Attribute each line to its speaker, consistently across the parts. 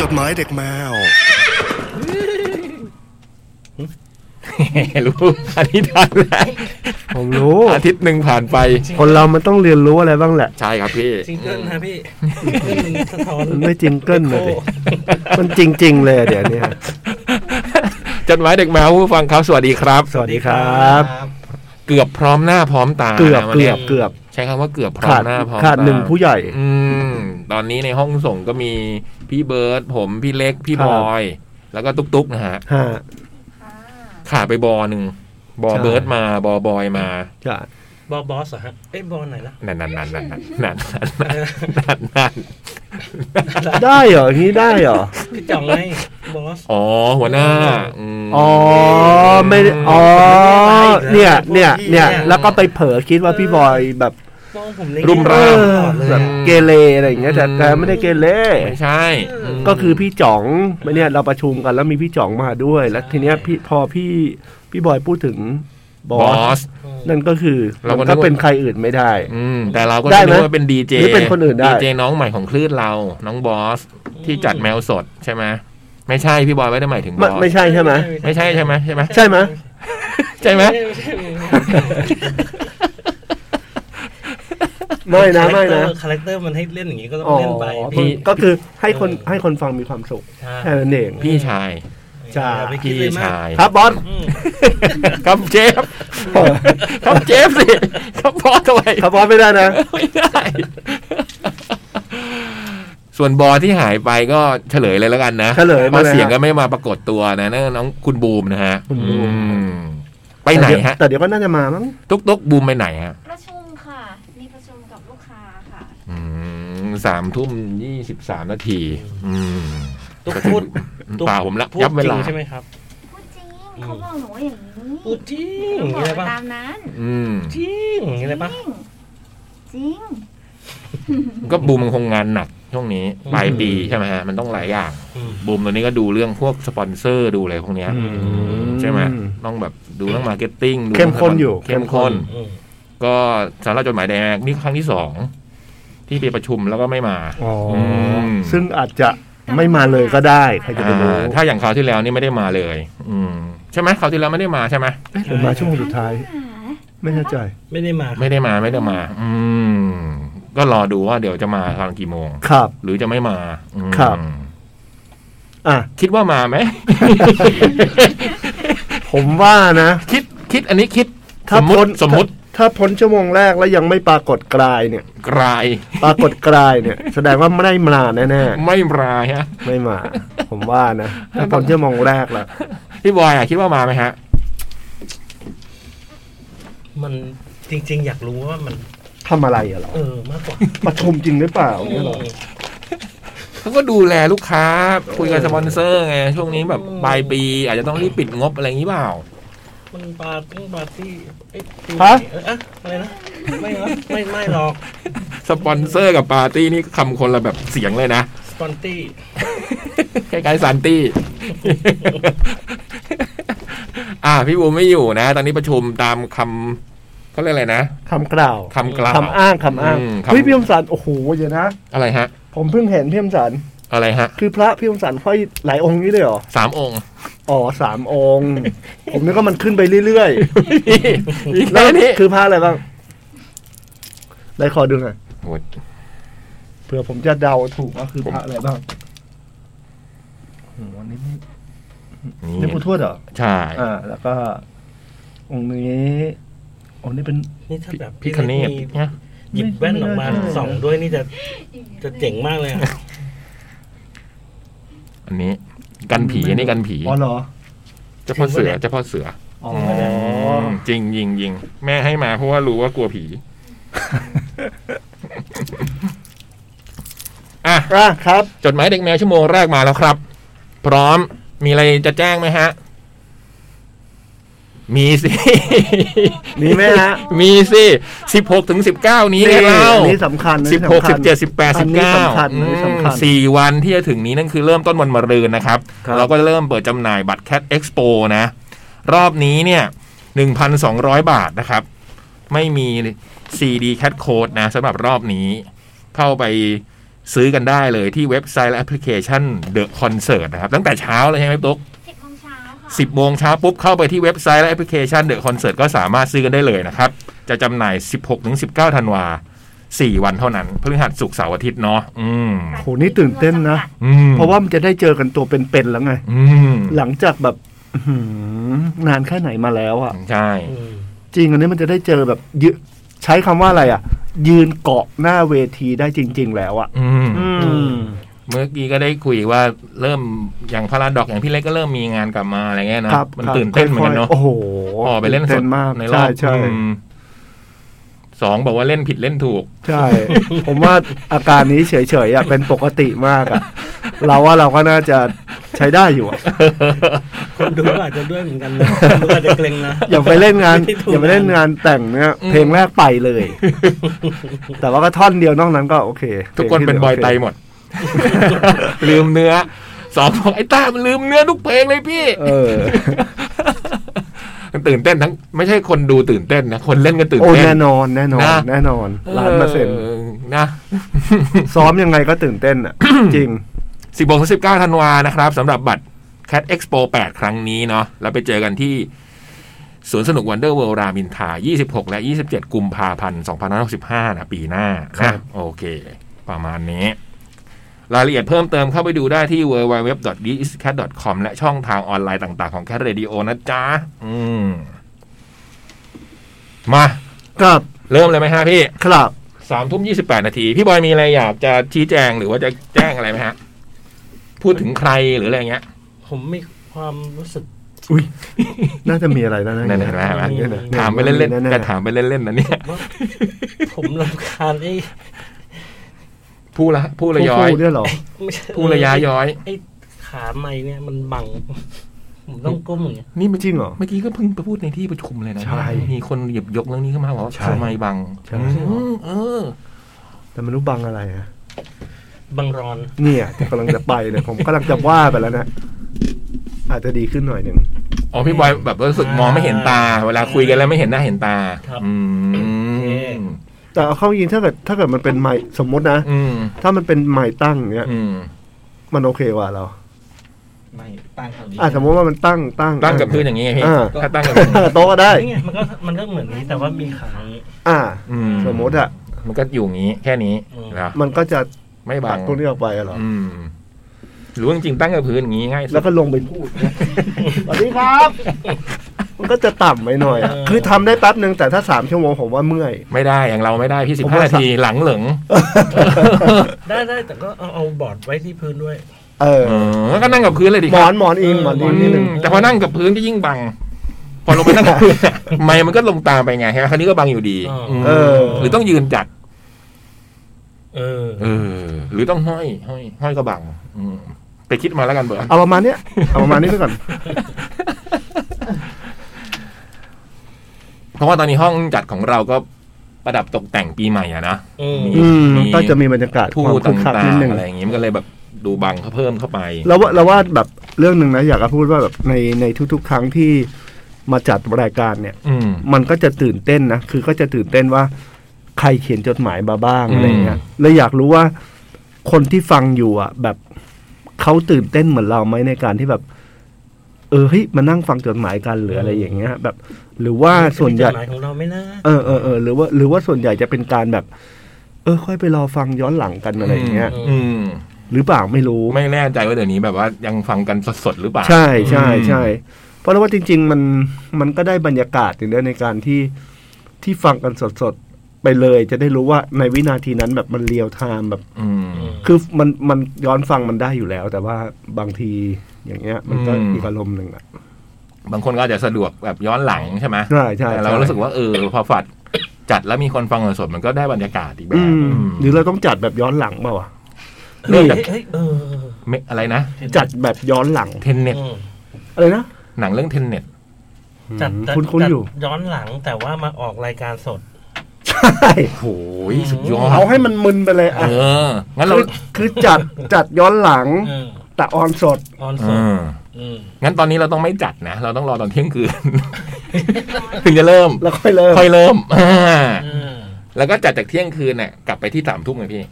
Speaker 1: จดหมายเด็กแมว
Speaker 2: รู้อาทิตย์ทันแล้ว
Speaker 3: ผมรู้
Speaker 2: อาทิตย์หนึ่งผ่านไป
Speaker 3: คนเรามันต้องเรียนรู้อะไรบ้างแหละ
Speaker 2: ใช่ครับพี่
Speaker 4: ซิงเกิลนะพี่ซิงเกิลมันสะท้อน
Speaker 3: มันไม่จิงเกิลเลย
Speaker 4: โอ้
Speaker 3: ดิมันจริง ๆ เลยอะเดี๋ยวเนี้
Speaker 2: จดหมายเด็กแมวผู้ฟังครับสวัสดีครับ
Speaker 3: สวัสดีครับ
Speaker 2: เกือบพร้อมหน้าพร้อมตา
Speaker 3: เกือบ
Speaker 2: นะวัน
Speaker 3: เกื
Speaker 2: นี้
Speaker 3: อบเกือบ
Speaker 2: ใช้คำว่าเกือบพร้อม
Speaker 3: ขาด
Speaker 2: หน้าพร้อมตา
Speaker 3: ขาดหนึ่งผู้ใหญ่
Speaker 2: อืม ตอนนี้ในห้องส่งก็มีพี่เบิร์ดผมพี่เล็กพี่
Speaker 3: ครับ บ
Speaker 2: อย แล้วก็ตุ๊กๆนะฮะ
Speaker 3: ฮะ
Speaker 2: ขาดไปบอหนึ่งบอ
Speaker 3: ใช่
Speaker 2: เบิร์ดมาบอบอยมา
Speaker 3: จะ
Speaker 4: บอบอสเหรอฮะเอ้ยบอไหนนะ
Speaker 2: นั่นนั่นนั่นนั่นนั่นนั่นนั่นนั่น
Speaker 3: ได้เหรออย่างนี้ได้เหรอ
Speaker 4: พี่จ่องไงบอส
Speaker 2: อ๋อ หัวหน้าม
Speaker 3: อ๋อไม่ได้อ๋อเนี่ยเนี่ยเนี่ยแล้วก็ไปเผลอคิดว่าพี่บอยแบบ
Speaker 4: มองผมใน
Speaker 2: รุม
Speaker 4: แง่
Speaker 2: ร่าม
Speaker 4: ดี
Speaker 3: เอ
Speaker 4: ต
Speaker 3: อ
Speaker 4: ลอดเลย
Speaker 3: แบบเกเรอะไรอย่างเงี้ยแต่แต่ไม่ได้เกเร
Speaker 2: ไม่ใช่ม
Speaker 3: ก็คือพี่จ๋องเนี่ยเราประชุมกันแล้วมีพี่จ๋องมาด้วย แล้วทีเนี้ยพี่พอพี่พี่บอยพูดถึงบบ อ
Speaker 2: อ
Speaker 3: ส
Speaker 2: ส
Speaker 3: นั่นก็คือ
Speaker 2: เราก็
Speaker 3: มัน
Speaker 2: นึก
Speaker 3: ก็
Speaker 2: ว่า
Speaker 3: เป็นใครอื่นไม่ได้
Speaker 2: อืมแต่เราก็
Speaker 3: ได้
Speaker 2: จะ
Speaker 3: ไหม
Speaker 2: นึกว่าเป็นดีเจ
Speaker 3: หรือเป็นคนอื่นได้
Speaker 2: ดีเจน้องใหม่ของคลื่นเรา น้องบอส ที่จัดแมวสดใช่ไหมไม่ใช่พี่บอยไม่ได้หมายถึงบ
Speaker 3: ไม่
Speaker 2: อส
Speaker 3: ไม่ใช่ใช่ไหม
Speaker 2: ไม่ใช่ใช่ไหมใช่ไหม
Speaker 3: ใช่ไหม
Speaker 2: ใช่ไหม
Speaker 4: ใช่
Speaker 3: ไม่ นะไม่นะ
Speaker 4: คาแรคเตอร์มันให้เล่นอย่างนี้ก็ต้อง
Speaker 3: อ๋อ
Speaker 4: เล่นไป
Speaker 3: มัน
Speaker 4: พี่
Speaker 3: ก็คือให้คนให้คนฟังมีความสุข
Speaker 4: ใช่
Speaker 3: แค่นั้นเอง
Speaker 2: พี่ชาย
Speaker 3: จ้า
Speaker 4: อย่ไปคิด
Speaker 2: พี่
Speaker 4: เลยมาก
Speaker 2: ชาย
Speaker 3: ครับบอส
Speaker 4: อืม
Speaker 2: ครับเจฟครับเจฟสิครับบอสอะไร
Speaker 3: ครับบอสไม่ได้นะ
Speaker 2: ไม่ได้ ส่วนบอสที่หายไปก็เฉลยเลยแล้วกันนะ
Speaker 3: เฉลย
Speaker 2: พ
Speaker 3: มาเลยฮะ
Speaker 2: ราะเสียงก็ไม่มาปรากฏตัวนะนั่นน้องคุณบูมนะฮะ
Speaker 3: คุณบูม
Speaker 2: อืมไปไหนฮะ
Speaker 3: แต่เดี๋ยวก็น่าจะมามั้ง
Speaker 2: ตุ๊กตุ๊กบูมไปไหนฮะ
Speaker 5: ประชุมค่ะ มีประชุมกับลูกค้าค่ะ
Speaker 2: อืมสามทุ่มยี่สิบสามนาที อืม
Speaker 4: ตุ๊กพูดตุ๊ก
Speaker 2: เปล่าผมละ
Speaker 4: พูด
Speaker 2: ยับเวลา
Speaker 4: จริงใช่ไหมครับ
Speaker 5: พูดจริง
Speaker 4: อืม
Speaker 5: เขาบอกหนูว่าอย่างนี้
Speaker 4: พูดจริง
Speaker 5: หนู
Speaker 4: อย่าง
Speaker 5: บ
Speaker 4: นี้
Speaker 5: อก
Speaker 4: เลย
Speaker 5: ไป
Speaker 4: ป่ะ
Speaker 5: ตามนั้น
Speaker 2: อืม
Speaker 4: จริงอย่างนี้เลยป่ะ
Speaker 5: จริง
Speaker 2: ก็บูมมันคงงานหนักช่วงนี้
Speaker 4: อืม
Speaker 2: ปลายปีใช่ไหมฮะ มันต้องหลายอย่าง
Speaker 4: อืม
Speaker 2: บูมตอนนี้ก็ดูเรื่องพวกสปอนเซอร์ดูอะไรพวกเนี้ย
Speaker 4: อื
Speaker 2: ใช่ไหมต้องแบบดูเรื่องมาร์เก็ตติ้งดู
Speaker 3: เข้มข้นอยู่
Speaker 2: เข้มข้น
Speaker 4: อืม
Speaker 2: ก็สาระจดหมายแดงนี่ครั้งที่สองที่ไปประชุมแล้วก็ไม่มา
Speaker 3: อ๋ออ
Speaker 2: ม
Speaker 3: ซึ่งอาจจะไม่มาเลยก็ได้ใครจะไปรู้
Speaker 2: อ่าถ้าอย่างคราวที่แล้วนี่ไม่ได้มาเลย อืมใช่ไหมคราวที่แล้วไม่ได้มาใช่ไหม
Speaker 3: เอ๊ะหรือมาช่วงสุดท้าย ไม่แน่ใจ
Speaker 4: ไม่ได้มา
Speaker 2: ไม่ได้มาไม่ได้มา อืมก็รอดูว่าเดี๋ยวจะมาตอนกี่โมง
Speaker 3: ครับ
Speaker 2: หรือจะไม่มาอืม
Speaker 3: ครับ อ่ะ
Speaker 2: คิดว่ามา ไหม
Speaker 3: ผมว่านะ
Speaker 2: คิดคิดอันนี้คิดส
Speaker 3: ถ้าม
Speaker 2: ม
Speaker 3: พ้น
Speaker 2: ติสมมติ
Speaker 3: ถ้าถ้าพ้นชั่วโมงแรกแล้วยังไม่ปรากฏกลายเนี่ย
Speaker 2: กลาย
Speaker 3: ปรากฏกลายเนี่ย แสดงว่าไม่ได้มาแน่
Speaker 2: ไม่รายฮะ
Speaker 3: ๆไม่มา ผมว่านะ ถ้าพ้นชั่วโมงแรกแล้ว
Speaker 2: พี่บอยอะคิดว่ามาไหมฮะ
Speaker 4: มันจริง ๆ อยากรู้ว่ามัน
Speaker 3: ทำอะไรอะเหรอ
Speaker 4: เออมากกว่า
Speaker 3: ประชุมจริงหรือเปล่าเนี่ยเหรอ
Speaker 2: เขาก็ดูแลลูกค้า คุยกับสปอนเซอร์ไง ช่วงนี้แบบปลายปี อาจจะต้องรีบปิดงบอะไรอย่างนี้เปล่า
Speaker 4: มันปาร์ตี้ปาร์ตี้เอ้ย
Speaker 3: ฮะ
Speaker 4: เอออะอะไรนะไม่หรอกไม่ไม่หรอก
Speaker 2: สปอนเซอร์กับปาร์ตี้นี่คำคนละแบบเสียงเลยนะ
Speaker 4: สปอนตี้
Speaker 2: คล้ายๆซาน ตี้ อ่า พี่บูมไม่อยู่นะ ตอนนี้ประชุมตามคำเขาเรียกอะไรนะ
Speaker 3: คำกล่าว
Speaker 2: คำกล่าว
Speaker 3: คำอ้างคำอ้าง
Speaker 2: อืมคำ
Speaker 3: เฮ้ยพี่อมสันโอ้โหเดี๋ยวนะ
Speaker 2: อะไรฮะ
Speaker 3: ผมเพิ่งเห็นพี่อมสัน
Speaker 2: อะไรฮะ
Speaker 3: คือพระพี่อมสันห้อยหลายองค์นี้เลยเหรอ
Speaker 2: สาม องค์
Speaker 3: อ๋อสามองค์ ผมนึกว่ามันขึ้นไปเรื่อย
Speaker 2: มี
Speaker 3: ๆแล้
Speaker 2: แค่
Speaker 3: ว
Speaker 2: นี้
Speaker 3: คือพระอะไรบ้างได้ขอดูหน่อย
Speaker 2: โอ้ย
Speaker 3: เผื่อผมจะเดาถูกว่าคือพระอะไรบ้างโอ้โหอันนี้ไม่ นี่
Speaker 2: นี่
Speaker 3: ปูทวดเหรอ
Speaker 2: ใช่
Speaker 3: อ่า แล้วก็องค์นี้องค์นี้เป็น
Speaker 4: นี่ถ้าแบบ
Speaker 2: พี่คเนต
Speaker 4: มี
Speaker 2: เนี่ย
Speaker 4: หยิบแว่นออกมา
Speaker 3: ไม่น่าใช่
Speaker 4: ส่องด้วยนี่จะจะเจ๋งมากเลยอะ
Speaker 2: อันนี้ กันผีอันนี้กันผี
Speaker 3: อ๋อเหรอ
Speaker 2: เจ้าพ่อเสือเจ้าพ่อเสือ
Speaker 3: อ๋อ
Speaker 2: มจริงยิงยิงแม่ให้มาเพราะว่ารู้ว่ากลัว ผี อ่ะ
Speaker 3: อ่ะครับ
Speaker 2: จดหมายเด็กแมวชั่วโมงแรกมาแล้วครับ พร้อมมีอะไรจะแจ้งไหมฮะ มีสิ
Speaker 3: มีไหมฮะ
Speaker 2: มีสิสิบหกถึงสิบเก้านี้ไงเล่า
Speaker 3: อันี้สำคัญอัน
Speaker 2: สิ
Speaker 3: นี้
Speaker 2: บห
Speaker 3: สำ
Speaker 2: ก
Speaker 3: คัญ
Speaker 2: สิบเจ็ดสิบแปด
Speaker 3: อั
Speaker 2: สิบ
Speaker 3: นนี้
Speaker 2: เก้า
Speaker 3: สำคัญอันนี้สำคัญ
Speaker 2: สี่วันที่จะถึงนี้นั่นคือเริ่มต้นวันมะรืนนะครับ
Speaker 3: ครับ
Speaker 2: เราก็เริ่มเปิดจำหน่ายบัตรแค t เอ็กซ์โปนะ รอบนี้เนี่ยหนึ่งพันสองร้อยบาทนะครับ ไม่มี CD Cat Code นะสำหรับรอบนี้ เข้าไปซื้อกันได้เลยที่เว็บไซต์และแอปพลิเคชัน The Concert นะครับ ตั้งแต่เช้าเลยใช่ไหมพี่ตุ๊ก
Speaker 5: สิบโมงเช้าค่ะ
Speaker 2: 10โมงเช้าปุ๊บ เข้าไปที่เว็บไซต์และแอปพลิเคชันเดอะคอนเสิร์ตก็สามารถซื้อกันได้เลยนะครับ จะจำหน่าย 16ถึง19ธันวา4วันเท่านั้นพฤหัสศุกร์เสาร์อาทิตย์เนาะอืม
Speaker 5: ค่ะ
Speaker 3: โหนี่ตื่นเต้นนะ
Speaker 2: อืม
Speaker 3: เพราะว่ามันจะได้เจอกันตัวเป็นๆแล้วไง
Speaker 2: อืม
Speaker 3: หลังจากแบบอื้อหือนานแค่ไหนมาแล้วอ่ะ
Speaker 2: ใช่
Speaker 4: อืม
Speaker 3: จริงอันนี้มันจะได้เจอแบบยืใช้คำว่าอะไรอ่ะ ยืนเกาะหน้าเวทีได้จริง ๆ แล้วอ่ะ
Speaker 2: อืม
Speaker 3: อืม
Speaker 2: เมื่อกี้ก็ได้คุยว่าเริ่มอย่างพาราดอกอย่างพี่เล็กก็เริ่มมีงานกลับมาอะไรเงี้ยเนาะ
Speaker 3: ครับ
Speaker 2: มัน
Speaker 3: ครับ
Speaker 2: ตื่นเต้นเหมือนกันเนาะ
Speaker 3: ค่ยๆโอ้โห
Speaker 2: พอไปเล่นส
Speaker 3: ตื่
Speaker 2: ด
Speaker 3: มาก
Speaker 2: ในรอบ
Speaker 3: ใช่
Speaker 2: อืมสองบอกว่าเล่นผิดเล่นถูก
Speaker 3: ใช่ ผมว่าอาการนี้เฉยๆอ่ะเป็นปกติมากอ่ะ เราว่าเราก็น่าจะใช้ได้อยู่อะ
Speaker 4: คนดูก็อาจจะด้วยเหมือนกันนะคนดูอาจจะเกรงนะ
Speaker 3: อย่าไปเล่นงาน
Speaker 4: ไม่ถูก
Speaker 3: อย่าไปเล่นงานแต่งเนี่ย
Speaker 2: อืม
Speaker 3: เพลงแรกไปเลย แต่ว่าก็ท่อนเดียวนอกนั้นก็โอเค
Speaker 2: ทุกคนเป็นบอยไตหมด ลืมเนื้อสองบอกไอ้ต้ามันลืมเนื้อทุกเพลงเลยพี่
Speaker 3: เออ
Speaker 2: ตื่นเต้นทั้งไม่ใช่คนดูตื่นเต้นนะ คนเล่นก็ตื่น
Speaker 3: โอ้
Speaker 2: เต้น
Speaker 3: แน่นอนแน่นอน
Speaker 2: นะ
Speaker 3: แน่นอนล้านเปอร์เซ็นต์
Speaker 2: นะ
Speaker 3: ซ้อมยังไงก็ตื่นเต้น อ่ะ จริง
Speaker 2: สิบโมงสิบเก้าธันวานะครับสำหรับบัตร Cat Expo 8 ครั้งนี้เนาะแล้วไปเจอกันที่สวนสนุกวันเดอร์เวิลด์รามินทา 26 และ 27 กุมภาพันธ์2565 นะ ปีหน้า
Speaker 3: ครั
Speaker 2: นะ
Speaker 3: บ
Speaker 2: โอเค ประมาณนี้ รายละเอียดเพิ่มเติมเข้าไปดูได้ที่ www.discat.com และช่องทางออนไลน์ต่าง ๆ ของ Cat Radio นะจ๊ะ อืม มา
Speaker 3: ครับ
Speaker 2: เริ่มเลยไหมฮะพี่
Speaker 3: ครับ
Speaker 2: สามทุ่มยี่สิบแปดนาที พี่บอยมีอะไรอยากจะชี้แจงหรือว่าจะแจ้งอะไรไหมฮะ พูดถึงใครหรืออะไรเงี้ย
Speaker 4: ผมมีความรู้สึก
Speaker 3: น่าจะมีอะไรแล้วนะ
Speaker 2: นั่นเห็นไหมเห็นไหม
Speaker 3: เนี่ยนะ
Speaker 2: ถามไปเล่นๆ
Speaker 3: แๆ
Speaker 2: แต่ถามไปเล่นๆนะเนี่ย
Speaker 4: ว่าผมรำคาญไอ้
Speaker 2: ผู้ละผู้ละย้อย
Speaker 3: ฟู่ๆเนี่ยเหรอ
Speaker 4: ไม่ใช่
Speaker 2: ผู้ละย้ายย้อย
Speaker 4: ไอ้ขาไม้เนี่ยมันบัง ผมต้องก้มอย่างเงี้ย
Speaker 2: นี่มัน
Speaker 3: จริงเหรอ
Speaker 2: เมื่อกี้ก็เพิ่งไปพูดในที่ประชุมเลยนะ
Speaker 3: ใช่
Speaker 2: มีคนหยิบยกเรื่องนี้ขึ้นมาบอกว่า
Speaker 3: ใช่
Speaker 2: ทำไมบัง
Speaker 3: ใช่
Speaker 2: อืมเออ
Speaker 3: แต่ไม่รู้บังอะไรอะ
Speaker 4: บังรอน
Speaker 3: เนี่ยกำลังจะไปเลยผมกำลังจะว่าไปแล้วนะ อาจจะดีขึ้นหน่อยหนึ่ง
Speaker 2: อ๋อพี่บอยแบบรู้สึกมองไม่เห็นตา เวลาคุยกันแล้วไม่เห็นหน้าเห็นตา
Speaker 4: ครับ
Speaker 2: อืม
Speaker 3: แต่เอาเข้าจริงๆถ้าเกิดถ้าเกิดมันเป็นไม้สมมตินะ
Speaker 2: อืม
Speaker 3: ถ้ามันเป็นไม้ตั้งเนี่ย
Speaker 2: อืม
Speaker 3: มันโอเคกว่าเรา
Speaker 6: ไม่ตั้งเท่านี้
Speaker 3: อ่ะสมมติว่ามันตั้งตั้ง
Speaker 2: ตั้งกับพื้นอย่างนี้ไงพี่
Speaker 3: อ่า
Speaker 2: ถ้าตั้งกับพื้น
Speaker 3: โต๊ะก็ได้
Speaker 4: นี่ไงมันก็มันก็เหมือนนี้แต่ว่ามีขาอย่างงี้
Speaker 3: อ่า
Speaker 2: อื
Speaker 3: สมมติอ่ะ
Speaker 2: มันก็อยู่อย่างนี้แค่นี้
Speaker 4: อืม
Speaker 2: นะ
Speaker 3: มันก็จะ
Speaker 2: ไม่บั
Speaker 3: ตัด
Speaker 2: ง
Speaker 3: พวกนี้ออกไปอะเหรอ
Speaker 2: อืมหรือว่าจริงๆตั้งกับพื้นอย่างนี้ง่ายสุด
Speaker 3: แล้วก็ลงไปพูด เนี่ยสวัสดีครับ มันก็จะต่ำไปหน่อยอะคือทำได้แป๊บหนึ่งแต่ถ้าสามชั่วโมงผมว่าเมื่อย
Speaker 2: ไม่ได้อย่างเราไม่ได้พี่สิ
Speaker 3: ผ
Speaker 2: บ
Speaker 3: ม
Speaker 2: ห้า
Speaker 3: ว่า
Speaker 2: นาทีหลังเหลิง
Speaker 4: ได้ได้แต่ก็เอาเอาบอร์ดไว้ที่พื้นด้วย
Speaker 3: เออ
Speaker 2: เออก็นั่งกับพื้นเลยดิ
Speaker 3: หม
Speaker 2: ค
Speaker 3: อ
Speaker 2: รับ
Speaker 3: นหมอนอิงหมอนอิงนิดนึง
Speaker 2: อืมแต่พอนั่งกับพื้นก็ยิ่งบัง พอลงไปนั่งกับพื้นอะ ไม่มันก็ลงตามไปไงฮะคราวนี้ก็บังอยู่ดี
Speaker 4: อ๋ออื
Speaker 2: ม
Speaker 3: เออ
Speaker 2: หรือต้องยืนจัด
Speaker 4: เออ
Speaker 2: เออ หรือต้องห้อย ห้อยห้อยก็บัง อืมไปคิดมาแล้วกันเบอร์ด
Speaker 3: เอาประมาณเนี้ย เอาประมาณนี้ไปก่อน
Speaker 2: เพราะว่าตอนนี้ห้องจัดของเราก็ประดับตกแต่งปีใหม่อะนะ
Speaker 4: อืม
Speaker 3: อืมก็จะมีบรรยากาศ
Speaker 2: ทู่
Speaker 3: ความ
Speaker 2: ต
Speaker 3: คึกคัก่
Speaker 2: า
Speaker 3: นิด
Speaker 2: ง
Speaker 3: นึ
Speaker 2: ๆ
Speaker 3: ง
Speaker 2: อะไรอย่างงี้มันก็เลยแบบดูบังเขาเพิ่มเข้าไป
Speaker 3: เราว่าเราว่าแบบเรื่องหนึ่งนะอยากจะพูดว่าแบบในในทุก ๆ ครั้งที่มาจัดรายการเนี่ย
Speaker 2: อืม
Speaker 3: มันก็จะตื่นเต้นนะ คือก็จะตื่นเต้นว่า ใครเขียนจดหมายมาบ้าง
Speaker 2: อืม
Speaker 3: อะไรเงี้ยเลยอยากรู้ว่าคนที่ฟังอยู่อ่ะ แบบเขาตื่นเต้นเหมือนเราไหมในการที่แบบ เออเฮ้ยมานั่งฟังจดหมายกันหรืออะไรอย่างเงี้ย แบบ หรือว่าส่วนใหญ่
Speaker 4: จดมายของเราไม่น่า
Speaker 3: เออเออเออหรือว่าหรือว่าส่วนใหญ่จะเป็นการแบบ เออ ค่อยไปรอฟังย้อนหลังกันอะไรอย่างเงี้ย
Speaker 2: อืม
Speaker 3: หรือเปล่าไม่รู้
Speaker 2: ไม่แน่ใจว่าเดี๋ยวนี้แบบว่ายังฟังกันสดๆหรือเปล่า
Speaker 3: ใช่ใช่
Speaker 2: อืม
Speaker 3: ใช่เพราะว่าจริง ๆ มันมันก็ได้บรรยากาศอย่างเดียวในการที่ที่ฟังกันสดๆ ไปเลย จะได้รู้ว่าในวินาทีนั้นแบบมันเรียวไทม์แบบ
Speaker 2: อืม
Speaker 3: คือมันมันย้อนฟังมันได้อยู่แล้ว แต่ว่าบางทีอย่างเงี้ย มันก็
Speaker 2: อืม
Speaker 3: อีกอารมณ์หนึ่งอ่ะ
Speaker 2: บางคนก็อาจจะสะดวกแบบย้อนหลังใช่ไหม
Speaker 3: ใช่ใช่
Speaker 2: แต่เรารู้สึกว่าเออพอฝัดจัดแล้วมีคนฟังสดๆมันก็ได้บรรยากาศอีกแบบ
Speaker 3: อืม
Speaker 2: อืม
Speaker 3: หรือเราต้องจัดแบบย้อนหลังเปล่าวะ
Speaker 2: เริ่มจาก
Speaker 4: เฮ้ยเออ
Speaker 2: เมอะไรนะ
Speaker 3: จัดแบบย้อนหลัง
Speaker 2: เทนเน็ต
Speaker 4: อืม
Speaker 3: อะไรนะ
Speaker 2: หนังเรื่องเทนเน็ต
Speaker 4: จัดจัด
Speaker 3: คุณคุณอยู่
Speaker 4: จัดย้อนหลังแต่ว่ามาออกรายการสด
Speaker 3: ใช่
Speaker 2: โอ้ยสุดยอด
Speaker 3: เอาให้มันมึนไปเลย
Speaker 2: เอ
Speaker 3: อ่ะ
Speaker 2: องั้นเรา
Speaker 3: คือคือจัดจัดย้อนหลัง
Speaker 4: อืม
Speaker 3: แต่ออนสด
Speaker 4: ออน
Speaker 2: เอ
Speaker 4: สด
Speaker 2: อ
Speaker 4: อืม
Speaker 2: งั้นตอนนี้เราต้องไม่จัดนะ เราต้องรอตอนเที่ยงคืน ถึงจะเริ่ม
Speaker 3: แล้วค่อยเริ่ม
Speaker 2: ค่อยเริ่ม อ่า
Speaker 4: อืม
Speaker 2: แล้วก็จัดจากเที่ยงคืนเนี่ยกลับไปที่สามทุ่มเลยพี่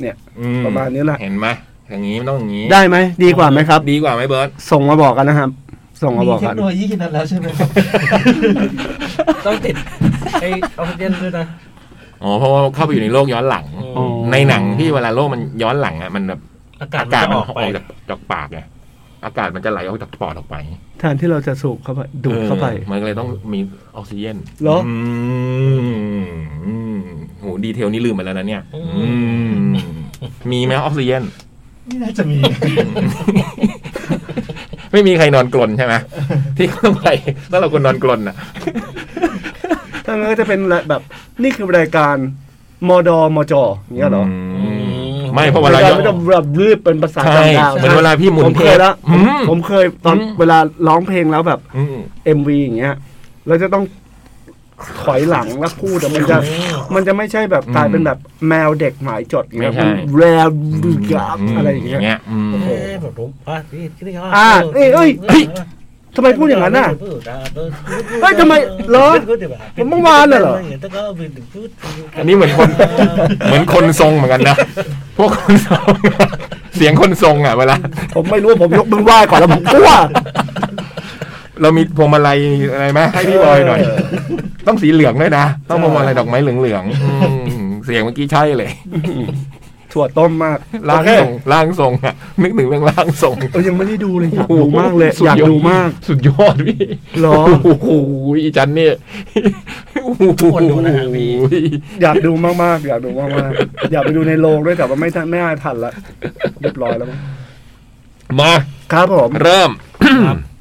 Speaker 3: เนี่ย
Speaker 2: อื
Speaker 3: ประมาณนี้แหละ
Speaker 2: เห็นไหมอย่างนี้มันต้องอย่างนี้
Speaker 3: ได้ไหมดีกว่าไหมครับ
Speaker 2: ดีกว่าไหมเบิร์ต
Speaker 3: ส่งมาบอกกันนะครับ ส่งมา
Speaker 6: มี
Speaker 3: บอก
Speaker 6: เท
Speaker 3: กั
Speaker 6: คน โนโลยีกันแล้วใช่ไหม
Speaker 4: ต้องติดไอออกซิเจนด้วยนะ
Speaker 2: อ๋อเพราะว่าเข้าไปอยู่ในโลกย้อนหลัง
Speaker 3: อ๋อ
Speaker 2: ในหนังที่เวลาโลกมันย้อนหลังอ่ะมันแบบ
Speaker 4: อากาศ
Speaker 2: อา
Speaker 4: มัน
Speaker 2: กาศ
Speaker 4: จะ
Speaker 2: มันอ
Speaker 4: ออ
Speaker 2: อก ก
Speaker 4: ไป
Speaker 2: จากจากปากไงอากาศมันจะไหลออกจากปอดออกไป
Speaker 3: แทนที่เราจะสูบเข้าไปดูดเข้าไป
Speaker 2: ออมันก็เลยต้องมีออกซิเจน
Speaker 3: เหรอ
Speaker 2: มอืมโหดีเทลนี้ลืมไปแล้วนะเนี่ยอืมมีไหมออกซิเจน
Speaker 6: ไม่น่าจะมี
Speaker 2: ไม่มีใครนอนกลนใช่ไหมที่เขาต้องไปแล้วเราคนนอนกลนอ่ะ
Speaker 3: ถ้างั้นก็จะเป็นแบบนี่คือรายการมอดอมอจออย่างเงี้ยเหรอ
Speaker 2: อืมไม่เพราะเวลา
Speaker 3: รายการไม่ต้องแบบรีบเป็นภาษา
Speaker 2: ใช่
Speaker 3: ต่างดาว
Speaker 2: เหมือนเวลาพี่หมุน
Speaker 3: ผมเคย
Speaker 2: เทป
Speaker 3: แล้ว
Speaker 2: อืม
Speaker 3: ผมเคยตอน
Speaker 2: อืม
Speaker 3: เวลาร้องเพลงแล้วแบบ
Speaker 2: อืม
Speaker 3: MV อย่างเงี้ยเราจะต้องถอยหลังแล้วพูดแต่มันจะ
Speaker 4: อืม
Speaker 3: มันจะไม่ใช่แบบกลายเป็นแบบแมวเด็กหมายจดอย่างเงี้ย
Speaker 2: ไม่ใช่
Speaker 3: มันแรบกับอะไรอย่างเงี้ย
Speaker 2: อืม
Speaker 4: เอ้ยแบบผมอ่ะนี่นี่เขา
Speaker 3: อ่ะเอ้ยเอ้ยเอ้ย ทำไมพูดอย่างนั้นน่ะ เฮ้ยทำไมเหรอผมเมื่อวานน่ะเหรอ
Speaker 2: อันนี้เหมือนคน เหมือนคนทรงเหมือนกันนะ พวกคนทรงเสียงคนทรงอ่ะเวลา
Speaker 3: ผมไม่รู้ผมยกมือไหว้ก่อนแล้วผมกลัว
Speaker 2: เรามีพวงมาลัยอะไรไหมให้พี่บอยหน่อย ต้องสีเหลืองด้วยนะ ต้องพวงมาลัยดอกไม้เหลืองๆอืมเสียงเมื่อกี้ใช่เลย
Speaker 3: ถั่วต้มมาก
Speaker 2: ร่าง
Speaker 3: โอเค
Speaker 2: ทรงร่างทรงอ่ะนึกถึงเรื่องร่างทรง
Speaker 3: เออยังไม่ได้ดูเลยอยากดูมากเลย
Speaker 2: สุด
Speaker 3: อยากดูมาก
Speaker 2: สุดยอดพี่
Speaker 3: หรอ
Speaker 2: โอ้โหอีจันเนี่ยโอ้โห
Speaker 4: คนดูนะฮะมี
Speaker 3: อยากดูมากๆ อยากดูมากๆ อยากไปดูในโรงด้วยแต่ว่าไม่ทันไม่น่าทันละเรียบร้อยแล้วมั้ง
Speaker 2: มา
Speaker 3: ครับผม
Speaker 2: เริ่ม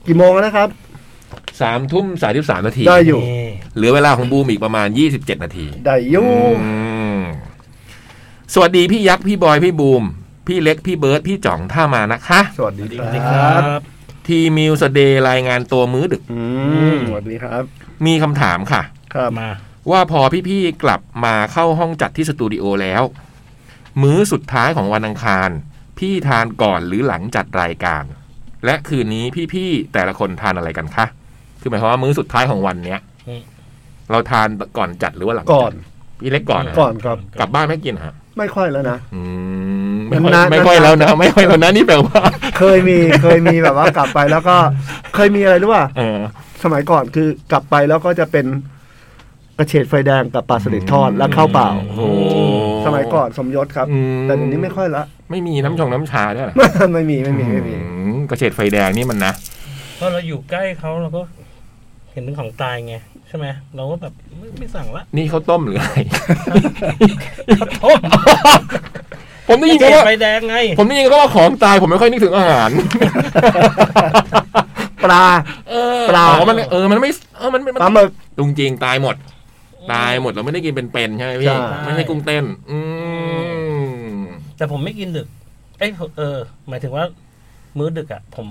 Speaker 3: กี่โมงแล้วนะครับ
Speaker 2: สามทุ่มสามสิบสามนาที
Speaker 3: ได้อยู่
Speaker 2: เหลือเวลาของบูมอีกประมาณ 27 นาที
Speaker 3: ได้อยู่
Speaker 2: อืมสวัสดีพี่ยักษ์ พี่บอย พี่บูม พี่เล็ก พี่เบิร์ด พี่จ่องท่ามานะคะ
Speaker 3: สวัสดี
Speaker 4: สวัสดี
Speaker 3: ค
Speaker 4: ค
Speaker 3: รั
Speaker 4: รับ บ
Speaker 2: ทีมิวสเดย์รายงานตัวมื้อดึก
Speaker 3: อืมสวัสดีครับ
Speaker 2: มีคำถามค่ะ
Speaker 3: ครับ
Speaker 4: มา
Speaker 2: ว่าพอพี่ๆกลับมาเข้าห้องจัดที่สตูดิโอแล้ว มื้อสุดท้ายของวันอังคาร พี่ทานก่อนหรือหลังจัดรายการ และคืนนี้พี่ๆแต่ละคนทานอะไรกันคะคือหมายความว่ามื้อสุดท้ายของวันเนี้ย
Speaker 4: อืม
Speaker 2: เราทานก่อนจัดหรือว่าหลังจัด
Speaker 3: ก่อน
Speaker 2: พี่เล็กก่อนเหรอ
Speaker 3: ก่อนครับ
Speaker 2: กลับบ้านไม่กินฮะ
Speaker 3: ไม่ค่อยแล้วนะ
Speaker 2: อืมไม่ค่อย
Speaker 3: นานๆ
Speaker 2: ไม่ค่อยแล้วนะ ไม่ค่อยแล้วนะนี่แปลว่า
Speaker 3: เคยมีเคยมีแบบว่ากลับไปแล้วก็เคยมีอะไรรู้ป่ะ
Speaker 2: เออ
Speaker 3: สมัยก่อนคือกลับไปแล้วก็จะเป็นกระเฉดไฟแดงกับปลาสลิดทอดแล้วข้าวเปล่า
Speaker 2: โอ้โห
Speaker 3: สมัยก่อนสมยศครับ
Speaker 2: อืม
Speaker 3: แต่เดี๋ยวนี้ไม่ค่อยละ
Speaker 2: ไม่มีน้ำชงน้ำชาด้วยเหรอ
Speaker 3: ไม่มีไม่มีไม่มี
Speaker 2: อืมกระเฉดไฟแดงนี่มันนะ
Speaker 4: พอเราอยู่ใกล้เขาเราก็เห็นเป็นของตายไงใช่ไหมเราก็แบบไม่ไม่สั่งละ
Speaker 2: นี่ข้าวต้มหรืออะไร
Speaker 4: โอ้ย
Speaker 2: ผมได้ยิน
Speaker 4: เจ็
Speaker 2: แค่
Speaker 4: บ
Speaker 2: ว่า
Speaker 4: ไฟแดงไง
Speaker 2: ผมได้ยินแค่ว่าของตายผมไม่ค่อยนึกถึงอาหาร
Speaker 3: ปลา
Speaker 2: เออ
Speaker 3: ปลา
Speaker 2: อ๋อมันเออมันไม่เออมันมัน
Speaker 3: ปลาหมึก
Speaker 2: จริงๆตายหมด ตายหมดเราไม่ได้กินเป็นๆใช่ไหมพี่
Speaker 3: ใช่
Speaker 2: ไม่ใช่กุ้งเต้น อืม
Speaker 4: แต่ผมไม่กินดึก เอ้ยผมเออ หมายถึงว่า มื้อดึกอ่ะ ผม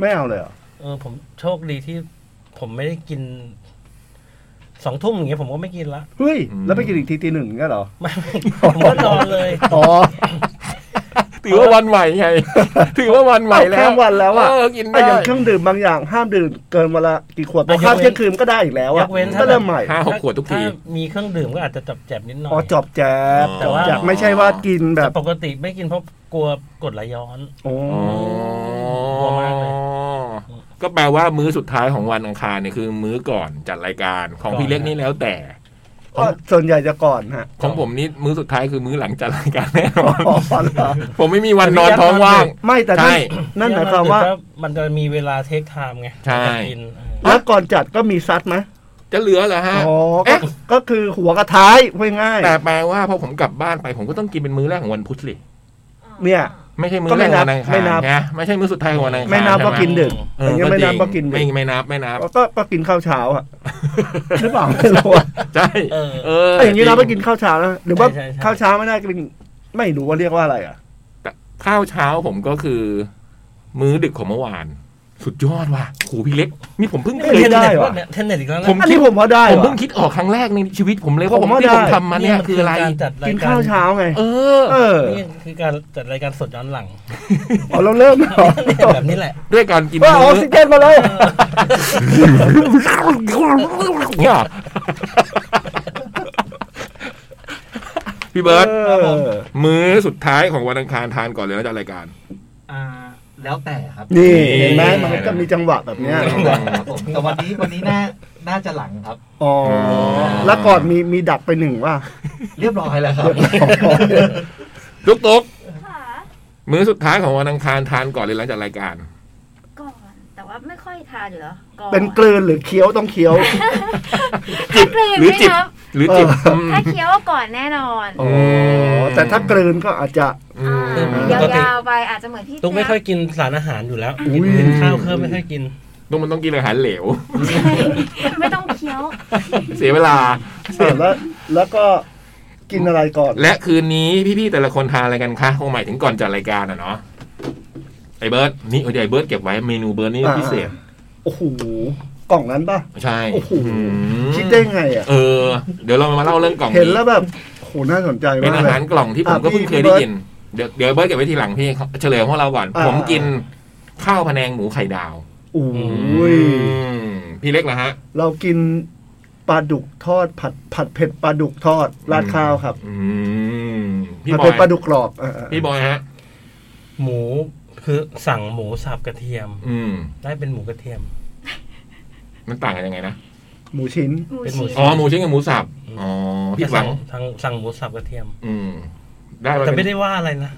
Speaker 3: ไม่เอาเลยเหรอ
Speaker 4: เออ ผมโชคดีที่ ผมไม่ได้กินสองทุ่มอย่างเงี้ยผมก็ไม่กินละ
Speaker 3: เฮ้ย แล้วไปกินอีกทีตีหนึ่งก็เหรอ
Speaker 4: ไม่ไม่ผมก็นอนเลย
Speaker 3: อ๋อ
Speaker 2: ถือว่าวันใหม่ไงถือว่าวันใหม่แล้ว
Speaker 3: เอาข้ามวันแล้วอะ
Speaker 2: เกินได้
Speaker 3: แต่อย่างเครื่องดื่มบางอย่างห้ามดื่มเกินเวนลากี่ขวดพอข้ามเที่ยงคืนก็ได้อีกแล้ว
Speaker 4: ย
Speaker 3: อ่ะ
Speaker 4: กเว้นถ้า
Speaker 3: ก็เริ่มใหม่
Speaker 2: ห้าหกขวดทุกที
Speaker 4: ถ้ามีเครื่องดื่มก็อาจจะจับแจบนิดหน่อย
Speaker 3: อ๋อจอบแจ๊บ
Speaker 2: อ๋อ
Speaker 3: จอบแจ๊บไม่ใช่ว่ากินแบบ
Speaker 4: แต่ปกติไม่กินเพราะกลัวกดไหลย้อน
Speaker 3: โอ้
Speaker 2: อ๋อ
Speaker 4: ลัวมากเลย
Speaker 2: ก็แปลว่ามื้อสุดท้ายของวันอังคารเนี่ยคือ มื้อก่อนจัดรายการของพี่เล็กนี่แล้วแต่
Speaker 3: ก็ส่วนใหญ่จะก่อนฮะ
Speaker 2: ของผมนี่มื้อสุดท้ายคือมื้อหลังจัดรายการแน่นอน
Speaker 3: อ๋อเหรอ
Speaker 2: ผมไม่มีวันนอนท้องว่าง
Speaker 3: ไม่แต่นั่น
Speaker 2: ใช่
Speaker 3: นั่นหมายความว่า
Speaker 4: มันจะมีเวลาเทคไทม์ไง
Speaker 2: ใช่
Speaker 4: จะกิน
Speaker 3: แล้วก่อนจัดก็มีซัดไหม
Speaker 2: จะเหลือเหรอฮะ
Speaker 3: อ๋อ
Speaker 2: เอ๊ะ
Speaker 3: ก็ก็คือหัวกระท้ายพูดง่าย
Speaker 2: แต่แปลว่าพอผมกลับบ้านไปผมก็ต้องกินเป็นมื้อแรกของวันพุธสิ
Speaker 3: เนี่ย
Speaker 2: ไม่ใช่มื้อแรกของวันอังคาร
Speaker 3: ก็ไม่นับ
Speaker 2: นะไม่ใช่มื้อสุดท้ายของวันอังคาร
Speaker 3: ไม่นับว่ากินดึก
Speaker 2: เออ
Speaker 3: อั
Speaker 2: น
Speaker 3: นี้ไม่นับว่า
Speaker 2: จ
Speaker 3: กิ
Speaker 2: ริ
Speaker 3: น
Speaker 2: ง
Speaker 3: ดึ
Speaker 2: ไม่
Speaker 3: ก
Speaker 2: ไม่นับไม่นับ
Speaker 3: ก็ก็กินข้าวเช้า อ่ะหรือเปล่าไม่รู้อะ
Speaker 2: ใช่
Speaker 4: เออ
Speaker 2: เออ
Speaker 3: เอ้ยอย่างนี้เราไปกินข้าวเช้านะหรือว่า
Speaker 4: ใช่ใช่ใช่
Speaker 3: ข้าวเช้าไม่ได้กินไม่รู้ว่าเรียกว่าอะไรอ่ะ
Speaker 2: ข้าวเช้าผมก็คือ มื้อดึกของเมื่อวาน สุดยอดว่ะโหพี่เล็ก นี่ผมเพิ่ง
Speaker 4: นี่
Speaker 2: เคย
Speaker 4: มันเทน
Speaker 3: ได้
Speaker 4: เน็
Speaker 3: เห
Speaker 4: ต
Speaker 3: รอ
Speaker 4: ว่าเนี่ยเทนเน็ตอีกแล้วนะ
Speaker 2: ผม
Speaker 3: อันนี้ผมว่าได้
Speaker 2: ผม
Speaker 3: ว่ะ
Speaker 2: เพิ่งคิดออกครั้งแรกในชีวิตผมเลยว่าผ
Speaker 3: ผม มว่า
Speaker 2: ที่ผม
Speaker 3: ได้
Speaker 2: ทำมาเนี่ยคืออะไร
Speaker 4: การจัดราย
Speaker 3: กิน
Speaker 4: กา
Speaker 3: ข้าร วเช้าไง
Speaker 2: เออ
Speaker 3: เออ
Speaker 4: นี่คือการจัดรายการสดย้อนหลัง
Speaker 3: เอาเราเริ่มเหรอ
Speaker 4: เนี่ยแบบนี้แหละ
Speaker 2: ด้วยการกิน
Speaker 3: ว่าออก
Speaker 2: อ
Speaker 3: ซิเจนมาเลย
Speaker 2: เนี่ยเหรอพี่เบิร์ต
Speaker 3: เอ
Speaker 6: ครับผม
Speaker 3: อ
Speaker 2: มื้อสุดท้ายของวันอังคารทานก่อนเลยนะจัดรายการ
Speaker 6: อ่า แล้วแต่ครับ
Speaker 3: นี่เห็นไหมมันก็มีจังหวะแบบเนี้ย
Speaker 2: อื
Speaker 6: ครับผมแต่วันนี้วันนี้น่าน่าจะหลังครับ
Speaker 3: อ๋อแล้วก่อนมีมีดักไปหนึ่งว่า
Speaker 6: เรียบร้อยแล้วครับ
Speaker 2: ตุ๊กตุ๊ก
Speaker 5: ค่ะ
Speaker 2: มื้อสุดท้ายของวันอังคารทานก่อนเลยหลังจากรายการ
Speaker 5: ก่อน แต่ว่าไม่ค่อยทานอยู่แล้วก่อน
Speaker 3: เป็นกลืนหรือเคี้ยวต้องเคี้ยว
Speaker 5: ถ้ากลืน
Speaker 2: หรือ
Speaker 5: ไม่
Speaker 2: จิบ
Speaker 5: นับ
Speaker 2: หรือจิบ
Speaker 3: เออ
Speaker 2: ม
Speaker 5: ถ้าเคี้ยวว่าก่อนแน่นอน
Speaker 2: อ๋อ
Speaker 3: แต่ถ้ากลืนก็อาจจะ
Speaker 2: อืม
Speaker 5: อ่ายาวๆไปอาจจะเหมือนพี่
Speaker 4: ตุ๊กไม่
Speaker 5: แจ๊
Speaker 4: ค่อย
Speaker 5: บ
Speaker 4: กินสารอาหารอยู่แล้ว
Speaker 3: อุ๊ย
Speaker 4: กินข้าวเพิ่มไม่ค่อยกิน
Speaker 2: ต้องมันต้องกินอาหารเหลว
Speaker 5: ไม่ต้องเคี้ยว
Speaker 2: เสียเวลา
Speaker 3: เสร็จแล้วแล้วก็กินอะไรก่อน
Speaker 2: และคืนนี้พี่ๆแต่ละคนทานอะไรกันคะคงหมายถึงก่อนจัดรายการอ่ะเนาะไอเบิร์ดนี่ไอเบิร์ดเก็บไว้เมนูเบิร์ดนี่
Speaker 3: อ่า
Speaker 2: พิเศษ
Speaker 3: โอ้โหกล่องนั้นป่ะ
Speaker 2: ใช่
Speaker 3: โอ้โห
Speaker 2: อืม
Speaker 3: คิดได้ไงอ่ะ
Speaker 2: เออ เดี๋ยวเรามาเล่าเรื่องกล่อง
Speaker 3: เห็น
Speaker 2: นี้
Speaker 3: แล้วแบบโหน่าสนใจ
Speaker 2: เป็น
Speaker 3: มาก
Speaker 2: อา
Speaker 3: เล
Speaker 2: หาย รกล่องที่ผม
Speaker 3: อ่ะ
Speaker 2: ก็เพิ่ง
Speaker 3: พี่
Speaker 2: เคยได้ยินเดี๋ยวเดี๋ยวเบิร์ดเก็บไว้ทีหลังพี่เขาเฉลยของเราก่อน
Speaker 3: อ่า
Speaker 2: ผมกินข้าวพะแนงหมูไข่ดาว
Speaker 3: โอ้ย
Speaker 2: อืมพี่เล็กนะฮะ
Speaker 3: เรากินปลาดุกทอดผัดผัดเผ็ดปลาดุกทอดราดข้าวครับ
Speaker 2: อืมพี่
Speaker 3: ผัด
Speaker 2: บอ
Speaker 3: เผ็ดปลาย ดุกกรอบอ่ะอ่ะ
Speaker 2: พี่บอยฮะ
Speaker 4: หมูคือสั่งหมูสับกระเทียม
Speaker 2: อืม
Speaker 4: ได้เป็นหมูกระเทียม
Speaker 2: มันต่างกันยังไงนะ
Speaker 3: หมูชิ้น
Speaker 5: หมู
Speaker 4: เป็นหมู
Speaker 5: ชิ้น
Speaker 2: อ๋อหมูชิ้นกับหมูสับอ๋อพี่หวั
Speaker 4: สั่
Speaker 2: ง
Speaker 4: งทางสั่งหมูสับกระเทียม
Speaker 2: อืม ได้า
Speaker 4: แต่
Speaker 2: เป็
Speaker 4: ไม่
Speaker 2: น
Speaker 4: ได้ว่าอะไรนะ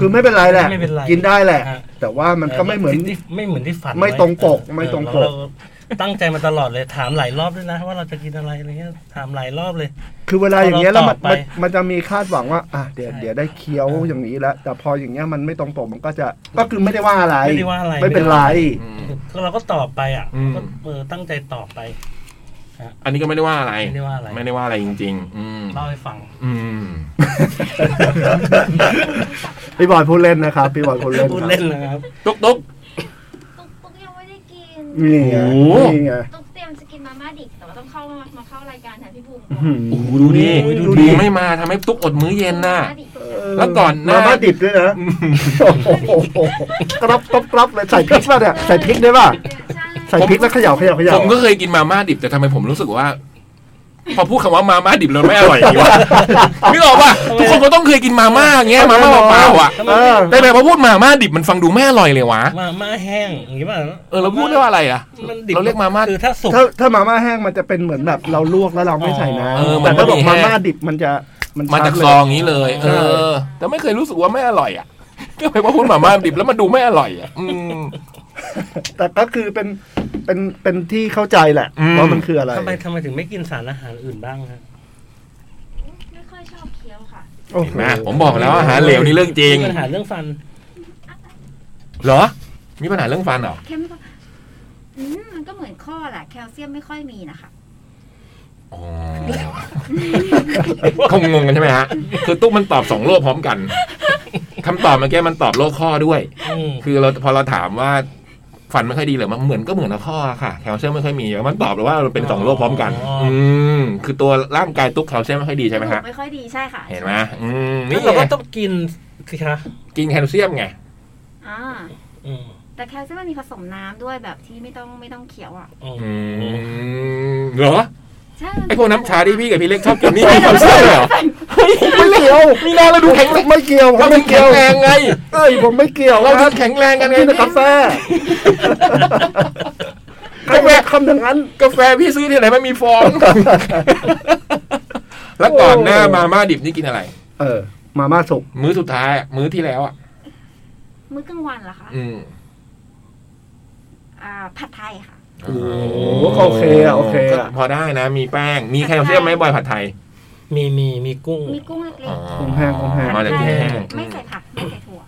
Speaker 3: คือไม่เป็นไรแหละ
Speaker 4: ไม่เป็นไร
Speaker 3: กินได้แหละ
Speaker 4: ฮะ
Speaker 3: แต่ว่ามันก็ไม่เหมือน
Speaker 4: ที่ที่ไม่เหมือนที่ฝัน
Speaker 3: ไม่ตรงปก
Speaker 4: ว้
Speaker 3: ไม่ตรงปก
Speaker 4: เออเราตั้งใจมาตลอดเลยถามหลายรอบด้วยนะ ว่าเราจะกินอะไรอะไรเงี้ยถามหลายรอบเลย
Speaker 3: คือเวลาอย่างเงี้ย
Speaker 4: พ
Speaker 3: แล้
Speaker 4: อ
Speaker 3: ว
Speaker 4: เรา
Speaker 3: มัน
Speaker 4: ตอบไป
Speaker 3: มันมันจะมีคาดหวังว่า อ่ะเดี๋ยว
Speaker 4: ใช่
Speaker 3: เดี๋ยวได้เคี้ยว
Speaker 4: เออ
Speaker 3: อ
Speaker 4: อย่าง
Speaker 3: นี้แล้ว แต่พออย่างเงี้ยมันไม่ตรงปกมันก็จะก็คือไม่ได้ว่าอะไร
Speaker 4: ไม่ได้ว่าอะไร
Speaker 3: ไม่เป็นไร
Speaker 4: ก็เราก็ตอบไปอ่ะ
Speaker 2: อืม
Speaker 4: ก็เออตั้งใจตอบไป
Speaker 2: อันนี้ก็ไม่ได้ว่าอะไร
Speaker 4: ไม่ได้ว่าอะไร
Speaker 2: ไม่ได้ว่าอะไรจริง ๆ อืม
Speaker 4: เล่าให้ฟัง
Speaker 2: อืม
Speaker 3: พี่บอยพูดเล่นนะครับพี่บอยพูดเล่น
Speaker 4: พูดเล่นนะครับ
Speaker 2: ตุ๊กตุ๊ก
Speaker 5: ตุ๊กตุ๊กยังไม่ได้กิน
Speaker 3: นี่ไง
Speaker 2: โอ้โห
Speaker 3: นี่ไง
Speaker 5: ตุ๊กเตรียมจะกินมาม่าดิบแต่ว่าต้องเข้ามามาเข้ารายการแทนพี่บูมก่
Speaker 3: อื้
Speaker 5: อ
Speaker 3: อหื
Speaker 5: น
Speaker 3: อ
Speaker 2: โอ้โหดูดิ
Speaker 3: ดูดิ
Speaker 2: ดูดิไม่มาทำให้ตุ๊กอดมื้อเย็นน่ะ
Speaker 5: มาม่าดิบ
Speaker 3: เออ
Speaker 2: แล้วก่อนหน้า
Speaker 3: มาบ้าดิบด้วยนะโอ้โหกรับกรับกรับเลยใส่พริกป่ะเนี่ยใส่พริกได้ป่ะ
Speaker 5: ใช่
Speaker 3: ใส่พริกแล้วเขย่าเขย่าเขย่า
Speaker 2: ผมก็เคยกินมาม่าดิบแต่ทำไมผมรู้สึกว่า พอพูดคำว่ามาม่าดิบแล้วไม่อร่อยอย่างนี้วะไม่ออกว่าทุกคนก็ต้องเคยกินมาม่าอย่างเงี้ยมาม่าเปล่าๆอ่ะ
Speaker 3: เออ
Speaker 2: แต่แบบพอพูดมาม่าดิบมันฟังดูไม่อร่อยเลยวะ
Speaker 4: มาม่าแห้งอย่างงี้ป่ะ
Speaker 2: เออเราพูดได้ว่าอะไรอ่ะ
Speaker 4: มันดิบ
Speaker 2: เราเรียกมาม่า
Speaker 4: คือถ้าสุก
Speaker 3: ถ้าถ้ามาม่าแห้งมันจะเป็นเหมือนแบบเราลวกแล้วเราไม่ใส่น้
Speaker 2: เออ
Speaker 3: ำ
Speaker 2: เหมือน
Speaker 3: แต่ถ้าบอก
Speaker 2: บะ
Speaker 3: มา
Speaker 2: หมี่แห้ง
Speaker 3: ม่าดิบมันจะมัน
Speaker 2: มาจาก
Speaker 3: ชัดเลย
Speaker 2: ซองนี้เลย เอ
Speaker 3: ใช่
Speaker 2: อ แต่ไม่เคยรู้สึกว่าไม่อร่อยอ่ะ ก็ไปว่าพูดมาม่าดิบแล้วมันดูไม่อร่อยอ่ะ อืม
Speaker 3: แต่ก็คือเป็นเป็นเป็นที่เข้าใจแหละ
Speaker 2: อืม
Speaker 3: ว่ามันคืออะไร
Speaker 4: ทำไมทำไมถึงไม่กินสารอาหารอื่นบ้างฮะ
Speaker 5: ไม่ค่อยชอบเคี้ยวค่ะ
Speaker 3: โอ้โห
Speaker 2: เห็นไหมผมบอกแล้วอาหารเหลวนี่เรื่องจริง
Speaker 4: มีปัญหาเรื่องฟัน
Speaker 2: เหรอ มีปัญหาเรื่องฟันเหรอ
Speaker 5: แค่ไม่ค่อยอืมมันก็เหมือนข้อแหละ แคลเซียมไม่ค่อยมีนะคะ
Speaker 2: อ๋อคงงงกันใช่ไหมฮะ คือตุ๊กมันตอบสองโลกพร้อมกันคำตอบเมื่อกี้มันตอบโลกข้อด้วย
Speaker 4: อืม
Speaker 2: คือเราพอเราถามว่า ฟันไม่ค่อยดีเหรอมันเหมือนก็เหมือนละข้อค่ะแคลเซียมไม่ค่อยมีมันตอบเลยว่ามันเป็นสองโลกพร้อมกัน อืม คือตัวร่างกายตุ๊กแคลเซียมไม่ค่อยดีใช่ไหมฮะ
Speaker 5: ไม่ค่อยดีใช่ค่ะ
Speaker 2: เห็นไหมอืม
Speaker 4: นี่
Speaker 2: นี่
Speaker 4: เรา
Speaker 2: ไง
Speaker 4: ก็ต้องกินสิคะ
Speaker 2: กินแคลเซียมไง
Speaker 5: อ่า
Speaker 4: อืม
Speaker 5: แต่แคลเซียมมันมีผสมน้ำด้วยแบบที่ไม่ต้องไม่ต้องเคี้ยวอ่ะ
Speaker 4: อืม
Speaker 2: อืมเหรอ
Speaker 5: ใช่
Speaker 2: ไอพวกน้ำชาที่พี่กับพี่เล็กชอบกินนี่มีความเชื่อเหรอ
Speaker 3: ไม่เกี่ยว
Speaker 2: นี่นาเราดูแข็งแรง
Speaker 3: ไม่เกี่ยว
Speaker 2: เราดู
Speaker 3: ไม่
Speaker 2: แข็
Speaker 3: เกี่ย
Speaker 2: ง
Speaker 3: ว
Speaker 2: แรงไง
Speaker 3: เอ้ยผมไม่เกี่ยว
Speaker 2: เรา
Speaker 3: ค
Speaker 2: ดู
Speaker 3: รับ
Speaker 2: แข็งแรงกันไง
Speaker 3: กินแต่กาแฟกาแฟคำอย่างนั้น
Speaker 2: กาแฟพี่ซื้อที่ไหนมันมีฟอง แล้วก่อนหน้ามาม่าดิบนี่กินอะไร
Speaker 3: เออ มาม่าสุก
Speaker 2: มื้อสุดท้ายอะมื้อที่แล้วอ่ะ
Speaker 5: มื้อกลางวันเหรอคะ
Speaker 2: อืม
Speaker 5: อ่าผัดไทยค่ะ
Speaker 3: โอ้โหโอเคอะโอเค
Speaker 2: ก็
Speaker 3: อะ
Speaker 2: พอได้นะ มีแป้ง มีแคลเซียมไหมบอยผัดไทย
Speaker 4: มีมีมีกุ้ง
Speaker 5: มีกุ้งเล็
Speaker 2: อ๋อก มาจาก
Speaker 5: ผัด
Speaker 2: กุ้ง
Speaker 5: ไทย
Speaker 2: แห้ง
Speaker 5: ไม่ใส่ผัก ไม่ใส่ถั่ว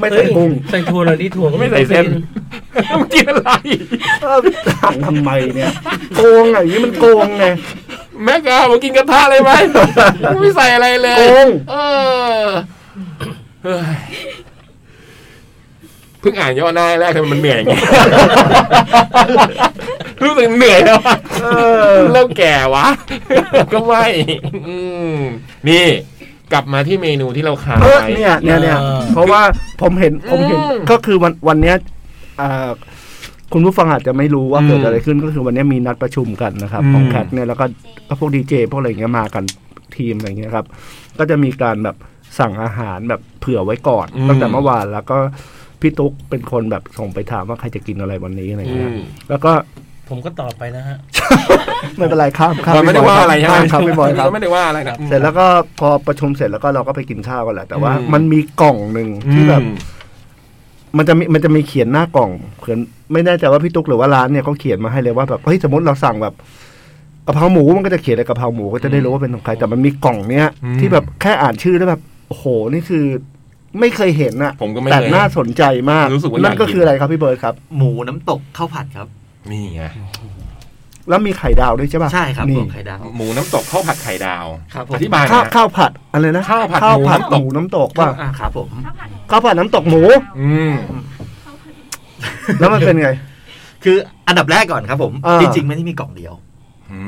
Speaker 3: ไม่ใส่กุ้ง
Speaker 4: ใส่ถั่วหน่อยดิถั่วก็
Speaker 2: ไม่ใส่เส้น
Speaker 4: กิ
Speaker 2: มันกินอะไร
Speaker 3: เออสั่งทำไมเนี่ยโกงอะอย่างนี้มันโกงไง
Speaker 2: แม็กอะมากินกระทะเลยไหม ไม่ใส่อะไรเล
Speaker 3: โก
Speaker 2: ย
Speaker 3: ง
Speaker 2: เออเฮ้ย เพิ่งอ่านย่อหน้าแรกทำไมมันเหนื่อยอย่าง เงี้ย รู้สึกเหนื่อยแล้วอะเริ่มแก่วะ ก็ไม่อืมนี่กลับมาที่เมนูที่เราขาย
Speaker 3: เออเนี่ยเนี่ยเนี่ย
Speaker 4: เออ
Speaker 3: เพราะว่าผมเห็นผมเห็น
Speaker 2: อืม
Speaker 3: ก็คือวันวันเนี้ยอ่าคุณผู้ฟังอาจจะไม่รู้ว่า
Speaker 2: อืม
Speaker 3: เกิดอะไรขึ้นก็คือวันเนี้ยมีนัดประชุมกันนะครับ
Speaker 2: อืม
Speaker 3: ของแคทเนี่ยแล้วก็ก็พวกดีเจพวกอะไรอย่างเงี้ยมากันทีมอะไรอย่างเงี้ยครับ ก็จะมีการแบบสั่งอาหารแบบเผื่อไว้ก่อน
Speaker 2: อืม
Speaker 3: ตั้งแต่เมื่อวานแล้วก็พี่ตุ๊กเป็นคนแบบส่งไปถามว่าใครจะกินอะไรวันนี้อะไร
Speaker 2: อื
Speaker 3: เงี้ย
Speaker 2: ม
Speaker 3: แล้วก็
Speaker 4: ผมก็ตอบไปนะฮะ
Speaker 3: ไม่เป็นไรข้ามข้าม
Speaker 2: มันไม่ได้ว่าอะไรใช่ไหม
Speaker 3: ข้ามครับไม่บอยครับ
Speaker 2: มันไม่ได้ว่าอะไรนะ
Speaker 3: เสร็จแล้วก็พอประชุมเสร็จแล้วก็เราก็ไปกินข้าวกันแหละแต่ว่า
Speaker 2: อืม
Speaker 3: มันมีกล่องหนึ่ง
Speaker 2: อืม
Speaker 3: ที่แบบ มันจะมีมันจะมีเขียนหน้ากล่องเขียนไม่แน่ใจว่าพี่ตุ๊กหรือว่าร้านเนี่ยเขาเขียนมาให้เลยว่าแบบเฮ้ยสมมติเราสั่งแบบกะเพราหมูมันก็จะเขียนเลยกะเพราหมูก็จะได้รู้ว่าเป็นของใครแต่มันมีกล่องเนี้ย
Speaker 2: อืม
Speaker 3: ที่แบบแค่อ่านชื่อแล้วแบบโอ้โหนี่คือ ไม่เคยเห็นอะ
Speaker 2: ผมก็ไม่
Speaker 3: แต่
Speaker 2: เคย
Speaker 3: น่าสนใจมาก
Speaker 2: รู้สึกว่าอยาก
Speaker 3: นั่นก็
Speaker 2: กิน
Speaker 3: คืออะไรครับพี่เบิร์ดครับ
Speaker 6: หมูน้ำตกข้าวผัดครับ
Speaker 2: นี่ไง
Speaker 3: แล้วมีไข่ดาวด้วยใช่ป่ะ
Speaker 6: ใช่ครับร
Speaker 3: นี่
Speaker 6: วมไข่ดาว
Speaker 2: หมูน้ำตกข้าวผัดไข่ดาว
Speaker 6: ครับผม
Speaker 2: อธิบายหน่อ
Speaker 3: ข้าวย
Speaker 2: นะ
Speaker 3: ข้าวผัดอะไรนะ
Speaker 2: ข้าวผัด
Speaker 3: ข้าวผัด
Speaker 2: ห
Speaker 3: ห
Speaker 2: มู
Speaker 3: มู
Speaker 2: น้ำตก
Speaker 3: น้ำตกป่ะ
Speaker 6: อ่าครับผม
Speaker 5: ข้าวผัดหมู
Speaker 3: ข้าวผัดน้ำตกหมู
Speaker 2: อืม
Speaker 3: แล้วมันเป็นไง
Speaker 6: คืออันดับแรกก่อนครับผม
Speaker 3: อ่า
Speaker 6: จริงๆไม่ได้มีกล่องเดียว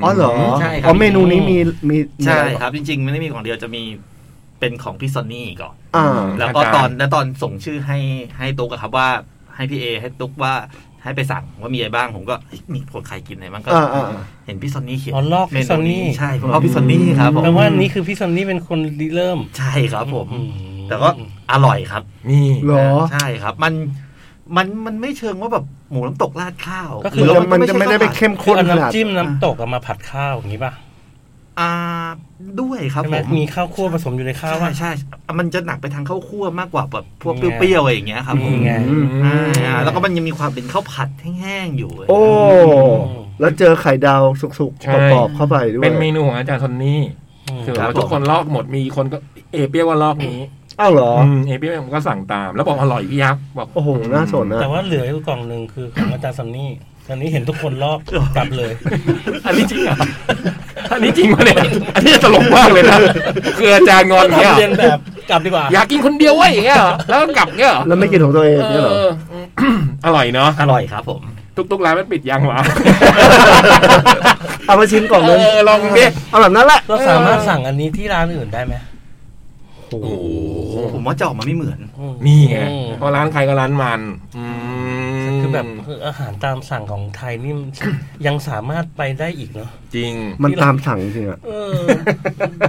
Speaker 3: อ๋อเหรอ
Speaker 6: ใช่ครับ
Speaker 3: อ๋อเมนูนี้มีมีมี
Speaker 6: ใช่
Speaker 3: อะไร
Speaker 6: ครับ จริงๆ ไม่ได้มีกล่องเดียวจะมีเป็นของพี่ซอนนี่ก่อน
Speaker 3: อ่า
Speaker 6: แล้วก็
Speaker 2: อาจารย์
Speaker 6: ตอนแล้วตอนส่งชื่อให้ให้ตุ๊กอะครับว่าให้พี่เอให้ตุ๊กว่าให้ไปสั่งว่ามีอะไรบ้างผมก็เฮ้ยมีคนใครกินอะไรบ้างก็
Speaker 3: อ่าอ่าอ่า
Speaker 6: เห็นพี่ซอนนี่เขียน
Speaker 4: อ๋อลอกพี่
Speaker 6: เม
Speaker 4: ซอนนี่
Speaker 6: ใช่ผมลอกพี่ซอนนี่ครับผม
Speaker 4: แปลว่านี่คือพี่ซอนนี่เป็นคนริเริ่ม
Speaker 6: ใช่ครับผม
Speaker 4: อืม
Speaker 6: แต่ก็อร่อยครับ
Speaker 2: นี่
Speaker 3: เหรอ
Speaker 6: ใช่ครับ มันมันมันไม่เชิงว่าแบบหมูน้ำตกราดข้าว
Speaker 4: ก็คื
Speaker 3: คือ อ
Speaker 6: หรืว่า
Speaker 3: มันจะไม่ได้ไป
Speaker 6: ใช่ข้าวผั
Speaker 3: เข้ม
Speaker 4: คือ
Speaker 3: ข้น
Speaker 4: เอา
Speaker 3: ขนาด
Speaker 4: น้ำจิ้มน้ำตกเอามาผัดข้าวอย่างนี้ป่ะ
Speaker 6: อ่าด้วยครับ
Speaker 4: ใช่ไห
Speaker 6: ผม ม
Speaker 4: มีข้าวคั่วผสมอยู่ในข้าว
Speaker 6: ใช่
Speaker 4: ป่ะ
Speaker 6: ใช่มันจะหนักไปทางข้าวคั่วมากกว่าแบบพวก
Speaker 4: นี่
Speaker 6: เป
Speaker 4: ไง
Speaker 6: รี้ยวๆอะไรอย่างเงี้ยครับผม
Speaker 4: นี่ไง
Speaker 3: อืม
Speaker 6: อ่าแล้วก็มันยังมีความเป็นข้าวผัดแห้งๆอยู่ะไรย่างเงี้ย
Speaker 3: โอ้ แล้วเจอไข่ดาวสุก
Speaker 2: ใช่
Speaker 3: ๆกรอบๆเข้าไปด้วย
Speaker 2: เป็นเมนูของอาจารย์ทอนนี่คือแบบว่า
Speaker 6: ครับผม
Speaker 2: ทุกคนลอกหมดมีคนก็เอเปียว่าลอกนี้
Speaker 3: อ้าวเหรออ
Speaker 2: มเอเปียผมก็สั่งตาม แล้วบอกอร่อยพี่ยักษ์บอก
Speaker 3: โอ้โห น่าสนนะ
Speaker 4: แต่ว่าเหลืออยู่กล่องหนึ่งคือของอาจารย์ซันนี่ตอนนี้เห็นทุกคนลอกกลับเลย
Speaker 2: อันนี้จริงเหรอ่ะอันนี้จริงปะเนี่ยอันนี้ตลกมากเลยนะคืออาจารย์งอนเงี้ย
Speaker 4: ทำเรียนแบบกลับดีกว่า
Speaker 2: อยากกินคนเดียวเว้ยอย่างเงี้ยเหรอแล้วก็กลับเงี้ยเหรอ
Speaker 3: แล้วไม่กินของตัวเองเนี่ยเหรอ
Speaker 2: เอออืมอร่อยเนาะ
Speaker 6: อร่อยครับผม
Speaker 2: ทุกๆร้านมันปิดยังวะ
Speaker 3: เอามาชิมกล่อง
Speaker 2: เอ
Speaker 3: นึง
Speaker 2: อลองดิ
Speaker 3: เอาแบบนั้นแหละ
Speaker 4: เราสามารถสั่งอันนี้ที่ร้านอื่นได้ไหม
Speaker 2: โอ้โห
Speaker 6: ผมว่าจะออกมาไม่เหมือน
Speaker 4: อืม
Speaker 2: นี่ไง
Speaker 4: อืม
Speaker 2: เพราะร้านใครก็ร้านมันอืม
Speaker 4: คือแบบคืออาหารตามสั่งของไทยนี่มันยังสามารถไปได้อีกเนาะ
Speaker 2: จริง
Speaker 3: มันตามสั่งจริงๆอะ
Speaker 4: เออ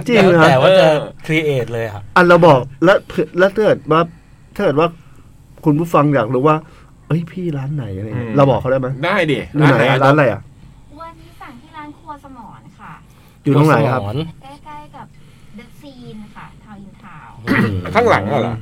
Speaker 3: จริง
Speaker 4: แล้ว
Speaker 3: นะ
Speaker 4: แต่ว่าจะ
Speaker 2: เออ
Speaker 4: ครีเอทเลยอ่ะ
Speaker 3: อันเราบอกแล้วเผื่อแล้วถ้าเกิดว่าถ้าเกิดว่าคุณผู้ฟังอยากรู้ว่า เอ้ยพี่ร้านไหนอะไรเงี้ย
Speaker 2: อืม
Speaker 3: เราบอกเขาได้ไหม
Speaker 2: ได้ดิ
Speaker 3: ร้านไหนอะร้านอะไรอ่ะ
Speaker 5: วันนี้สั่งที่ร้านครัวสมอนค่ะ
Speaker 3: อยู่ตรงไหนครับ
Speaker 5: ใกล้ๆกับเดอะซีนค่ะทาวน์อินทาวน์
Speaker 2: ข้างหลังอะเหรอ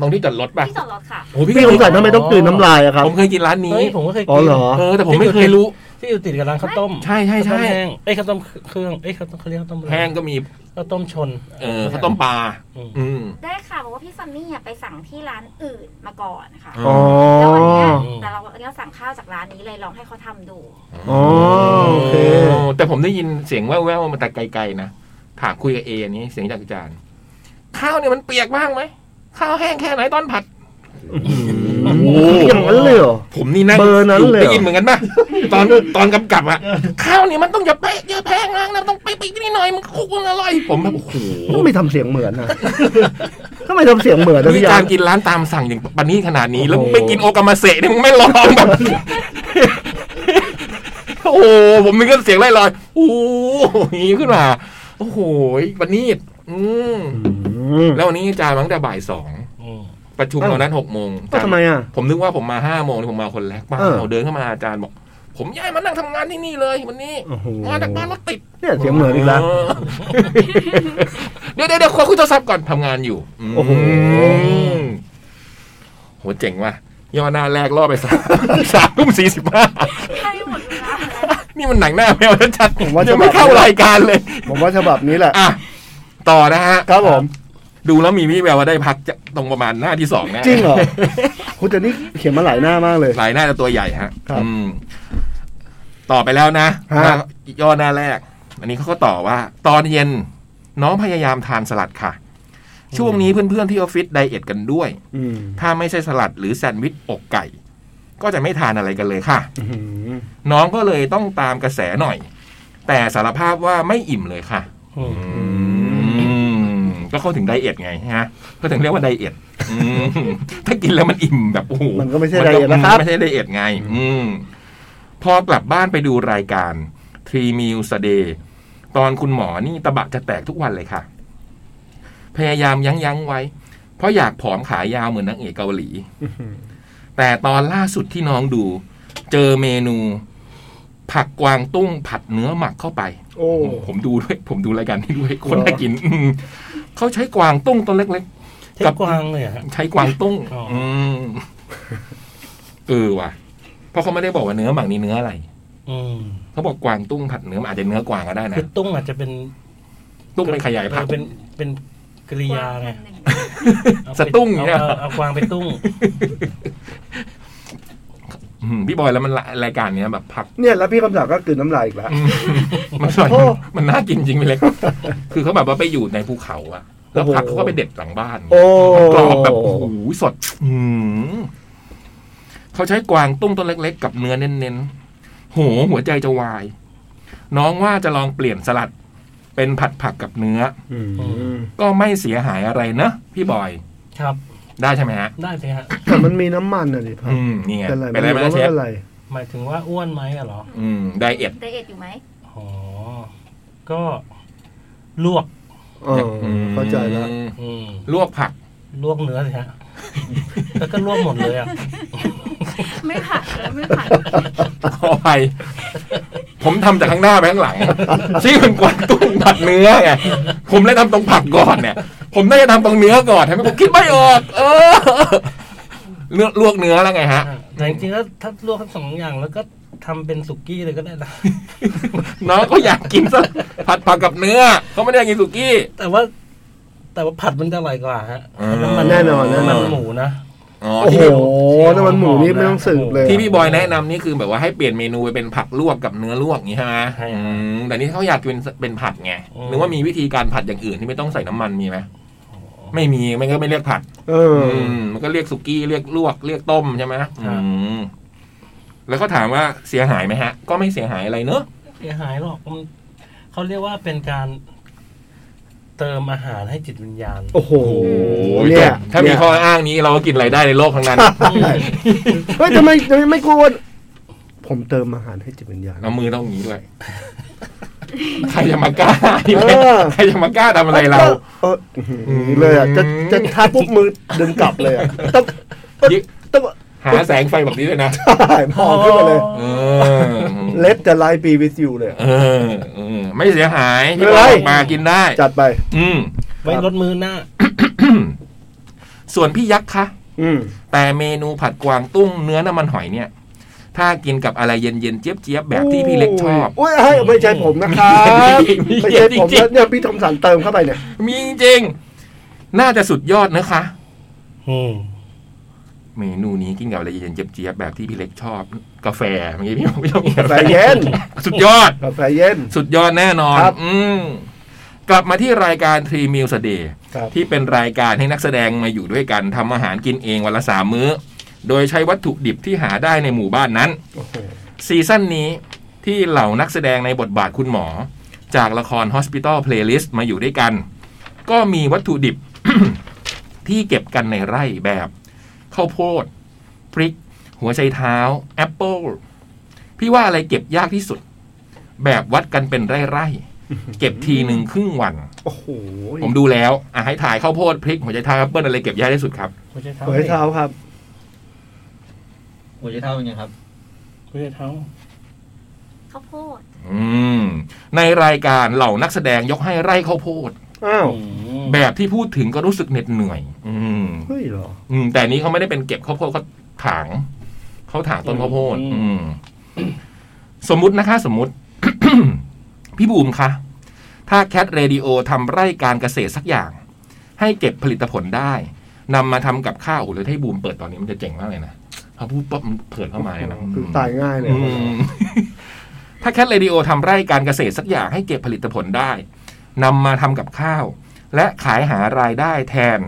Speaker 2: ตรงที่จอดรถป่ะ
Speaker 5: ที่จอดรถค่ะ
Speaker 2: โอ้พี่
Speaker 3: พี่สงสัยทำไมต้องกลืนน้ำลายอะครับ
Speaker 2: ผมเคยกินร้านนี้
Speaker 4: เฮ้ยผมก็เคยกิน
Speaker 3: อ๋อเหรอ
Speaker 2: เออแต่ผมไม่เคยรู้
Speaker 4: ที่อยู่ติดกับร้านข้าวต้ม
Speaker 2: ใช่ใช่ใช่
Speaker 4: ข้าวต้มแห้งเอ้ยข้าวต้มเครื่องเอ้ยข้าวต้มเขาเรียกข้าวต้มอะไร
Speaker 2: แห้งก็มี
Speaker 4: ข้าวต้มชน
Speaker 2: เออข้าวต้มปลา
Speaker 4: อืม
Speaker 2: อืม
Speaker 5: ได้ค่ะบอกว่าพี่ซันนี่อะไปสั่งที่ร้านอื่นมาก่อนค่ะ
Speaker 3: อ๋อ
Speaker 5: แล้ววันเนี้ยแต่เราเราสั่งข้าวจากร้านนี้เลยลองให้เขาทำดู
Speaker 3: อ๋อโอเค
Speaker 2: แต่ผมได้ยินเสียงแว่วๆมาแต่ไกลๆนะถามคุยกับเออันนี้เสียงจากอาจารย์ข้าวเนี่ยมันเปียกบ้างไหมข้าวแห้งแค่ไหนตอนผัด โห
Speaker 3: อย่างนั้นเลยเหรอ
Speaker 2: ผมนี่นั่ง
Speaker 3: เบอร์นั้นเลยเหรอ
Speaker 2: ได้ยินเหมือนกันป่ะ ตอนตอนกำกับอะข้าวเนี่ยมันต้องอย่าเป๊ะอย่าแพงนะมันต้องไปไปนิดหน่อยมันคุกมันอร่อยผมแบบโอ้โห
Speaker 3: ทำไมทำเสียงเหมือน นะ ทำไมทำเสียงเหมือนนะ
Speaker 2: นี่
Speaker 3: พี่ยั
Speaker 2: กาง รกินร้านตามสั่งอย่างปานนี้ขนาดนี้ แล้ว
Speaker 3: โอ้โห
Speaker 2: ไม่กินโอกามาเสะเนี่ยมึงไม่ลองแบบ โอ้โหผมนึกว่าเสียงลอยๆโอ้โหอย่างนี้ขึ้นมาโอ้โหปานนี้อืม
Speaker 3: อืม
Speaker 2: แล้ววันนี้อาจารย์มาตั้งแต่บ่ายสอง
Speaker 4: อืม
Speaker 2: ประชุมตอนนั้นหกโมง
Speaker 3: ก็ทำไมอ่ะ
Speaker 2: ผมนึกว่าผมมาห้าโมงนี่ผมมาคนแรกบ้า
Speaker 3: เออ
Speaker 2: เราเดินเข้ามาอาจารย์บอก ผมย้ายมานั่งทำงานที่นี่เลยวันนี้
Speaker 3: โอ้โห
Speaker 2: มาจากบ้านรถติด
Speaker 3: เนี่ยเสียงเหมือนอีกแล้ว
Speaker 2: เอเดี๋ยวเดี๋ยว เดี๋ยวขอคุยโทรศัพท์ก่อนทำงานอยู่ม
Speaker 3: โอ้โห
Speaker 2: โหเจ๋งว่ะย่อหน้าแรกล่อไปสาม สามทุ่มสี่สิบห้า
Speaker 5: ใช่หมดเลยนะ
Speaker 2: นี่มันหนังหน้าแมวชัด
Speaker 3: ผมว่า
Speaker 2: ๆ
Speaker 3: จะ
Speaker 2: ยังไม่เข้ารายการเลย
Speaker 3: ผมว่าฉบับนี้แหละ
Speaker 2: อ่ะ ต่อนะฮะ
Speaker 3: ครับผม
Speaker 2: ดูแล้วมีวี่แววว่าได้พักจะตรงประมาณหน้าที่สองแน่
Speaker 3: จริงเหรอ คุณจะนี่เขียนมาหลายหน้ามากเลย
Speaker 2: ลายหน้าจะตัวใหญ่ฮะ
Speaker 3: ครับ
Speaker 2: อืมต่อไปแล้วนะ
Speaker 3: ฮะ
Speaker 2: หน้าย่อหน้าแรก อันนี้เขาก็ต่อว่า ตอนเย็นน้องพยายามทานสลัดค่ะ ช่วงนี้เพื่อนๆที่ออฟฟิศไดเอทกันด้วย
Speaker 3: อืม
Speaker 2: ถ้าไม่ใช่สลัดหรือแซนด์วิชอกไก่ ก็จะไม่ทานอะไรกันเลยค่ะ
Speaker 3: อื้อหือ
Speaker 2: น้องก็เลยต้องตามกระแสหน่อย แต่สารภาพว่าไม่อิ่มเลยค่ะ
Speaker 4: อืม
Speaker 2: อืมก็เข้าถึงไดเอทไงฮะก็ถึงเรียกว่าไดเอทอืมถ้ากินแล้วมันอิ่มแบบโอ้โห
Speaker 3: มันก็ไม่ใช่ไดเอทนะครับ
Speaker 2: มันไม่ใช่ไดเอทไง อืมพอกลับบ้านไปดูรายการทรีมิลสเดย์ตอนคุณหมอนี่ตะบะจะแตกทุกวันเลยค่ะ พยายามยั้งยั้งๆไว้ เพราะอยากผอมขายาวเหมือนนางเอกเกาหลี แต่ตอนล่าสุดที่น้องดู เจอเมนู ผักกวางตุ้งผัดเนื้อหมักเข้าไป
Speaker 3: โอ้
Speaker 2: ผมดูด้วย ผมดูรายการนี้ด้วย คนน่ากินอืมเขาใช้กวางตุ้งต้นเล็ก
Speaker 4: เทพกวางเลยอะฮะ
Speaker 2: ๆ ใช้กวางตุ้ง
Speaker 4: อ๋ออื
Speaker 2: ม เออว่ะ เพราะเขาไม่ได้บอกว่าเนื้อหมักนี้เนื้ออะไร
Speaker 4: อืม
Speaker 2: เขาบอกกวางตุ้งผัดเนื้อมันอาจจะเนื้อกวางก็ได้นะ
Speaker 4: คือตุ้งอาจจะเป็น
Speaker 2: ตุ้งเป็นขยายผัก
Speaker 4: เออเป็นเป็นกริยาไง
Speaker 5: หนึ่ง
Speaker 4: เอาไป
Speaker 2: สตุ้ง
Speaker 4: เอา
Speaker 2: เนี่ย
Speaker 4: เอาเอากวางไปตุ้ง
Speaker 2: อืมพี่บอยแล้วมันละรายการเนี้ยแบบผัก
Speaker 3: เนี่ยแล้วพี่คำศักดิ์ก็กลืนน้ำลายอีกแล้ว
Speaker 2: อืม มันอร่อย
Speaker 3: โอ้
Speaker 2: มันน่ากินจริงไปเลย คือเขาแบบว่าไปอยู่ในภูเขาอะแล้วผักเขาก็ไปเด็ดหลังบ้าน
Speaker 3: โอ้
Speaker 2: กรอบแบบโอ้โหสด อืมเขาใช้กวางตุ้งต้นเล็ก ๆ กับเนื้อเน้นๆโหหัวใจจะวาย น้องว่าจะลองเปลี่ยนสลัด เป็นผัดผักกับเนื้อ
Speaker 3: อืม
Speaker 2: ก็ไม่เสียหายอะไรเนอะพี่บอย
Speaker 4: ครับ
Speaker 2: ได้ใช่ไหมฮะ
Speaker 4: ได้สิฮะ
Speaker 3: แต่มันมีน้ำมันอะดิพับ
Speaker 2: อืมนี่ไง
Speaker 3: เป็นไร
Speaker 2: เป็นอะไรไหม
Speaker 3: ไม่รู้
Speaker 2: เชฟ
Speaker 3: ว่าเป็นไร
Speaker 4: หมายถึงว่าอ้วนไหมอะเหรอ
Speaker 2: อืมไดเอท
Speaker 5: ไดเอทอยู่ไหม
Speaker 4: อ๋อ ก็ลวก
Speaker 3: เออเข้าใจแล้ว
Speaker 2: อืม
Speaker 4: อืม
Speaker 2: ลวกผัก
Speaker 4: ลวกเนื้อสิฮะ แล้วก็ลวกหมดเลยอ่ะ
Speaker 5: ไม่ผัดแล้วไม่ผัด
Speaker 2: ขออภัยผมทำจากข้างหน้าไปข้างหลัง ชื่อเป็นกวางตุ้งผัดเนื้อไงผมเลยทำตรงผักก่อนเนี่ย ผมน่าจะทำตรงเนื้อก่อนใช่ไหมผมคิดไม่ออก เออเลือกลวกเนื้อแล้วไงฮะ
Speaker 4: แต่จริงๆแล้วถ้าลวกทั้งสองอย่างแล้วก็ทำเป็นสุกี้เลยก็ได้นะ
Speaker 2: น้องก็อยากกินซะผัดผักกับเนื้อเขาไม่ได้อยากกินสุกี้
Speaker 4: แต่ว่า แต่ว่าผัดมันจะอร่อยกว่าฮะ
Speaker 2: เออ
Speaker 4: น้ำมั
Speaker 3: แน่นอนแน่นอน
Speaker 4: ำมันหมูนะ
Speaker 2: อ๋อ
Speaker 3: โอ้
Speaker 2: ที่
Speaker 3: โหน้ำมันหมูนี่ไม่ต้องสืบเลย
Speaker 2: ที่พี่บอยแนะนำนี่คือแบบว่าให้เปลี่ยนเมนูไปเป็นผักลวกกับเนื้อลวกอย่างนี้ใช่ไหม
Speaker 4: ใช่
Speaker 2: อืมแต่นี่เขาอยากเป็นเป็นผัดไง
Speaker 4: อืม
Speaker 2: หรือว่ามีวิธีการผัดอย่างอื่นที่ไม่ต้องใส่น้ำมันมีไหมไม่มีมันก็ไม่เรียกผัด
Speaker 3: เออ
Speaker 2: อืมมันก็เรียกสุกี้เรียกลวกเรียกต้มใช่ไหม
Speaker 4: ครับ
Speaker 2: อืมแล้วก็ถามว่าเสียหายไหมฮะ ก็ไม่เสียหายอะไรเนอะ
Speaker 4: เสียหายหรอกมันเขาเรียกว่าเป็นการเติมอาหารให้จิตวิญญาณ
Speaker 3: โอ้โห
Speaker 2: ย
Speaker 3: เนี่ย
Speaker 2: ถ้ามีข้ออ้างนี้เราก็กินอะไรได้ในโลกทั้งนั้น
Speaker 3: เฮ้ยทำไมทำไมไม่กลัวผมเติมอาหารให้จิตวิญญาณ
Speaker 2: แล้วมือต้องอย่างนี้ด้วย ใครจะมากล้าใคร
Speaker 3: เออ
Speaker 2: ใครจะมากล้าทำอะไรเรา
Speaker 3: เออเลยอ่ะจะจะทาปุ๊บมือดึงกลับเลยอ่ะต้องต้อง
Speaker 2: หาแสงไฟแบบนี้เลยนะ
Speaker 3: ถ่ายมองขึ้นมาเลย
Speaker 2: เออ
Speaker 3: เล็บจะไล่ปีวิสยูเลย
Speaker 2: เออเออ ไม่เสียหาย
Speaker 3: ไม่
Speaker 2: ที่
Speaker 3: เป็นไร
Speaker 2: เราออกมากินได้
Speaker 3: จัดไป
Speaker 2: อืม
Speaker 4: ไว้ลดมือหน้า
Speaker 2: ส่วนพี่ยักษ์คะ
Speaker 3: อืม
Speaker 2: แต่เมนูผัดกวางตุ้งเนื้อน้ำมันหอยเนี่ย ถ้ากินกับอะไรเย็นๆเจี๊ยบเจี๊ยบๆแบบที่พี่เล็กชอบ
Speaker 3: โอ้ยให้ไม่ใช่ผมนะครับไม่ใช่ผมนะเนี่ยพี่ทอมสันเติมเข้าไปเนี่ย
Speaker 2: มีจริงๆน่าจะสุดยอดนะคะ
Speaker 4: อืม
Speaker 2: เมนูนี้กินกับอะไรเย็นๆเจี๊ยบเจี๊ยบๆแบบที่พี่เล็กชอบ กาแฟเมื่อกี้พี่บอกไม่ชอบกินกาแฟ
Speaker 3: กาแฟเย็น
Speaker 2: สุดยอด
Speaker 3: กาแฟเย็น
Speaker 2: สุดยอดแน่นอน
Speaker 3: ครับ
Speaker 2: อืมกลับมาที่รายการทรีมิลสเดย์
Speaker 3: ครับ
Speaker 2: ที่เป็นรายการให้นักแสดงมาอยู่ด้วยกันทำอาหารกินเองวันละสามมื้อ โดยใช้วัตถุดิบที่หาได้ในหมู่บ้านนั้น
Speaker 3: โอ้โห
Speaker 2: ซีซั่นนี้ที่เหล่านักแสดงในบทบาทคุณหมอ จากละคร Hospital Playlist มาอยู่ด้วยกัน ก็มีวัตถุดิบ ที่เก็บกันในไร่แบบข้าวโพด พริก หัวไชเท้า แอปเปิลพี่ว่าอะไรเก็บยากที่สุด แบบวัดกันเป็นไร่ๆเก็บทีหนึ่งครึ่งวัน
Speaker 3: โอ้โห
Speaker 2: ผมดูแล้วอ่ะให้ถ่ายข้าวโพดพริกหัวใจทางแอปเปิ้ลอะไรเก็บยากที่สุดครับ
Speaker 4: ไม่ใช่เท้า
Speaker 3: หัวให้เท้าครับ
Speaker 6: หัวใจเท่าเป็นไงครับ
Speaker 4: ไม่ใช่เท้า
Speaker 5: ข้าวโพด
Speaker 2: อืม ในรายการเหล่านักแสดงยกให้ไร่ข้าวโพด
Speaker 3: อ้าว
Speaker 2: แบบที่พูดถึงก็รู้สึกเหน็ดเหนื่อย อืม
Speaker 3: เฮ้ยเหรอ
Speaker 2: อืม แต่อันนี้เขาไม่ได้เป็นเก็บข้าวโพดเขาถางเขาถางต้นข้าวโพด
Speaker 4: อืม
Speaker 2: อืม สมมุตินะคะ สมมุติ พี่บูมคะถ้าแคทเรดิโอทำไร่การเกษตรสักอย่าง ให้เก็บผลิตผลได้นำมาทำกับข้าวโอ้โหแล้วให้บูมเปิดตอนนี้มันจะเจ๋งมากเลยนะพอพูดปั๊บมันเปิดเข้ามาเลยนะ
Speaker 3: คือตายง่ายเลย
Speaker 2: ถ้าแคทเรดิโอทำไร่การเกษตรสักอย่างให้เก็บผลิตผลได้นำมาทำกับข้าว และขายหารายได้แทน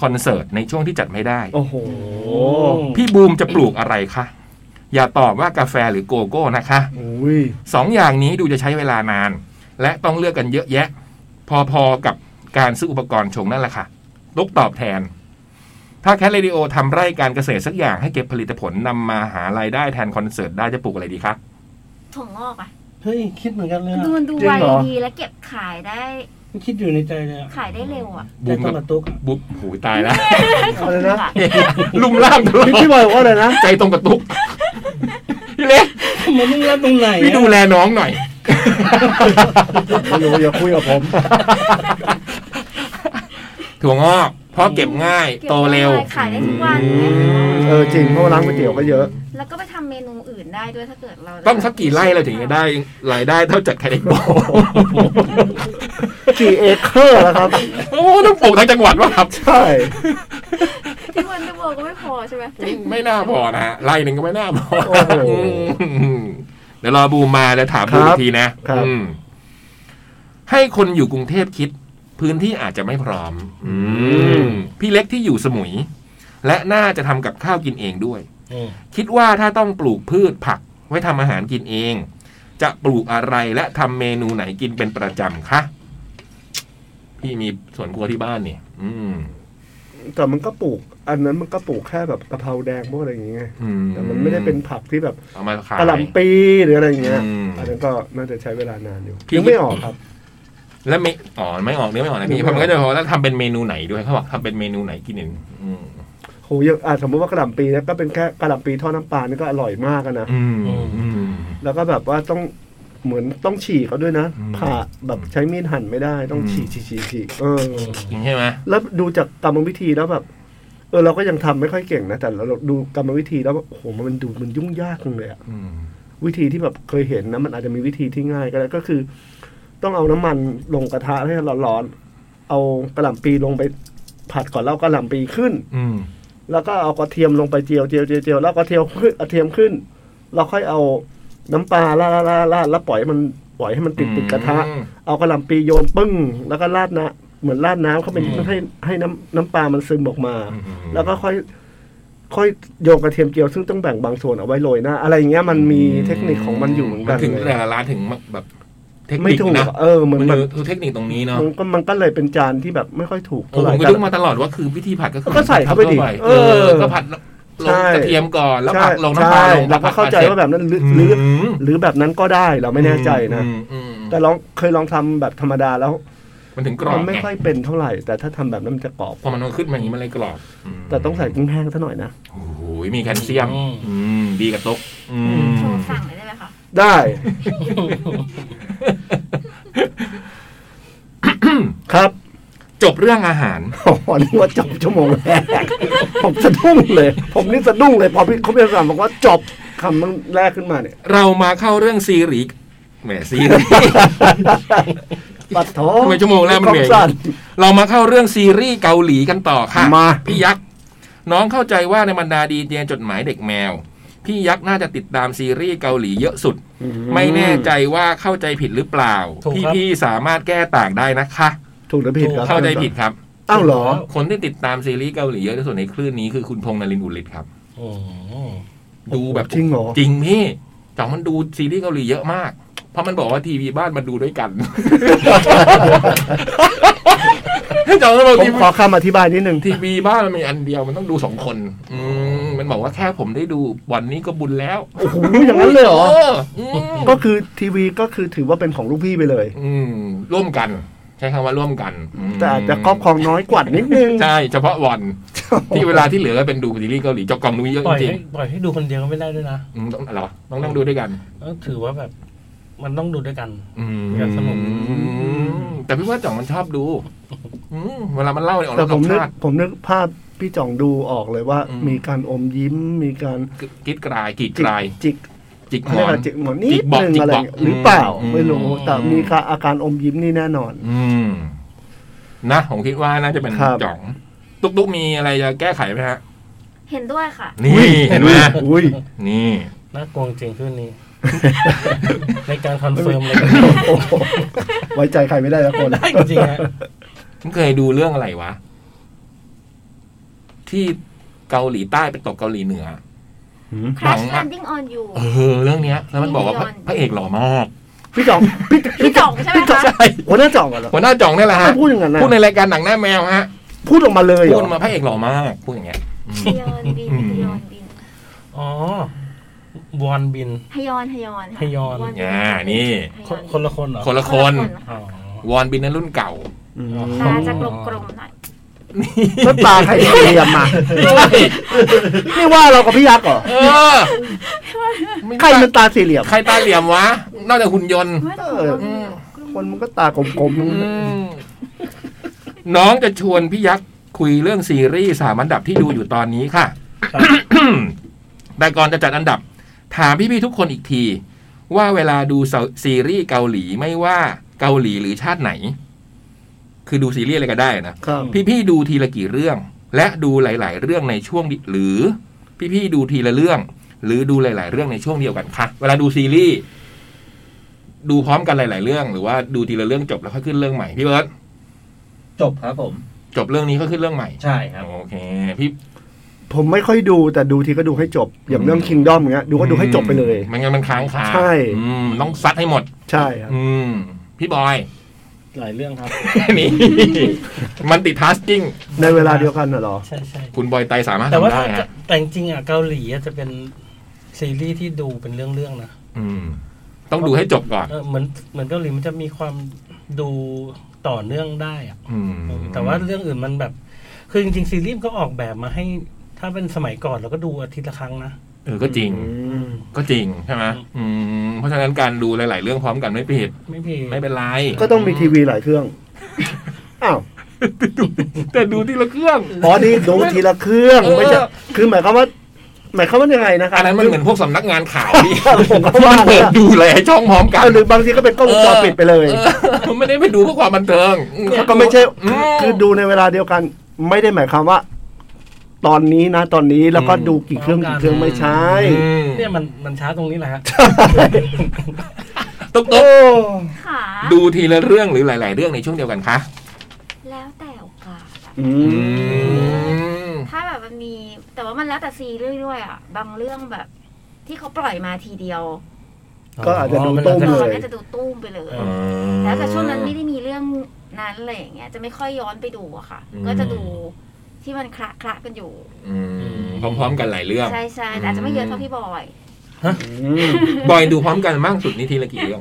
Speaker 2: คอนเสิร์ตในช่วงที่จัดไม่ได้
Speaker 3: โอ้โห
Speaker 2: พี่บูมจะปลูกอะไรคะ อย่าตอบว่ากาแฟหรือโกโก้นะคะ
Speaker 3: อุ้ย
Speaker 2: สองอย่างนี้ดูจะใช้เวลานาน และต้องเลือกกันเยอะแยะ พอๆกับการซื้ออุปกรณ์ชงนั่นแหละค่ะลุกตอบแทน ถ้าแคทเรดิโอทำไร่การเกษตรสักอย่างให้เก็บผลิตผลนำมาหารายได้แทนคอนเสิร์ตได้จะปลูกอะไรดีคะ
Speaker 5: ถั่วงอกอ่ะ
Speaker 4: เฮ้ย คิดเหมือนกันเลยอะ
Speaker 5: ดูมันดู
Speaker 3: จริ
Speaker 5: ไว
Speaker 3: งเหรอ
Speaker 5: ดีแล้วเก็บขายได้
Speaker 4: คิดอยู่ในใจเลยอะ
Speaker 5: ขายได้เร็วอ่ะ
Speaker 4: แต่ตอนมาตุ๊กอะ
Speaker 2: บุ๊บหูยตายแล้ว
Speaker 3: อะไรนะ
Speaker 5: ขง
Speaker 2: ลุ่มล่ามตลอด
Speaker 3: พี่พี่บอยบอกว่าอะไรนะ
Speaker 2: ใจตรงกับตุ๊กพี่เล็ก
Speaker 4: มันไม่รับตรงไหนอะ
Speaker 2: พี่ดูแลน้องหน่อย
Speaker 3: ไม่รู้อย่าคุยกับผม
Speaker 2: ถั่วงอกเพราะเก็บง่าย
Speaker 5: ก็บ
Speaker 2: โตเร็ว
Speaker 5: ขายได้ทุกวันนะ
Speaker 3: เออจริงเพราะว่าร้านก๋วยเตี๋ยวก็เยอะ
Speaker 5: แล้วก็ไปทำเมนูอื่นได้ด้วยถ้าเกิดเรา
Speaker 2: ต้องสักกี่ไร่เราถึงจะได้รายได้เท่าจัดแคทเอ็กโป
Speaker 3: กี่เอเคอร์แล้วครับ
Speaker 2: โอ้ต้องปลูกทั้งจังหวัดวะครับ
Speaker 3: ใช่
Speaker 5: ที่วันที่บอกก็ไม่พอใช่ไหม
Speaker 2: ไม่น่าพอนะฮะไล่หนึ่งก็ไม่น่าพอ
Speaker 3: โอ้โห
Speaker 2: เดี๋ยวรอบูมมาแล้วถามบูม
Speaker 3: ครับ
Speaker 2: อีกทีนะครับ อืมให้คนอยู่กรุงเทพคิด พื้นที่อาจจะไม่พร้อม อืมพี่เล็กที่อยู่สมุย และน่าจะทำกับข้าวกินเองด้วย
Speaker 4: อืม
Speaker 2: คิดว่าถ้าต้องปลูกพืชผักไว้ทำอาหารกินเอง จะปลูกอะไรและทำเมนูไหนกินเป็นประจำคะพี่มีสวนครัวที่บ้านนี่อืม
Speaker 3: แต่มันก็ปลูก อันนั้นมันก็ปลูกแค่แบบกะเพราแดงพวกอะไรอย่างเงี้ย
Speaker 2: อื
Speaker 3: แต่มันไม่ได้เป็นผักที่แบบ
Speaker 2: เอามาขาย
Speaker 3: กระหล่ำปีหรืออะไรอย่างเงี้ย
Speaker 2: อืม
Speaker 3: อันนั้นก็น่าจะใช้เวลานานอยู่
Speaker 2: พี่
Speaker 3: ยังไม่ออกครับ
Speaker 2: แล้วไม่อ๋อไม่ออกเนื้อไม่ออกนะพี่
Speaker 3: ไม่
Speaker 2: เพ
Speaker 3: ออ
Speaker 2: ราะ
Speaker 3: ก
Speaker 2: มันก็จะบอกแล้วทำเป็นเมนูไหนด้วยเขาบอกทำเป็นเมนูไหนกินเองอืม
Speaker 3: โหยังอ่ะสมมติว่ากระหล่ำปีนะก็เป็นแค่กระหล่ำปีทอดน้ำปลานี่ก็อร่อยมากอะนะ
Speaker 2: อืมอืม
Speaker 3: แล้วก็แบบว่าต้องเหมือนต้องฉีกเขาด้วยนะ
Speaker 2: อืม
Speaker 3: ผ่าแบบใช้มีดหั่นไม่ได้ต้อง
Speaker 2: อืม
Speaker 3: ฉีกฉีกฉีกฉีกเออ
Speaker 2: ใช่ไหม
Speaker 3: แล้วดูจากกรรมวิธีแล้วแบบ เออเราก็ยังทำไม่ค่อยเก่งนะ แต่เราดูกรรมวิธีแล้วแบบโอ้โหมันดูมันยุ่งยากจังเลยอะ
Speaker 2: อืม
Speaker 3: วิธีที่แบบเคยเห็นนะมันอาจจะมีวิธีที่ง่ายก็ได้ก็คือ ต้องเอาน้ำมันลงกระทะให้ร้อนๆเอากระหล่ำปีลงไปผัดก่อนแล้วเอากระหล่ำปีขึ้น
Speaker 2: อืม
Speaker 3: แล้วก็เอากระเทียมลงไปเจียวเจียวเจียวเจียวแล้วกระเทียมขึ้นกระเทียมขึ้นเราค่อยเอาน้ำปลาลาดลาดลาดลาดแล้วปล่อยให้มันปล่อยให้มันติดติดกระทะ
Speaker 2: อืม
Speaker 3: เอากระหล่ำปีโยนปึ้ง แล้วก็ราดนะเหมือนราดน้ำเข้าไป
Speaker 2: อืม
Speaker 3: ให้ให้น้ำน้ำปลามันซึมออกมา
Speaker 2: อืม
Speaker 3: แล้วก็ค่อย ค่อยโยนกระเทียมเจียวซึ่งต้องแบ่งบางส่วนเอาไว้โรยหนะอะไรอย่างเงี้ยมันมีเทคนิคของมันอยู่เหมือนกัน
Speaker 2: ถึง
Speaker 3: เลย
Speaker 2: แต่ละร้านถึงแบบเทค
Speaker 3: ไม่
Speaker 2: นิค
Speaker 3: ถูก
Speaker 2: นะ
Speaker 3: อะเออเหมื
Speaker 2: มั
Speaker 3: อน
Speaker 2: น
Speaker 3: แบบ
Speaker 2: คือเทคนิคตรงนี้เนาะ
Speaker 3: มันก็มันก็เลยเป็นจานที่แบบไม่ค่อยถูก
Speaker 2: โอ้
Speaker 3: เท่าไห
Speaker 2: ผ
Speaker 3: ร่
Speaker 2: มก็
Speaker 3: แต่
Speaker 2: รู้มาตลอดว่าคือวิธีผัดก็คือ
Speaker 3: ก็ใส่เข้าไปดิ
Speaker 2: เอ
Speaker 3: เอ
Speaker 2: อ
Speaker 3: อ
Speaker 2: ก็ผัดลง
Speaker 3: ใช่
Speaker 2: กระเทียมก่อนแล้วผัดลง
Speaker 3: ใช่
Speaker 2: น้ำปลาลง
Speaker 3: เราก็เข้าใจว่าแบบนั้นหรือหรือ
Speaker 2: ม
Speaker 3: หรือแบบนั้นก็ได้เราไม่แน่ใจนะ
Speaker 2: อืมอืมอืม
Speaker 3: แต่ลองเคยลองทำแบบธรรมดาแล้ว
Speaker 2: มันถึงกรอ
Speaker 3: มั
Speaker 2: บ
Speaker 3: นไม่
Speaker 2: ไง
Speaker 3: ค่อยเป็นเท่าไหร่ แต่ถ้าทำแบบนั้นมันจะกรอบ
Speaker 2: พอมันขึ้นมาอย่างนี้มันเลยกรอบม
Speaker 3: แต่ต้องใส่กุ้งแห้งซะหน่อยนะ
Speaker 2: โอ้โหมีแคลเซียม อืม ดีกับตกอืม
Speaker 5: โทรสั่งเลยได้ไหมคะ
Speaker 3: ได้ ครับ
Speaker 2: จบเรื่องอาหาร
Speaker 3: อ๋อนี่ว่าจบชั่วโมงแรกผมสะดุ้งเลย ผมนี่สะดุ้งเลยพอพี่เขาพี่สามบอกว่าจบคำแรกขึ้นมาเนี่ย
Speaker 2: เรามาเข้าเรื่องซีรีส์แหมซีรีส์
Speaker 3: ปัดท้อ
Speaker 2: ทำไมชั่วโมงแรกมันเหนื่อย
Speaker 3: สั้น
Speaker 2: เรามาเข้าเรื่องซีรีส์เกาหลีกันต่อค่ะ
Speaker 3: มา
Speaker 2: พี่ยักษ์น้องเข้าใจว่าในบรรดาดีเจจดหมายเด็กแมว พี่ยักษ์น่าจะติดตามซีรีส์เกาหลีเยอะสุด ไม่แน่ใจว่าเข้าใจผิดหรือเปล่า พี่พี่ๆสามารถแก้ต่างได้นะคะ
Speaker 3: ถูกหรือผิดครับ
Speaker 2: เข้าใจผิดครับ
Speaker 3: อ้าวเหรอ
Speaker 2: คนที่ติดตามซีรีส์เกาหลีเยอะที่สุดในคลื่นนี้คือคุณพงษ์นรินทร์อุลิตครับ
Speaker 4: อืม
Speaker 2: ดูแบบ
Speaker 3: จริงเหรอ
Speaker 2: จริงพี่จ่องมันดูซีรีส์เกาหลีเยอะมาก เพราะมันบอกว่าทีวีบ้านมันดูด้วยกัน จ่องมันบอก
Speaker 3: ผม
Speaker 2: ที
Speaker 3: ขอคำอธิบายนิดนึง
Speaker 2: ทีวีบ้านมันมีอันเดียวมันต้องดูสองคน อืมมันบอกว่าแค่ผมได้ดูบอนนี้ก็บุญแล้ว
Speaker 3: โอ้โหอย่างนั้นเลยเหรอ
Speaker 2: อืม
Speaker 3: ก็คือทีวีก็คือถือว่าเป็นของลูกพี่ไปเลย
Speaker 2: อืมร่วมกัน ใช้คำว่าร่วมกันม
Speaker 3: แต่อาจจะครอบครองน้อยกว่านิดนึง
Speaker 2: ใช่เฉพาะวัน ที่เวลาที่เหลือก็เป็นดูซีรีส์เกาหลีจอกกองดูเยอะ
Speaker 4: ปล่อย
Speaker 2: จริ
Speaker 4: ให้
Speaker 2: ง
Speaker 4: ปล่อยให้ดูคนเดียวก็ไม่ได้ด้วยนะ
Speaker 2: ๆอืมต้องเหรอต้องนั่งดูด้วยกัน
Speaker 4: ก็ถือว่าแบบ มันต้องดูด้วยกัน
Speaker 2: อืม
Speaker 4: อยากสนุก
Speaker 2: อืมแต่พี่ว่าจ่องมันชอบดูอืมเวลามันเล่าเนี่ยออก
Speaker 3: แต่
Speaker 2: รส
Speaker 3: ผมนึก
Speaker 2: ชาติ
Speaker 3: ผมนึกภาพพี่จ่องดูออกเลยว่า
Speaker 2: อืม
Speaker 3: มีการอมยิ้ม มีการ
Speaker 2: กิดกรายกรีดก
Speaker 3: จิก
Speaker 2: ราย
Speaker 3: จิก
Speaker 2: จิกห
Speaker 3: เขา
Speaker 2: ม
Speaker 3: เรีย
Speaker 2: อก
Speaker 3: อะ
Speaker 2: น
Speaker 3: ไรจิกหมอนนิ
Speaker 2: จิ
Speaker 3: ด
Speaker 2: กบอก
Speaker 3: นึง
Speaker 2: จิก
Speaker 3: อะไร
Speaker 2: บอก
Speaker 3: หรือเปล่า
Speaker 2: อืม
Speaker 3: ไม่รู้แต่มีค่ะอาการอมยิ้มนี่แน่นอน
Speaker 2: อืมนะผมคิดว่าน่าจะเป็น
Speaker 3: ครับ
Speaker 2: จ่อง ตุ๊กตุ๊กมีอะไรจะแก้ไขไหมฮะ
Speaker 5: เห็นด้วยค่ะ
Speaker 2: นี่เห็นไหม
Speaker 3: อุ้ย
Speaker 2: นี่
Speaker 4: น่ากลัวจริงขึ้นนี้ ในการคอนเฟิร์มเลย
Speaker 3: โอ้โหไว้ใจใครไม่ได้แล้วคน
Speaker 4: จริงๆฮะ
Speaker 2: ฉันเคยดูเรื่องอะไรวะ ที่เกาหลีใต้ไปตกเกาหลีเหนือ
Speaker 3: หืม
Speaker 5: Crash
Speaker 2: หนังอะ
Speaker 5: Landing on You
Speaker 2: เออ เรื่องเนี้ย แล้วมันบอกว่าพระพระเอกหล่อมาก
Speaker 3: พี่จ่อง
Speaker 5: พี่จ่องใช่ไหม
Speaker 3: พี่จ่อง
Speaker 5: คะ
Speaker 2: ใช่
Speaker 3: หัวหน้าจ่องเหรอ
Speaker 2: หัวหน้าจ่องนี่แหละฮะ
Speaker 3: ไม่พูดอย่างนั้นนะ
Speaker 2: พูดในรายการหนังหน้าแมวฮะ
Speaker 3: พูดออกมาเลยเหร
Speaker 2: พูด
Speaker 3: อ
Speaker 2: มาพระเอกหล่อมากพูดอย่างเงี้ยอืม
Speaker 5: ฮยอนบินฮยอนบิน
Speaker 4: อ๋อ บอนบิน
Speaker 5: ฮยอนฮยอนค่ะ
Speaker 4: ฮยอน
Speaker 5: วบิ
Speaker 2: อ่านี่
Speaker 4: คนคนละคนเหรอ
Speaker 2: คนละคน
Speaker 4: อ๋อ
Speaker 2: วอนบินนั้นรุ่นเก่า
Speaker 3: อืม
Speaker 5: ตาจะกลมๆหน่อย
Speaker 3: แล้วตาใครเตรียมมานี่ว่าเรากับพี่ยักษ์เหรอ
Speaker 2: เออไม่
Speaker 3: ใครมันตาสี่เหลี่ยม
Speaker 2: ใครตาเหลี่ยมวะ นอกจากหุ่นยนต์
Speaker 5: ไม่
Speaker 3: เอ
Speaker 5: ถูก
Speaker 3: อ
Speaker 5: ต้อง
Speaker 3: คนมันก็ตากลมๆ
Speaker 2: อืมน้องจะชวนพี่ยักษ์คุยเรื่องซีรีส์สามอันดับที่ดูอยู่ตอนนี้ค่ะ
Speaker 4: ครับ
Speaker 2: แต่ก่อนจะจัดอันดับ ถามพี่ๆทุกคนอีกที ว่าเวลาดูซีรีส์เกาหลีไม่ว่าเกาหลีหรือชาติไหน คือดูซีรีส์อะไรก็ได้นะ
Speaker 3: ครับ
Speaker 2: พี่ๆดูทีละกี่เรื่อง และดูหลาย ๆ เรื่องในช่วงดิหรือ พี่ๆดูทีละเรื่อง หรือดูหลาย ๆ เรื่องในช่วงเดียวกันคะเวลาดูซีรีส์ดูพร้อมกันหลาย ๆ เรื่อง หรือว่าดูทีละเรื่องจบแล้วค่อยขึ้นเรื่องใหม่พี่เบิร์ต
Speaker 6: จบครับผม
Speaker 2: จบเรื่องนี้ก็ขึ้นเรื่องใหม่
Speaker 6: ใช่ครับ
Speaker 2: โอเค พี่
Speaker 3: ผมไม่ค่อยดูแต่ดูทีก็ดูให้จบ อย่างเรื่องคิงดอมเงี้ยดูก็ดูให้จบไปเลย
Speaker 2: มันงั้นมันค้างคา
Speaker 3: ใช่
Speaker 2: อืมต้องซัดให้หมด
Speaker 3: ใช่ครับ
Speaker 2: อืม พี่บอย
Speaker 4: หลายเรื่องครับ
Speaker 2: นี่มันติดทัสกิ้ง
Speaker 3: ในเวลาเดียวกันน่ะเหรอ
Speaker 4: ใช่ใช่
Speaker 2: คุณบอยไตสามารถ
Speaker 4: แต่ว่า
Speaker 2: ทำได้ฮะ
Speaker 4: แต่จริงๆอ่ะเกาหลีอะจะเป็นซีรีส์ที่ดูเป็นเรื่องๆนะ
Speaker 2: อืม ต้องดูให้จบก่อน
Speaker 4: เออเหมือนเหมือนเกาหลีมันจะมีความดูต่อเนื่องได้อะ
Speaker 2: อืม
Speaker 4: แต่ว่าเรื่องอื่นมันแบบ คือจริงๆซีรีส์มันก็ออกแบบมาให้ ถ้าเป็นสมัยก่อนเราก็ดูอาทิตย์ละครั้งนะ
Speaker 2: เออก็จริง ก็จริงใช่ไหมอืมเพราะฉะนั้นการดูหลาย ๆ เรื่องพร้อมกันไม่ผิด
Speaker 4: ไม่พี
Speaker 2: ไม่เป็นไร
Speaker 3: ก็ต้องมีทีวีหลายเครื่อง อ้าว
Speaker 2: แต่ดูที่ละเครื่อง
Speaker 3: อ๋อนี่ดูทีละเครื่อง
Speaker 2: เออ
Speaker 3: ไม่ใช่คือหมายความว่า หมายความว่ายังไงนะครับ
Speaker 2: อันนั้นมันเหมือนพวกสำนักงานข่าวที่
Speaker 3: ผมก็ว่า
Speaker 2: มันเปิดดูหลายช่องพร้อมกัน
Speaker 3: เอาหรือบางทีก็เป็นกล้องวงจรปิดไปเลย
Speaker 2: เออไม่ได้ไปดูเพื่อความบันเทิง
Speaker 3: เขาก็ไม่ใช่
Speaker 2: อืม
Speaker 3: คือดูในเวลาเดียวกัน ไม่ได้หมายความว่า ตอนนี้นะ ตอนนี้แล้วก็
Speaker 2: อืม
Speaker 3: ดูกี่เครื่องกี่เครื่องไม่ใช่
Speaker 2: อืม
Speaker 4: เนี่ยมันมันช้าตรงนี้แหละฮะ
Speaker 2: ตุ๊ก
Speaker 3: โอ้
Speaker 2: ตุ๊ก
Speaker 5: ค่ะ
Speaker 2: ดูทีละเรื่องหรือหลาย ๆ เรื่องในช่วงเดียวกันคะ
Speaker 5: แล้วแต่โอกาส
Speaker 3: อื
Speaker 2: อืม
Speaker 3: ม
Speaker 5: ถ้าแบบมันมี แต่ว่ามันแล้วแต่ซีรีส์ด้วยอ่ะ บางเรื่องแบบ ที่เขาปล่อยมาทีเดียว
Speaker 3: ก็อาจจะดูต้ม
Speaker 5: ต
Speaker 3: เล
Speaker 5: อน
Speaker 3: ย
Speaker 5: น่าจะดูตู้มไปเลย
Speaker 2: เออ
Speaker 5: แล้วแต่ช่วงนั้นไม่ได้มีเรื่องนั้นอะไรอย่างเงี้ย จะไม่ค่อยย้อนไปดูอะค่ะ
Speaker 2: อืม
Speaker 5: ก็จะดูที่มันคละคละกันอยู่
Speaker 2: อืมพร้อม ๆ กันหลายเรื่อง
Speaker 5: ใช่ใช่แต่อาจจะไม่เยอะเท่าพี่บอย
Speaker 3: อืม
Speaker 2: บอยดูพร้อมกันมากสุดนี่ทีละกี่เรื่อง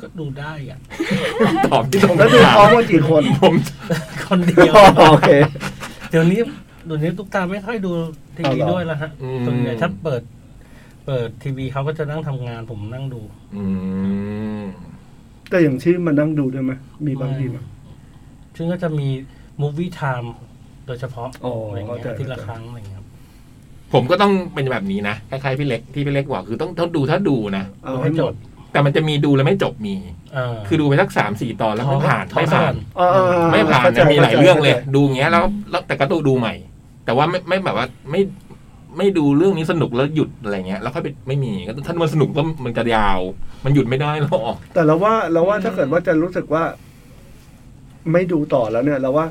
Speaker 4: ก็ดูได้อ่ะ
Speaker 2: ตอบที่ตรง
Speaker 3: แล้วดู
Speaker 2: ถาม
Speaker 3: พร้อมกันกี่คน
Speaker 2: ผม
Speaker 4: คนเดียว
Speaker 3: โอเค
Speaker 4: เดี๋ยวนี้เดี๋ยวนี้ตุ๊กตาไม่ค่อยดูทีวี
Speaker 3: เอาเหรอ
Speaker 4: ด้วยแล้วฮะ
Speaker 2: อืม
Speaker 4: ส่วนใหญ่ถ้าเปิด เปิดทีวีเขาก็จะนั่งทำงานผมนั่งดู
Speaker 2: อืม
Speaker 3: แต่อย่างที่มันนั่งดูด้วยไหมมีบางทีไหม
Speaker 4: ซึ่งก็จะมีมูฟวี่ไทม์โดยเฉพาะ
Speaker 3: อ๋อ
Speaker 4: อะไรอย่างเงี้ย
Speaker 3: เข้าใจ
Speaker 4: อาทีละครั้งอะไรอย่างเงี้ยครับ
Speaker 2: ผมก็ต้องเป็นแบบนี้นะคล้ายๆพี่เล็กที่พี่เล็กบอกคือต้องต้องดูถ้าดูนะ
Speaker 3: เอาให้หมด
Speaker 2: แต่มันจะมีดูแล้วไม่จบมี
Speaker 4: เ
Speaker 2: คือดูไปสักสามสี่ตอนแล้วไม่ผ่าน
Speaker 4: ท้อ
Speaker 2: ไม่ผ่าน
Speaker 3: เออเออเออ
Speaker 2: ไม่ผ่าน
Speaker 3: เข้ใจ
Speaker 2: นะมีหลายเรื่องเลย
Speaker 3: ข้าใจ
Speaker 2: ดูอย่างเงี้ยแล้วแล้วแต่ก็ต้องดูใหม่ แต่ว่าไม่ไม่แบบว่าไม่ไม่ดูเรื่องนี้สนุกแล้วหยุดอะไรเงี้ยแล้วค่อยไปไม่มีก็ถ้ามันสนุกก็มันจะยาว มันหยุดไม่ได้หรอก
Speaker 3: แต่เราว่าเราว่าถ้าเกิดว่าจะรู้สึกว่า ไม่ดูต่อแล้วเนี่ยเราว่า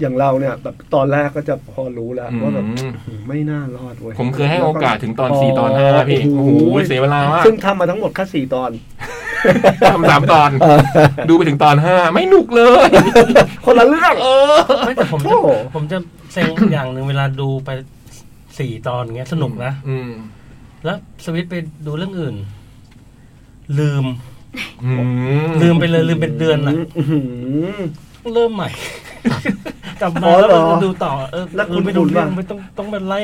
Speaker 3: อย่างเราเนี่ย แบบตอนแรกก็จะพอรู้แล้ว
Speaker 2: อื
Speaker 3: ว่าแบบ
Speaker 2: ม
Speaker 3: ไม่น่ารอดเว้ย
Speaker 2: ผมเคยให้โอกาสถึงตอน
Speaker 3: แล้ว
Speaker 2: สี่ตอนห้าพี่โอ้โหเสียเวลามาก
Speaker 3: ซึ่งทำมาทั้งหมดแค่สี่ตอน
Speaker 2: ทำสามตอน ดูไปถึงตอนห้าไม่หนุกเลย
Speaker 3: คนละเรื่อง
Speaker 2: เออ
Speaker 4: ไม่แต่ผม
Speaker 3: โอ้
Speaker 4: จะ
Speaker 3: โห
Speaker 4: ผมจะเซ็งอย่างหนึ่งเวลาดูไปสี่ตอนเงี้ยสนุกนะ
Speaker 2: อืม
Speaker 4: แล้วสวิตช์ไปดูเรื่องอื่น ลืม
Speaker 2: อื
Speaker 4: ลืมไปเลยลืมเป็นเดือนอ่ะ
Speaker 3: อื้อหือ
Speaker 4: เริ่มใหม่ กลับ
Speaker 3: อ๋
Speaker 4: มา
Speaker 3: อ
Speaker 4: แล้ว
Speaker 3: เหรอ
Speaker 4: มาดูต่อเออ
Speaker 3: แล้วคุณ
Speaker 4: ไปดู
Speaker 3: คุณ
Speaker 4: เรื่อง
Speaker 3: ว่า
Speaker 4: ไม่ต้องต้องไปไล่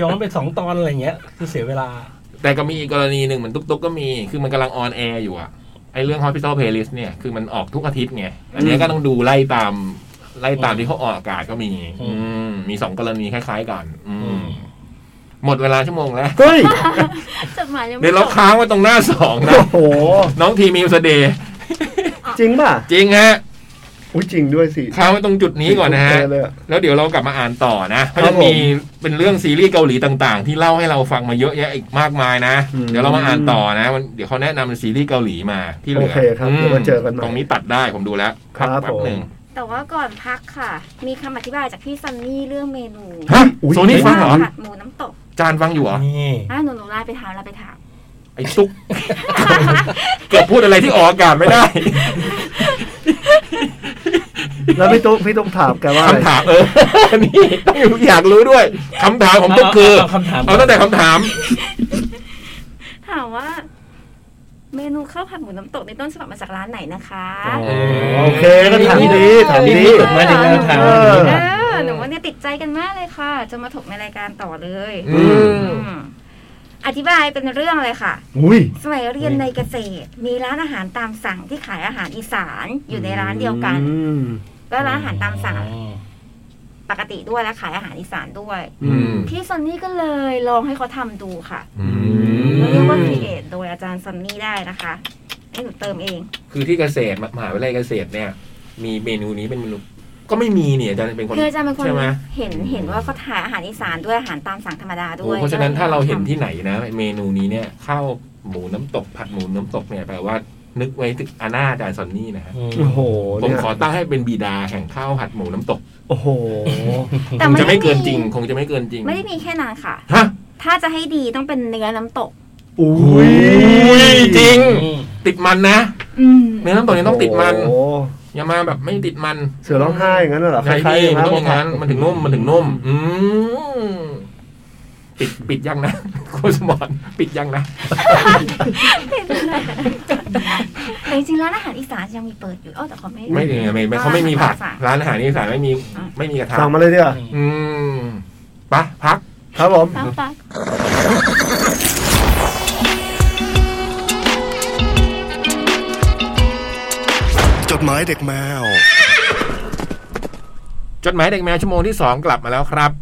Speaker 4: ย้อนไปสองตอนอะไรเงี้ย คือเสียเวลา
Speaker 2: แต่ก็มีอีกกรณีหนึ่งเหมือนตุ๊กตุ๊กก็มี คือมันกำลังออนแอร์อยู่อะไอเรื่อง Hospital Playlist เนี่ย คือมันออกทุกอาทิตย์ไง อันเนี้ยก็ต้องดูไล่ตาม ไล่ตามที่เขาออกอากาศก็มี อืม มีสองกรณีคล้ายๆกัน อื
Speaker 4: อื
Speaker 2: ม
Speaker 4: ม
Speaker 2: หมดเวลาชั่วโมงแล้ว
Speaker 3: เฮ้ย
Speaker 5: จดหมายยัง
Speaker 2: เดี๋
Speaker 5: ไม่
Speaker 2: ยวเรา
Speaker 5: จบ
Speaker 2: ค้างไว้ตรงหน้าสองนะ
Speaker 3: โอ้โห
Speaker 2: น้องทีมีสเดย์
Speaker 3: จริงป่ะ
Speaker 2: จริงฮะ
Speaker 3: อุ้ยจริงด้วยสิ
Speaker 2: ค้างไว้ตรงจุดนี้ก่อนนะฮะ
Speaker 3: เลยอ
Speaker 2: แล้วเดี๋ยวเรากลับมาอ่านต่อนะ เพราะจะมีเป็นเรื่องซีรีส์เกาหลีต่างๆ ที่เล่าให้เราฟังมาเยอะแยะอีกมากมายนะ
Speaker 3: อืม
Speaker 2: เดี๋ยวเรามาอ่านต่อนะมันเดี๋ยวเขาแนะนำเป็นซีรีส์เกาหลีมาที่เหลือ
Speaker 3: โอเคครับ
Speaker 2: ม
Speaker 3: เดี๋ยวมาเจอกันใหม่
Speaker 2: ตรงนี้ตัดได้ผมดูแล้ว
Speaker 3: ครับ
Speaker 2: แป๊บหนึ่ง
Speaker 3: ผม
Speaker 5: แต่ว่าก่อนพักค่ะ มีคำอธิบายจากพี่ซันนี่เรื่องเมนู
Speaker 2: ฮะ
Speaker 3: อุ๊ย
Speaker 2: โซนี่ฟังเหรอ
Speaker 5: ข้าวผัดหมูน้ำตก
Speaker 2: จานฟังอยู่เหรอ
Speaker 7: นี่
Speaker 5: อ่ะหนูหนูไลน์ไปถามไลน์ไปถาม
Speaker 2: ไอ้ตุ๊ก เกือบพูดอะไรที่ออกอากาศไม่ได้
Speaker 3: แล้วพี่ตุ๊กพี่ตุ๊กถามแกว่าอะไร
Speaker 2: คำถามเอ อ นี่ต้องอยากรู้ด้วยคำถามของตุ๊กคือ
Speaker 4: เาคำถาม
Speaker 2: เอาตั้งแต่คำถาม
Speaker 5: ถามว่า เมนูข้าวผัดหมูน้ำตกในต้นฉบับมาจากร้านไหนนะคะ
Speaker 2: อ๋
Speaker 3: โอเคก็ถามดีถามดี
Speaker 7: จดหมายถึงเราถาม
Speaker 3: เออ
Speaker 5: เออหนูว่าเนี่ยติดใจกันมากเลยค่ะ จะมาถกในรายการต่อเลย
Speaker 2: อืม
Speaker 5: อืมอธิบายเป็นเรื่องเลยค่ะ
Speaker 3: อุ้ย
Speaker 5: สมัยเรียนในเกษตร มีร้านอาหารตามสั่งที่ขายอาหารอีสานอยู่ในร้านเดียวกัน
Speaker 3: อืม
Speaker 5: แล้วร้านอาหารตามสั่งปกติด้วยและขายอาหารอีสานด้วย
Speaker 2: อืม
Speaker 5: พี่ซันนี่ก็เลยลองให้เขาทำดูค่ะ
Speaker 2: อืม
Speaker 5: เราเรียกว่าครีเอทโดยอาจารย์ซันนี่ได้นะคะให้หนูเติมเอง
Speaker 2: คือที่เกษตรมหาวิทยาลัยเกษตรเนี่ย มีเมนูนี้เป็นเมนูก็ไม่มีเนี่ยอาจารย์เป็นคน
Speaker 5: คืออาจารย์เป็นคน
Speaker 2: ใช่ไหม
Speaker 5: เห็นเห็นว่าเขาถ่ายอาหารอีสานด้วยอาหารตามสั่งธรรมดาด้
Speaker 2: โอ้
Speaker 5: วย
Speaker 2: เพราะฉะนั้นถ้าเราเห็น
Speaker 5: ก็ลย
Speaker 2: ที่ไหนนะเมนูนี้เนี่ยข้าวหมูน้ำตกผัดหมูน้ำตกเนี่ยแปลว่า นึกไว้ถึงอาน่าอาจารย์ซอนนี่นะฮะ
Speaker 3: โอ้โห
Speaker 2: ผม
Speaker 3: เนี่ย
Speaker 2: ขอตั้งให้เป็นบีดาแห่งข้าวผัดหมูน้ำตก
Speaker 3: โอ้โห
Speaker 5: ทำ
Speaker 2: คง
Speaker 5: แต่
Speaker 2: จะ
Speaker 5: ด้
Speaker 2: ไม่เกินจริง คงจะไม่เกินจริง
Speaker 5: ไม่ได้มีแค่นั้นค่ะ
Speaker 2: ฮะ
Speaker 5: ถ้าจะให้ดีต้องเป็นเนื้อน้ำตก
Speaker 3: อุ้ย
Speaker 2: จริง
Speaker 4: อืม
Speaker 2: ติดมันนะ
Speaker 5: อืม
Speaker 2: เนื้อน้ำตกเนี่ยต้องติดมัน
Speaker 3: โอ้โห
Speaker 2: อย่ามาแบบไม่ติดมัน
Speaker 3: เสือร้องไห้อย่างนั้นเหรอค
Speaker 2: ใช่
Speaker 3: ล้าย
Speaker 2: พี่
Speaker 3: ๆ
Speaker 2: มัน
Speaker 3: นะ
Speaker 2: ต้องอย่างนั้นมันถึงนุ่มมันถึงนุ่ม อืมปิดปิดยังนะ โคสมอนปิดยังนะ
Speaker 5: แต่จริงๆร้านอาหารอีสานยังมีเปิดอยู่เอ้าแต่เขาไม่
Speaker 2: ไม่ถึงไงไม่เขาไม่มีผักร้านอาหารนี่สายไม่มี
Speaker 5: อ่ะ
Speaker 2: ไม่มีกระทะ
Speaker 3: สั่งมาเลยดีกว่า
Speaker 2: อืมปะพัก
Speaker 3: ครับผม
Speaker 5: ปั๊บปั๊บ
Speaker 1: จดหมายเด็กแมว
Speaker 2: จดหมายเด็กแมวชั่วโมงที่สองกลับมาแล้วครับ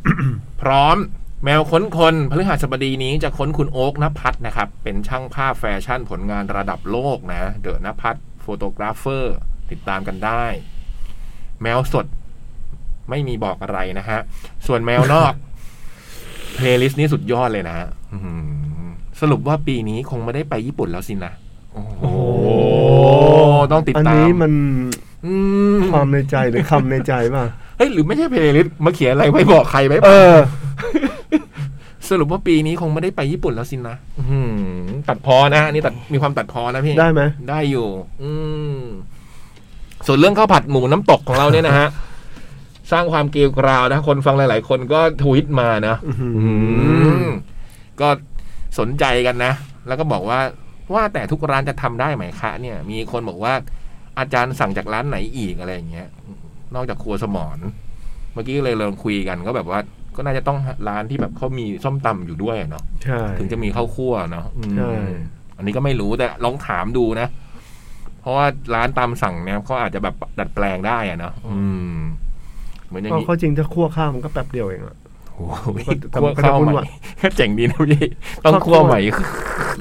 Speaker 2: พร้อมแมวค้นคนพฤหัสบดีนี้จะค้นคุณโอ๊กนภัทรนะครับ เป็นช่างภาพแฟชั่นผลงานระดับโลกนะ เดอะนภัทรโฟโตกราฟเฟอร์ติดตามกันได้ แมวสดไม่มีบอกอะไรนะฮะ ส่วนแมวนอก เพลย์ลิสต์นี้สุดยอดเลยนะฮะอื้อหือสรุปว่าปีนี้คงไม่ได้ไปญี่ปุ่นแล้วสินะ โอ้โห ต้องติด
Speaker 3: อัน
Speaker 2: ตาม
Speaker 3: นี้มัน
Speaker 2: อืม
Speaker 3: ความในใจหรือคำในใจป่ะ
Speaker 2: เฮ้ยหรือไม่ใช่เพลย์ลิสต์มาเขียนอะไรไว้บอกใครไว้
Speaker 3: เออ
Speaker 2: สรุปว่าปีนี้คงไม่ได้ไปญี่ปุ่นแล้วสินะอื้อหือตัดพอนะอันนี่ตัดมีความตัดพอนะพี่
Speaker 3: ได้ไหม
Speaker 2: ได้อยู่ อืมส่วนเรื่องข้าวผัดหมูน้ำตกของเราเนี่ยนะฮะ สร้างความเกลียวกราวนะคนฟังหลาย ๆ คนก็ทวิตมานะ
Speaker 3: อื้อหือ
Speaker 2: มก็สนใจกันนะ แล้วก็บอกว่า ว่าแต่ทุกร้านจะทำได้ไหมคะ เนี่ย มีคนบอกว่า อาจารย์สั่งจากร้านไหนอีกอะไรอย่างเงี้ย นอกจากครัวสมอน เมื่อกี้เลยเราคุยกันก็แบบว่า ก็น่าจะต้องร้านที่แบบเขามีส้มตำอยู่ด้วยอะเนาะ
Speaker 3: ใช่
Speaker 2: ถึงจะมีข้าวคั่วเนาะอืม
Speaker 3: ใช่
Speaker 2: อันนี้ก็ไม่รู้แต่ลองถามดูนะ เพราะว่าร้านตามสั่งเนี่ยเขาอาจจะแบบดัดแปลงได้อะเนาะอืม เหมือนอย่าง
Speaker 3: เอา
Speaker 2: นี้
Speaker 3: เข้าจริงถ้าคั่วข้าวมันก็แป๊บเดียวเองอะ
Speaker 2: โอ้โห
Speaker 3: แต่
Speaker 2: คั่วน
Speaker 3: มัก็จะ
Speaker 2: ข้าว
Speaker 3: วุ่
Speaker 2: ให
Speaker 3: น
Speaker 2: ม่
Speaker 3: วาย
Speaker 2: เจ๋งดีนะพี่ต้องคั่วใหม่อย่าง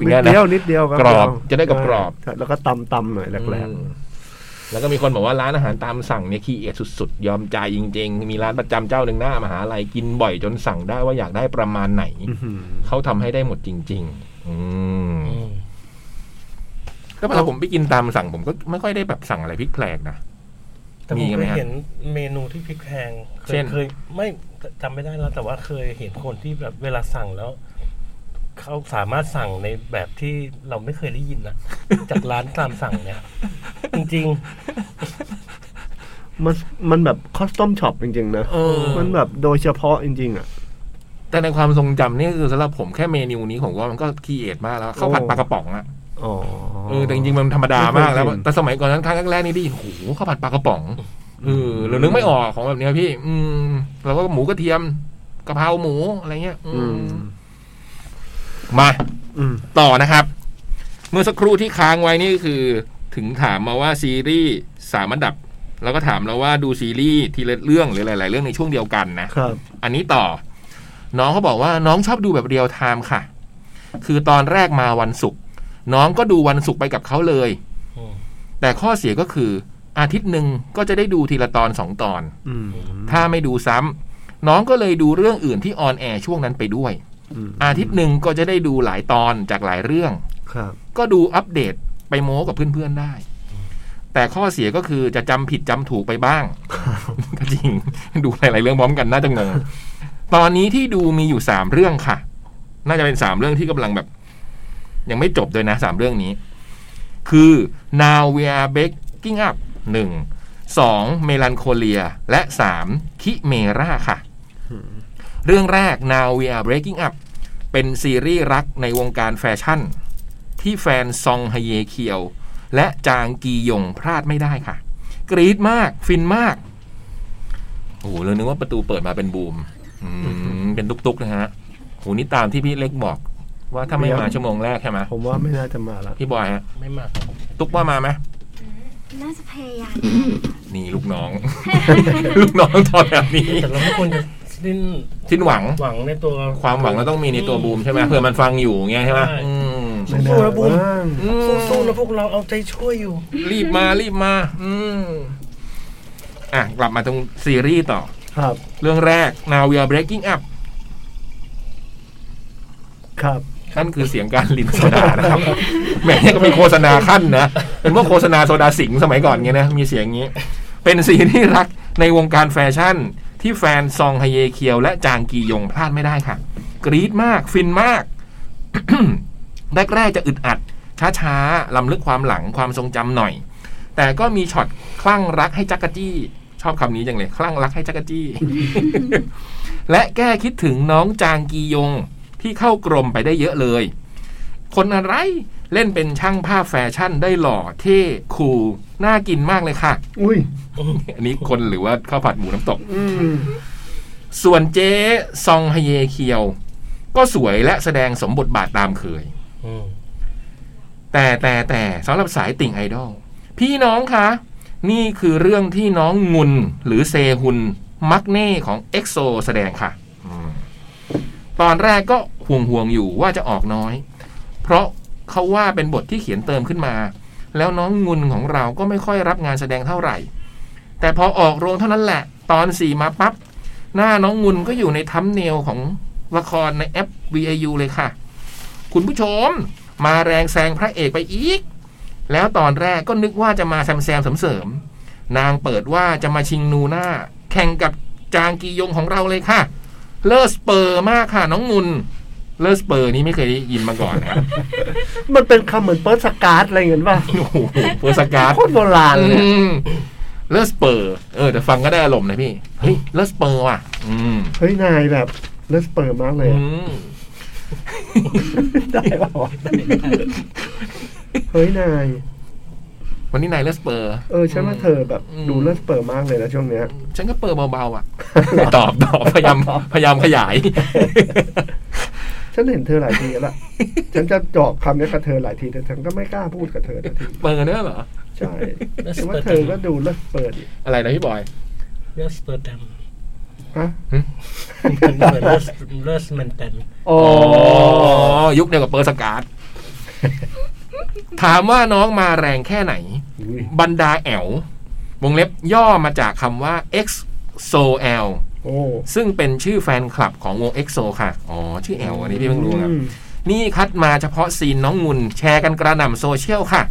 Speaker 3: นิ
Speaker 2: เงี้
Speaker 3: ด
Speaker 2: ยนะ
Speaker 3: เดียวนิดเดียวค
Speaker 2: กรอบ
Speaker 3: เยว
Speaker 2: จะได้กรอบ
Speaker 3: ใช่แล้วก็ตำตำหน่อยแหลก
Speaker 2: อืมแล้วก็มีคนบอกว่าร้านอาหารตามสั่งเนี่ยขี้เอียดสุดๆ ยอมใจายจริงๆ มีร้านประจำเจ้าหนึ่งหน้ามหาลัยกินบ่อยจนสั่งได้ว่าอยากได้ประมาณไหน
Speaker 3: ๆอื้อหือ
Speaker 2: เขาทำให้ได้หมดจริง ๆ อืม
Speaker 4: อืม
Speaker 2: แล้วเวลาผมไปกินตามสั่งผมก็ไม่ค่อยได้แบบสั่งอะไรพลิกแพลงนะ
Speaker 4: แต่
Speaker 2: มี
Speaker 4: ผม
Speaker 2: กันไหม
Speaker 4: เคย
Speaker 2: ฮะ
Speaker 4: เห็นเมนูที่พริกแพงเค
Speaker 2: เช่
Speaker 4: ย
Speaker 2: น
Speaker 4: เคยไม่จำไม่ได้แล้ว แต่ว่าเคยเห็นคนที่แบบเวลาสั่งแล้วเขาสามารถสั่งในแบบที่เราไม่เคยได้ยินนะ จากร้านตามสั่งเนี่ย จริง
Speaker 3: มันมันแบบคอสตอมช็อปจริงๆนะ
Speaker 2: เออ
Speaker 3: มันแบบโดยเฉพาะจริงๆอ่ะ
Speaker 2: แต่ในความทรงจำนี่คือสำหรับผมแค่เมนูนี้ผมว่ามันก็ขี้เอียดมากแล้วข้าวผัด
Speaker 3: โอ้
Speaker 2: ปลากระป๋องอะ
Speaker 3: อ๋อ
Speaker 2: เออแต่จริงๆมันธรรมดามากแล้ว
Speaker 3: ไม่เคยกิน
Speaker 2: แต่สมัยก่อนนั้นครั้งแรกๆนี่ได้ยินโอ้โหข้าวผัดปลากระป๋องเออเรานึกไม่ออกของแบบเนี้ยพี่ อืมเราก็หมูกระเทียมกะเพราหมูอะไรเงี้ย อื
Speaker 3: อื
Speaker 2: ม
Speaker 3: ม
Speaker 2: มา
Speaker 3: อืม
Speaker 2: ต่อนะครับ เมื่อสักครู่ที่ค้างไว้นี่คือถึงถามมาว่าซีรีส์สามอันดับ แล้วก็ถามเราว่าดูซีรีส์ทีละเรื่องหรือหลาย ๆ เรื่องในช่วงเดียวกันนะ
Speaker 3: ครับ
Speaker 2: อันนี้ต่อ น้องเขาบอกว่าน้องชอบดูแบบเรียลไทม์ค่ะ คือตอนแรกมาวันศุกร์น้องก็ดูวันศุกร์ไปกับเขาเลย
Speaker 4: อืม
Speaker 2: แต่ข้อเสียก็คืออาทิตย์หนึ่งก็จะได้ดูทีละตอนสองตอน
Speaker 3: อืม
Speaker 2: ถ้าไม่ดูซ้ำน้องก็เลยดูเรื่องอื่นที่ออนแอร์ช่วงนั้นไปด้วย
Speaker 3: อืม
Speaker 2: อาทิตย์หนึ่งก็จะได้ดูหลายตอนจากหลายเรื่อง
Speaker 3: ครับ
Speaker 2: ก็ดูอัปเดตไปโม้กับเพื่อนๆได้ แต่ข้อเสียก็คือจะจำผิดจำถูกไปบ้าง ก็จริง ดูหลาย ๆ เรื่องพร้อมกันน่าจะงง ตอนนี้ที่ดูมีอยู่สามเรื่องค่ะ น่าจะเป็นสามเรื่องที่กำลังแบบ ยังไม่จบเลยนะสามเรื่องนี้ คือ Now We Are Baking Up หนึ่งสองเมลันโคเลีย และสามคิเมราค่ะ เรื่องแรก Now We Are Breaking Up เป็นซีรีส์รักในวงการแฟชั่น ที่แฟนซองฮเยเคียว และจางกียงพลาดไม่ได้ค่ะ กรี๊ดมากฟินมาก โอ้โหเรานึกว่าประตูเปิดมาเป็นบูมอืมเป็นตุกๆนะฮะโหนี่ตามที่พี่เล็กบอก ว่าถ้าไม่มาชั่วโมงแรกใช่ไหม
Speaker 7: ผมว่าไม่น่าจะมาละ
Speaker 2: พี่บอยฮะ
Speaker 4: ไม่มา
Speaker 2: ตุ๊กว่ามาไหม
Speaker 5: น่าจะพยายาม
Speaker 2: นี่ลูกน้อง ลูกน้องตอบแบบนี้
Speaker 4: แต่เราไม่ควรจะสิ้น
Speaker 2: สิ้นหวัง
Speaker 4: หวังในตัว
Speaker 2: ความหวังเราต้องมีในตัวบูมใช่ไหมเผื่อมันฟังอยู่เงี้ยใช่ไหม
Speaker 4: ใช่
Speaker 2: อืม
Speaker 7: ไม่น่า
Speaker 4: ระบุ
Speaker 7: บ้าง
Speaker 2: อืม
Speaker 4: สู้ๆนะพวกเราเอาใจช่วยอยู่
Speaker 2: รีบมารีบมา อืม อ่ะ กลับมาตรงซีรีส์ต่อ
Speaker 7: ครับ
Speaker 2: เรื่องแรก Now We Are Breaking Up
Speaker 7: ครับ
Speaker 2: นั่นคือเสียงการลินโซดานะครับ แหมนี่ก็เป็นโฆษณาขั้นนะ เป็นพวกโฆษณาโซดาสิงห์สมัยก่อนเงี้ยนะ มีเสียงงี้ เป็นซีรีส์รักในวงการแฟชั่น ที่แฟนซองฮเยเคียว และจางกียงพลาดไม่ได้ค่ะ กรี๊ดมากฟินมาก แรกๆจะอึดอัด ช้าๆลำลึกความหลังความทรงจำหน่อย แต่ก็มีช็อตคลั่งรักให้จักกะจี้ ชอบคำนี้จังเลย คลั่งรักให้จักกะจี้ และแก้คิดถึงน้องจางกียง ที่เข้ากรมไปได้เยอะเลย คนอะไรเล่นเป็นช่างภาพแฟชั่นได้หล่อเท่คูลน่ากินมากเลยค่ะ
Speaker 3: อุ้ย
Speaker 2: อันนี้คนหรือว่าข้าวผัดหมูน้ำตก
Speaker 3: อืม
Speaker 2: ส่วนเจ๊ซองฮเยเคียว ก็สวยและแสดงสมบทบาทตามเคย
Speaker 4: อืม
Speaker 2: แต่แต่แต่สำหรับสายติ่งไอดอลพี่น้องคะ นี่คือเรื่องที่น้องงุนหรือเซฮุน มักเน่ของเอ็กโซแสดงค่ะอืมตอนแรกก็ห่วงห่วงๆอยู่ว่าจะออกน้อย เพราะเขาว่าเป็นบทที่เขียนเติมขึ้นมา แล้วน้องงุนของเราก็ไม่ค่อยรับงานแสดงเท่าไหร่ แต่พอออกโรงเท่านั้นแหละ ตอนสี่มาปับ๊บหน้าน้องงุนก็อยู่ในทัมเนลของละครในแอป VIU เลยค่ะ คุณผู้ชม มาแรงแซงพระเอกไปอีก แล้วตอนแรกก็นึกว่าจะมาแซมแซมๆเสริมๆนางเปิดว่าจะมาชิงนูหน้า แข่งกับจางกียงของเราเลยค่ะ เลอสเปอร์มากค่ะน้องงุน เลอสเปอร์นี่ไม่เคยได้ยินมาก่อนนะครับ
Speaker 3: มันเป็นคำเหมือนเปิร์สการ์ดอะไรเงี้ยป่ะ
Speaker 2: โอ้โหเปอร์สการ์ด
Speaker 3: โคตรโบราณเลยอะ
Speaker 2: อืมเลอสเปอร์เออแต่ฟังก็ได้อารมณ์นะพี่ เฮ้ยเลอสเปอร์ว่ะ อืม
Speaker 3: เฮ้ย นายแบบเลสเปิร์มากเลย
Speaker 2: อื
Speaker 3: อะ
Speaker 2: ม
Speaker 3: ได้ป่าวะเฮ้ย นาย
Speaker 2: วันนี้นายเลอสเปอร์
Speaker 3: เออฉันว่าเธอแบบ
Speaker 2: อืม
Speaker 3: ดูเลสเปิร์มากเลยนะช่วงเนี้ย
Speaker 2: ฉันก็เปิดเบาๆอ่ะ ตอบตอบพยายามพยายามขยาย
Speaker 3: ฉันเห็นเธอหลายทีแล้ว ฉันจะจอกคำนี้กับเธอหลายทีแต่ฉันก็ไม่กล้าพูดกับเธอสักที
Speaker 2: เปิดเนี่ยเหรอ
Speaker 3: ใช่แต่ว่าเธอก็ดูเลสเปิด
Speaker 2: อะไรนะพี่บอย
Speaker 4: เลสเตอร์แดม
Speaker 3: ฮะ
Speaker 4: เหมือนเลสเลสแมนแตน
Speaker 3: อ๋อ
Speaker 2: อ๋อ ยุคเดียวกับเปิร์สการ์ดถามว่าน้องมาแรงแค่ไหน
Speaker 3: อุ้ย
Speaker 2: บรรดาแอววงเล็บย่อมาจากคำว่า X s o L
Speaker 3: โอ้
Speaker 2: ซึ่งเป็นชื่อแฟนคลับของวง EXO ค่ะ อ๋อ ชื่อแอลอันนี้พี่เพิ่งรู้ครับ
Speaker 3: อืม
Speaker 2: นี่คัดมาเฉพาะซีนน้องงุนแชร์กันกระหน่ำโซเชียลค่ะ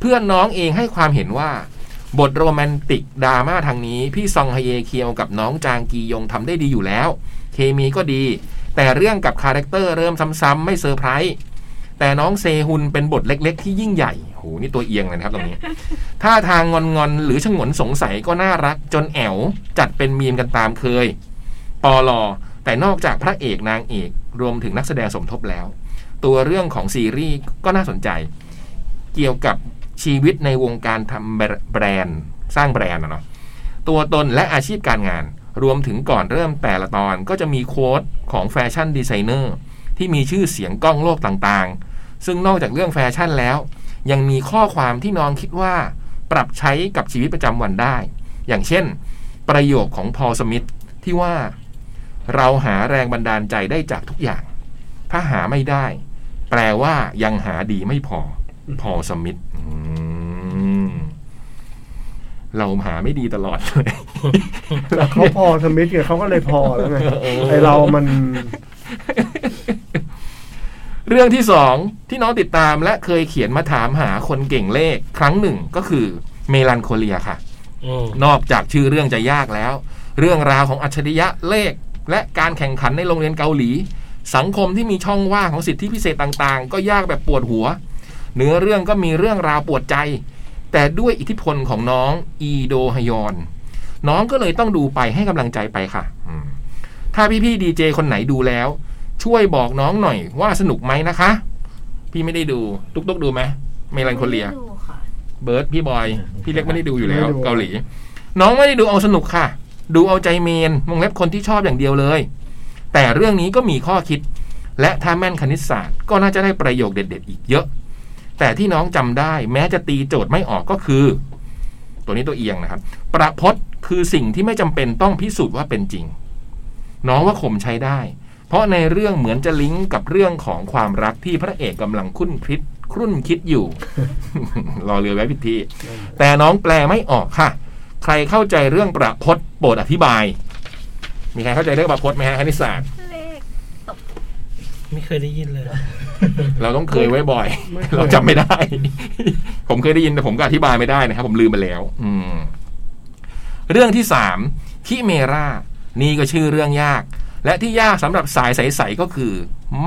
Speaker 2: เพื่อนน้องเองให้ความเห็นว่า บทโรแมนติกดราม่าทางนี้ พี่ซองฮเยเคียวกับน้องจางกียงทำได้ดีอยู่แล้ว เคมีก็ดี แต่เรื่องกับคาแรคเตอร์เริ่มซ้ำๆไม่เซอร์ไพรส์แต่น้องเซฮุนเป็นบทเล็กๆ ที่ยิ่งใหญ่โหนี่ตัวเอียงเลยนะครับตรงนี้ ท่าทางงอนๆหรือชงนสงสัยก็น่ารัก จนแอวจัดเป็นมีมกันตามเคย ปอลอแต่นอกจากพระเอกนางเอกรวมถึงนักแสดงสมทบแล้ว ตัวเรื่องของซีรีส์ก็น่าสนใจ เกี่ยวกับชีวิตในวงการทำแบรแบรนด์ สร้างแบรนด์นะเนาะตัวตนและอาชีพการงาน รวมถึงก่อนเริ่มแต่ละตอนก็จะมีโค้ดของแฟชั่นดีไซเนอร์ที่มีชื่อเสียงกล้องโลกต่างๆ ซึ่งนอกจากเรื่องแฟชั่นแล้ว ยังมีข้อความที่น้องคิดว่า ปรับใช้กับชีวิตประจำวันได้ อย่างเช่น ประโยคของพอลสมิธที่ว่า เราหาแรงบันดาลใจได้จากทุกอย่าง ถ้าหาไม่ได้ แปลว่ายังหาดีไม่พอ พอลสมิธอืมเราหาไม่ดีตลอดเลย
Speaker 3: แต่ เขาพอสมิธไงเขาก็เลยพอแล้วไง
Speaker 2: เออ
Speaker 3: ไอเรามัน
Speaker 2: เรื่องที่สองที่น้องติดตามและเคยเขียนมาถามหาคนเก่งเลขครั้งหนึ่งก็คือ เมลันโคเลียค่ะ
Speaker 4: อืม
Speaker 2: นอกจากชื่อเรื่องจะยากแล้ว เรื่องราวของอัจฉริยะเลข และการแข่งขันในโรงเรียนเกาหลี สังคมที่มีช่องว่างของสิทธิพิเศษต่างๆ ก็ยากแบบปวดหัว เนื้อเรื่องก็มีเรื่องราวปวดใจ แต่ด้วยอิทธิพลของน้องอีโดฮยอน น้องก็เลยต้องดูไปให้กำลังใจไปค่ะอืมถ้าพี่ๆดีเจคนไหนดูแล้ว ช่วยบอกน้องหน่อยว่าสนุกไหมนะคะ พี่ไม่ได้ดู ตุ๊กตุกๆดูไหมเมลันโคเลีย
Speaker 5: ไม่ได้ดูค่ะ
Speaker 2: เบิร์ดพี่บอย พี่เล็กไม่ได้ดูอยู่แล้ว
Speaker 3: ไม่ได้ดู
Speaker 2: เกาหลี น้องไม่ได้ดูเอาสนุกค่ะ ดูเอาใจเมนวงเล็บคนที่ชอบอย่างเดียวเลย แต่เรื่องนี้ก็มีข้อคิด และถ้าแม่นคณิตศาสตร์ก็น่าจะได้ประโยคเด็ด ๆ อีกเยอะ แต่ที่น้องจำได้ แม้จะตีโจทย์ไม่ออกก็คือ ตัวนี้ตัวเอียงนะครับ ประพจน์คือสิ่งที่ไม่จำเป็นต้องพิสูจน์ว่าเป็นจริง น้องว่าข่มใช้ได้ เพราะในเรื่องเหมือนจะลิงก์กับเรื่องของความรักที่พระเอกกำลังคุ้นคิดครุ่นคิดอยู่ รอเรือไว้พิดทีแต่น้องแปลไม่ออกค่ะ ใครเข้าใจเรื่องประพจน์โปรดอธิบาย มีใครเข้าใจเรื่องประพจน์ไหมฮะคณิตศาสตร์
Speaker 5: เลข
Speaker 4: ไม่เคยได้ยินเลย
Speaker 2: เราต้องเคยไว้บ่อย
Speaker 3: ไม่เคย
Speaker 2: เราจำไม่ได้ ผมเคยได้ยินแต่ผมก็อธิบายไม่ได้นะครับ ผมลืมไปแล้ว อืม เรื่องที่สามคิเมรานี่ก็ชื่อเรื่องยาก และที่ยากสำหรับสายใสๆก็คือ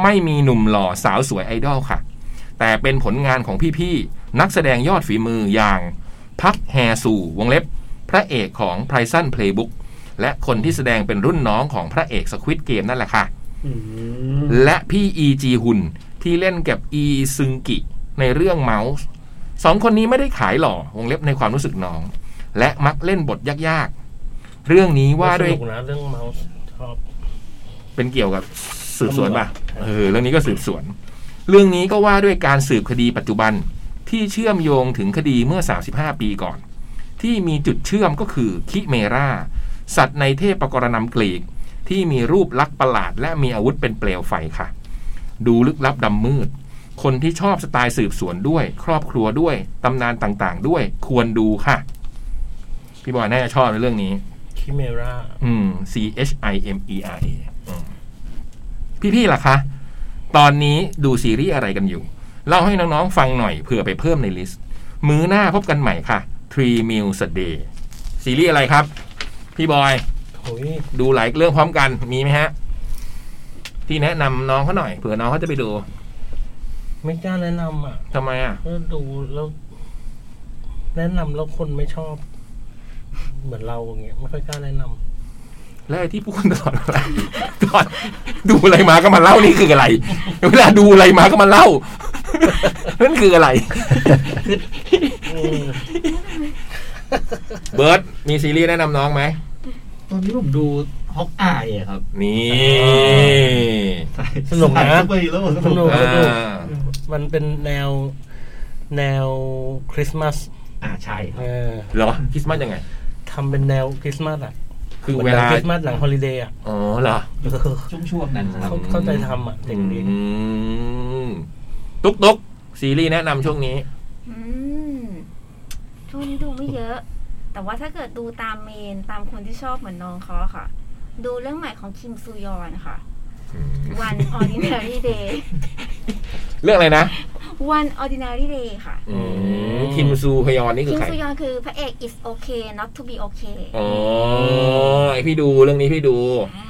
Speaker 2: ไม่มีหนุ่มหล่อสาวสวยไอดอลค่ะ แต่เป็นผลงานของพี่ๆนักแสดงยอดฝีมืออย่างพักแฮซูวงเล็บ พระเอกของ p r i s o n Playbook และคนที่แสดงเป็นรุ่นน้องของพระเอกสควิตเกมนั่นแหละค่ะ และพี่อีจีหุนที่เล่นกับอีซึงกิ ในเรื่องเมาส์สองคนนี้ไม่ได้ขายหล่อวงเล็บในความรู้สึกน้อง และมักเล่นบทยากๆ เรื่องนี้ว่าด้วย
Speaker 4: สนุกนะเรื่องเมาส์ชอบ
Speaker 2: เป็นเกี่ยวกับสืบสวนป่ะ
Speaker 4: ตำรวจ
Speaker 2: เออ เรื่องนี้ก็สืบสวน เรื่องนี้ก็ว่าด้วยการสืบคดีปัจจุบันที่เชื่อมโยงถึงคดีเมื่อ 35 ปีก่อน ที่มีจุดเชื่อมก็คือคิเมรา สัตว์ในเทพกรณำกรีก ที่มีรูปลักษณ์ประหลาด และมีอาวุธเป็นเปลวไฟค่ะ ดูลึกลับดำมืด คนที่ชอบสไตล์สืบสวนด้วย ครอบครัวด้วย ตำนานต่างๆ ด้วย ควรดูค่ะ พี่บอยน่าจะชอบในเรื่องนี้
Speaker 4: คิเมรา
Speaker 2: อืม C H I M E R A พี่พี่ๆล่ะคะ ตอนนี้ดูซีรีส์อะไรกันอยู่ เล่าให้น้อง ๆ ฟังหน่อยเผื่อไปเพิ่มในลิสต์ มื้อหน้าพบกันใหม่ค่ะ Three Meals a Day ซีรีส์อะไรครับ พี่บอย
Speaker 4: โอ้ย
Speaker 2: ดูหลายเรื่องพร้อมกันมีไหมฮะ ที่แนะนำน้องเขาหน่อยเผื่อน้องเขาจะไปดู
Speaker 4: ไม่กล้าแนะนำอ่ะ
Speaker 2: ทำไมอ่ะ
Speaker 4: เพราะดูแล้ว แนะนำแล้วคนไม่ชอบ เหมือนเราอย่างเงี้ยไม่ค่อยกล้าแนะนำ
Speaker 2: และไอ้ที่พูดตลอดเวลา ตลอดดูอะไรมาก็มาเล่านี่คืออะไร เวลาดูอะไรมาก็มาเล่า นั่นคืออะไร
Speaker 4: เออ
Speaker 2: เบิร์ตมีซีรีส์แนะนำน้องไหม
Speaker 6: ตอนนี้ผมดูฮอกอายอะครับ
Speaker 2: นี่
Speaker 4: สนุกนะ
Speaker 6: ซุปเปอร์ฮีโร่
Speaker 4: ส
Speaker 6: ส
Speaker 4: นุ
Speaker 6: นุ
Speaker 4: ก
Speaker 6: ก
Speaker 2: อ่า
Speaker 4: มันเป็นแนว แนวคริสต์มาส
Speaker 6: อ่าใช่ครั
Speaker 4: เอบ อ
Speaker 2: เหรอคริสต์มาสยังไง
Speaker 4: ทำเป็นแนวคริสต์มาสอ่ะ
Speaker 2: คือ
Speaker 4: หมืน
Speaker 2: เวลา
Speaker 4: หนังคริสต์มาสหลังฮอลิเดย์อ่ะ
Speaker 2: อ๋อเหรอ
Speaker 4: เออ
Speaker 6: ช่วงช่วงๆนั้นครับ
Speaker 4: เขาเข้าใจทำอ่ะเด็กดี
Speaker 2: อืมตุ๊กตุ๊กซีรีส์แนะนำช่วงนี้
Speaker 5: อืมช่วงนี้ดูไม่เยอะ แต่ว่าถ้าเกิดดูตามเมนตามคนที่ชอบเหมือนน้องเขาอะค่ะ ดูเรื่องใหม่ของคิมซูยอนค่ะ One Ordinary Day
Speaker 2: เรื่องอะไรนะ
Speaker 5: One Ordinary Day ค่ะ
Speaker 2: อืมคิมซูฮยอนนี่คื
Speaker 5: คิ
Speaker 2: อ
Speaker 5: ม
Speaker 2: ใคร
Speaker 5: ซูยอนคือพระเอก is okay not to be okay
Speaker 2: อ๋อไอพี่ดูเรื่องนี้พี่ดู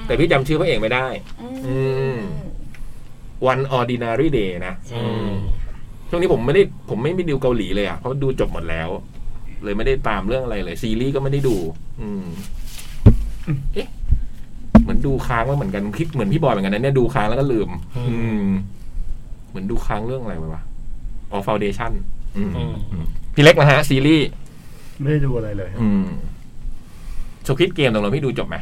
Speaker 2: แต่พี่จำชื่อพระเอกไม่ได้
Speaker 5: อืม
Speaker 2: อืม One Ordinary Day นะ
Speaker 4: ๆ
Speaker 5: ใช่
Speaker 4: อืม
Speaker 2: ช่วงนี้ผมไม่ได้ผมไม่ได้ดูเกาหลีเลยอ่ะเพราะดูจบหมดแล้ว เลยไม่ได้ตามเรื่องอะไรเลย ซีรีส์ก็ไม่ได้ดู อืมเอ๊ะเหมือนดูค้างไว้เหมือนกันคิดเหมือนพี่บอยเหมือนกันนะเนี่ยดูค้างแล้วก็ลืม อืม เหมือนดูค้างเรื่องอะไรไปวะอ๋อฟาวเดชั่นพี่เล็กนะฮะ ซีรีส์
Speaker 3: ไม่ได้ดูอะไรเลย
Speaker 2: อืมสควิตเกมตรงนั้นพี่ดูจบไหม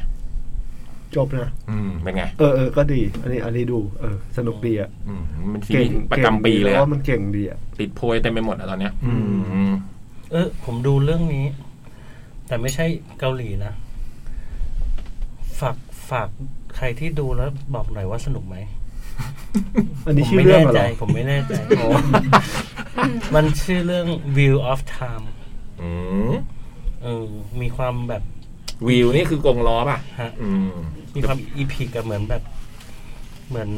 Speaker 3: จบนะ
Speaker 2: อืมเป็นไง
Speaker 3: เออเออก็ดี อันนี้อันนี้ดูเออสนุกดีอ่ะ
Speaker 2: อืมมันซี
Speaker 3: เก่
Speaker 2: รี
Speaker 3: ง
Speaker 2: ส์ประจำปีเลยอะ
Speaker 3: ก่งดีพราะว่ามันเก่งดีอ่ะ
Speaker 2: ติดโพยเต็มไปหมดอะตอนเนี้ย
Speaker 3: อื
Speaker 2: อืม
Speaker 4: เออผมดูเรื่องนี้ แต่ไม่ใช่เกาหลีนะ ฝากฝากใครที่ดูแล้วบอกหน่อยว่าสนุกไหม
Speaker 3: อันนี้
Speaker 4: ผ
Speaker 3: ชื่อ
Speaker 4: มไม่
Speaker 3: เรื่อง
Speaker 4: แน่
Speaker 3: อะไร
Speaker 4: ใจ
Speaker 3: อ
Speaker 4: ผมไม่แน่ใจ มันชื่อเรื่อง View of Time
Speaker 2: อืม
Speaker 4: เออมีความแบบ
Speaker 2: วิวนี่คือกรงล้อป่ะ
Speaker 4: ฮะ
Speaker 2: อืม
Speaker 4: มีความอีพิกอะเหมือนแบบ เหมือน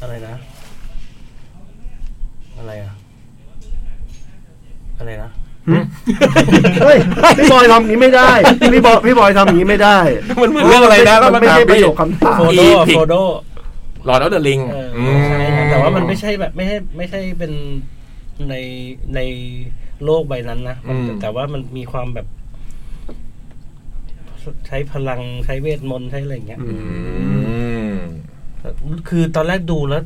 Speaker 4: อะไรนะ อะไรอะอะไรนะ
Speaker 3: เฮ้ยพี่บอยทำอย่างนี้ไม่ได้พี่บอยพี่บอยทำอย่างนี้ไม่ได้
Speaker 2: มันเหมือนเรื่องอะไรนะ
Speaker 3: มันไม่
Speaker 2: ถา
Speaker 3: ใช่ประ
Speaker 2: พี่
Speaker 3: โยคคำถาม
Speaker 4: โฟโด
Speaker 2: Epic
Speaker 4: โฟโด
Speaker 2: หลอดแล้วเดอะลิง
Speaker 4: เออใช่ครับแต่ว่ามันไม่ใช่แบบไม่ใช่ไม่ใช่เป็นในในโลกใบนั้นนะมันแต่
Speaker 2: อืม
Speaker 4: แต่ว่ามันมีความแบบ ใช้พลังใช้เวทมนต์ใช้อะไรอย่างเงี้ย
Speaker 2: อืม
Speaker 4: คือตอนแรกดูแล้ว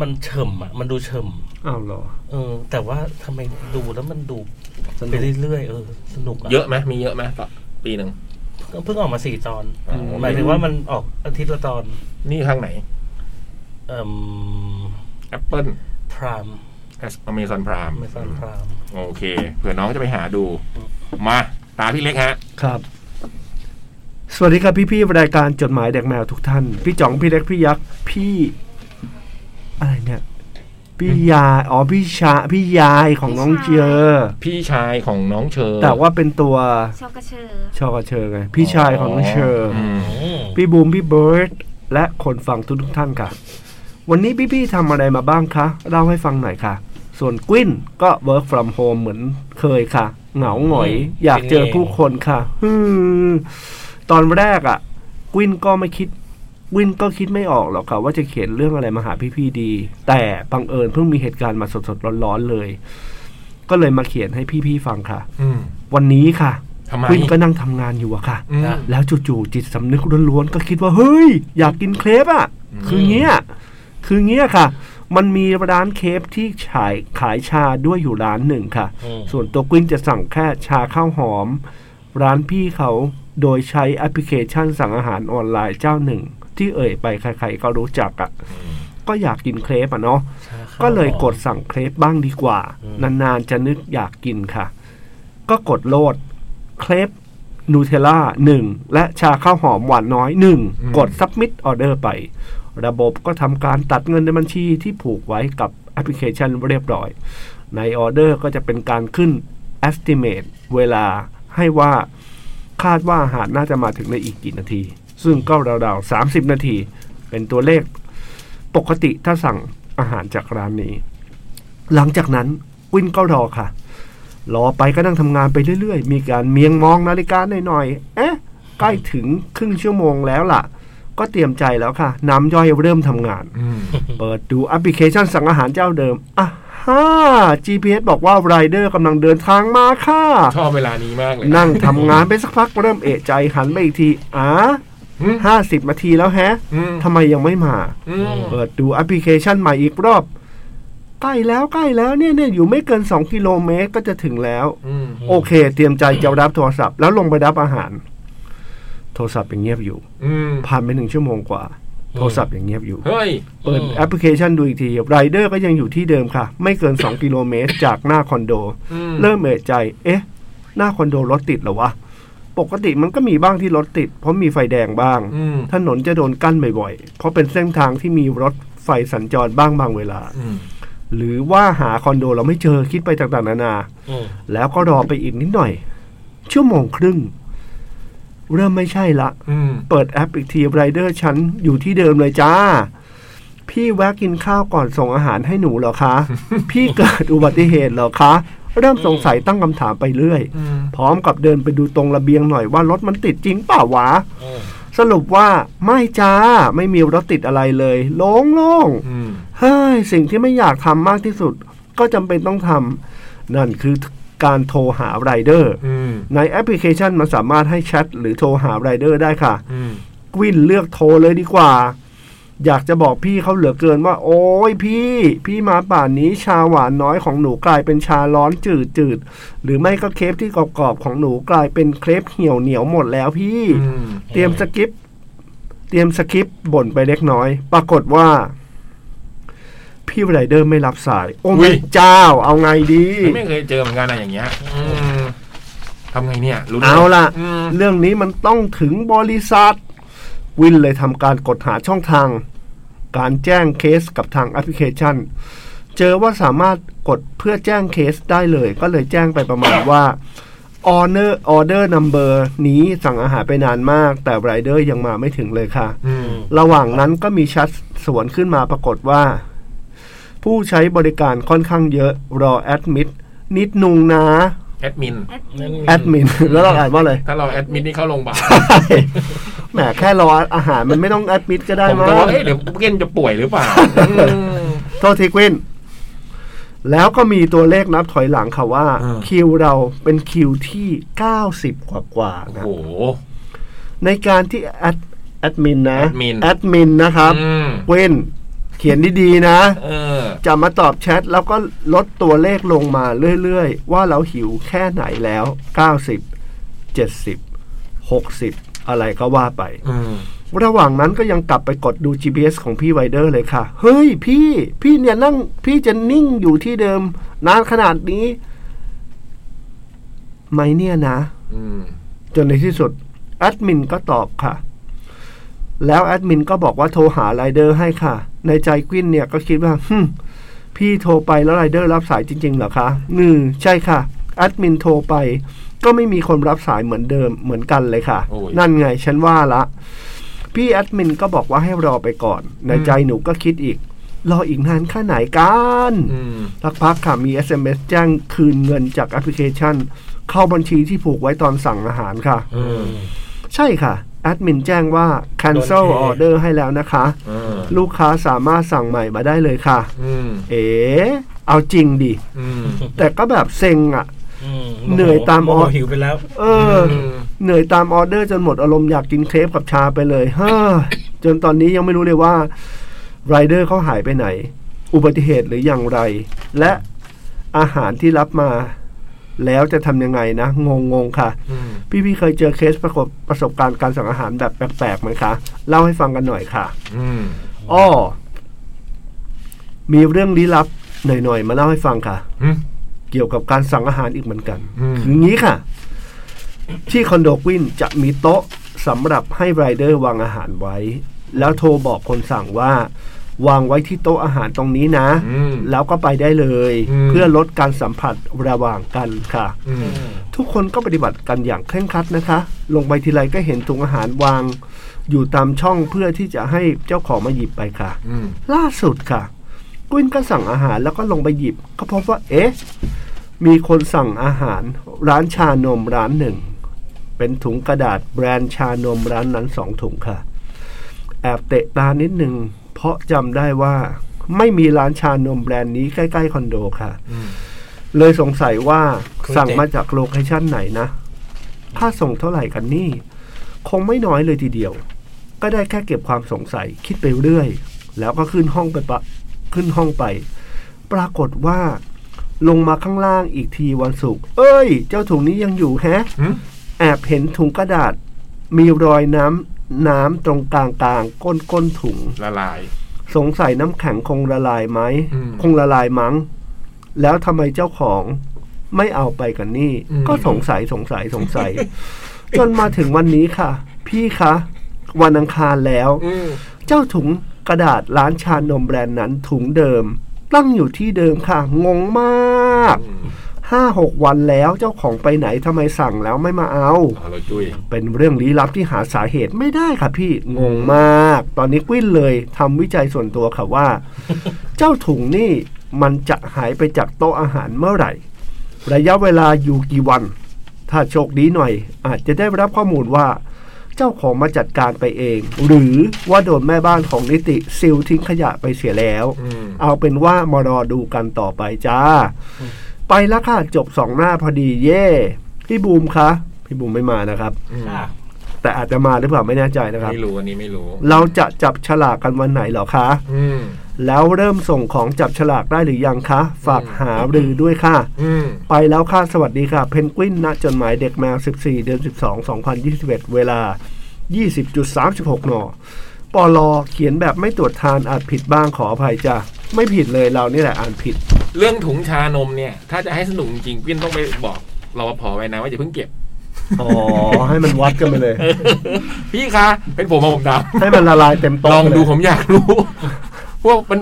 Speaker 4: มันเฉ่มอ่ะ มันดูเฉ่ม
Speaker 7: อ้าวเหรอ
Speaker 4: เออ แต่ว่าทำไมดูแล้วมันดู
Speaker 7: สนุก
Speaker 4: ไปเรื่อยๆเออสนุก
Speaker 2: เยอะไหมมีเยอะไหมต่อปีหนึ่ง
Speaker 4: ก็เพิ่งออกมาสี่ตอน
Speaker 2: อืม
Speaker 4: หมายถึงว่ามันออกอาทิตย์ละตอน
Speaker 2: นี่ทางไหน
Speaker 4: เอ่ม
Speaker 2: Apple
Speaker 4: พราม
Speaker 2: Amazon Prime
Speaker 4: ไม่ฟันพราม
Speaker 2: โอเค เผื่อน้องจะไปหาดู มาตาพี่เล็กฮะ
Speaker 3: ครับ สวัสดีครับพี่ๆรายการจดหมายเด็กแมวทุกท่าน พี่จ๋องพี่เล็กพี่ยักษ์พี่อะไรเนี่ย พี่ยายอ๋อพี่ชาพี่ยายของน้องเจอ
Speaker 2: พี่ชายของน้องเชอ
Speaker 3: แต่ว่าเป็นตัว
Speaker 5: ชอบกระเชอ
Speaker 3: ชอกบเชอไงพี่ชายของน้องเชอ
Speaker 2: ม
Speaker 3: พี่บูมพี่เบิร์ดและคนฟังทุกทุกๆท่านค่ะ วันนี้พี่ๆทำอะไรมาบ้างคะเล่าให้ฟังหน่อยค่ะ ส่วนกุ้นก็ work from home เหมือนเคยค่ะ เหงาหงอย
Speaker 4: อืม
Speaker 3: อยากเจอ
Speaker 4: เป็นไง
Speaker 3: ผู้คนค่ะฮึมตอนแรกอะ่ะกุ้นก็ไม่คิดกุ้นก็คิดไม่ออกหรอกค่ะ ว่าจะเขียนเรื่องอะไรมาหาพี่ๆดี แต่บังเอิญเพิ่งมีเหตุการณ์มาสดๆร้อนๆเลย ก็เลยมาเขียนให้พี่ๆฟังค่ะ
Speaker 2: อืม
Speaker 3: วันนี้ค่ะ
Speaker 2: ทำไม
Speaker 3: กุ้นก็นั่งทำงานอยู่อะค่ะ
Speaker 2: อืม
Speaker 3: แล้วจู่ๆจิตสำนึกล้วนๆก็คิดว่าเฮ้ย อยากกินเครปอ่ะ
Speaker 2: อืม
Speaker 3: คือเงี้ย คือเงี้ยค่ะ มันมีร้านเครปที่ขายขายชาด้วยอยู่ร้านหนึ่งค่ะ
Speaker 4: อืม
Speaker 3: ส่วนตัวกุ้งจะสั่งแค่ชาข้าวหอม ร้านพี่เขาโดยใช้แอปพลิเคชันสั่งอาหารออนไลน์เจ้าหนึ่ง ที่เอ่ยไปใครๆก็รู้จักอ่ะ ก็อยากกินเครปอ่ะเนาะ ก็เลยกดสั่งเครปบ้างดีกว่า
Speaker 4: อืม
Speaker 3: นาน ๆ จะนึกอยากกินค่ะ ก็กดโลดเครปนูเทลล่าหนึ่งและชาข้าวหอมหวานน้อยหนึ่ง
Speaker 2: อืม
Speaker 3: กด s ั b มิ t ออเดอร์ไป ระบบก็ทำการตัดเงินในบัญชีที่ผูกไว้กับแอปพลิเคชันเรียบร้อย ในออเดอร์ก็จะเป็นการขึ้น estimate เวลาให้ว่าคาดว่าอาหารน่าจะมาถึงในอีกกี่นาที ซึ่งก็ราวๆ30 นาที เป็นตัวเลข ปกติถ้าสั่งอาหารจากร้านนี้ หลังจากนั้นวินก็รอค่ะ รอไปก็นั่งทำงานไปเรื่อยๆ มีการเมียงมองนาฬิกาหน่อยๆ เอ๊ะ ใกล้ถึงครึ่งชั่วโมงแล้วล่ะ ก็เตรียมใจแล้วค่ะ น้ำย่อยเริ่มทำงาน
Speaker 2: อืม
Speaker 3: เปิดดูแอปพลิเคชันสั่งอาหารเจ้าเดิมอ่ะฮ่า GPS บอกว่าไรเดอร์กำลังเดินทางมาค่ะ
Speaker 2: ชอบเวลานี้มากเลย
Speaker 3: นั่งทำงานไปสักพักเริ่มเอะใจหันไปอีกทีอ่ะ
Speaker 2: อืม
Speaker 3: ห้าสิบนาทีแล้วแฮะ
Speaker 2: อืม
Speaker 3: ทำไมยังไม่มา
Speaker 2: อืม
Speaker 3: เปิดดูแอปพลิเคชันใหม่อีกรอบ ใกล้แล้วใกล้แล้วเนี่ยเนี่ยอยู่ไม่เกิน 2 กิโลเมตรก็จะถึงแล้ว
Speaker 2: อืม
Speaker 3: โอเค เตรียมใจจะรับโทรศัพท์แล้วลงไปรับอาหาร โทรศัพท์ยังเงียบอยู่
Speaker 2: อืม
Speaker 3: ผ่านไปหนึ่งชั่วโมงกว่า โทรศัพท์ยังเงียบอยู่
Speaker 2: เฮ้ย
Speaker 3: เปิดแอปพลิเคชันดูอีกทีไรเดอร์ก็ยังอยู่ที่เดิมค่ะ ไม่เกิน 2 กิโลเมตรจากหน้าคอนโด
Speaker 2: อืม
Speaker 3: เริ่มเอะใจ เอ๊ะ หน้าคอนโดรถติดเหรอวะ ปกติมันก็มีบ้างที่รถติด เพราะมีไฟแดงบ้าง
Speaker 2: อืม
Speaker 3: ถนนจะโดนกั้นบ่อยๆ เพราะเป็นเส้นทางที่มีรถไฟสัญจรบ้างบางเวลา
Speaker 2: อืม
Speaker 3: หรือว่าหาคอนโดเราไม่เจอคิดไปต่างๆนานา
Speaker 4: อืม
Speaker 3: แล้วก็รอไปอีกนิดหน่อย ชั่วโมงครึ่ง เริ่มไม่ใช่ละ
Speaker 2: อืม
Speaker 3: เปิดแอปอีกทีไรเดอร์ฉันอยู่ที่เดิมเลยจ้า พี่แวะกินข้าวก่อนส่งอาหารให้หนูเหรอคะ พี่เกิดอุบัติเหตุเหรอคะ เริ่มสงสัยตั้งคำถามไปเรื่อย
Speaker 2: อืม
Speaker 3: พร้อมกับเดินไปดูตรงระเบียงหน่อยว่ารถมันติดจริงเปล่าวะ
Speaker 4: อืม
Speaker 3: สรุปว่าไม่จ้า ไม่มีรถติดอะไรเลยโล่งโล่ง
Speaker 2: อืม
Speaker 3: ๆเฮ้ย สิ่งที่ไม่อยากทำมากที่สุด ก็จำเป็นต้องทำนั่นคือการโทรหาไรเดอร์
Speaker 2: อืม
Speaker 3: ในแอปพลิเคชันมันสามารถให้แชทหรือโทรหาไรเดอร์ได้ค่ะ
Speaker 2: อืม
Speaker 3: กวินเลือกโทรเลยดีกว่า อยากจะบอกพี่เขาเหลือเกินว่า โอ้ยพี่ พี่มาป่านนี้ชาหวานน้อยของหนูกลายเป็นชาร้อนจืดจืดๆหรือไม่ก็เครปที่กรอบๆของหนูกลายเป็นเครปเหี่ยวเหนียวหมดแล้วพี่
Speaker 2: อืม
Speaker 3: เตรียมสกิป เตรียมสกิปบ่นไปเล็กน้อย ปรากฏว่า พี่ไรเดอร์ไม่รับสาย โอ้ไม่เจ้า เอาไงดี
Speaker 2: ไม่เคยเจอเหมือนกันอะไรอย่างเงี้ยอืมทำไงเนี่ยรู้ไหม
Speaker 3: เอาล่ะ
Speaker 2: อืม
Speaker 3: เรื่องนี้มันต้องถึงบริษัท วินเลยทำการกดหาช่องทาง การแจ้งเคสกับทางแอปพลิเคชัน เจอว่าสามารถกดเพื่อแจ้งเคสได้เลย ก็เลยแจ้งไปประมาณว่า Order Order Number นี้สั่งอาหารไปนานมาก แต่ไรเดอร์ยังมาไม่ถึงเลยค่ะ
Speaker 2: อืม
Speaker 3: ระหว่างนั้นก็มีชัดสวนขึ้นมาปรากฏว่า ผู้ใช้บริการค่อนข้างเยอะรอแอดมิดนิดนุงนะ
Speaker 2: แอดมิน
Speaker 5: แอด
Speaker 4: นั่นไง
Speaker 3: แอดมิน แล้วเราอ่านว่าอะไร
Speaker 2: ถ้าเราแอดมินนี่เข้าโรงพยาบาล
Speaker 3: แหมแค่รออาหารมันไม่ต้องแอดมิดก็ได้
Speaker 2: ผม
Speaker 3: มั้ง
Speaker 2: ก็ว่าเอ๊ะเดี๋ยวเก้นจะป่วยหรือเปล่า
Speaker 3: โทษทีกวิน แล้วก็มีตัวเลขนับถอยหลังค่ะว่า คิวเราเป็นคิวที่ 90 กว่ากว่า
Speaker 2: โอ้
Speaker 3: ๆนะ
Speaker 2: โห
Speaker 3: ในการที่แอดแอดมินนะ
Speaker 2: แอดมิน
Speaker 3: แอดมินนะครับ
Speaker 2: อืม
Speaker 3: กวินเขียนดีๆนะ
Speaker 2: เออ
Speaker 3: จะมาตอบแชทแล้วก็ลดตัวเลขลงมาเรื่อยๆ ว่าเราหิวแค่ไหนแล้ว 90 70 60 อะไรก็ว่าไป
Speaker 2: อืม
Speaker 3: ระหว่างนั้นก็ยังกลับไปกดดู GPS ของพี่ไวเดอร์เลยค่ะ เฮ้ยพี่ พี่เนี่ยนั่ง พี่จะนิ่งอยู่ที่เดิม นานขนาดนี้ ไหมเนี่ยนะ
Speaker 2: อืม
Speaker 3: จนในที่สุด แอดมินก็ตอบค่ะ แล้วแอดมินก็บอกว่าโทรหาไรเดอร์ให้ค่ะ ในใจกวินเนี่ยก็คิดว่าฮึมพี่โทรไปแล้วไรเดอร์รับสายจริงๆเหรอคะอืมใช่ค่ะ แอดมินโทรไป ก็ไม่มีคนรับสายเหมือนเดิมเหมือนกันเลยค่ะ นั่นไงฉันว่าละ พี่แอดมินก็บอกว่าให้รอไปก่อน ในใจหนูก็คิดอีก รออีกนานแค่ไหนกัน
Speaker 2: อืม
Speaker 3: สักพักค่ะมี SMS แจ้งคืนเงินจากแอปพลิเคชัน เข้าบัญชีที่ผูกไว้ตอนสั่งอาหารค่ะ
Speaker 2: เอ
Speaker 4: อื
Speaker 2: อ
Speaker 4: ม
Speaker 3: ใช่ค่ะ แอดมินแจ้งว่า cancel
Speaker 4: โดนเท
Speaker 3: order ให้แล้วนะคะ
Speaker 2: เออ
Speaker 3: ลูกค้าสามารถสั่งใหม่มาได้เลยค่ะ
Speaker 2: อืม
Speaker 3: เอ๋เอาจริงดิ
Speaker 2: อืม
Speaker 3: แต่ก็แบบเซ็งอ่ะ
Speaker 4: ม
Speaker 3: เหนื่อยตามออ
Speaker 4: โโหหิวไปแล้ว
Speaker 3: เออ เหนื่อยตามออเดอร์จนหมดอารมณ์อยากกินเครปกับชาไปเลยเฮ้อจนตอนนี้ยังไม่รู้เลยว่าไรเดอร์เขาหายไปไหน อุบัติเหตุหรืออย่างไร และอาหารที่รับมา แล้วจะทำยังไงนะ งงงๆค่ะ
Speaker 2: อืม
Speaker 3: พี่พี่ๆเคยเจอเคสประสบประสบการณ์การสั่งอาหารแบบแปลกๆไหมคะ เล่าให้ฟังกันหน่อยค่ะ
Speaker 2: อืม
Speaker 3: อ้อ มีเรื่องลี้ลับหน่อยๆ มาเล่าให้ฟังค่ะ
Speaker 2: อืม
Speaker 3: เกี่ยวกับการสั่งอาหารอีกเหมือนกัน
Speaker 2: อืม
Speaker 3: คืองี้ค่ะ ที่คอนโดกวินจะมีโต๊ะสำหรับให้ไรเดอร์วางอาหารไว้ แล้วโทรบอกคนสั่งว่า วางไว้ที่โต๊ะอาหารตรงนี้นะ
Speaker 2: อืม
Speaker 3: แล้วก็ไปได้เลย
Speaker 2: อืม
Speaker 3: เพื่อลดการสัมผัสระหว่างกันค่ะ
Speaker 2: อืม
Speaker 3: ทุกคนก็ปฏิบัติกันอย่างเคร่งครัดนะคะ ลงไปทีไรก็เห็นถุงอาหารวาง อยู่ตามช่องเพื่อที่จะให้เจ้าของมาหยิบไปค่ะ
Speaker 2: อืม
Speaker 3: ล่าสุดค่ะกุ้นก็สั่งอาหารแล้วก็ลงไปหยิบ ก็พบว่า เอ๊ะ มีคนสั่งอาหารร้านชานมร้านหนึ่ง เป็นถุงกระดาษแบรนด์ชานมร้านนั้นสองถุงค่ะ แอบเตะตานิดหนึ่งเพราะจำได้ว่า ไม่มีร้านชานมแบรนด์นี้ใกล้ ๆ คอนโดค่ะ
Speaker 2: อืม
Speaker 3: เลยสงสัยว่า
Speaker 4: เคยเจอ
Speaker 3: สั่งมาจากโลเคชั่นไหนนะ ค่าส่งเท่าไหร่กันนี่ คงไม่น้อยเลยทีเดียว ก็ได้แค่เก็บความสงสัยคิดไปเรื่อย แล้วก็ขึ้นห้องไปปะขึ้นห้องไป ปรากฏว่า ลงมาข้างล่างอีกทีวันศุกร์เอ้ย เจ้าถุงนี้ยังอยู่แฮะ
Speaker 2: อืม
Speaker 3: แอบเห็นถุงกระดาษ มีรอยน้ำน้ำตรงกลางกลางๆก้นก้นถุง
Speaker 2: ละลาย
Speaker 3: สงสัยน้ำแข็งคงละลายไหม
Speaker 2: อืม
Speaker 3: คงละลายมั้ง แล้วทำไมเจ้าของไม่เอาไปกันนี่
Speaker 2: อืม
Speaker 3: ก็สงสัยสงสัยสงสัย จนมาถึงวันนี้ค่ะ พี่คะ วันอังคารแล้ว
Speaker 2: อืม
Speaker 3: เจ้าถุงกระดาษร้านชานมแบรนด์นั้นถุงเดิม ตั้งอยู่ที่เดิมค่ะ งงมาก
Speaker 2: อืม
Speaker 3: ห้าหกวันแล้วเจ้าของไปไหนทำไมสั่งแล้วไม่มาเอา
Speaker 2: เอาเลยจุ้ย
Speaker 3: เป็นเรื่องลี้ลับที่หาสาเหตุไม่ได้ค่ะพี่งงมาก ตอนนี้กวิ้นเลยทำวิจัยส่วนตัวค่ะว่า เจ้าถุงนี่มันจะหายไปจากโต๊ะอาหารเมื่อไหร่ ระยะเวลาอยู่กี่วัน ถ้าโชคดีหน่อย อาจจะได้รับข้อมูลว่า เจ้าของมาจัดการไปเอง หรือว่าโดนแม่บ้านของนิติซิลทิ้งขยะไปเสียแล้ว
Speaker 2: อืม
Speaker 3: เอาเป็นว่ามารอดูกันต่อไปจ้า ไปแล้วค่ะจบสองหน้าพอดีเย่พี่บูมคะพี่บูมไม่มานะครับ
Speaker 2: อืม
Speaker 4: ค่ะ
Speaker 3: แต่อาจจะมาหรือเปล่าไม่แน่ใจนะครับ
Speaker 2: ไม่รู้อันนี้ไม่รู้
Speaker 3: เราจะจับฉลากกันวันไหนเหรอคะ
Speaker 2: อืม
Speaker 3: แล้วเริ่มส่งของจับฉลากได้หรือยังคะ ฝาก
Speaker 2: อืม
Speaker 3: หารือด้วยค่ะ
Speaker 2: อืม
Speaker 3: ไปแล้วค่ะ สวัสดีค่ะ เพนกวินนะจดหมายเด็กแมว 14 เดือน 12 2021 เวลา 20.36 น ปลอเขียนแบบไม่ตรวจทานอาจผิดบ้างขออภัยจ้ะ ไม่ผิดเลยเรานี่แหละอ่านผิด
Speaker 2: เรื่องถุงชานมเนี่ย ถ้าจะให้สนุกจริงๆกวินต้องไปบอกรปภไว้นะว่าอย่าเพิ่งเก็บ
Speaker 3: อ๋อ ให้มันวัดกันไปเลย
Speaker 2: พี่คะ เป็นผมมาผมด
Speaker 3: ให้มันละลายเต็ม
Speaker 2: ำ
Speaker 3: โต๊ะ
Speaker 2: ลองดู
Speaker 3: ไปเย
Speaker 2: ผมอยากรู้ ว่ามัน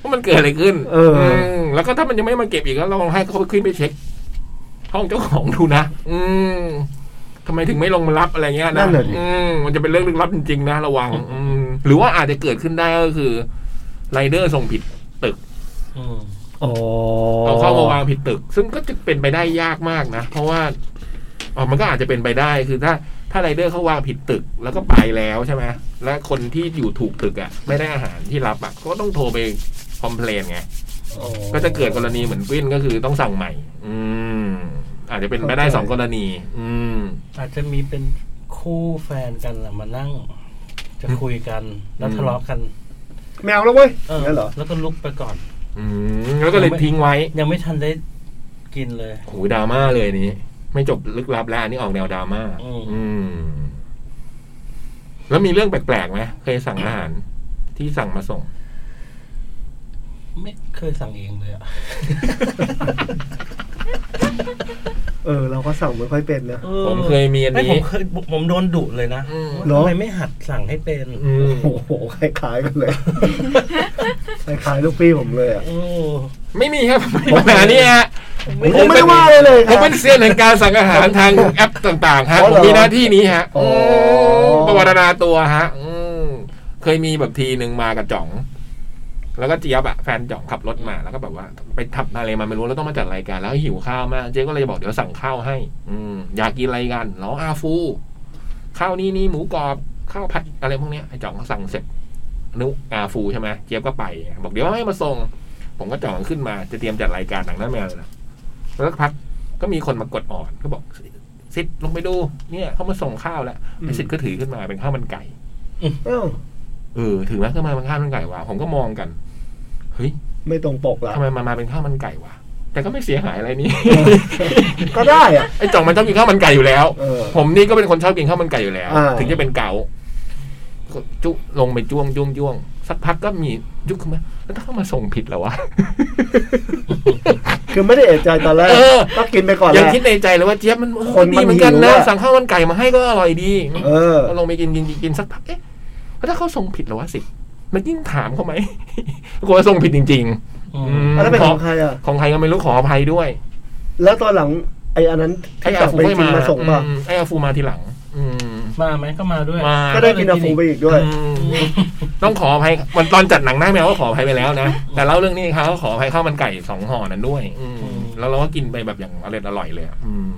Speaker 2: ว่ามันเกิดอะไรขึ้น
Speaker 3: เอออื
Speaker 2: มแล้วก็ถ้ามันยังไม่มาเก็บอีกก็ลองให้เขาขึ้นไปเช็ค ห้องเจ้าของดูนะ อืมทำไมถึงไม่ลงมารับอะไรเงี้ย
Speaker 3: นั่
Speaker 2: นะ
Speaker 3: นน่ะดิ
Speaker 2: อืมมันจะเป็นเรื่องลึกลับจริงๆนะระวัง อืมหรือว่าอาจจะเกิดขึ้นได้ก็คือไรเดอร์ส่งผิด
Speaker 4: อืม
Speaker 7: อ๋อ
Speaker 2: เอาเข้ามาวางผิดตึก ซึ่งก็จะเป็นไปได้ยากมากนะ เพราะว่าอ๋อมันก็อาจจะเป็นไปได้คือถ้าถ้าไรเดอร์เขาวางผิดตึกแล้วก็ไปแล้วใช่ไหมและคนที่อยู่ถูกตึกอ่ะ ไม่ได้อาหารที่รับอ่ะก็ต้องโทรไปคอมเพลนไง
Speaker 4: อ๋อ
Speaker 2: ก็จะเกิดกรณีเหมือนกวินก็คือต้องสั่งใหม่ อืม อาจจะเป็นไปได้สองกรณี อืม
Speaker 4: อาจจะมีเป็นคู่แฟนกันแหละมานั่ง จะคุยกันแล้ว
Speaker 2: อืม
Speaker 4: ทะเลาะกัน
Speaker 3: แมวแล้วเว้ย
Speaker 4: เออ
Speaker 3: นั่นเหรอ
Speaker 4: แล้วก็ลุกไปก่อน
Speaker 2: อืมแล้วก็เลยทิ้งไว้
Speaker 4: ยังไม่ทันได้กินเลย
Speaker 2: โหูดราม่าเลยอันนี้ ไม่จบลึกลับแล้วอันนี้ออกแนวดราม่า
Speaker 4: อืม
Speaker 2: อืม แล้วมีเรื่องแปลกๆไหมเคยสั่งอาหารที่สั่งมาส่ง
Speaker 4: ไม่เคยสั่งเองเลยอะ
Speaker 3: เออ เราก็สั่งไม่ค่อยเป็นนะ
Speaker 2: ผมเคยมีอัน
Speaker 4: ไม่ผ
Speaker 2: นี้
Speaker 4: มเคยผมผมโดนดุเลยนะ
Speaker 2: อืม
Speaker 4: ว่า
Speaker 3: เหรอ
Speaker 4: ทำไมไม่หัดสั่งให้เป็น
Speaker 2: อืม
Speaker 3: โอ้โหคล้ายๆกันเลย คล้ายๆลูกพี่ผมเลยอ่ะ
Speaker 4: โอ้
Speaker 2: ไม่มีครับไม่มีปัญหานี่ฮะ
Speaker 3: ผมไม่ได้ว่าเลยเลยค
Speaker 2: ผ
Speaker 3: รั
Speaker 2: ม
Speaker 3: บ
Speaker 2: เป็นเซียนแห่งการสั่งอาหารทางแอปต่างๆฮะ
Speaker 3: อ๋อ
Speaker 2: ผม
Speaker 3: เหรอ
Speaker 2: มีหน้าที่นี้ฮะ
Speaker 3: อ๋
Speaker 2: ม
Speaker 3: อ
Speaker 2: ประวัตินาตัวฮะ อืมเคยมีแบบทีหนึ่งมากับจ่อง แล้วก็เจี๊ยบอะแฟนจ่องขับรถมาแล้วก็แบบว่า ไปทับอะไรมาไม่รู้แล้วต้องมาจัดรายการแล้วหิวข้าวมากเจ๊ก็เลยบอกเดี๋ยวสั่งข้าวให้ อืมอยากกินอะไรกันเหรออาฟู ข้าวนี่นี่หมูกรอบข้าวผัดอะไรพวกเนี้ยไอ้จ่องก็สั่งเสร็จนุอาฟูใช่ไหมเจี๊ยบก็ไป บอกเดี๋ยวให้มาส่ง ผมก็จ่องขึ้นมาจะเตรียมจัดรายการหนังหน้าแมวเลยนะแล้วสักพัก ก็มีคนมากดอ่อนก็บอกซิดลงไปดู เนี่ยเขามาส่งข้าวแล้วไอ้ซิดก็ถือขึ้นมาเป็นข้าวมันไก่
Speaker 3: เอ้า
Speaker 2: เออถือมาขึ้นมาเป็นข้าวมันไก่ว่ะผมก็มองกันเฮ้ย
Speaker 3: ไม่ตรงปกละ
Speaker 2: ทำไมมามาเป็นข้าวมันไก่วะแต่ก็ไม่เสียหายอะไรนี่
Speaker 3: ก็ได้อ่ะ
Speaker 2: ไอ้จ่องมันชอบกินข้าวมันไก่อยู่แล้ว
Speaker 3: เออ
Speaker 2: ผมนี่ก็เป็นคนชอบกินข้าวมันไก่อยู่แล้ว
Speaker 3: อ่า
Speaker 2: ถึงจะเป็นเกาก็จุลงไปจ้วงจ้วงจ้วงสักพักก็มียุกขึ้นมาแล้วถ้าเขามาส่งผิดเหรอวะ
Speaker 3: คือไม่ได้เอะใจตอนแรก
Speaker 2: เออ
Speaker 3: ก็กินไปก่อนแห
Speaker 2: ยัง
Speaker 3: ละ
Speaker 2: คิดในใจเลยว่าเจี๊ยบมันเออ
Speaker 3: คนมัน
Speaker 2: ดีเหมือนกัน
Speaker 3: หิว
Speaker 2: นะ
Speaker 3: อะ
Speaker 2: สั่งข้าวมันไก่มาให้ก็อร่อยดี
Speaker 3: เออ
Speaker 2: เราลงไปกินกินกินกินสักพัก เอ๊ะแล้วถ้าเขาส่งผิดเหรอวะสิ มันยิ่งถามเขาไหม กลัวส่งผิดจริง
Speaker 4: อืม
Speaker 2: อืม
Speaker 3: แล้วเป็นของใครอ่ะ
Speaker 2: ๆ ของใครก็ไม่รู้ขออภัยด้วย
Speaker 3: แล้วตอนหลังไอ้อันนั้น
Speaker 2: ไอ้
Speaker 3: ที่ก
Speaker 2: อา
Speaker 3: ลับ
Speaker 2: ฟู
Speaker 3: ไป
Speaker 2: ไม่
Speaker 3: กิน
Speaker 2: มา
Speaker 3: มาส่งป่ะ
Speaker 2: อืมไอ้อาฟูมาทีหลัง อืม
Speaker 4: มาไหมก็มาด้วย
Speaker 2: มา
Speaker 3: ก็ได้กินอาฟูไปอีกด้วย
Speaker 2: อืมต้องขออภัยมันตอนจัดหนังหน้าแมวก็ขออภัยไปแล้วนะ แต่เล่าเรื่องนี้เขาก็ขออภัยข้าวมันไก่สองห่อนั้นด้วย อืม
Speaker 4: อืม
Speaker 2: แล้วเราก็กินไปแบบอย่างอร่อยอร่อยๆเลยอะอืม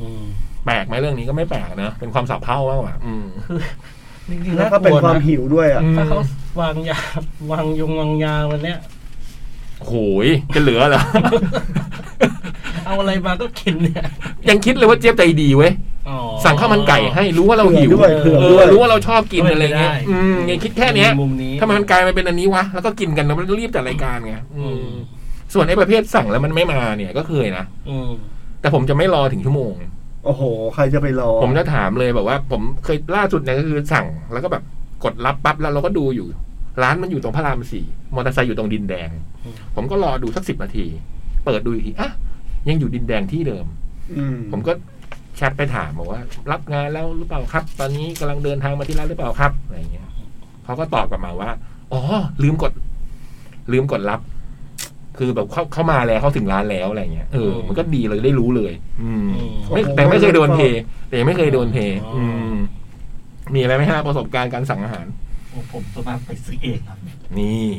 Speaker 4: อืม
Speaker 2: แปลกไหมเรื่องนี้ก็ไม่แปลกนะ เป็นความสับเพ่ามากกว่าอืม
Speaker 4: จริงๆ
Speaker 3: แล้ว
Speaker 4: น่า
Speaker 3: ก็
Speaker 4: ก
Speaker 3: เป็น
Speaker 4: ลัว
Speaker 3: ความ
Speaker 4: นะ
Speaker 3: หิวด้วยอ่ะ
Speaker 2: อืม
Speaker 4: ถ้าเขาวางยาวางยงวางยาวันเนี้ย
Speaker 2: โหยจะเหลือ เหรอ
Speaker 4: เอาอะไรมาก็กินเนี่ย
Speaker 2: ยังคิดเลยว่าเจี๊ยบใจดีเว้ย
Speaker 4: อ๋อ
Speaker 2: สั่งข้าวมันไก่ให้รู้ว่าเราหิว
Speaker 3: เผื่อด้วยเผื่อ
Speaker 2: เอ
Speaker 3: ด้
Speaker 2: อ
Speaker 3: วย
Speaker 2: รู้ว่าเราชอบกินอะไรเงี้ย
Speaker 4: ไม่ได้
Speaker 2: อืมยังคิดแค่เนี้ย
Speaker 4: มุมนี้
Speaker 2: ถ้ามันกลายมาเป็นอันนี้วะแล้วก็กินกันแล้วมันรีบจัดรายการไงอื
Speaker 4: อื
Speaker 2: ม
Speaker 4: ม
Speaker 2: ส่วนไอ้ประเภทสั่งแล้วมันไม่มาเนี่ยก็เคยนะ
Speaker 4: อืม
Speaker 2: แต่ผมจะไม่รอถึงชั่วโมง
Speaker 3: โอ้โห ใครจะไปรอ
Speaker 2: ผมจะถามเลยแบบว่า ผมเคยล่าสุดเนี่ยก็คือสั่งแล้วก็แบบกดรับปั๊บแล้วเราก็ดูอยู่ ร้านมันอยู่ตรงพระรามสี่มอเตอร์ไซค์อยู่ตรงดินแดง ผมก็รอดูสักสิบนาที เปิดดูอีกทีอ่ะยังอยู่ดินแดงที่เดิม
Speaker 3: อืม
Speaker 2: ผมก็แชทไปถามบอกว่า รับงานแล้วหรือเปล่าครับ ตอนนี้กำลังเดินทางมาที่ร้านหรือเปล่าครับอะไรอย่างเงี้ยเขาก็ตอบกลับมาว่า อ๋อ ลืมกด ลืมกดรับ คือแบบเขาเข้ามาแล้วเขาถึงร้านแล้วอะไรเงี้ยเออมันก็ดีเลยได้รู้เลย อืมไม่แต่ไม่เคยโดนเท แต่ยังไม่เคยโดนเท อืม มีอะไรไหมฮะประสบการณ์การสั่งอาหาร
Speaker 6: ผมส่วนมากไปซื้อเองครับ
Speaker 2: นี่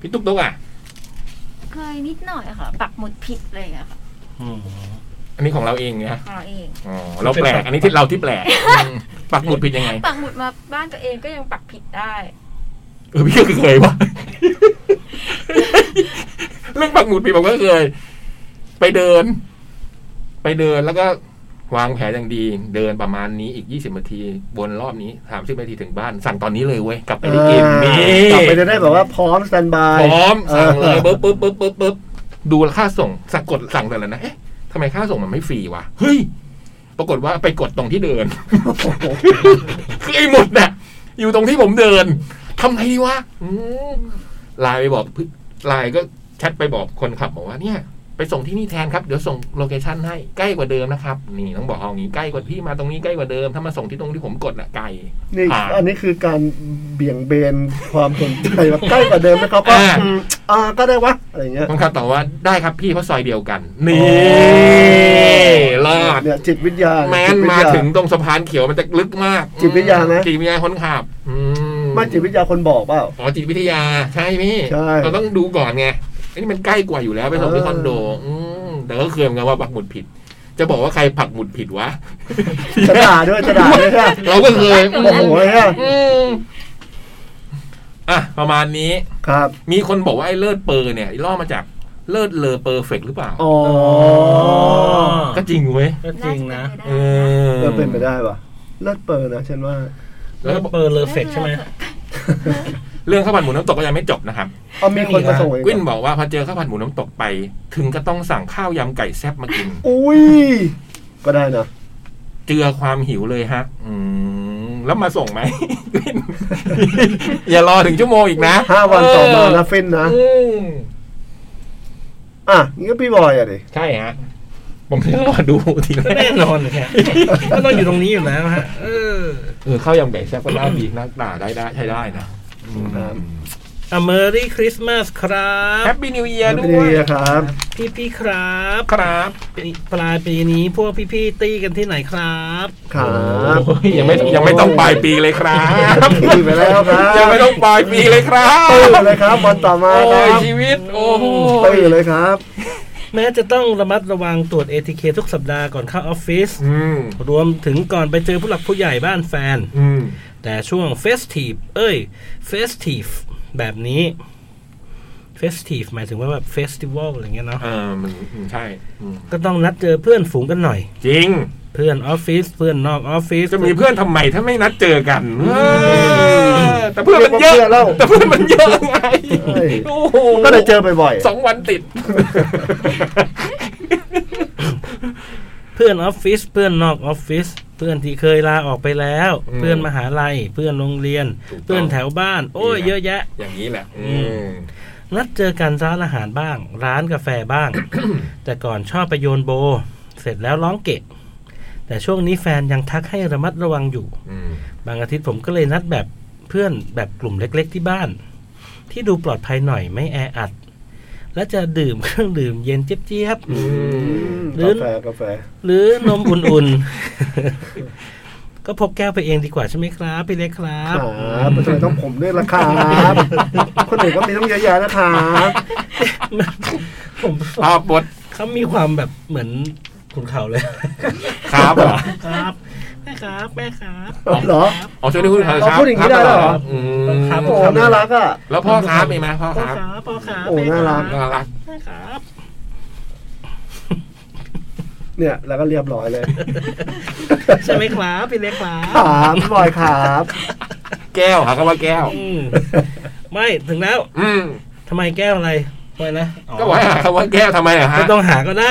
Speaker 2: พี่ตุ๊กตุ๊กอ่ะ
Speaker 5: เคยนิดหน่อยค่ะ ปักหมุดผิดอะไรอย่างเลยค่ะ
Speaker 4: อืม
Speaker 2: อันนี้ของเราเองเนี่ย
Speaker 5: ของเราเอง
Speaker 2: อ๋อเราแปลก อันนี้ที่เราที่แปลกอืมปักหมุดผิดยังไง
Speaker 5: ปักหมุดมาบ้านตัวเองก็ยังปักผิดได้
Speaker 2: เออพี่ก็เคยวะ เรื่องปักหมุดพี่ผมก็เคย ไปเดิน ไปเดินแล้วก็วางแผนอย่างดี เดินประมาณนี้อีกยี่สิบนาทีวนรอบนี้สามสิบนาทีถึงบ้าน สั่งตอนนี้เลยเว้ยกลับไปได้กินนี่
Speaker 3: กลับไปจะได้แบบว่าพร้อมสแตนบาย
Speaker 2: พร้อมสั่งเลย
Speaker 3: เออ
Speaker 2: ปึ๊บปึ๊บปึ๊บปึ๊บปึ๊บดูค่าส่งสั่งกดสั่งแต่ละนะเอ๊ะทำไมค่าส่งมันไม่ฟรีวะเฮ้ยปรากฏว่าไปกดตรงที่เดิน คือไอ้หมดน่ะ อยู่ตรงที่ผมเดินทำไงดีวะอืมไลน์ไปบอกเพื่อนไลน์ก็แชทไปบอกคนขับบอกว่าเนี่ย ไปส่งที่นี่แทนครับ เดี๋ยวส่งโลเคชันให้ใกล้กว่าเดิมนะครับ นี่ต้องบอกเขาอย่างนี้ใกล้กว่าพี่มาตรงนี้ใกล้กว่าเดิม ถ้ามาส่งที่ตรงที่ผมกดน่ะไกล
Speaker 3: นี่
Speaker 2: ผ่าน
Speaker 3: อันนี้คือการเบี่ยงเบนความสนใจแบบใกล้กว่าเดิมแล้วเขาก็
Speaker 2: อ่า
Speaker 3: อืมอ่าก็ได้วะอะไรเงี้ย
Speaker 2: คนขับตอบว่าได้ครับพี่เพราะซอยเดียวกัน นี่รอด
Speaker 3: เนี่ยจิตวิทยา
Speaker 2: แม
Speaker 3: จิ
Speaker 2: น
Speaker 3: ตวิท
Speaker 2: มาย ถึงตรงสะพานเขียวมันจะลึกมาก
Speaker 3: จิตวิทยานะ
Speaker 2: จิตวิทยาคนขับ อืม
Speaker 3: ไม่จิตวิทยาคนบอกเปล่า
Speaker 2: อ๋อจิตวิทยาใช่พี่
Speaker 3: ใช่
Speaker 2: เราต้องดูก่อนไงไอ้นี่มันใกล้กว่าอยู่แล้วไปส่งที่
Speaker 3: เออ
Speaker 2: คอนโด อืมแต่ก็เคืองกันว่าปักหมุดผิด จะบอกว่าใครปักหมุดผิดวะ
Speaker 3: จะด่าด้วยจะด่าด้วยใช่ไหม
Speaker 2: เราก็เคย
Speaker 3: โอ้โหเนี่ย
Speaker 2: อืมอ่ะประมาณนี้
Speaker 3: ครับ
Speaker 2: มีคนบอกว่าไอ้เลิศเปอร์เนี่ยล่อมาจากเลิศเลอเปอร์เฟกหรือเปล่า
Speaker 3: อ๋อ
Speaker 2: ก็จริงเว้ย
Speaker 4: ก็จริงนะ
Speaker 2: เออ
Speaker 3: เออเป็นไปได้ปะเลิศเปิดนะฉันว่า
Speaker 2: แล้
Speaker 4: แล้ว ว
Speaker 2: ก็
Speaker 4: เปิดเลอเฟกใช่ไหม
Speaker 2: เรื่องข้าวผัดหมูน้ำตกก็ยังไม่จบนะครับ
Speaker 3: เอามีคนมาส่งอีก
Speaker 2: กวินบอกว่าพอเจอข้าวผัดหมูน้ำตกไป ถึงก็ต้องสั่งข้าวยำไก่แซ่บมากิน
Speaker 3: อุ้ยก็ได้นะ
Speaker 2: เจือความหิวเลยฮะ อืมแล้วมาส่งไหม กวิน อย่ารอถึงชั่วโมงอีกนะ
Speaker 3: ห้าวันต่อมานะฟินนะ
Speaker 2: อืม
Speaker 3: อ่ะงี้ก็พี่บอยอ่ะดิ
Speaker 2: ใช่ฮะ ผมจะรอดูทีแร
Speaker 4: ก็แน่
Speaker 2: ก
Speaker 4: นอนเลย ฮะก็ต้องอยู่ตรงนี้อยู่แล้วฮะ เออ
Speaker 2: เออข้าวยำไก่แซ่บก็น่าดีน่าด่าได้ได้ใช้ได้นะ
Speaker 4: อเมริคริสต์มาสครั
Speaker 2: แฮ
Speaker 4: บ
Speaker 2: ปปี้นิว e ยียด้
Speaker 3: พี่ดี
Speaker 2: วย
Speaker 3: ครับ
Speaker 4: พี่พี่ๆครับ
Speaker 2: ครับ
Speaker 4: ปีปลายปีนี้พวกพี่พี่ๆตีกันที่ไหนครับ
Speaker 3: ครับ
Speaker 2: โอ้ยยังไม่ยังไม่ต้องปลายปีเลยครับ
Speaker 3: ดีไปแล้วครับ
Speaker 2: ยังไม่ต้องปลายปีเลยครับ
Speaker 3: ตื่นเลยครับวันต่อมา
Speaker 2: โอ้
Speaker 3: ค
Speaker 2: ย
Speaker 3: รับ
Speaker 2: ชีวิต โอ้โห
Speaker 3: ตื่นเลยครับ
Speaker 4: แม้จะต้องระมัดระวังตรวจเอทเคทุกสัปดาห์ก่อนเข้าออฟฟิศ
Speaker 2: อืม
Speaker 4: รวมถึงก่อนไปเจอผู้หลักผู้ใหญ่บ้านแฟน
Speaker 2: อืม
Speaker 4: แต่ช่วงเฟสทีฟเอ้ยเฟสทีฟแบบนี้เฟสทีฟหมายถึงว่าแบบเฟสติวัลอะไรเงี้ยเนาะ
Speaker 2: เออมันมันใช่อืม
Speaker 4: ก็ต้องนัดเจอเพื่อนฝูงกันหน่อย
Speaker 2: จริง
Speaker 4: เพื่อนออฟฟิศเพื่อนนอกออฟฟิศ
Speaker 2: จะมีเพื่อนทำไมถ้าไม่นัดเจอกันเออแต่เพื่อนมันเยอะ
Speaker 3: แล้ว
Speaker 2: แต่เพื่อนมันเยอะไง
Speaker 3: ใช่
Speaker 2: โอ้โห
Speaker 3: ก็เลยเจอบ่อย
Speaker 2: สองวันติด
Speaker 4: เพื่อนออฟฟิศเพื่อนนอกออฟฟิศเพื่อนที่เคยลาออกไปแล้ว
Speaker 2: อืม
Speaker 4: เพื่อนมหาลัย เพื่อนโรงเรียน
Speaker 2: ถูกต้อง
Speaker 4: เพื่อนแถวบ้าน โอ้ย
Speaker 2: ดีนะ
Speaker 4: เยอะแยะ
Speaker 2: อย่างนี้แหละ อืม
Speaker 4: นัดเจอกันร้านอาหารบ้าง ร้านกาแฟบ้าง แต่ก่อนชอบไปโยนโบ เสร็จแล้วร้องเกะ แต่ช่วงนี้แฟนยังทักให้ระมัดระวังอยู่
Speaker 2: อืม
Speaker 4: บางอาทิตย์ผมก็เลยนัดแบบเพื่อนแบบกลุ่มเล็ก ๆ ที่บ้าน ที่ดูปลอดภัยหน่อยไม่แออัด และจะดื่มเครื่องดื่มเย็นเจี๊ยบ
Speaker 2: อืม
Speaker 3: ๆกา
Speaker 4: ๆ
Speaker 3: แฟกาแฟ
Speaker 4: หรือนมอุ่นๆ ก็พกแก้วไปเองดีกว่าใช่ไหมครับ พี่เล็กครับ
Speaker 3: ครับทำไมต้องผมด้วยล่ะครับ คนอื่นก็มีต้องเยอะแยะนะครับ
Speaker 4: ผม
Speaker 2: ภาพบท
Speaker 4: เขามีความแบบเหมือนขุนเขาเลย
Speaker 2: ครับเหรอ
Speaker 4: ครับ แม่ครับ แม่ครับ
Speaker 3: เหรอ
Speaker 2: อ๋อช่วยนี่คุณครับ
Speaker 3: เราพูดอย่างนี้ได้เหรอ
Speaker 2: อืม
Speaker 4: ครับ
Speaker 3: โอ้น่ารักอ่ะ
Speaker 2: แล้วพ่อครับมีไหมพ่อค
Speaker 4: พ่อ
Speaker 2: รับ
Speaker 4: ครับพ่อครับ
Speaker 3: โอ้
Speaker 4: แม่ค
Speaker 3: น่ารั
Speaker 4: รับ
Speaker 3: ก
Speaker 2: น่ารัก
Speaker 4: แม่ครับ
Speaker 3: เนี่ยแล้วก็เรียบร้อยเลย
Speaker 4: ใช่ไหมครับพี่เล็กครับ
Speaker 3: ครับพี่บอยครับ
Speaker 2: แก้วหาคำว่าแก้ว
Speaker 4: อืมไม่ถึงแล้ว
Speaker 2: อืม
Speaker 4: ทำไมแก้วอะไรทำไมนะอ๋อ
Speaker 2: ก็บอกให้หาคำว่าแก้วทำไมอะฮะ
Speaker 4: ไม่ต้องหาก็ได้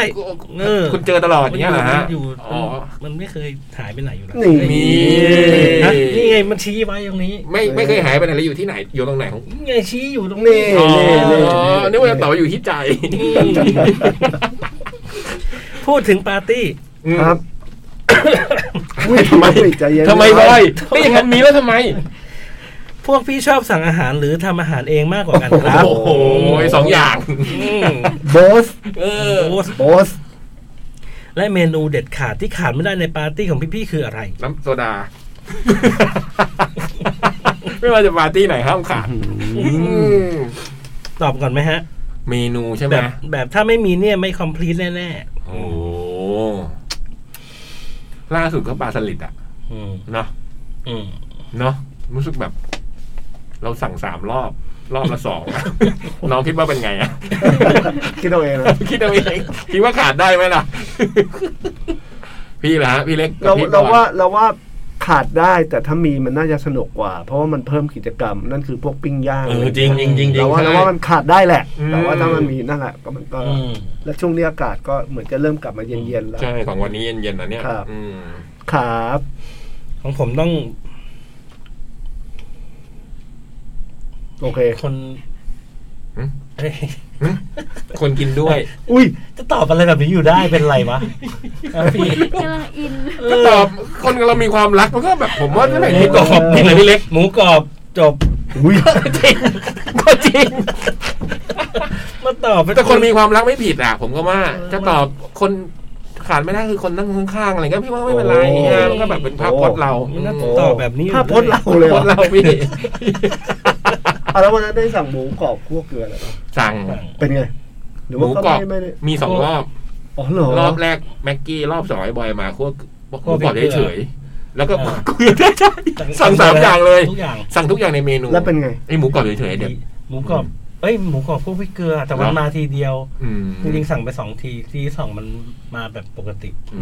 Speaker 4: เออ
Speaker 2: คุณเจอตลอดอย่างเงี้ยเหรอฮะ
Speaker 4: มันอยู่
Speaker 2: อ๋อ
Speaker 4: มันไม่เคยหายไปไหนอยู่แล้ว
Speaker 3: นี่
Speaker 2: นี่
Speaker 4: ฮะนี่ไงมันชี้ไว้ตรงนี้
Speaker 2: ไม่ไม่เคยหายไปไหนเลยอยู่ที่ไหนอยู่ตรงไหนของ
Speaker 4: นี่ไงชี้อยู่ตรง
Speaker 3: นี่
Speaker 4: นี้
Speaker 2: อ๋อนึ
Speaker 3: นี่นี่
Speaker 2: กว่าจะตอบอยู่ที่ใจ
Speaker 4: พูดถึงปาร์ตี้
Speaker 3: ครับอุ้ย
Speaker 2: ทำไม
Speaker 3: ใจเย็น
Speaker 2: ทำไมบอยไม่อย่างนั้นมีแล้วทำไม
Speaker 4: พวกพี่ชอบสั่งอาหารหรือทำอาหารเองมากกว่ากันครับ
Speaker 2: โอ้โหสองอย่าง
Speaker 4: อืม
Speaker 3: โบส
Speaker 2: เออ
Speaker 4: โอ้
Speaker 3: โบส
Speaker 4: และเมนูเด็ดขาดที่ขาดไม่ได้ในปาร์ตี้ของพี่ๆคืออะไร
Speaker 2: น้ำโซดา ไม่ว่าจะปาร์ตี้ไหนห้ามขาด
Speaker 4: ตอบก่อนไหมฮะ
Speaker 2: เมนูใช่ไหม
Speaker 4: แบบแบบถ้าไม่มีเนี่ยไม่คอมพลีทแน่
Speaker 2: โอ้โหล่าสุดก็ปลาสลิดอ่ะ
Speaker 4: ๆอืม
Speaker 2: เนาะ
Speaker 4: อืม
Speaker 2: เนาะรู้สึกแบบ เราสั่งสามรอบ รอบละสองอะ น้องคิดว่าเป็นไงอ่ะ
Speaker 3: คิดเอาเองนะ
Speaker 2: คิดเอาเองคิดว่าขาดได้ไหมล่ะ พี่ล่ะพี่เล็กกับ
Speaker 3: เรา
Speaker 2: พี่บอย
Speaker 3: เราว่าเราว่าขาดได้แต่ถ้ามีมันน่าจะสนุกกว่า เพราะว่ามันเพิ่มกิจกรรมนั่นคือพวกปิ้งย่าง
Speaker 2: เออจริงจริงจริงจริง
Speaker 3: เราว่า
Speaker 2: ใช่
Speaker 3: เราว่ามันขาดได้แหละ
Speaker 2: อืม
Speaker 3: แต่ว่าถ้ามันมีนั่นแหละก็มันก็
Speaker 4: อืม
Speaker 3: และช่วงนี้อากาศก็เหมือนจะเริ่มกลับมาเย็นๆแล้ว
Speaker 2: ใช่ของวันนี้เย็นๆนะเนี่ย
Speaker 3: ครับ
Speaker 2: อืม
Speaker 3: ครับ
Speaker 4: ของผมต้อง
Speaker 3: โอเค
Speaker 4: คนเอ้ย
Speaker 2: คนกินด้วย
Speaker 3: อุ้ย
Speaker 4: จะตอบอะไรแบบนี้อยู่ได้เป็นไรวะอ่ะพี่
Speaker 5: กำลังอิน
Speaker 2: ก็ตอบคนเรามีความรักมันก็แบบผมว่าเท่าไหร่พี่กบ
Speaker 3: เออ
Speaker 2: พี่ไหนพี่เล็ก
Speaker 4: หมูกรอบจบ
Speaker 3: อุ้ย
Speaker 2: ก็จริง
Speaker 4: มาตอบเป็
Speaker 2: แต่คนมีความรักไม่ผิดอ่ะ ผมก็ว่าจะตอบคน ขาดไม่ได้คือคนนั่งข้างๆอะไรเงี้ยพี่ว่าไม่เป็นไร
Speaker 3: โอ้
Speaker 2: นะมันก็แบบเป็นภาพพจน์เรา
Speaker 4: ไม่น่าติดต่อแบบนี้
Speaker 3: ภาพพจน์เราเลย
Speaker 2: ภาพพจน์เราพี่
Speaker 3: อ่ะแล้ววันนั้นได้สั่งหมูกรอบคั่วเกลืออะไรปะ
Speaker 2: สั่ง
Speaker 3: เป็นไงหรือ
Speaker 2: ห
Speaker 3: ว่า
Speaker 2: มู
Speaker 3: ก็
Speaker 2: กรอบ
Speaker 3: ไม่ไม่ได้
Speaker 2: มีสองรอบ
Speaker 3: อ๋อเหรอ
Speaker 2: รอบแรกแม็กกี้รอบสองไอ้บอยมาคั่วคั่วกรอบเฉยๆแล้วก็คุยได้ใจสั่งสามอย่างเลย
Speaker 4: ทุกอย่าง
Speaker 2: สั่งทุกอย่างในเมนู
Speaker 3: แล้วเป็นไง
Speaker 2: ไอ้หมูกรอบเฉยๆเดี๋ยว
Speaker 4: หมูกรอบเอ้ยหมูกรอบพวกพริกเกลือ แต่
Speaker 2: เห
Speaker 4: มัน
Speaker 2: รอ
Speaker 4: มาทีเดียว
Speaker 2: อืม
Speaker 4: จริงๆสั่งไปสองทีทีที่สองมันมาแบบปกติ
Speaker 2: อื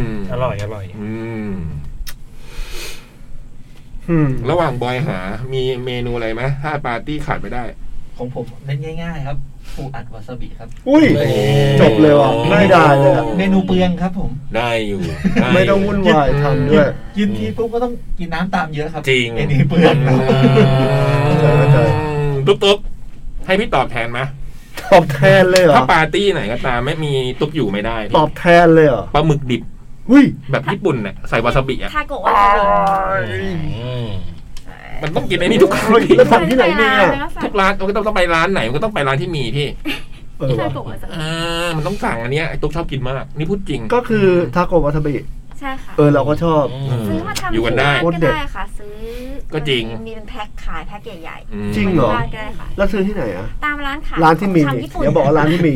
Speaker 2: ม
Speaker 4: อร่อยอร่อย
Speaker 2: อืม
Speaker 3: อืม
Speaker 2: ระหว่างบอยหา มีเมนูอะไรไหมถ้าปาร์ตี้ขาดไม่ได้
Speaker 6: ของผมเล่นง่าย ๆ ครับปูอัดวาซาบิครับ
Speaker 3: อุ้ย จบเลยว่ะง่ายดายเลยอะ
Speaker 6: เมนูเปลืองครับผม
Speaker 2: ได้อยู่
Speaker 3: ไม่ต้องวุ่นวายทำด้วย
Speaker 6: กินทีปุ๊บก็ต้องกินน้ำตามเยอะครับ
Speaker 2: จริง
Speaker 6: เมนูเปลืองครับ
Speaker 3: เข้าใจ
Speaker 2: ตุ๊บตุ๊บให้พี่ตอบแทนไหม
Speaker 3: ตอบแทนเลยเหรอ
Speaker 2: ถ้าปาร์ตี้ไหนก็ตามไม่มีตุ๊บอยู่ไม่ได้พี่
Speaker 3: ตอบแทนเลยเหรอ
Speaker 2: ปลาหมึกดิบ
Speaker 3: หุ้ย
Speaker 2: แบบญี่ปุ่นน่ะใส่วาซาบิอ่ะ
Speaker 5: ทาโกะวาซาบิ
Speaker 2: มันต้องกินไอ้นี่ทุกครั้ง
Speaker 3: เฮ้ย
Speaker 2: พี่
Speaker 3: แล้วทำที่ไหนเนี่ย
Speaker 2: ทุกร้านมันก็ต้องต้องไปร้านไหนมันก็ต้องไปร้านที่มีพี่
Speaker 3: เออ
Speaker 5: ทา
Speaker 3: ว่ะ
Speaker 5: โกะวาซาบิ
Speaker 2: อ่ามันต้องสั่งอันเนี้ยไอ้ตุ๊บชอบกินมาก นี่พูดจริง
Speaker 3: ก็คือทาโกะวาทาบิ
Speaker 5: ใช่ค่ะ
Speaker 3: เออเราก็ชอบ
Speaker 5: ซื้อมาทำ
Speaker 2: อยู่กันได้
Speaker 5: ที่บ้าก็ได้ค่ะ ซื้อ
Speaker 2: ก็จริง
Speaker 5: มีเป็นแพ็คขายแพ็คใหญ่
Speaker 2: อืม
Speaker 3: จริง
Speaker 5: ๆ
Speaker 3: เหรอ
Speaker 5: ที่บ้านก็ได้ค่ะ
Speaker 3: แล้วซื้อที่ไหนอ่ะ
Speaker 5: ตามร้านขาย
Speaker 3: ร้านที่มี
Speaker 5: ของ
Speaker 3: อีก
Speaker 5: ชำญี่ปุ่น
Speaker 3: เดี๋ยวบอกว่าร้าน ที่มี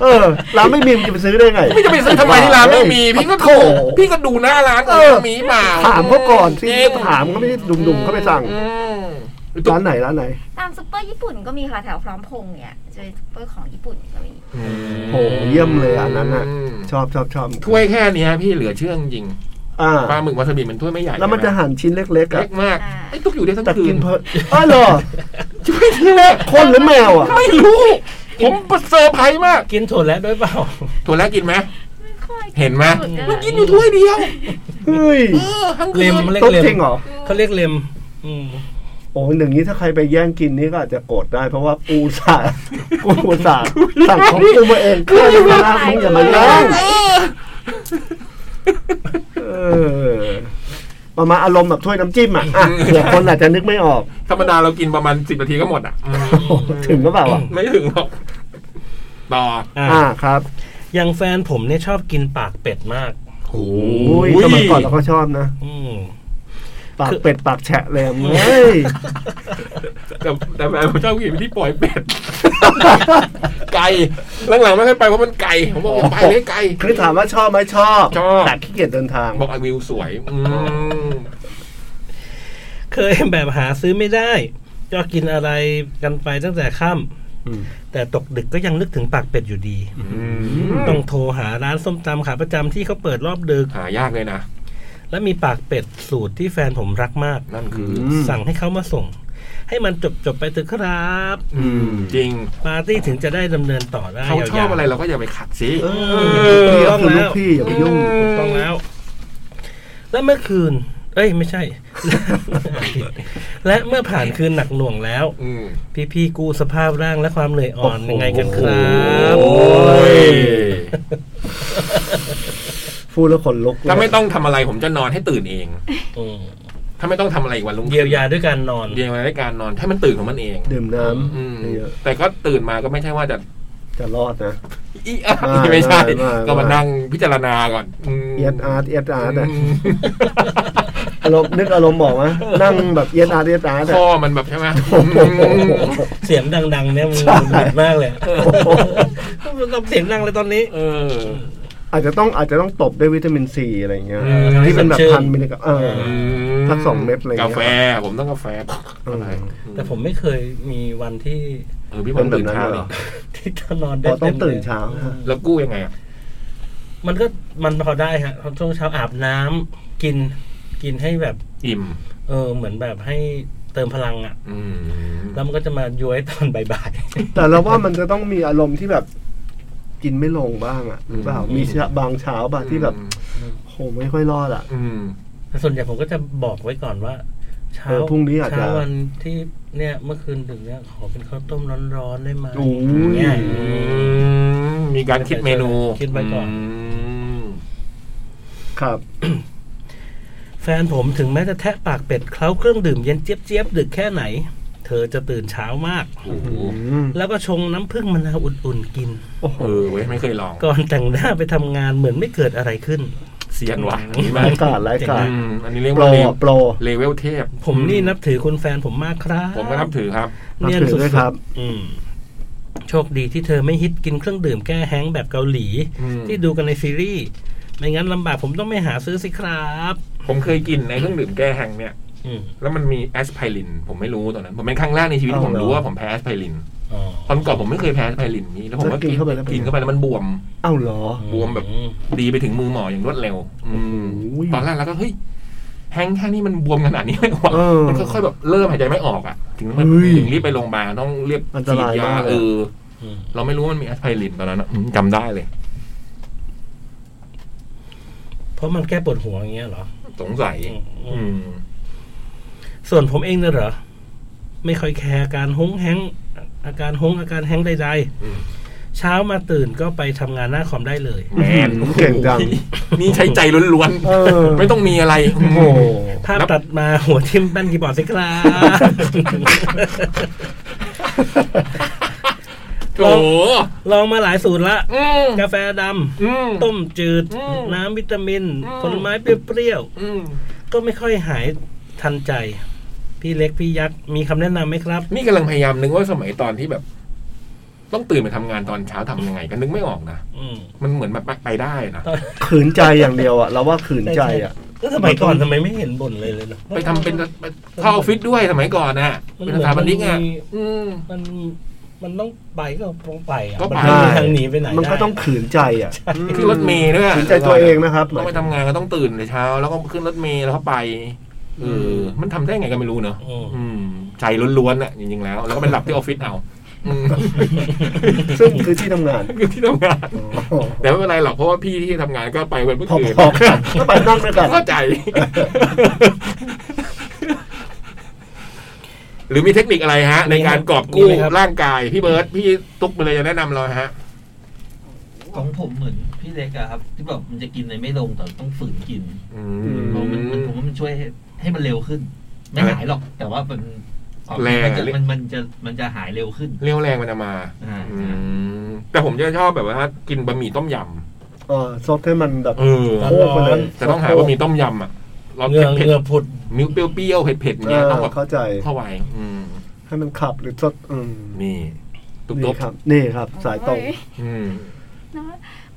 Speaker 3: เออ ร้านไม่มีมันจะไปซื้อได้ไง
Speaker 2: พี่จะไปซื้อทำไมที่ร้านไม่มีพี่ก็โถ
Speaker 3: โถ
Speaker 2: พี่ก็ดูหน้าร้าน
Speaker 3: เออ
Speaker 2: มีเปล่า
Speaker 3: ถามเขาก่อนสิ
Speaker 2: จริง
Speaker 3: ถามเขาไม่ได้ดุ่มๆเขาไปสั่ง
Speaker 2: อืม
Speaker 3: ร้านไหนร้านไหน
Speaker 5: ตามซุปเปอร์ญี่ปุ่นก็มีค่ะแถวพร้อมพงษ์เนี่ยจะเป็นซุปเปอร์ของญี่ปุ่นก็มี
Speaker 3: โหเยี่ยมเลยอันนั้นน่ะ
Speaker 2: ม
Speaker 3: ชอบชอบชอบ
Speaker 2: ถ้วยแค่เนี้ยพี่เหลือเชื่อจริง
Speaker 3: อ่า
Speaker 2: ปลาหมึกวาซาบิมันถ้วยไม่ใหญ่
Speaker 3: แล้วมันจะหั่นชิ้นเล็กๆอ่ะ
Speaker 2: เล็กมากไอ้ตุ๊กอยู่ได้ทั้ง
Speaker 3: แต่
Speaker 2: คื
Speaker 3: กิ
Speaker 2: น
Speaker 3: นเพลินอ้าวเหรอ
Speaker 2: ช่วยทีแรก
Speaker 3: คนหรือแมวอ่ะ
Speaker 2: ไม่รู้ ผมเซอร์ไพรส์มาก
Speaker 4: กินถั่วแล้วด้วยเปล่า
Speaker 2: ถั่วแล้วกินไหม
Speaker 5: ไม่ค่อย
Speaker 2: เห็นไหม
Speaker 5: กิ
Speaker 2: มันกินอยู่ถ้วยเดียว
Speaker 3: เฮ้ย
Speaker 2: เออทั้งคื
Speaker 4: เล็
Speaker 2: น
Speaker 4: มเล็ก
Speaker 3: โต๊ะ
Speaker 4: เล็ม
Speaker 3: จริงเหรอ
Speaker 4: เขาเรียกเล็มอืม
Speaker 3: โอ้หนึ่างนี้ถ้าใครไปแย่งกินนี่ก็อาจจะโกรธได้เพราะว่ากูส ากูสาสั่งของกูมาเองกูจะมาล้างมึงอย่ามาแย่งเออประมาณอารมณ์แบบถ้วยน้ำจิ้มอ่ะ อ่ะเผื่อคนอาจจะนึกไม่ออก
Speaker 2: ธรรมดาเรากินประมาณสิบนาทีก็หมดอ่ะ
Speaker 3: โอ้โหถึงก็เปล่าอ่ะ
Speaker 2: ไม่ถึงหรอกต่อ
Speaker 4: อ่ะ
Speaker 3: อ่าครับ
Speaker 4: อย่างแฟนผมเนี่ยชอบกินปากเป็ดมาก
Speaker 2: โอ้
Speaker 3: โอ้ยสมัยก่อนเราก็ชอบนะ
Speaker 4: อืม
Speaker 3: ปาก
Speaker 4: คือ
Speaker 3: เป็ดปากแฉะเลยอะเฮ้ย
Speaker 2: แต่แต่แฟนผมชอบกินที่ปล่อยเป็ด ไก่หลังๆไม่ค่อยไปเพราะมันไก่ผมบอกว่าไปเลยไก่
Speaker 3: คือถามว่าชอบไหมชอบ
Speaker 2: ชอบ
Speaker 3: แต่ขี้เกียจเดินทาง
Speaker 2: บอกไอวิวสวย อืม
Speaker 4: เคยแบบหาซื้อไม่ได้ ก็กินอะไรกันไปตั้งแต่ค่ำแต่ตกดึกก็ยังนึกถึงปากเป็ดอยู่ดี ต้องโทรหาร้านส้มตำขาประจำที่เขาเปิดรอบดึก
Speaker 2: หายากเลยนะ
Speaker 4: และมีปากเป็ดสูตรที่แฟนผมรักมาก
Speaker 2: นั่นคือ
Speaker 4: สั่งให้เขามาส่ง ให้มันจบจบๆไปเถอะครับ
Speaker 2: อืม จริง
Speaker 4: ปาร์ตี้ถึงจะได้ดำเนินต่อได้
Speaker 2: เขาชอย
Speaker 4: า
Speaker 2: บ
Speaker 4: วๆ
Speaker 2: อะไรเราก็อย่าไปขัดสิ
Speaker 3: เอ
Speaker 4: อ
Speaker 3: พี่ก็คือลูกพี่อย่าไปยุ่ง
Speaker 4: ถูกต้องแล้ว และเมื่อคืน เอ้ย ไม่ใช่ และเมื่อผ่านคืนหนักหน่วงแล้ว
Speaker 2: อืม
Speaker 4: พี่ๆกู้สภาพร่างและความเหนื่อยอ่อนยังไงกันครับ
Speaker 2: โอ้ย
Speaker 3: ฟูดแล้วขนลุกเลย
Speaker 2: ถ้าไม่ต้องทำอะไรผมจะนอนให้ตื่นเอง
Speaker 4: อืม
Speaker 2: ถ้าไม่ต้องทำอะไรอีกวันลุงขึ้น
Speaker 4: เยียวยาด้วยการนอน
Speaker 2: เยียวยาด้วยการนอนให้มันตื่นของมันเอง
Speaker 3: ดื่มน้
Speaker 2: อืม
Speaker 3: ำเยอะ
Speaker 2: แต่ก็ตื่นมาก็ไม่ใช่ว่าจะ
Speaker 3: จะรอดนะ
Speaker 2: อีอาร์
Speaker 3: ไม่
Speaker 2: ไม่ใช่
Speaker 3: ไม่ไม่
Speaker 2: ก็มานั่งพิจารณาก่อน
Speaker 3: เอียดอาร์ตเอียดอาร์ตอะ
Speaker 2: อืม
Speaker 3: อารมณ์นึกอารมณ์บอกว่านั่งแบบเอียดอาร์ตเอียดอาร์ตอะ
Speaker 2: ข้อมันแบบใช่ไหม
Speaker 3: โอ้โห
Speaker 4: เสียงดัง ๆ เนี่ยมัน
Speaker 3: ใช่
Speaker 4: หลุดมากเลย
Speaker 3: โอ้โห
Speaker 4: มันต้องเสียงดังเลยตอนนี้
Speaker 2: เออ
Speaker 3: อาจจะต้องอาจจะต้องตบด้วยวิตามินซีอะไรอย่างเงี้ย
Speaker 2: อืม
Speaker 3: ที่เป็นแบบ
Speaker 4: สดชื่น
Speaker 3: พันมิลลิกรัมเออ
Speaker 2: อืม
Speaker 3: สักสองเม็ดอะไรเงี้
Speaker 2: กาย แฟ ผมต้องกาแฟ
Speaker 3: เออ
Speaker 4: แต่ผมไม่เคยมีวันที่
Speaker 2: เออพี่บอล
Speaker 3: เป็นแบบ
Speaker 2: ตื่น
Speaker 3: นั้น
Speaker 2: เช้า
Speaker 3: เหร
Speaker 2: ดิ
Speaker 3: อ
Speaker 4: ที่จะนอนได้
Speaker 3: เราต้อง
Speaker 4: มลย
Speaker 3: ตื่นเช้าฮะ
Speaker 2: แล้วกู้ยังไงอะ
Speaker 4: มันก็มันพอได้ฮะตอนช่วงเช้าอาบน้ำกินกินให้แบบ
Speaker 2: อิ่ม
Speaker 4: เออเหมือนแบบให้เติมพลังอ่ะ
Speaker 2: อืม
Speaker 4: แล้วมันก็จะมาย้วยตอนบ่าย
Speaker 3: แต่เราว่ามันจะต้องมีอารมณ์ที่แบบกินไม่ลงบ้างอ่ะหรือเปล่ามีเช้าบางเช้าป่ะที่แบบโหไม่ค่อยรอดอ่ะ
Speaker 2: อืม
Speaker 4: ๆ แต่ส่วนใหญ่ผมก็จะบอกไว้ก่อนว่า เช้า
Speaker 3: เออพรุ่งนี้อาจจะ
Speaker 4: เช้าวันที่เนี่ยเมื่อคืนถึงเนี่ยขอเป็นข้าวต้มร้อนๆได้ไหม
Speaker 3: โอ้ย
Speaker 4: ง่าย
Speaker 2: อืม มีการคิดเมนู
Speaker 4: คิดไว้ก่อน
Speaker 2: ม
Speaker 3: ครับ
Speaker 4: แฟนผมถึงแม้จะแทะปากเป็ดเคล้าเครื่องดื่มเย็นเจี๊ยบๆดึกแค่ไหน เธ ธอจะตื่นเช้ามาก
Speaker 2: โอ้โห
Speaker 3: อืม
Speaker 4: แล้วก็ชงน้ำผึ้งมะนาวอุ่นๆกิน
Speaker 3: โอ้โห
Speaker 2: เออเว้ยไม่เคยลอง
Speaker 4: ก่อนแต่งหน้าไปทำงานเหมือนไม่เกิดอะไรขึ้น
Speaker 2: เซียนว่ะอันนี้มา
Speaker 3: ร้าย
Speaker 2: ก
Speaker 3: กาดร้ายกาด
Speaker 2: อืมอันนี้เรียก
Speaker 3: โปร
Speaker 2: ว่าเล
Speaker 3: อะโปร
Speaker 2: เลเวลเทพ
Speaker 4: ผมนี่นับถือคุณแฟนผมมากครับ
Speaker 2: ผมก็นับถือครับ
Speaker 4: เนียนสุ
Speaker 3: นับถือด้ว
Speaker 4: ด
Speaker 3: ยครับ
Speaker 4: ๆอืมโชคดีที่เธอไม่ฮิตกินเครื่องดื่มแก้แห้งแบบเกาหลี
Speaker 2: อืม
Speaker 4: ที่ดูกันในซีรีส์ไม่งั้นลำบากผมต้องไม่หาซื้อสิครับ
Speaker 2: ผมเคยกินในเครื่องดื่มแก้แห้งเนี่ย
Speaker 4: อืม
Speaker 2: แล้วมันมีแอสไพริน ผมไม่รู้ตอนนั้น ผมเป็นครั้งแรกในชีวิตที่
Speaker 3: อ้าว
Speaker 2: ผมรู้
Speaker 3: เหรอ
Speaker 2: ว่าผมแพ้แอสไพริน
Speaker 4: อ๋อ
Speaker 2: ตอนก่อนผมไม่เคยแพ้แอสไพรินนี้แล้วผมก็
Speaker 3: แล้วกินเข้าไปแล้วเป็นไง
Speaker 2: กินเข้าไปแล้วมันบวม
Speaker 3: เอ้าเหรอ
Speaker 2: บวมแบบ ดีไปถึงมือหมออย่างรวดเร็ว อืม
Speaker 3: โอ้ย
Speaker 2: ตอนแรกเราก็เฮ้ยแห้งแค่นี้มันบวมขนาดนี้เลยวะ
Speaker 3: เออ
Speaker 2: มันค่อยๆแบบเริ่มหายใจไม่ออกอ่ะ ถึงมัน
Speaker 3: เฮ้ย
Speaker 2: ถึงรีบไปโรงพยาบาลต้องเรียบ
Speaker 3: อันต
Speaker 2: ฉีด
Speaker 3: ราย
Speaker 2: ยาม
Speaker 3: ากเลย
Speaker 2: เออ
Speaker 4: อืม
Speaker 2: เราไม่รู้ว่ามันมีแอสไพรินตอนนั้นอะอืมจำได้เลย
Speaker 4: เพราะมันแก้ปวดหัวอย่างเงี้ยเหรอ
Speaker 2: สงสัย
Speaker 4: อืมอื
Speaker 2: อื
Speaker 4: ม
Speaker 2: ม
Speaker 4: ส่วนผมเองนะเหรอ ไม่ค่อยแคร์การฮงแฮงอาการฮงอาการแฮงใด
Speaker 2: อืม
Speaker 4: ๆเช้ามาตื่นก็ไปทำงานหน้าคอมได้เลย
Speaker 2: แมน
Speaker 3: อื้อหือเก่งจัง
Speaker 2: นี่ใช้ใจล้วน
Speaker 3: เออ
Speaker 2: ๆไม่ต้องมีอะไร
Speaker 3: โอ้โห
Speaker 4: ภาพตัดมาหัวทิ่มแป้นคีย์บอร์ดสิครับ
Speaker 2: โอ้โห
Speaker 4: ลองมาหลายสูตรละ
Speaker 2: อืม
Speaker 4: กาแฟด
Speaker 2: อืม
Speaker 4: ำต้มจืด
Speaker 2: อืม
Speaker 4: น้ำวิตามิน
Speaker 2: อืม
Speaker 4: ผลไม้เปรี้ยว
Speaker 2: อืม
Speaker 4: ๆ ก็ไม่ค่อยหายทันใจ พี่เล็กพี่ยักษ์ มีคำแนะนำไหมครับ
Speaker 2: นี่กำลังพยายามนึกว่าสมัยตอนที่แบบ ต้องตื่นไปทำงานตอนเช้าทำยังไงกันนึกไม่ออกนะ
Speaker 4: อืม
Speaker 2: มันเหมือนแบบไปได้นะ
Speaker 3: ขืนใจอย่างเดียวอะเราว่าขืนใจอะ
Speaker 4: ก็สมัยก่อนทำไมไม่เห็นบ่นเลยเลยเนอะ
Speaker 2: ไปทำเป็นไปเข้าออฟฟิศด้วยสมัยก่อนน่ะ
Speaker 4: มัน
Speaker 2: เป็นสถาปนิกอ่ะ
Speaker 4: เหมือนมันมี
Speaker 2: อืม
Speaker 4: มันมันต้องไปก็ต้องไปอ่ะ
Speaker 2: ก็ไป
Speaker 4: มันไม่มีทางหนีไปไหน
Speaker 3: มันก็
Speaker 4: ได้
Speaker 3: ต้องขืนใจอ่ะ
Speaker 2: ไอ้ที่รถเมล์ด้วยอะ
Speaker 3: ขืนใจตัวเองนะครับ
Speaker 2: ต้องไปทำงานก็ต้องตื่นแต่เช้า แล้วก็ขึ้นรถเมล์แล้วก็ไปเออมันทำได้ไงก็ไม่รู้เนอะ
Speaker 4: อืม
Speaker 2: อืมใจล้วนๆอ่ะจริงๆแล้ว แล้วก็ไปหลับที่ออฟฟิศเอาอืม
Speaker 3: ซึ่งคือที่ทำงาน
Speaker 2: คือที่ทำงาน แต่ไม่เป็นไรหรอกเพราะว่าพี่ที่ทำงานก็ไปวันเมื่อ
Speaker 3: พอ
Speaker 2: คืน
Speaker 3: พอๆกันก็ไปนั่งด้วยกัน
Speaker 2: เข้าใจ หรือมีเทคนิคอะไรฮะ ในการกอบกู้ร่างกาย พี่เบิร์ตพี่ตุ๊กไปเลยจะแนะนำเราฮะ
Speaker 6: ของผมเหมือนพี่เล็กอะครับ ที่แบบมันจะกินอะไรไม่ลงแต่ต้องฝืนกิน
Speaker 2: อื
Speaker 6: เพราะมันมันผมว่ามันช่วยให้ให้มันเร็วขึ้น ไม่หายหรอก แต่ว่ามัน
Speaker 2: แรง
Speaker 6: มัน
Speaker 2: อะ
Speaker 6: จะมันมันจะมันจะหายเร็วขึ้น
Speaker 2: เรี่ยวแรงมันจะมา
Speaker 6: อ่า
Speaker 2: อืมแต่ผมจะชอบแบบว่ากินบะหมี่ต้มย
Speaker 3: เออซดให้มันแบบ
Speaker 2: ำเออ
Speaker 3: โคกไปเลย
Speaker 2: จะต้องหาบะหมี่ต้มยำอ่ะรส
Speaker 4: เหงื่อ
Speaker 2: เผ็ด
Speaker 4: เหงื่อผุด
Speaker 2: ๆมิ้วเปรี้ยวๆเผ็ดๆ
Speaker 3: เอ
Speaker 2: เนี่ย
Speaker 3: อ
Speaker 2: ต้องแบบ
Speaker 3: เข้าใจ
Speaker 2: เข้าไว้อืม
Speaker 3: ให้มันขับหรือซดอืม
Speaker 2: นี่ ตุ๊ก
Speaker 3: นี่
Speaker 2: ตุ๊ก
Speaker 3: ครับ นี่ครับ สายตรง
Speaker 5: โอ้
Speaker 2: อืม
Speaker 5: นะ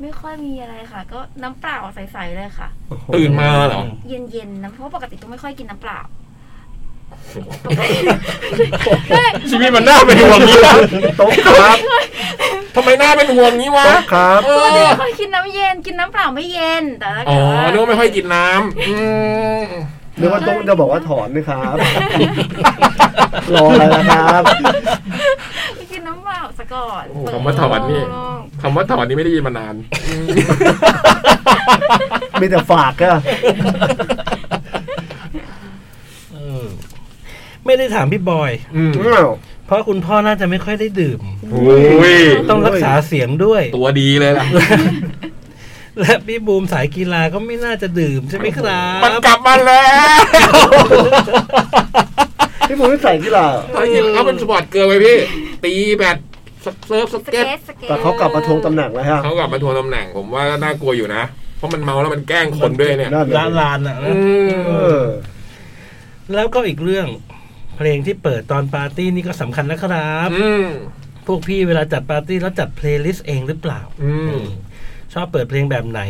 Speaker 5: ไม่ค่อยมีอะไรค่ะ ก็น้ำเปล่าใสๆเลยค่ะ
Speaker 2: ตื่นมาเหรอ
Speaker 5: เย็นๆนะเพราะปกติก็ไม่ค่อยกินน้ำเปล่า
Speaker 2: ชีวิตมันน่าเป็นห่วงนี้วะ
Speaker 3: โต๊ะครับ
Speaker 2: ทำไมน่าเป็นห่วงนี้วะ
Speaker 3: โต๊ะครับ
Speaker 2: เอ
Speaker 5: ปกติ
Speaker 2: อ
Speaker 5: ไม่ค่อยกินน้ำเย็น กินน้ำเปล่าไม่เย็น แต่ถ้า
Speaker 2: อ๋อ
Speaker 5: เกิดว่า
Speaker 2: นึกว่าไม่ค่อยกินน้ำอืม
Speaker 3: หรือว่าโต๊ะจะบอกว่าถอนนะครับ รออะไรนะครับ
Speaker 5: ไม่กินน้ำเปล่าซะก่อน
Speaker 2: โอ้โหคำว่าถอนนี่คำว่าถอนนี่ไม่ได้ยินมานานอืม
Speaker 3: มีแต่ฝากอะ
Speaker 4: เออ ไม่ได้ถามพี่บอย
Speaker 2: อืม
Speaker 3: อ้าว
Speaker 4: เพราะคุณพ่อน่าจะไม่ค่อยได้ดื่ม
Speaker 2: โอ้ย
Speaker 4: ต้องรักษาเสียงด้วย
Speaker 2: ตัวดีเลยล่ะ
Speaker 4: และพี่บูมสายกีฬาก็ไม่น่าจะดื่มใช่ไหมครั
Speaker 2: มัน
Speaker 4: บ
Speaker 2: กลับมาแล้ว
Speaker 3: พี่ผมไม่ใส่ที่ลา
Speaker 2: ตอนนี้เขาเป็นสปอร์ตเกิร์ลไปพี่ ตีแบดเซิร์ฟส
Speaker 5: ส
Speaker 2: เก็
Speaker 5: เก็
Speaker 2: ต
Speaker 5: ตสเก็ต
Speaker 3: แต่เขากลับมาทวงตำแหน่งแล้วฮะ
Speaker 2: เขากลับมาทวงตำแหน่งผมว่าน่ากลัวอยู่นะ เพราะมันเมาแล้วมันแกล้งคนด้วยเนี่ย
Speaker 3: นั่น
Speaker 4: ลาน
Speaker 3: เล
Speaker 4: ลานอ่ะ
Speaker 2: อื
Speaker 4: นะ
Speaker 2: ม
Speaker 3: เออ
Speaker 4: แล้วก็อีกเรื่อง เพลงที่เปิดตอนปาร์ตี้นี่ก็สำคัญนะครับ
Speaker 2: อืม
Speaker 4: พวกพี่เวลาจัดปาร์ตี้แล้วจัดเพลย์ลิสต์เองหรือเปล่า
Speaker 2: อืม
Speaker 4: เออชอบเปิดเพลงแบบไหน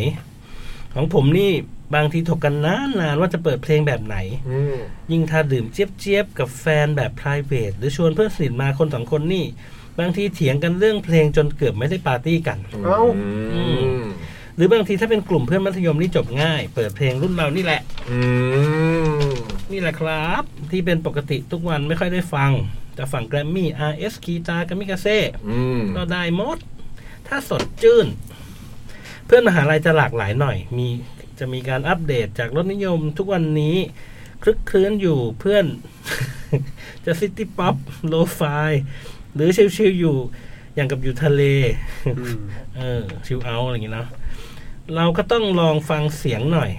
Speaker 4: ของผมนี่บางทีถกกันนานๆว่าจะเปิดเพลงแบบไหน
Speaker 2: อืม
Speaker 4: ยิ่งถ้าดื่มเจี๊ยบเจี๊ยบๆกับแฟนแบบ p r i v a t หรือชวนเพื่อนสนิทมาคนสองคนนี่ บางทีเถียงกันเรื่องเพลงจนเกือบไม่ได้ปาร์ตี้กัน
Speaker 3: เอ้า
Speaker 2: อืม
Speaker 4: หรือบางทีถ้าเป็นกลุ่มเพื่อนมัธยมนี่จบง่าย เปิดเพลงรุ่นเรานี่แหละ
Speaker 2: อืม
Speaker 4: นี่แหละครับ ที่เป็นปกติทุกวันไม่ค่อยได้ฟัง แต่ฝั่งแกรมมี่ RS คีตากามิกาเซ่
Speaker 2: อืม
Speaker 4: ก็ได้หมด ถ้าสดจื้น เพื่อนมหาลัยจะหลากหลายหน่อย มีจะมีการอัปเดตจากรสนิยมทุกวันนี้คลึกคลื้นอยู่เพื่อน จะซิตี้ป๊อปโลฟายหรือชิลๆอยู่อย่างกับอยู่ทะเล
Speaker 3: อืม
Speaker 4: เออชิลเอาอะไรอย่างงี้เนาะเราก็ต้องลองฟังเสียงหน่อย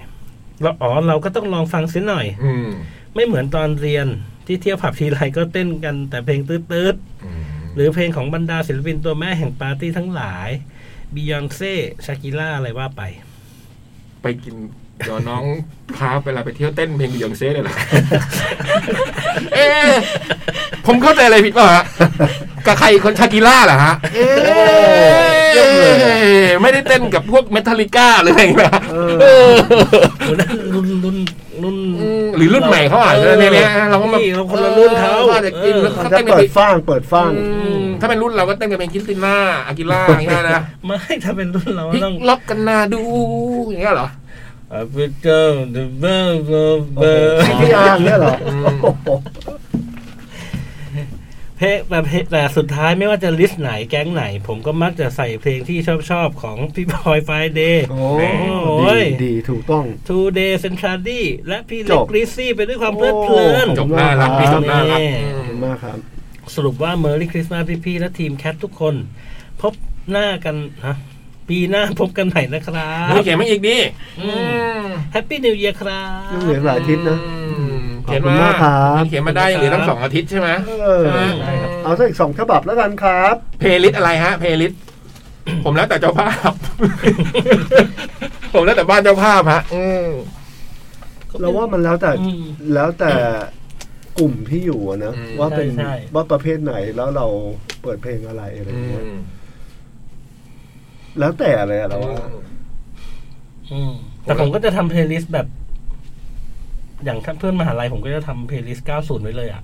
Speaker 4: เราอ๋อเราก็ต้องลองฟังเสียงหน่อย
Speaker 2: อืม
Speaker 4: ไม่เหมือนตอนเรียน ที่เที่ยวผับทีไรก็เต้นกันแต่เพลงตืด
Speaker 2: อืม
Speaker 4: ๆหรือเพลงของบรรดาศิลปินตัวแม่แห่งปาร์ตี้ทั้งหลายบิยอนเซ่ชากิล่าอะไรว่าไป
Speaker 2: ไปกินเดี๋ยวน้องพาเวลาไปเที่ยวเต้นเพลงบิยองเซ่เลยเหรอ เอ๊ะผมเข้าใจอะไรผิดเปล่าฮะกับใครคนชากิล่าเหรอฮะเอ๊ะไม่ได้เต้นกับพวกเมทัลลิก้าหรืออะไรอย่างเงี้ยเออ
Speaker 4: โอ้นั่นรุ่นรุ่นรุ่น
Speaker 2: อืมหรือรุ่นใหม่เขาอาจจะเนี่ยเนี่ยเราก็มา
Speaker 4: พี่คนละรุ่นเขา
Speaker 2: ออจะกินแล้ว
Speaker 4: เออ
Speaker 2: เขา
Speaker 3: จะ
Speaker 2: เต้นกันไป
Speaker 3: เปิดฟ้างเปิดฟ้าง
Speaker 2: อืมถ้าเป็นรุ่นเราก็เต้นกันเป็นคริสติน่าอากิล่าอย่างเงี้ยนะ
Speaker 4: ไม่ถ้าเป็นรุ่นเรา
Speaker 2: พลิก
Speaker 4: ต้อง
Speaker 2: ล็อกกันนาดูอย่างเงี้ยเหรอ
Speaker 4: ไปเจอเดอะเบอร์เบอร์เบอร์
Speaker 3: ซีพีอาร์เนี้ยเหรอ
Speaker 2: อืม
Speaker 3: โอ้โห
Speaker 4: เพลงแต่เพลงแต่สุดท้ายไม่ว่าจะลิสต์ไหนแก๊งไหน ผมก็มักจะใส่เพลงที่ชอบชอบๆของพี่บอยไฟเดย์
Speaker 3: โอ้
Speaker 4: โอ้ย
Speaker 3: ดีดีถูกต้อง
Speaker 4: ทูเดย์เซนทราดีและพี่เล็
Speaker 3: จ
Speaker 4: ก
Speaker 3: บ
Speaker 4: กริซซี่ไปด้วยความเพลิดเพลิน
Speaker 2: จบหน้ารักพี่จบหน้ารัก
Speaker 4: นี่
Speaker 2: อื
Speaker 3: ขอบคุ
Speaker 2: ม
Speaker 3: ณมากครับ
Speaker 4: สรุปว่าเมอร์รี่คริสต์มาสพี่ๆและทีมแคททุกคน พบหน้ากันฮะปีหน้าพบกันใหม่นะครับ
Speaker 2: นี่เขียนมาอีกดิ
Speaker 4: อื แฮปปี้นิว e a ร์ครับ
Speaker 3: ยังเหลือหลายอาทิตย์นะ
Speaker 2: อืมเขียนมา
Speaker 3: ขอบคุณมากครับ
Speaker 2: เขียนมาได้เหลือตั้งสองอาทิตย์ใช่ไหม
Speaker 3: เออ เอาสักอีกสองฉบับแล้วกันครับ
Speaker 2: เพลย์ลิสต์อะไรฮะเพลย์ลิสต์ผมแล้วแต่เจ้าภาพ ผมแล้วแต่บ้านเจ้าภาพฮะ อืม
Speaker 3: เราว่ามันแล้วแต่
Speaker 4: อืม
Speaker 3: แล้วแต่กลุ่มที่อยู่อะนะ
Speaker 2: อืม
Speaker 3: ว่าเป็น
Speaker 4: ใช่ใช่
Speaker 3: ว่าประเภทไหนแล้วเราเปิดเพลงอะไรอะไร
Speaker 2: อื
Speaker 3: เงี้ย
Speaker 2: ม
Speaker 3: แล้วแต่เลยอะเราว่า
Speaker 4: อืมแต่ผมก็จะทำเพลย์ลิสต์แบบ อย่างเพื่อนมหาลัยผมก็จะทำเพลย์ลิสต์90 ไว้เลยอ่ะ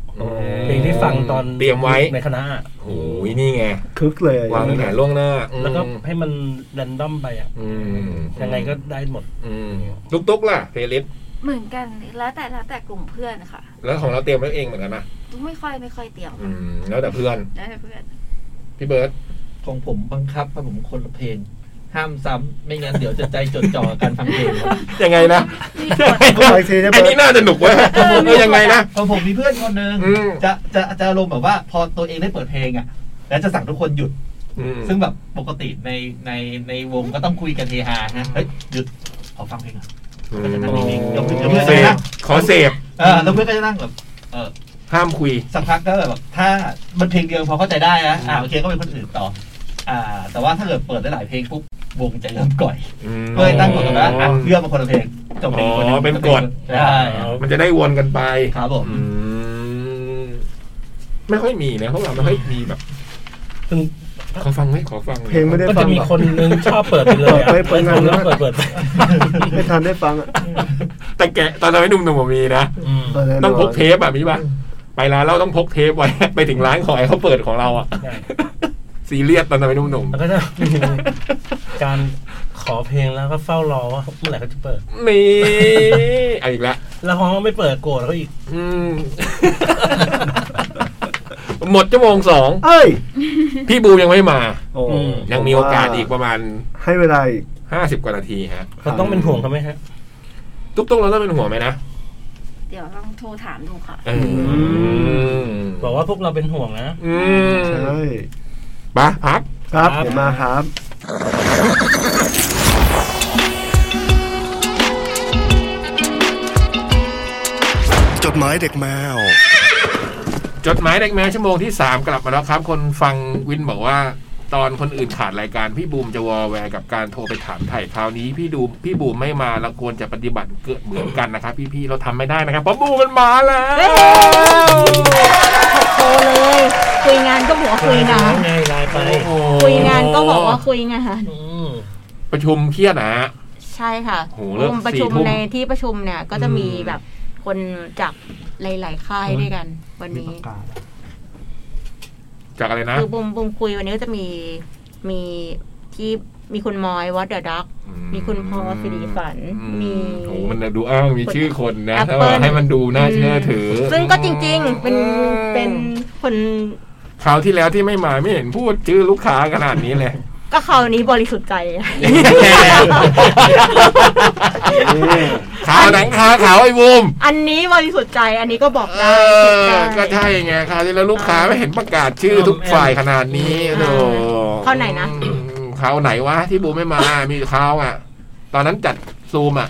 Speaker 4: เพลงที่ฟังตอน
Speaker 2: เตรียมไว้
Speaker 4: ในคณะอะ
Speaker 2: โอ้ยนี่ไง
Speaker 3: คึกเลยอะ
Speaker 2: วางแผนล่วงหน้าอืม
Speaker 4: แล้วก็ให้มันแรนดอมไปอ่ะ
Speaker 2: อืม
Speaker 4: ยังไงก็ได้หมด
Speaker 2: อืมลุกตุ๊กล่ะเพลย์ลิสต์
Speaker 5: เหมือนกันแล้วแต่แล้วแต่กลุ่มเพื่อนค่ะ
Speaker 2: แล้วของเราเตรียมไว้เองเหมือนกันนะ
Speaker 5: ไม่ค่อยไม่ค่อยเตรียม
Speaker 2: อืม แล้วแต่เพื่อน
Speaker 5: แล้วแต่เพื่อน
Speaker 2: พี่เบิร์ต
Speaker 8: ของผมบังคับครับผมคนละเพลง ห้ามซ้ำไม่งั้นเดี๋ยวจะใจจดจ่อกับการฟังเพลงครับ
Speaker 2: ยังไงนะ
Speaker 5: มีกฎ
Speaker 3: ก็หลายทีนะ
Speaker 2: อันนี้น่าจะหนุกเว้ยเออ ยังไงนะ
Speaker 8: ของผมมีเพื่อนคนหนึ่ง
Speaker 2: อืม
Speaker 8: จะจะจะอารมณ์แบบว่าพอตัวเองได้เปิดเพลงอ่ะ แล้วจะสั่งทุกคนหยุด
Speaker 2: อืม
Speaker 8: ซึ่งแบบปกติในในในวงก็ต้องคุยกันเฮฮานะเฮ้ยหยุดขอฟังเพลงก่อน ยกมือยกมือ
Speaker 2: เสพ
Speaker 8: นะ
Speaker 2: ขอเสพ
Speaker 8: เออแล้วเพื่อนก็จะนั่งแบบเออ
Speaker 2: ห้ามคุย
Speaker 8: สักพักก็แบบถ้ามันเพลงเดียวพอเข้าใจได้นะอ่าโอเคก็เป็นคนอื่นต่อ อ่า แต่ว่าถ้าเกิดเปิดได้หลายเพลงปุ๊บวงจะเริ่มก่อย เพื่อให้ตั้งกฎกันว่าอ่ะเลือกมาคนละเพลงจบเพลงคห
Speaker 2: อ๋อเป็นกฎ
Speaker 8: ใช่
Speaker 2: มันจะได้วนกันไป
Speaker 8: ครับผม
Speaker 2: อืมไม่ค่อยมีนะพวกเราไม่ค่อยมีแบบ
Speaker 4: ซึ่ง
Speaker 2: ขอฟังไหมขอฟังหน่อย
Speaker 3: เพลงไม่ได้
Speaker 4: ก็
Speaker 3: ฟั
Speaker 4: จะ
Speaker 3: ง
Speaker 4: มี
Speaker 3: หรอก
Speaker 4: คนนึงชอบเปิดไปเลยอะ
Speaker 3: เปิดไปเปิดงาน
Speaker 4: แล้วเปิดเปิดไป
Speaker 3: ไม่ทันได้ฟังอะ
Speaker 2: แต่แกะตอนเราไม่หนุ่มๆผมมีนะ
Speaker 4: อืม
Speaker 3: เแน่นน
Speaker 2: ต้องพกเทปแบบนี้ป่ะไปร้านเราต้องพกเทปไว้ ไปถึงร้านของไอ้เขาเปิดของเราอะ
Speaker 4: ใช่
Speaker 2: ซีเรียสตอนเราไม่หนุ่ม
Speaker 4: แล้วก็จะมี การขอเพลงแล้วก็เฝ้ารอว่าเมื่อไหร่เขาจะเปิด
Speaker 2: ๆนี่เอาอีกแล้ว
Speaker 4: แล้วพอเขาไม่เปิดโกรธเขาอีก
Speaker 2: อืม หมดชั่วโมงสอง
Speaker 3: เอ้ย
Speaker 2: พี่บูยังไม่มา
Speaker 3: โอ้
Speaker 4: อืม
Speaker 2: ยังมีโอกาสอีกประมาณ
Speaker 3: ให้เวลาอีก
Speaker 2: ห้าสิบกว่านาทีฮะ
Speaker 4: เราต้องเป็นห่วงเขาไหมฮะ
Speaker 2: ตุ๊กตุ๊กเราต้องเป็นห่วงไหมนะ
Speaker 5: เดี๋ยวลองโทรถามดูค่ะ
Speaker 2: เออ
Speaker 3: ม
Speaker 4: บอกว่าพวกเราเป็นห่วงนะ
Speaker 2: อืม
Speaker 3: ใช่
Speaker 2: ไปะพัก
Speaker 3: ครับ
Speaker 4: ครับ
Speaker 3: เดี๋ยวมาครับ
Speaker 1: จดหมายเด็กแมว
Speaker 2: จดหมายเด็กแมวชั่วโมงที่สามกลับมาแล้วครับ คนฟังวินบอกว่า ตอนคนอื่นขาดรายการพี่บูมจะวอแวร์กับการโทรไปถามไถ่คราวนี้พี่ดูพี่บูมไม่มาเราควรจะปฏิบัติเกิดเหมือนกันนะครับ พี่ๆเราทำไม่ได้นะครับเพราะบูมมันมาแล้ว
Speaker 9: โตเลยคุยงานก็บอกว่าคุยงาน
Speaker 4: ไงไลน์ไป
Speaker 2: โอ้โห
Speaker 9: คุยงานก็บอกว่าคุยงาน
Speaker 4: อืม
Speaker 2: ประชุมเครียดนะฮะ
Speaker 9: ใช่ค่ะ
Speaker 2: โหเลิก
Speaker 9: ประชุม
Speaker 2: สี่ทุ่ม
Speaker 9: ในที่ประชุมเนี่ยก็จะมี
Speaker 2: อืม
Speaker 9: แบบคนจากหลาย ๆ ค่ายด้วยกัน วันนี้
Speaker 2: จากอะไรนะ
Speaker 9: คือบุมบุมคุยวันนี้ก็จะมีมีที่มีคุณมอยวอตเดอะด็อก มีคุณพอสิริฝัน
Speaker 2: อื
Speaker 9: มี
Speaker 2: โอ้โหมันดูอ้างมีชื่อคนนะ
Speaker 9: แอป
Speaker 2: ถ้า
Speaker 9: เปิ้ล
Speaker 2: ให้มันดูน่าเชื่อถือ
Speaker 9: ซึ่งก็จริง ๆ เป็น
Speaker 2: อืม
Speaker 9: เป็นคน
Speaker 2: คราวที่แล้วที่ไม่มาไม่เห็นพูดชื่อลูกค้าขนาดนี้เลย
Speaker 9: ก็คราวนี้บริสุ ทธิ์ใจ
Speaker 2: ขาวหนังขาขาวไอ้บูม
Speaker 9: อันนี้บริสุทธิ์ใจอันนี้ก็บอก
Speaker 2: เอ
Speaker 9: ได้
Speaker 2: อ
Speaker 9: เช็
Speaker 2: ก็
Speaker 9: คได้
Speaker 2: ใช่ไงคราวที่แล้วลูกค้าไม่เห็นประกาศชื่อทุกฝ่ายขนาดนี้โธ่
Speaker 9: คราวไหนนะ
Speaker 2: คราวไหนวะที่บูมไม่มา มีอยู่คราวอ่ะ ตอนนั้นจัดซูมอ่ะ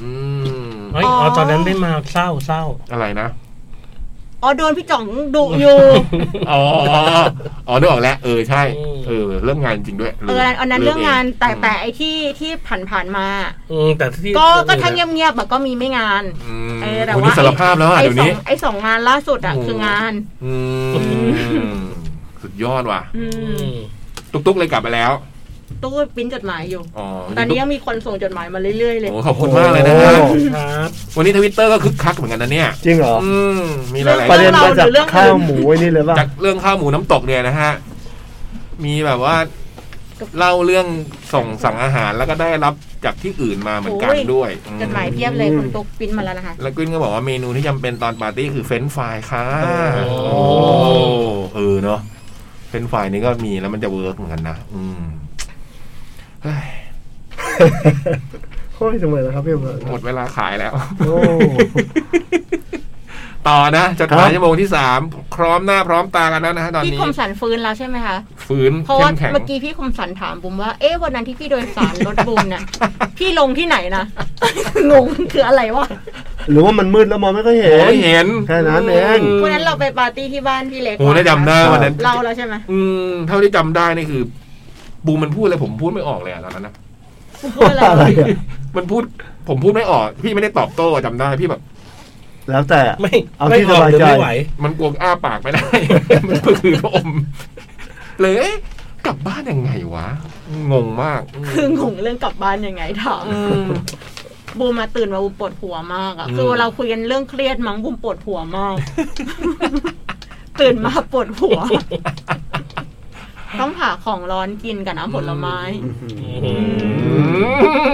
Speaker 2: อืม
Speaker 4: เฮ้ยอ๋อตอนนั้นไม่มาเศร้าเศร้า
Speaker 2: อะไรนะ
Speaker 9: อ๋อโดนพี่จ่องดุอยู่
Speaker 2: อ๋ออ๋อนึกออกแล้วเออใช่
Speaker 4: อืม
Speaker 2: เออเรื่องงานจริงด้วย
Speaker 9: เอออันนั้นเรื่องงานแต่
Speaker 2: ม
Speaker 9: แต่ไอ้ที่ที่ผ่านๆมา
Speaker 4: อืมแต่ที่
Speaker 9: ก็ก็ทั้งเงียบๆแบบก็มีไม่งาน
Speaker 2: อืม
Speaker 9: เออแต่
Speaker 2: คน
Speaker 9: ว่า
Speaker 2: นี้สารภาพแล้วอ่ะ
Speaker 9: ไอ้
Speaker 2: เดี๋ยว
Speaker 9: สอง
Speaker 2: นี้
Speaker 9: ไอ้สองงานล่าสุดอ่ะ
Speaker 2: โอ้โห
Speaker 9: คืองาน
Speaker 2: อืมสุดยอดว่ะ
Speaker 9: อื
Speaker 4: อื
Speaker 9: ม
Speaker 4: ม
Speaker 2: ตุ๊กตุ๊กเลยกลับไปแล้ว
Speaker 9: ตู้ปริ้นจดหมายอยู่
Speaker 2: อ๋อ
Speaker 9: ตอนนี้ยังมีคนส่งจดหมายมาเรื่อยๆเลย
Speaker 2: โอ้ขอบคุณมากเลยนะฮะ
Speaker 3: โอ้
Speaker 4: ครับ
Speaker 2: วันนี้ทวิตเตอร์ก็คึกคักเหมือนกันนะเนี่ย
Speaker 7: จริงเหรอ
Speaker 2: อืมมีหลาย
Speaker 7: ป
Speaker 2: ๆ
Speaker 7: ระเด็นมาจากข้าวหมูไอ้นี่เลยป่ะ
Speaker 2: จากเรื่องข้าวหมูน้ำตกเนี่ยนะฮะ มีแบบว่า เล่าเรื่องส่งสั่งอาหารแล้วก็ได้รับจากที่อื่นมาเหมือนกันด้วยอืม
Speaker 9: จดหมายเพียบเลยคุณตุ๊กปริ้นมาแล้วนะคะ
Speaker 2: แล้วกุ้นก็บอกว่าเมนูที่จำเป็นตอนปาร์ตี้คือเฟรนช์ฟรายค่ะ
Speaker 7: โอ้
Speaker 2: โอ้เออเนาะเฟรนช์ฟรายนี่ก็มีแล้วมันจะเวิร์กเหมือนกันนะอืมเฮ้ย
Speaker 7: โอ้ยทำไมล่ะครับพี่เบิร์ด
Speaker 2: หมดเวลาขายแล้ว
Speaker 7: โอ้
Speaker 2: ต่อนะจดหมาย
Speaker 7: ครับ
Speaker 2: ชั่วโมงที่สามพร้อมหน้าพร้อมตากันแล้วนะฮะตอน
Speaker 9: พี่
Speaker 2: นี้
Speaker 9: คมสันฟื้นแล้วใช่ไหมคะ
Speaker 2: ฟื้น
Speaker 9: เพราะ
Speaker 2: เข้
Speaker 9: ว่าม
Speaker 2: แข็ง
Speaker 9: เมื่อกี้พี่คมสันถามบุมว่า เอ๊ะวันนั้นที่พี่โดยสารรถบุม เนี่ย พี่ลงที่ไหนนะ งงคืออะไรวะ
Speaker 3: หรือว่ามันมืดแล้วมองไม่ค่อยเห็น
Speaker 2: โอ้ยเห็น
Speaker 3: แค่นั้นเอง
Speaker 2: ม
Speaker 9: วันนั้นเราไปปาร์ตี้ที่บ้านพี่เล็ก
Speaker 2: โอ้ได้จำได้วันนั้น
Speaker 9: เราแล้วใช่ไหม
Speaker 2: อืมเท่าที่จำได้นี่คือ บูมมันพูดอะไรผมพูดไม่ออกเลยอะตอนนั้นนะ
Speaker 9: พูดอะไร
Speaker 7: อะไร
Speaker 9: วะ
Speaker 7: อะ
Speaker 2: มันพูดผมพูดไม่ออก พี่ไม่ได้ตอบโต้จำได้พี่แบบ
Speaker 3: แล้วแต่
Speaker 4: ไม่
Speaker 7: เอา
Speaker 4: ไม่
Speaker 7: ที่
Speaker 4: ออ
Speaker 7: ส
Speaker 4: ก
Speaker 7: บาย
Speaker 4: เดี๋ยว
Speaker 7: ใจ
Speaker 4: ไม่ไหว
Speaker 2: มันกลัวอ้าปากไม่ได้ มันก็คืออมเลยเอ๊ะกลับบ้านยังไงวะ งงมาก
Speaker 9: คืองงเรื่องกลับบ้านยังไงถาม
Speaker 2: อืม
Speaker 9: บูมมาตื่นมาบูมปวดหัวมากอะ
Speaker 2: อืม
Speaker 9: คือเราคุยกันเรื่องเครียดมั้งบูมปวดหัวมาก ตื่นมาปวดหัว ต้องหาของร้อนกินกับน้ำผลไม้
Speaker 2: อื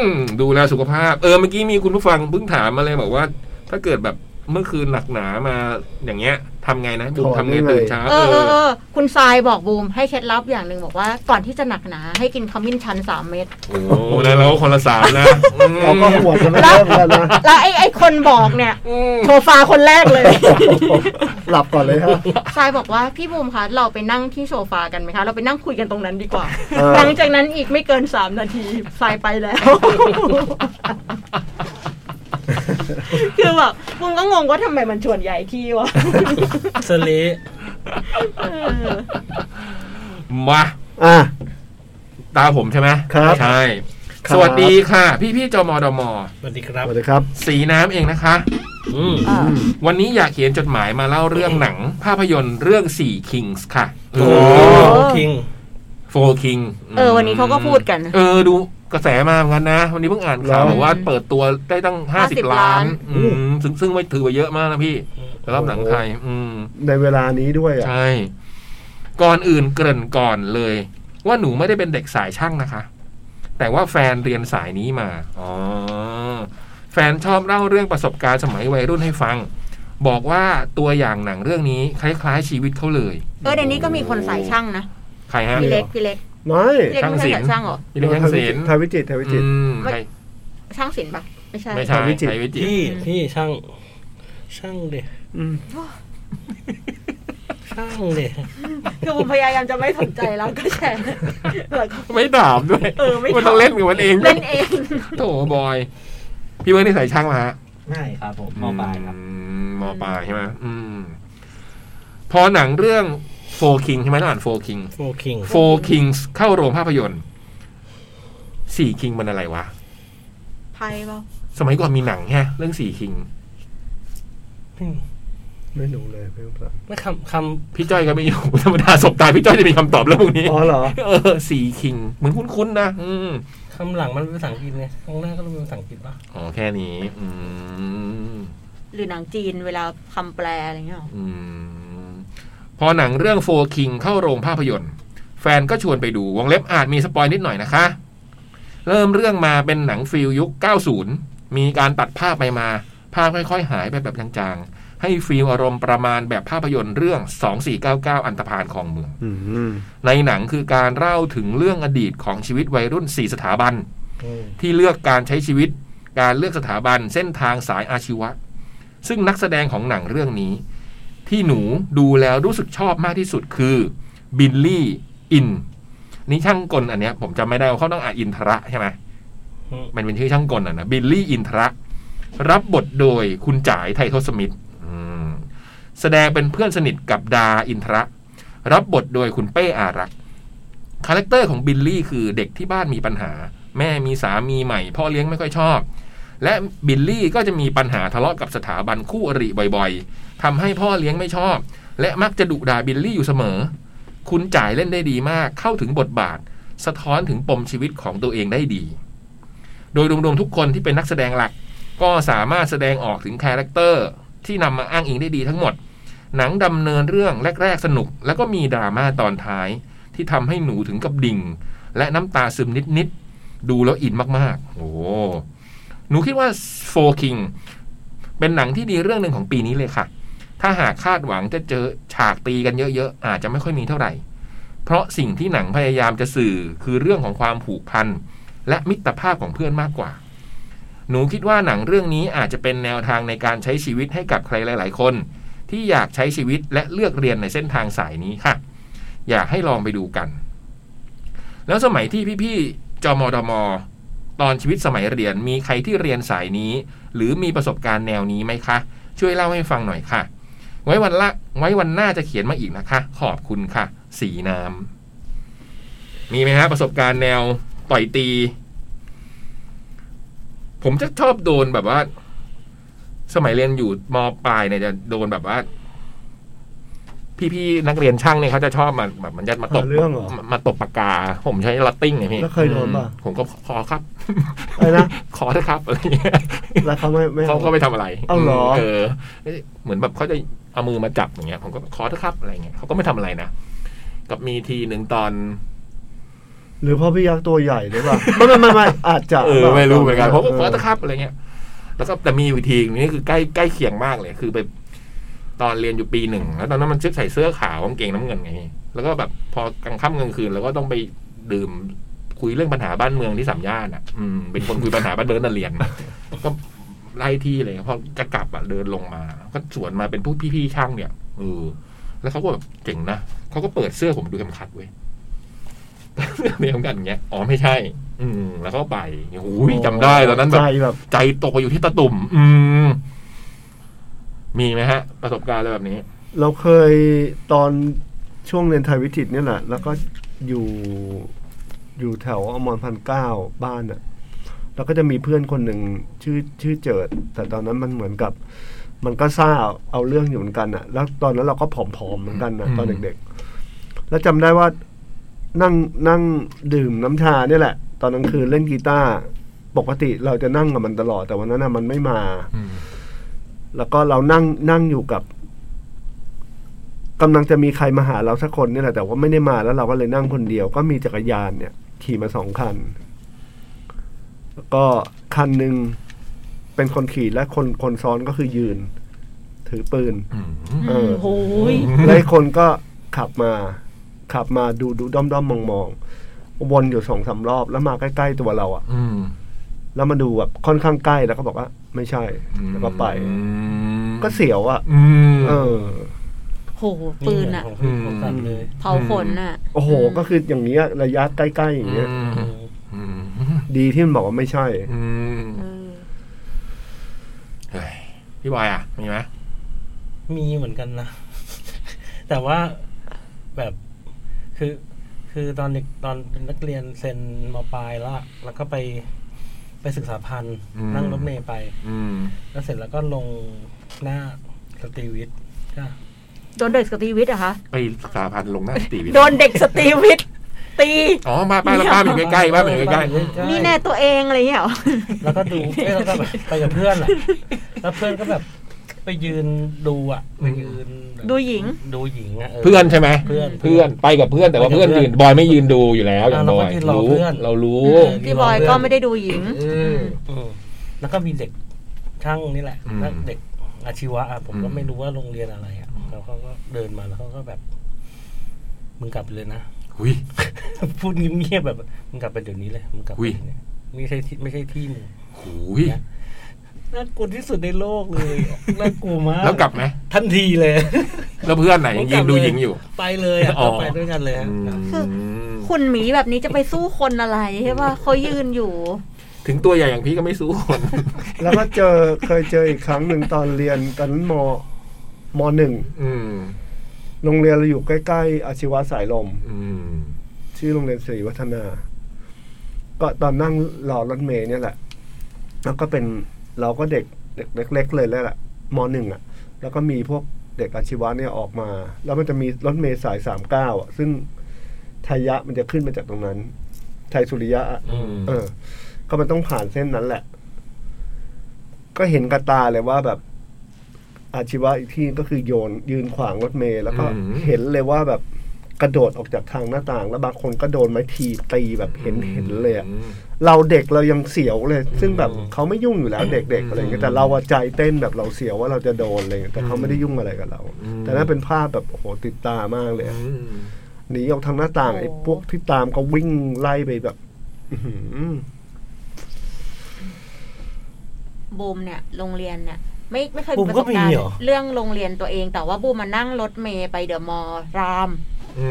Speaker 2: มดูแลสุขภาพ เออเมื่อกี้มีคุณผู้ฟังเพิ่งถามมาเลยบอกว่า ถ้าเกิดแบบเมื่อคืนหนักหนามาอย่างเงี้ยทำไงนะบูมทำไงตื่นเช้า
Speaker 9: เออเออเออคุณทรายบอกบูมให้เคล็ดลับอย่างหนึ่งบอกว่าก่อนที่จะหนักหนา ให้กินขมิ้นชันสามเม็ด
Speaker 2: โอ้โหแล้วเราก็คนละสามนะม
Speaker 7: เราก็หวดกันไม่เลิกกันนะ
Speaker 9: แล้วไอ้ไอ้คนบอกเนี่ยโซฟาคนแรกเลย
Speaker 7: หลับก่อนเลยฮะ
Speaker 9: ทรายบอกว่าพี่บูมคะเราไปนั่งที่โซฟากันไหมคะ เราไปนั่งคุยกันตรงนั้นดีกว่า
Speaker 7: เออ
Speaker 9: หลังจากนั้นอีกไม่เกินสามนาทีทรายไปแล้ว คือแบบบูมก็งงว่าทำไมมันชวนใหญ่ที่วะ
Speaker 4: สเละ
Speaker 9: เออ
Speaker 2: มา
Speaker 7: อ่ะ
Speaker 2: ตาผมใช่ไหม
Speaker 7: ครับ
Speaker 2: ใช่ สวัสดีค่ะ พี่พี่ๆจมดม
Speaker 4: สวัสดีครับ
Speaker 7: สวัสดีครับ
Speaker 2: สีน้ำเองนะคะ
Speaker 4: อืม
Speaker 9: อ่า
Speaker 2: วันนี้อยากเขียนจดหมายมาเล่าเรื่องหนัง ภาพยนตร์เรื่องสี่คิงส์ค่ะ
Speaker 4: โอ้คิง
Speaker 2: โฟคิง
Speaker 9: เออ วันนี้เขาก็พูดกัน
Speaker 2: เออ ดูกระแสมาเหมือนกันนะ วันนี้เพิ่งอ่านข่าว
Speaker 7: เหรอ
Speaker 2: บอกว่าเปิดตัวได้ตั้งห้าสิบ
Speaker 9: 50
Speaker 2: ล้า
Speaker 9: ล้าน น
Speaker 2: อืมซึ่งซึ่งไม่ถือว่าเยอะมากนะพี่สำหรับหนังไทย อืม
Speaker 7: ในเวลานี้ด้วยอ่ะ
Speaker 2: ใช่ ก่อนอื่นเกริ่นก่อนเลย ว่าหนูไม่ได้เป็นเด็กสายช่างนะคะ แต่ว่าแฟนเรียนสายนี้มา อ๋อ แฟนชอบเล่าเรื่องประสบการณ์สมัยวัยรุ่นให้ฟัง บอกว่าตัวอย่างหนังเรื่องนี้คล้าย ๆ ชีวิตเขาเลย
Speaker 9: เออเดี๋ยวนี้ก็มีคนสายช่างนะ
Speaker 2: ใครฮะ
Speaker 9: พี่เล็กพี่เล็ก
Speaker 7: ไม่
Speaker 9: พี่เล็ก
Speaker 2: ช่าง
Speaker 9: ไม่ใช่
Speaker 2: ศิลป์
Speaker 9: สายช่างเหรอ
Speaker 2: พี่เล็กยังศิลป์
Speaker 7: ทายวิจิตรทายวิจิตร
Speaker 2: อืมใคร
Speaker 9: ช่างศิลป์ปะไม่ใช่
Speaker 2: ไม่ใช่
Speaker 7: ทางวิจิตร
Speaker 2: ใครวิจิตร
Speaker 4: พี่พี่ช่าง ช่างเด็
Speaker 7: อืม
Speaker 4: ช่างเด็
Speaker 9: คือผมพยายามจะไม่สนใจแล้วก็แช ร์แล้วก็
Speaker 2: ไม่ถามด้วย
Speaker 9: เออไม่ถาม
Speaker 2: มันต้องเล่นกับมันเอง
Speaker 9: เล่นเอง
Speaker 2: โถบอย พี่เบิร์ดนี่สายช่างมาฮะ
Speaker 8: ไม่ครับผมมอปลายครับ
Speaker 2: อืมมปลายใช่ไหมอืม พอหนังเรื่องโฟคิงใช่ไหมต้องอ่านโฟคิง
Speaker 4: โฟคิง
Speaker 2: โฟคิงเข้าโรงภาพยนตร์สี่คิงมันอะไรวะ
Speaker 9: ไพ่เปล่า
Speaker 2: สมัยก่อนมีหนังแฮะ เรื่องสี่คิง
Speaker 7: ไม่รู้เลยพี่เบิร์ด
Speaker 4: ไม่คำค
Speaker 2: พี่จ้อยก็ไม่ อยู่ ธรรมดาสบตาพี่จ้อยจะมีคำตอบเรื่องพวกนี้
Speaker 7: อ๋อเหรอ
Speaker 2: เออสี่คิงเหมือนคุ้นๆนะอืม
Speaker 4: ำคำหลังมันเป็นภาษาอังกฤษไงครั้งหน้าก็ต้องเป็นภาษาอังกฤษป่ะ
Speaker 2: อ๋อแค่นี้ อืม
Speaker 9: หรือหนังจีนเวลาคำแปลอะไรเงี้ยหรอ
Speaker 2: อืมพอหนังเรื่องโฟคิงเข้าโรงภาพยนตร์ แฟนก็ชวนไปดูวงเล็บอาจมีสปอยนิดหน่อยนะคะ เริ่มเรื่องมาเป็นหนังฟิลยุค 90 มีการตัดภาพไปมา ภาพค่อยๆ หายไปแบบจางๆ ให้ฟิลอารมณ์ประมาณแบบภาพยนตร์เรื่อง 2499 อันตพานของเมือง
Speaker 7: อืม
Speaker 2: ในหนังคือการเล่าถึงเรื่องอดีตของชีวิตวัยรุ่น 4 สถาบัน
Speaker 4: อืม
Speaker 2: ที่เลือกการใช้ชีวิต การเลือกสถาบันเส้นทางสายอาชีวะ ซึ่งนักแสดงของหนังเรื่องนี้ ที่หนูดูแล้วรู้สึกชอบมากที่สุดคือบิลลี่อินนี่ช่างกลอันเนี้ยผมจำไม่ได้ว่าเขาต้องอ่านอินทระใช่ไหมมันเป็นชื่อช่างกลอ่ะนะบิลลี่อินทระ รับบทโดยคุณจ๋ายไททศมิตรอืม แสดงเป็นเพื่อนสนิทกับดาอินทระ รับบทโดยคุณเป้อารักษ์คาแรคเตอร์ของบิลลี่คือเด็กที่บ้านมีปัญหา แม่มีสามีใหม่ พ่อเลี้ยงไม่ค่อยชอบ และบิลลี่ก็จะมีปัญหาทะเลาะกับสถาบันคู่อริบ่อยๆทำให้พ่อเลี้ยงไม่ชอบ และมักจะดุด่าบิลลี่อยู่เสมอ คุณจ่ายเล่นได้ดีมากเข้าถึงบทบาท สะท้อนถึงปมชีวิตของตัวเองได้ดี โดยรวมๆทุกคนที่เป็นนักแสดงหลัก ก็สามารถแสดงออกถึงคาแรคเตอร์ที่นำมาอ้างอิงได้ดีทั้งหมด หนังดำเนินเรื่องแรก ๆ สนุก แล้วก็มีดราม่าตอนท้าย ที่ทำให้หนูถึงกับดิ่ง และน้ำตาซึมนิด ๆ ดูแล้วอินมาก ๆ โอ้โหหนูคิดว่า Four King เป็นหนังที่ดีเรื่องหนึ่งของปีนี้เลยค่ะ ถ้าหากคาดหวังจะเจอฉากตีกันเยอะ ๆ อาจจะไม่ค่อยมีเท่าไหร่ เพราะสิ่งที่หนังพยายามจะสื่อคือเรื่องของความผูกพัน และมิตรภาพของเพื่อนมากกว่า หนูคิดว่าหนังเรื่องนี้อาจจะเป็นแนวทางในการใช้ชีวิตให้กับใครหลาย ๆ คน ที่อยากใช้ชีวิตและเลือกเรียนในเส้นทางสายนี้ค่ะ อยากให้ลองไปดูกัน แล้วสมัยที่พี่ ๆ จมดม ตอนชีวิตสมัยเรียนมีใครที่เรียนสายนี้ หรือมีประสบการณ์แนวนี้ไหมคะ ช่วยเล่าให้ฟังหน่อยค่ะ ไว้วันละ ไว้วันหน้าจะเขียนมาอีกนะคะ ขอบคุณค่ะ สีน้ำมีไหมฮะประสบการณ์แนวต่อยตี ผมจะชอบโดนแบบว่า สมัยเรียนอยู่มปลายเนี่ยจะโดนแบบว่า พี่ๆนักเรียนช่างเนี่ยเขาจะชอบมาแบบมันจะมาตบ
Speaker 3: หาเรื่องเหรอ
Speaker 2: มาตบปากกา ผมใช้ลัตติ้งไงพี่
Speaker 3: แล้วเคยโดนป่ะ
Speaker 2: ผมก็ขอครับ
Speaker 3: อะไรนะ
Speaker 2: ขอนะครับอะไรอย่างเงี้ย
Speaker 3: แล้วเขาไม่ไม่
Speaker 2: เขา
Speaker 3: เอา
Speaker 2: ก็ไม่ทำอะไร
Speaker 3: เอาเหรอ
Speaker 2: เออเอ๊ะเหมือนแบบเขาจะเอามือมาจับอย่างเงี้ย ผมก็ขอนะครับอะไรอย่างเงี้ยเขาก็ไม่ทำอะไรนะกับมีทีหนึ่งตอน
Speaker 3: หรือเพ่อพี่ยักษ์ตัวใหญ่หรือเปล่าไม่ไม่ไม่ไม่อาจจะ
Speaker 2: เออไม่รู้เหมือนกันผมก็ขอ
Speaker 3: เออ
Speaker 2: นะครับอะไรเงี้ย แล้วก็แต่มีอยู่ทีนี้คือใกล้ใกล้เคียงมากเลย คือไปตอนเรียนอยู่ปีหนึ่งแล้วตอนนั้นมันชึกใส่เสื้อขาวกางเกงน้ำเงินไงแล้วก็แบบพอกลางค่ำกลางคืนเราก็ต้องไปดื่มคุยเรื่องปัญหาบ้านเมืองที่สามย่านอ่ะ อืมเป็นคนคุยปัญหาบ้านเมืองนันเรียน ก็ไล่ที่เลยพอจะกลับอ่ะเดินลงมา ก็สวนมาเป็นพวกพี่ๆช่างเนี่ยเออแล้วเขาก็แบบเจ๋งนะเขาก็เปิดเสื้อผมดูเข็มขัดเว้ย เสื้อเดียวกันอย่างเงี้ยอ๋อไม่ใช่ อืม แล้วก็ไปโอ้ยจำได้ตอนนั้นแบบ
Speaker 3: ใจแบบ
Speaker 2: ใจตกไปอยู่ที่ตะตุ่ม อืม มีไหมฮะ ประสบการณ์อะไรแบบนี้
Speaker 3: เราเคยตอนช่วงเรียนไทยวิจิตรเนี่ยแหละ แล้วก็อยู่อยู่แถวอมรพันเก้าบ้านอะแล้วก็จะมีเพื่อนคนหนึ่งชื่อชื่อเจิด แต่ตอนนั้นมันเหมือนกับ มันก็ซ่าเอาเรื่องอยู่เหมือนกันอะแล้วตอนนั้นเราก็ผอมๆเหมือนกันนะ
Speaker 2: อืม
Speaker 3: ตอนเด็กๆ แล้วจำได้ว่านั่งนั่งดื่มน้ำชาเนี่ยแหละ ตอนกลางคืนเล่นกีตาร์ปกติเราจะนั่งกับมันตลอดแต่วันนั้นนะมันไม่มา
Speaker 2: อืม
Speaker 3: แล้วก็เรานั่งนั่งอยู่กับกำลังจะมีใครมาหาเราสักคนเนี่ยแหละแต่ว่าไม่ได้มาแล้วเราก็เลยนั่งคนเดียว ก็มีจักรยานเนี่ย ขี่มาสองคัน แล้วก็คันหนึ่งเป็นคนขี่และคนคนซ้อนก็คือยืน ถือปืน
Speaker 2: อืม
Speaker 3: เออ
Speaker 9: โอ้ย
Speaker 3: และอีกคนก็ขับมา ขับมาดูดูด้อมด้อมมองมองๆวนอยู่สองสามรอบแล้วมาใกล้ๆตัวเราอะ
Speaker 2: อืม
Speaker 3: แล้วมาดูแบบค่อนข้างใกล้แล้วก็บอกว่า ไม่ใช่แล้วก็ไป
Speaker 2: อืม
Speaker 3: ก็เสียวอะ
Speaker 2: อืม
Speaker 3: เออ
Speaker 9: โหปืนอะ
Speaker 4: ของคุณของสัตว์เลย
Speaker 9: เผาขนอะ
Speaker 3: โอ้โห ก็คืออย่างเงี้ยระยะใกล้ๆอย่างเงี้ย
Speaker 2: อืม
Speaker 4: อืม
Speaker 2: อืม
Speaker 3: ดีที่มันบอกว่าไม่ใช่
Speaker 2: อืม
Speaker 9: เออ
Speaker 2: เฮ้ยพี่บอยอ่ะ มีไหม
Speaker 4: มีเหมือนกันนะ แต่ว่าแบบคือ คือตอนเด็กตอนเป็นนักเรียนเซ็นมปลายแล้วอะแล้วก็ไปไปศึกษาพันธ์นั่งรถเมล์ไป
Speaker 2: อืม
Speaker 4: แล้วเสร็จแล้วก็ลงหน้าสตรีวิทย์ก็
Speaker 9: โดนเด็กสตรีวิทย์เหรอะคะ
Speaker 2: ไปศึกษาพันธ์ลงหน้าสตรีวิทย์
Speaker 9: โดนเด็กสตรีวิทย์ตี
Speaker 2: อ๋อมาป้าแล้วป้ามันอยู่ใกล้ๆป้ามันอยู่ใกล้
Speaker 4: บ้านอยู่ใกล้ๆ
Speaker 9: นี่แน่ตัวเองอะไรอย่างเงี้ยเหรอ
Speaker 4: แล้วก็ดูเอ้ยแล้วก็แบบไปกับเพื่อนแหละแล้วเพื่อนก็แบบ ไปยืนดูอ่ะไปยืนแบบ
Speaker 9: ดูหญิง
Speaker 4: ดูหญิงอ่ะ
Speaker 2: ๆเพื่อนใช่ไหม
Speaker 4: เพื่อน
Speaker 2: เพื่อนไปกับเพื่อนแต่ว่า
Speaker 4: ไปกับ
Speaker 2: เพื่อน
Speaker 4: เพื่
Speaker 2: ยื
Speaker 4: อน
Speaker 2: นบอยไม่ยืนดูอยู่แล้วอย่าง
Speaker 4: อ่าเรา
Speaker 2: บ
Speaker 4: ก็
Speaker 2: อย
Speaker 4: ยืนรอ
Speaker 2: รู้
Speaker 4: เพื่อน
Speaker 2: เรารู้
Speaker 9: พี่บอยก็ไม่ได้ดูหญิง
Speaker 2: อืม
Speaker 4: อืมแล้วก็มีเด็กช่างนี่แหละ
Speaker 2: อืม
Speaker 4: นักเด็กอาชีวะอ่ะผมก็
Speaker 2: อืม
Speaker 4: ไม่รู้ว่าโรงเรียนอะไรอ่ะแล้วเขาก็เดินมาแล้วเขาก็แบบ มึงกลับไปเลยนะ
Speaker 2: หุย
Speaker 4: พูดเงียบๆแบบมึงกลับไปเดี๋ยวนี้เลยมึงกลับไป
Speaker 2: อุ้ย
Speaker 4: เดี๋ยวนี้ไม่ใช่ที่ไม่ใช่ที่มึง
Speaker 2: หุย
Speaker 4: น่ากลัวที่สุดในโลกเลยน่ากลัวมาก
Speaker 2: แล้วกลับไหม
Speaker 4: ทันทีเลย
Speaker 2: แล้วเพื่อนไหนยังยืนดูหญิงอยู่
Speaker 4: ไปเลยอ่ะ
Speaker 2: อ๋อ
Speaker 4: ก็ไปด้วยกันเลยฮะ
Speaker 9: คือ คุณหมีแบบนี้จะไปสู้คนอะไรใช่ป่ะเขายืนอยู่
Speaker 2: ถึงตัวใหญ่อย่างพี่ก็ไม่สู้คน
Speaker 3: แล้วก็เจอเคยเจออีกครั้งหนึ่งตอนเรียนตอนนั้นม มหนึ่ง
Speaker 2: อืม
Speaker 3: โรงเรียนเราอยู่ใกล้ๆอาชีวะสายลม
Speaker 2: อืม
Speaker 3: ชื่อโรงเรียนศรีวัฒนา ก็ตอนนั่งรอรถเมย์เนี่ยแหละ แล้วก็เป็นเราก็เด็กเด็กเล็ก ๆ เลยแล้วแหละมหนึ่งอ่ะ แล้วก็มีพวกเด็กอาชีวะเนี่ยออกมา แล้วมันจะมีรถเมย์สายสามเก้าอ่ะ ซึ่งไทยะมันจะขึ้นมาจากตรงนั้น ไทยสุริยะอะ
Speaker 2: อืม
Speaker 3: เออ ก็มันต้องผ่านเส้นนั้นแหละ ก็เห็นกระตาเลยว่าแบบ อาชีวะอีกที่ก็คือโยนยืนขวางรถเมล์แล้วก็เห็นเลยว่าแบบกระโดดออกจากทางหน้าต่าง แล้วบางคนก็โดนไม้ทีบตีแบบเห็นเห็นเลยอะเราเด็กเรายังเสียวเลย ซึ่งแบบเขาไม่ยุ่งอยู่แล้วเด็กๆอะไรอย่างเงี้ยแต่เราอะใจเต้นแบบเราเสียวว่าเราจะโดนอะไรอย่างเงี้ยแต่เขาไม่ได้ยุ่งอะไรกับเรา แต่นั่นเป็นภาพแบบโอ้โหติดตามากเลยอะ
Speaker 2: อืม
Speaker 3: หนีออกทางหน้าต่าง
Speaker 9: โอ้
Speaker 3: ไอ้พวกที่ตามก็วิ่งไล่ไปแบบ อื้อหือ
Speaker 9: บูมเนี่ยโรงเรียนเนี่ยไม่ไม่เคย
Speaker 4: บูม
Speaker 9: ประ
Speaker 4: ก็
Speaker 9: สบการ
Speaker 4: มี
Speaker 9: ณ์
Speaker 4: เหรอ
Speaker 9: เรื่องโรงเรียนตัวเอง แต่ว่าบูมมานั่งรถเมย์ไปเดอะมอลล์ราม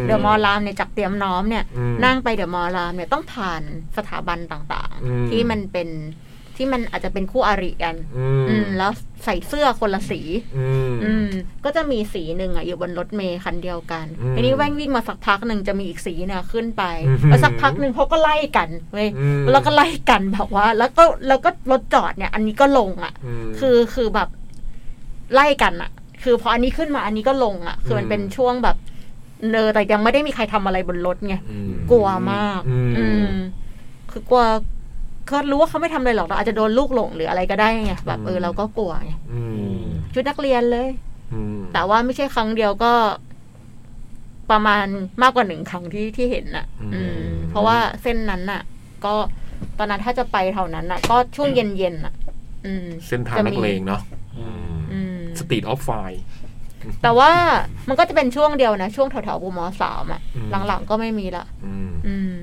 Speaker 9: เดอะมอลล์รามเนี่ยจากเตรียมน้อมเนี่ย
Speaker 2: อืม
Speaker 9: นั่งไปเดอะมอลล์รามเนี่ยต้องผ่านสถาบันต่าง
Speaker 2: อืม
Speaker 9: ๆ ที่มันเป็นที่มันอาจจะเป็นคู่อาริกัน
Speaker 2: อืม
Speaker 9: อืม แล้วใส่เสื้อคนละสี
Speaker 2: อืม
Speaker 9: อืม ก็จะมีสีหนึ่งอ่ะอยู่บนรถเมย์คันเดียวกัน
Speaker 2: อืม
Speaker 9: ทีนี้แว่งวิ่งมาสักพักหนึ่งจะมีอีกสีเนี่ยขึ้นไป
Speaker 2: อืม
Speaker 9: แล้วสักพักหนึ่งเขาก็ไล่กันเว้ย
Speaker 2: อืม
Speaker 9: แล้วก็ไล่กันแบบว่า แล้วก็แล้วก็รถจอดเนี่ย อันนี้ก็ลงอ่ะ
Speaker 2: ม
Speaker 9: คือคือแบบไล่กันอะคือพออันนี้ขึ้นมาอันนี้ก็ลงอะคือมัน
Speaker 2: อืม
Speaker 9: เป็นช่วงแบบ เนอแต่ยังไม่ได้มีใครทำอะไรบนรถไง
Speaker 2: อืม
Speaker 9: กลัวมาก
Speaker 2: อืม
Speaker 9: อืม คือกลัวเขารู้ว่าเขาไม่ทำอะไรหรอกเราอาจจะโดนลูกหลงหรืออะไรก็ได้ไงแบบเออเราก็กลัวไง
Speaker 2: อืม
Speaker 9: ชุดนักเรียนเลย
Speaker 2: อืม
Speaker 9: แต่ว่าไม่ใช่ครั้งเดียวก็ ประมาณมากกว่าหนึ่งครั้งที่ที่เห็นน่ะ อืม เพราะว่าเส้นนั้นน่ะ ก็ตอนนั้นถ้าจะไปแถวนั้นน่ะ ก็ช่วงเย็นเย็นๆน่ะ อืม
Speaker 2: เส้นทาง
Speaker 9: จะ
Speaker 2: นัก
Speaker 9: มี
Speaker 2: เลงเนาะ
Speaker 9: อืม
Speaker 2: สตรีทออฟไฟ
Speaker 9: แต่ว่ามันก็จะเป็นช่วงเดียวนะ ช่วงแถวๆบูมอสามอะ
Speaker 2: อืม
Speaker 9: หลังๆก็ไม่มีละ
Speaker 2: อืม
Speaker 9: อืม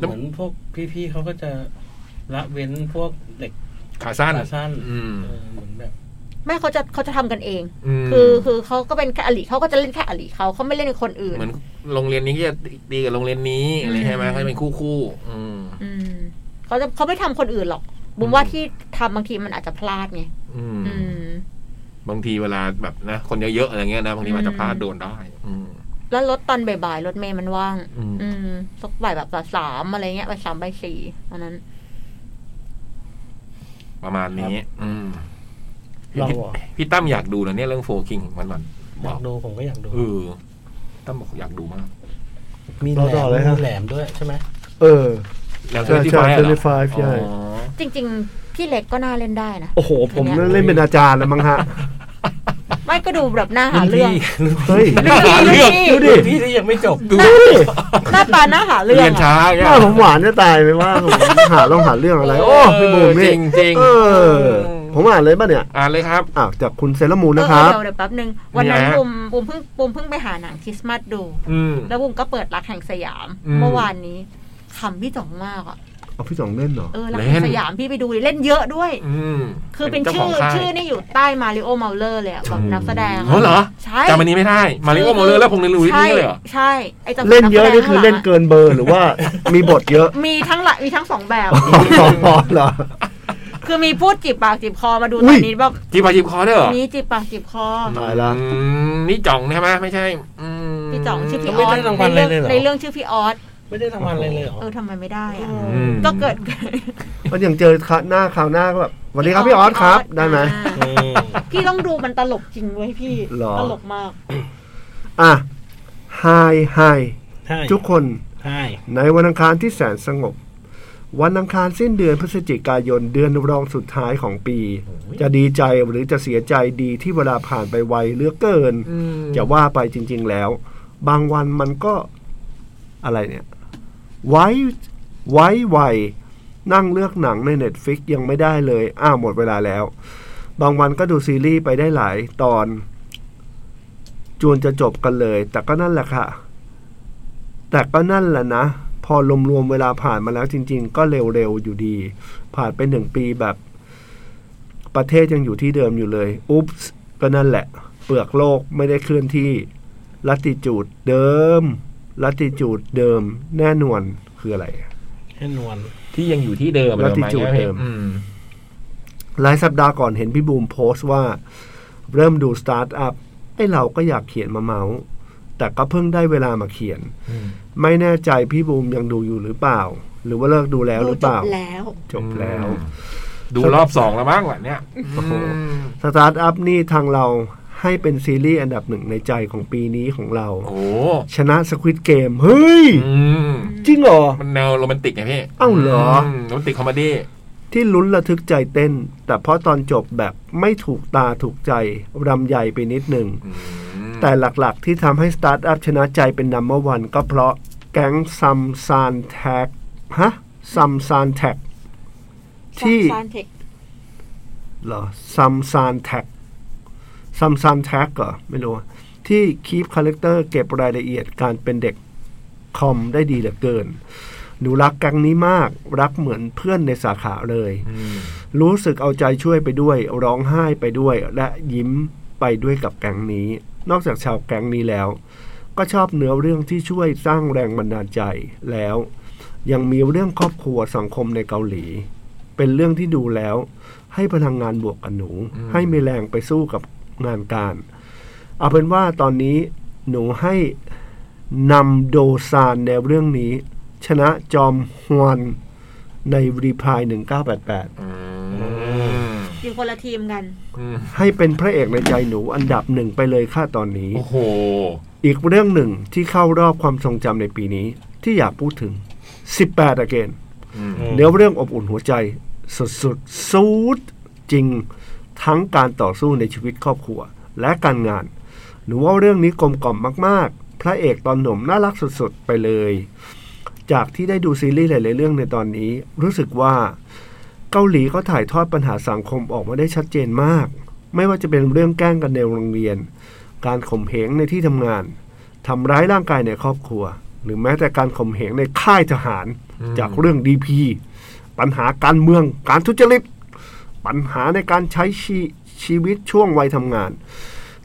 Speaker 4: แต่เหมือนพวกพี่ๆเขาก็จะละเว้นพวกเด็ก
Speaker 2: ขาสั้น
Speaker 4: ขาสั้น
Speaker 2: อืม
Speaker 4: เออเหมือนแบบ
Speaker 9: ไม่เขาจะเขาจะทำกันเอง
Speaker 2: ม
Speaker 9: คือคือเขาก็เป็นแค่อลิเขาก็จะเล่นแค่อลิเขาเขาไม่เล่นกับคนอื่น
Speaker 2: เหมือนโรงเรียนนี้ก็จะดีกับโรงเรียนนี้อะไรใช่ไหม
Speaker 9: อืม
Speaker 2: เขาจะเป็นคู่คู่ๆอืม
Speaker 9: อืมเขาจะเขาไม่ทำคนอื่นหรอกบุมว่าที่ทำบางทีมันอาจจะพลาดไง
Speaker 2: อืม
Speaker 9: อืม
Speaker 2: บางทีเวลาแบบนะ คนเยอะๆอะไรเงี้ยนะบางที
Speaker 9: อืม
Speaker 2: อาจจะพลาดโดนได้ อืม
Speaker 9: แล้วรถตอนบ่ายๆรถเมย์มันว่าง
Speaker 2: อืม
Speaker 9: อืมสักบ่ายแบบบ่ายสามอะไรเงี้ยบ่ายสามบ่ายสี่อันนั้น
Speaker 2: ประมาณนี้ อืม
Speaker 3: เรา
Speaker 2: พี่
Speaker 3: อ่ะ
Speaker 2: พี่ตั้มอยากดูนะเนี่ยเรื่องโฟกิงวันวันๆ
Speaker 4: อ
Speaker 2: อ
Speaker 4: บ ยา
Speaker 2: ก
Speaker 4: กดูผมก็อยากดู
Speaker 2: เออตั้มบอกอยากดูมาก
Speaker 4: มีแหล
Speaker 3: เราต่อเลย
Speaker 4: ม
Speaker 3: ฮะ
Speaker 4: มีแหลมด้วยใช่ไหม
Speaker 3: เออ
Speaker 2: แล้ว
Speaker 3: ใช่
Speaker 2: เทนที่ไฟ
Speaker 3: ใช่
Speaker 2: เหรอ
Speaker 3: 25ใช่
Speaker 2: อ๋อ
Speaker 9: จริง ๆ พี่เล็กก็น่าเล่นได้นะ
Speaker 3: โอ้โห ผมเล่นเป็นอาจารย์แล้วมั้งฮะ
Speaker 9: ไม่ก็ดูแบบหน้าหาเรื่อง
Speaker 3: เฮ้ย
Speaker 2: หาเรื่อง
Speaker 3: ดูดิ
Speaker 4: พี่ที่ยังไม่จบ
Speaker 9: หน้าหน้าตาหน้าหาเรื่อง
Speaker 2: เรียน
Speaker 9: อะ
Speaker 2: ช้าเนี่ย
Speaker 3: หน้าผมหวานจะตายไม่ว่าผมหาลองหาเรื่องอะไร โอ้พี่บู
Speaker 2: จ
Speaker 3: มนี่
Speaker 2: ริงจริง
Speaker 3: เออ ผมอ่านเลยป่ะเนี่ย
Speaker 2: ๆอ่านเลยครับ
Speaker 3: อ้าวจากคุณเซรามูนนะครับ
Speaker 9: เออเดี๋ยวเดี๋ยวแป๊บนึง วันนั้น
Speaker 2: มีอะไรฮะ
Speaker 9: บุมบุมเพิ่งบุมเพิ่งไปหาหนังคริสต์มาสดู
Speaker 2: อืม
Speaker 9: แล้วบุมก็เปิดรักแห่งสยาม
Speaker 2: อืม
Speaker 9: เมื่อวานนี้ขำพี่จ๋องมากอ่ะ
Speaker 3: เอาพี่สองเล่นเหรอ
Speaker 9: เออรักแห่งสยามพี่ไปดูดิเล่นเยอะด้วย
Speaker 2: อืม
Speaker 9: คือเป็น
Speaker 2: จ้าข
Speaker 9: ชื่
Speaker 2: ง
Speaker 9: อ
Speaker 2: ค่าย
Speaker 9: ชื่อนี่อยู่ใต้มาริโอเมาเลอร์เลยอะแบบนักแสดง
Speaker 2: อ๋อเหรอ
Speaker 9: ใช่
Speaker 2: จำอันนี้ไม่ได้ มาริโอโมเลอร์และพงษ์เรนลูริส
Speaker 9: ใช่
Speaker 2: นี่เลยเหรอ
Speaker 9: ใช่ไอ้จำ
Speaker 3: เล่นเยอะ
Speaker 9: กแสดง
Speaker 3: นี่คือเล่นเกินเบอร์หรือว่า มีบทเยอะ
Speaker 9: มีทั้งหลายมีทั้งสองแบบ
Speaker 3: สองพอเหรอ
Speaker 9: คือมีพูดจีบปากจีบคอมาดู
Speaker 3: อุ้
Speaker 9: ตอย นนี้แบบ
Speaker 2: จีบปากจีบคอได้วยเหรอ
Speaker 9: มีจีบปากจีบคอ
Speaker 3: ตายละ
Speaker 2: อืมนี่จ่องใช่ไหมไม่ใช่อืม
Speaker 9: พี่จ๋องชื่อพี่
Speaker 4: ยั
Speaker 9: อง
Speaker 4: ไม่
Speaker 9: อ
Speaker 4: ได้ราง
Speaker 9: ส
Speaker 4: วัล
Speaker 9: ในเรื่อง
Speaker 4: อะไรเลยเหรอ
Speaker 9: ในเรื่องชื่อพี่ออส
Speaker 4: ไม่ได้ทำงานอะไรเลยเหรอ
Speaker 9: เออทำไมไม่ได้อะ
Speaker 2: อืม
Speaker 9: ก็เกิด
Speaker 3: ก็ยังเจอคราวหน้าคราวหน้าก็แบบสวัสดีครับพี่ออสครับ ได้ไหม
Speaker 9: อ่าพี่ต้องดูมันตลกจริงเว้ยพี่
Speaker 3: หรอ
Speaker 9: ตลกมาก
Speaker 3: อ่ะไฮไฮ
Speaker 4: ใช่
Speaker 3: ทุกคน
Speaker 4: ใช่
Speaker 3: ในวันอังคารที่แสนสงบ วันอังคารสิ้นเดือนพฤศจิกายนเดือนรองสุดท้ายของปี จะดีใจหรือจะเสียใจดีที่เวลาผ่านไปไวเหลือเกิน
Speaker 2: อืม
Speaker 3: จะว่าไปจริง ๆแล้ว บางวันมันก็อะไรเนี่ย ไว้ไว้ไวนั่งเลือกหนังใน Netflix ยังไม่ได้เลย อ้าวหมดเวลาแล้ว บางวันก็ดูซีรีส์ไปได้หลายตอน จวนจะจบกันเลย แต่ก็นั่นแหละค่ะ แต่ก็นั่นแหละนะ พอรวมๆเวลาผ่านมาแล้วจริง ๆ ก็เร็วๆอยู่ดี ผ่านไปหนึ่งปีแบบ ประเทศยังอยู่ที่เดิมอยู่เลย อุ๊ปส์ก็นั่นแหละ เปลือกโลกไม่ได้เคลื่อนที่ลัติจูดเดิมลัติจูดเดิม แน่นวนคืออะไร
Speaker 4: ให้นวล
Speaker 2: ที่ยังอยู่ที่เดิมอะไรประมาณ
Speaker 3: แล้วที่จุด
Speaker 2: เนี้ย
Speaker 3: เดิม
Speaker 2: อืม
Speaker 3: หลายสัปดาห์ก่อนเห็นพี่บูมโพสต์ว่า เริ่มดูสตาร์ทอัพไอ้เราก็อยากเขียนมาเมาส์แต่ก็เพิ่งได้เวลามาเขียน ไม่แน่ใจพี่บูมยังดูอยู่หรือเปล่า หรือว่าเลิกดูแล้วหรือเปล่า
Speaker 9: ดูจบแล้ว
Speaker 3: จบแล้ว
Speaker 2: ดูรอบสองแล้วมั้งวันเนี้ยโอ้โห
Speaker 3: สตาร์ทอัพนี่ทางเราให้เป็นซีรีส์อันดับหนึ่งในใจของปีนี้ของเรา
Speaker 2: โอ้โห
Speaker 3: ชนะสควิ g เกมเฮ้ย
Speaker 2: อืม
Speaker 3: จริงเหรอ
Speaker 2: มันแนวโรแมนติกไงพี่
Speaker 3: เอ้าเหรออื
Speaker 2: มโรแมนติกคอมเมดี้
Speaker 3: ที่ลุ้นระทึกใจเต้น แต่เพราะตอนจบแบบไม่ถูกตาถูกใจ รำใหญ่ไปนิดหนึ่ง
Speaker 2: อืม
Speaker 3: แต่หลักๆที่ทำให้สตาร์ทอัพชนะใจเป็นนัมเบอร์วันก็เพราะแก๊งซัมซานแท็กฮะซัมซานแท็กที่
Speaker 9: ซานเทค
Speaker 3: เหรอซัมซานแท็กซัมซานแท็กเหรอ ไม่รู้อะที่คีปคาแรคเตอร์เก็บรายละเอียดการเป็นเด็กคอมได้ดีเหลือเกิน หนูรักแก๊งนี้มาก รักเหมือนเพื่อนในสาขาเลย
Speaker 2: อืม
Speaker 3: รู้สึกเอาใจช่วยไปด้วย ร้องไห้ไปด้วย และยิ้มไปด้วยกับแก๊งนี้ นอกจากชาวแก๊งนี้แล้ว ก็ชอบเนื้อเรื่องที่ช่วยสร้างแรงบันดาลใจแล้ว ยังมีเรื่องครอบครัวสังคมในเกาหลี เป็นเรื่องที่ดูแล้ว ให้พลังงานบวกกับหนู ให้มีแรงไปสู้กับงานการ เอาเป็นว่าตอนนี้หนูให้นำโดซานในเรื่องนี้ ชนะจอมฮวน ในรีพาย1988
Speaker 2: อืม
Speaker 9: อยู่คนละทีมกัน
Speaker 2: อืม
Speaker 3: ให้เป็นพระเอกในใจหนูอันดับหนึ่งไปเลยค่ะตอนนี้
Speaker 2: โอ้โห
Speaker 3: อีกเรื่องหนึ่งที่เข้ารอบความทรงจำในปีนี้ ที่อยากพูดถึง 18 again
Speaker 2: อืม
Speaker 3: เดี๋ยวเรื่องอบอุ่นหัวใจ สุดสุดๆสูดจริงทั้งการต่อสู้ในชีวิตครอบครัว และการงาน หนูว่าเรื่องนี้กลมกล่อมมากๆ พระเอกตอนหนุ่มน่ารักสุดๆ ไปเลย จากที่ได้ดูซีรีส์หลายๆเรื่องในตอนนี้ รู้สึกว่า เกาหลีเขาถ่ายทอดปัญหาสังคมออกมาได้ชัดเจนมาก ไม่ว่าจะเป็นเรื่องแกล้งกันในโรงเรียน การข่มเหงในที่ทำงานทำร้ายร่างกายในครอบครัว หรือแม้แต่การข่มเหงในค่ายทหาร จากเรื่องดีพีปัญหาการเมืองการทุจริต ปัญหาในการใช้ชีชีวิตช่วงวัยทำงาน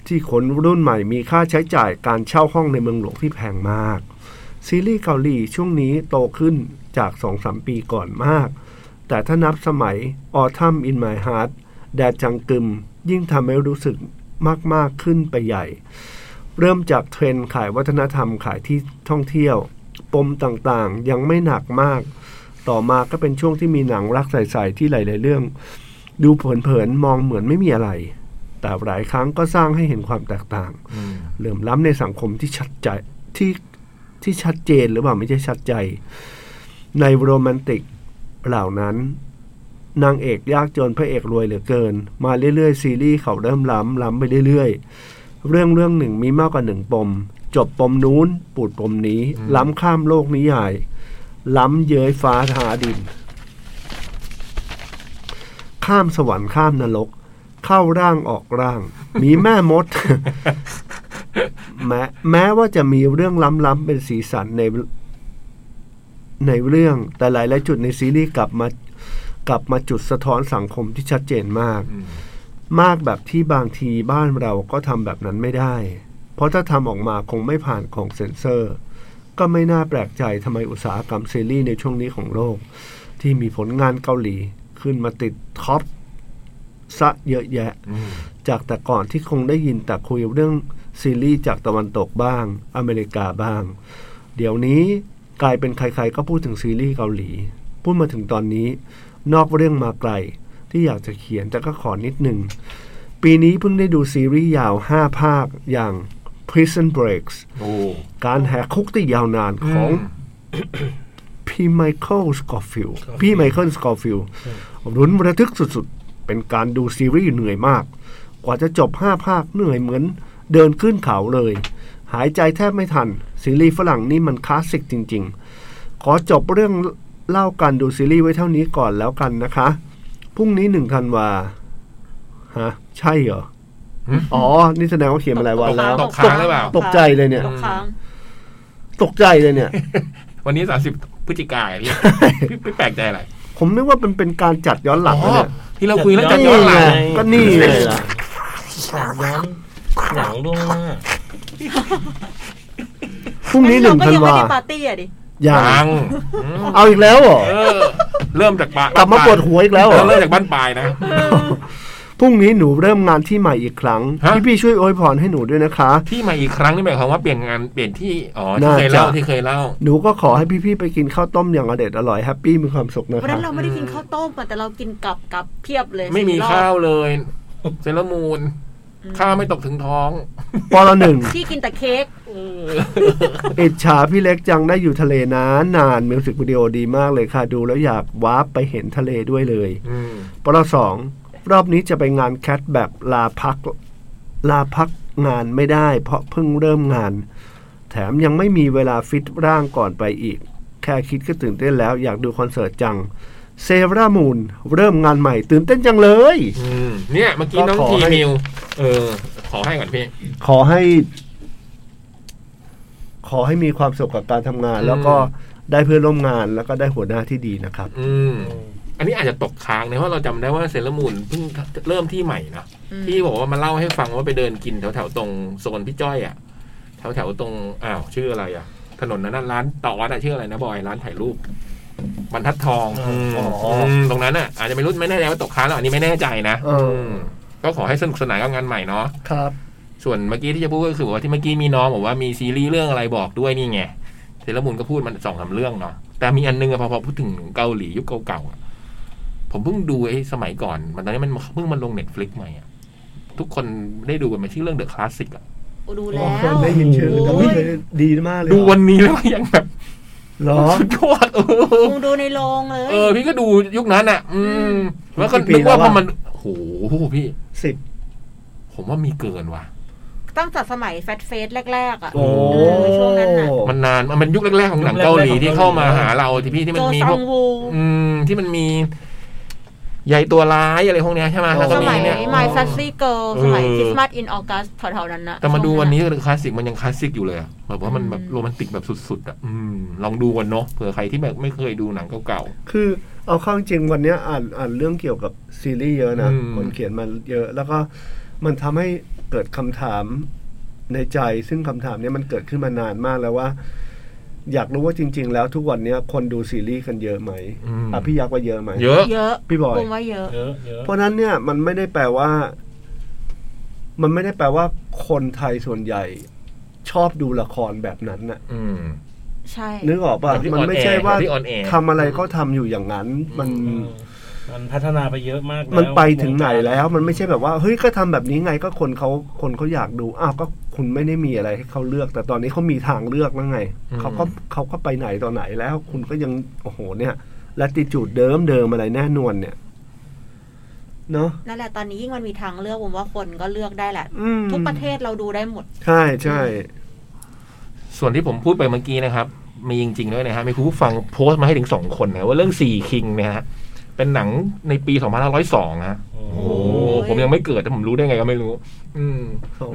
Speaker 3: ที่คนรุ่นใหม่มีค่าใช้จ่ายการเช่าห้องในเมืองหลวงที่แพงมาก ซีรีส์เกาหลีช่วงนี้โตขึ้นจาก 2-3 ปีก่อนมาก แต่ถ้านับสมัย Autumn in My Heart แดดจังกึม ยิ่งทำให้รู้สึกมาก ๆ ขึ้นไปใหญ่ เริ่มจากเทรนด์ขายวัฒนธรรมขายที่ท่องเที่ยว ปมต่างๆ ยังไม่หนักมาก ต่อมาก็เป็นช่วงที่มีหนังรักใสๆที่หลาย ๆ เรื่อง ดูเผินๆมองเหมือนไม่มีอะไร แต่หลายครั้งก็สร้างให้เห็นความแตกต่าง
Speaker 2: อืม
Speaker 3: เหลื่อมล้ำในสังคมที่ชัดใจที่ที่ชัดเจนหรือเปล่าไม่ใช่ชัดใจ ในโรแมนติกเหล่านั้น นางเอกยากจนพระเอกรวยเหลือเกิน มาเรื่อยๆ ซีรีส์เขาเริ่มล้ำล้ำไปเรื่อยๆ เรื่องเรื่องหนึ่งมีมากกว่าหนึ่งปม จบปมนู้น ปูดปมนี้ ล้ำข้ามโลกนิยาย ล้ำเย้ยฟ้าทาดิน ข้ามสวรรค์ข้ามนรก เข้าร่างออกร่าง มีแม่มด แม้แม้ว่าจะมีเรื่องล้ำๆเป็นสีสันใน ในเรื่องแต่หลายๆจุดในซีรีส์กลับมากลับมาจุดสะท้อนสังคมที่ชัดเจนมาก
Speaker 2: อืม
Speaker 3: มากแบบที่บางทีบ้านเราก็ทำแบบนั้นไม่ได้ เพราะถ้าทำออกมาคงไม่ผ่านของเซ็นเซอร์ ก็ไม่น่าแปลกใจทำไมอุตสาหกรรมซีรีส์ในช่วงนี้ของโลก ที่มีผลงานเกาหลีขึ้นมาติดท็อปซะเยอะแยะ
Speaker 2: อืม
Speaker 3: จากแต่ก่อนที่คงได้ยินแต่คุยเรื่องซีรีส์จากตะวันตกบ้าง อเมริกาบ้าง เดี๋ยวนี้กลายเป็นใครๆก็พูดถึงซีรีส์เกาหลี พูดมาถึงตอนนี้ นอกเรื่องมาไกล ที่อยากจะเขียนแต่ก็ขอนิดหนึ่ง ปีนี้เพิ่งได้ดูซีรีส์ยาว 5 ภาคอย่าง Prison Breaks
Speaker 2: โอ้
Speaker 3: การแหกคุกที่ยาวนานของ พี่ไมเคิลสกอร์ฟิลด์พี่ไมเคิลสกอร์ฟิลด์รุนระทึกสุดๆ เป็นการดูซีรีส์เหนื่อยมาก กว่าจะจบห้าภาคเหนื่อยเหมือนเดินขึ้นเขาเลย หายใจแทบไม่ทัน ซีรีส์ฝรั่งนี่มันคลาสสิกจริงๆ ขอจบเรื่องเล่าการดูซีรีส์ไว้เท่านี้ก่อนแล้วกันนะคะ พรุ่งนี้หนึ่งธันวาฮะ ใช่เหรอ
Speaker 2: หึ
Speaker 3: อ๋อ นี่แสดงว่าเขียนมาหลายวันแล้ว
Speaker 2: ตกค้างหรือเปล่า
Speaker 3: ตกใจเลยเนี่ย
Speaker 9: ตกค้าง
Speaker 3: ตกใจเลยเนี่ย
Speaker 2: วันนี้สามสิบพฤศจิกายนพี่พี่พี่แปลกใจอะไร
Speaker 3: ผมนึกว่ามันเป็นการจัดย้อนหลังนะเนี่ย
Speaker 2: ที่เราคุยเรื่องการ
Speaker 3: นี่
Speaker 2: ย้อนหลัง
Speaker 3: ไงก็นี่เลยล่ะ
Speaker 4: หนังย้อนหนังล่วงหน้า
Speaker 3: พรุ่งนี้หนึ่ง
Speaker 9: เอ้ย
Speaker 3: ธัน
Speaker 9: เราก็ยังไม่
Speaker 3: วา
Speaker 9: ได้ปาร์ตี้อะดิ
Speaker 3: อย่า
Speaker 2: ยัง ง
Speaker 3: เอาอีกแล้วเหรอ
Speaker 2: เออ เริ่มจากปลาย
Speaker 3: กลับมาปวดหัวอีกแล้วเหรอ
Speaker 2: เริ่มจากบ้านปลายนะ
Speaker 3: พรุ่งนี้หนูเริ่มงานที่ใหม่อีกครั้ง
Speaker 2: ฮะ
Speaker 3: พี่พี่ๆช่วยอวยพรให้หนูด้วยนะคะ
Speaker 2: ที่มาอีกครั้งนี่หมายความว่าเปลี่ยนงานเปลี่ยนที่อ๋อที่
Speaker 3: น่า
Speaker 2: เคยเล่า
Speaker 3: จะ
Speaker 2: ที่เคยเล่า
Speaker 3: หนูก็ขอให้พี่พี่ๆไปกินข้าวต้มอย่างอเด็ดอร่อยแฮปปี้มีความสุขนะ
Speaker 9: วัน
Speaker 3: คะ
Speaker 9: นั้นเราไม่ได้กินข้าวต้มอะแต่เรากินกับกับเพียบเลย
Speaker 2: ไม่มี
Speaker 9: สี่รอบ
Speaker 2: ข้าวเลยเซรามูน
Speaker 9: อืม
Speaker 2: ข้าวไม่ตกถึงท้อง
Speaker 3: ปอละหนึ่ง
Speaker 9: พี่กินแต่เค้ก
Speaker 3: อิจฉาพี่เล็กจังได้อยู่ทะเลนานนานมิวสิกวิดีโอดีมากเลยค่ะ ดูแล้วอยากวาร์ปไปเห็นทะเลด้วยเลย
Speaker 2: อืม
Speaker 3: ปรสองรอบนี้จะไปงานแคทแบบลาพัก ลาพักงานไม่ได้ เพราะเพิ่งเริ่มงาน แถมยังไม่มีเวลาฟิตร่างก่อนไปอีก แค่คิดก็ตื่นเต้นแล้วอยากดูคอนเสิร์ตจัง เซรามูนเริ่มงานใหม่ตื่นเต้นจังเลย
Speaker 2: อืมเนี่ยเมื่อกี้
Speaker 3: ก็
Speaker 2: น้อง
Speaker 3: ขอ
Speaker 2: ที
Speaker 3: ให้
Speaker 2: มิวเออ ขอให้ก่อนพี่
Speaker 3: ขอให้ ขอให้มีความสุขกับการทำงาน
Speaker 2: อืม
Speaker 3: แล้วก็ได้เพื่อนร่วมงานแล้วก็ได้หัวหน้าที่ดีนะครับ
Speaker 2: อืม อันนี้อาจจะตกค้างนะเพราะเราจำได้ว่าเซรามูนเพิ่งเริ่มที่ใหม่นะ
Speaker 9: อืม
Speaker 2: ที่บอกว่ามาเล่าให้ฟังว่าไปเดินกินแถวแถวๆตรงโซนพี่จ้อยอะแถวแถวๆตรงอ้าวชื่ออะไรอะถนนนั้นนะร้านต่ออะชื่ออะไรนะบอยร้านถ่ายรูปบรรทัดทองอืม
Speaker 6: อ๋ออื
Speaker 2: มตรงนั้นอะอาจจะไม่รู้ไม่แน่ใจว่าตกค้างหรือเปล่าอันนี้ไม่แน่ใจนะ
Speaker 3: เอออื
Speaker 2: มก็ขอให้สนุกสนานกับงานใหม่เนาะ
Speaker 3: ครับ
Speaker 2: ส่วนเมื่อกี้ที่จะพูดก็คือว่าที่เมื่อกี้มีน้องบอกว่ามีซีรีส์เรื่องอะไรบอกด้วยนี่ไงเทเลมูนก็พูดมันสองสามเรื่องเนาะแต่มีอันนึงอะพอพอพูดถึงเกาหลียุคเก่าๆอะผมเพิ่งดูไอ้สมัยก่อน มันตอนนี้มันเพิ่งมันลงเน็ตฟลิกใหม่อะทุกคนได้ดูกันไหมชื่อเรื่องเดอะคลาสสิกอะ
Speaker 9: โอ้ดูแล้ว
Speaker 3: เคยได้ยินชื่อแต่ไม่เคยดีมากเลย
Speaker 2: ดูวันนี้แล้วยังแบบ
Speaker 3: เหรอ
Speaker 2: สุดยอดเออ
Speaker 9: คงดูในโรงเลย
Speaker 2: เออ พี่ก็ดูยุคนั้นอะอืมแล้วก็
Speaker 3: กี่ปี
Speaker 2: นึกว่า
Speaker 3: แล้ว
Speaker 2: พ
Speaker 3: อะ
Speaker 2: อมันโหพี่
Speaker 3: สิบ
Speaker 2: ผมว่ามีเกินว่ะ
Speaker 9: ตั้งแต่สมัยแฟตเฟสแรก ๆ อ่ะ
Speaker 2: โอ้
Speaker 9: ช่วงนั้นน่ะ
Speaker 2: มันนานมันยุคแรกๆของหนังเกาหลีที่เข้ามาหาเราที่พี่ที่
Speaker 9: โจ
Speaker 2: มันมี
Speaker 9: ซั
Speaker 2: พว
Speaker 9: ง
Speaker 2: ก
Speaker 9: วู
Speaker 2: อืมที่มันมีใหญ่ตัวร้ายอะไรพวกเนี้ยใช่ไหมแล้วก็
Speaker 9: ส
Speaker 2: มี
Speaker 9: มัย
Speaker 2: เนี่ย
Speaker 9: My Sassy Girl
Speaker 2: เออ
Speaker 9: สมัย Christmas in August แถวๆนั้นนะ
Speaker 2: แต่มาดู
Speaker 9: ช่ง
Speaker 2: วันนี้
Speaker 9: ะ
Speaker 2: คลาสสิกมันยังคลาสสิกอยู่เลยอะแบบว่ามันแบบ
Speaker 9: อืม
Speaker 2: โรแมนติกแบบสุดๆอ่ะอืม ลองดูกันเนาะเผื่อใครที่แบบไม่เคยดูหนังเก่า
Speaker 3: คือเอาเข้าจริงวันเนี้ยอ่านอ่านเรื่องเกี่ยวกับซีรีส์เยอะนะ
Speaker 2: อืม
Speaker 3: คนเขียนมาเยอะ แล้วก็มันทำให้เกิดคำถามในใจ ซึ่งคำถามเนี้ยมันเกิดขึ้นมานานมากแล้วว่า อยากรู้ว่าจริง ๆ แล้วทุกวันเนี้ยคนดูซีรีส์กันเยอะไหม
Speaker 2: ๆอืม
Speaker 3: อ่ะพี่ยักษ์ว่าเยอะไหม
Speaker 2: เยอะ
Speaker 9: เยอะ
Speaker 3: พี่บอย
Speaker 9: ผมว่าเยอะ
Speaker 6: เยอะเยอะ
Speaker 3: เพราะฉะนั้นเนี่ยมันไม่ได้แปลว่า มันไม่ได้แปลว่าคนไทยส่วนใหญ่ ชอบดูละครแบบนั้นน่ะ
Speaker 2: อืม
Speaker 9: ใช่
Speaker 3: นึกออกป่ะ
Speaker 2: แบบที่
Speaker 3: มันไม่ใช่
Speaker 2: on air
Speaker 3: ว่า
Speaker 2: แบบที่ on air
Speaker 3: ทำอะไรก็ทำอยู่อย่างนั้น มัน
Speaker 6: อืมมันพัฒนาไปเยอะมากแล้ว
Speaker 3: มันไปถึงไหนแล้ว มันไม่ใช่แบบว่าเฮ้ยก็ทำแบบนี้ไงก็คนเขาคนเขาอยากดูอ้าวก็คุณไม่ได้มีอะไรให้เขาเลือก แต่ตอนนี้เขามีทางเลือกแล้วไง
Speaker 2: อืม
Speaker 3: เขาก็เขาก็ไปไหนต่อไหนแล้ว คุณก็ยังโอ้โหเนี่ยและติจูดเดิมเดิมอะไรแน่นวนเนี่ยเนาะ
Speaker 9: นั่นแหละตอนนี้ยิ่งมันมีทางเลือกผมว่าคนก็เลือกได้แหละ
Speaker 3: อืม
Speaker 9: ทุกประเทศเราดูได้หมด
Speaker 3: ใช่ใช่
Speaker 2: ส่วนที่ผมพูดไปเมื่อกี้นะครับ มีจริงๆด้วยนะฮะมีผู้ฟังโพสต์มาให้ถึงสองคนนะว่าเรื่องสี่คิงเนี่ยฮะเป็นหนังในปี2502ฮะ
Speaker 6: โอ้โห
Speaker 2: โอ้โหผมยังไม่เกิดแต่ผมรู้ได้ไงก็ไม่รู้ อืม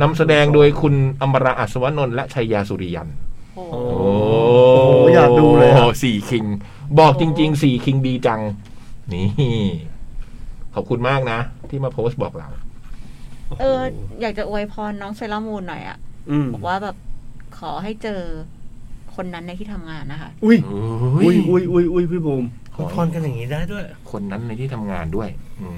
Speaker 2: นำแสดงโดยคุณอมราอัศวนนท์และชัยยาสุริยัน
Speaker 9: โอ้
Speaker 3: โอ้
Speaker 2: โอ้
Speaker 3: อยากดูเลยอะ
Speaker 2: โอ้สี่คิง บอกจริงๆสี่คิงดีจัง นี่ ขอบคุณมากนะ ที่มาโพสต์บอกเรา
Speaker 9: เออ อยากจะอวยพรน้องเซรามูนหน่อยอ่ะ
Speaker 3: อืม
Speaker 9: บอกว่าแบบขอให้เจอคนนั้นในที่ทำงานนะคะ
Speaker 3: อุ้ย
Speaker 2: โอ้
Speaker 3: อุ้ยอุ้ยอุ้ยอุ้ยพี่บูม
Speaker 2: ข
Speaker 4: ขอ
Speaker 2: อ
Speaker 4: พรกันอย่างนี้ได้ด้วย
Speaker 2: คนนั้นในที่ทำงานด้วย อื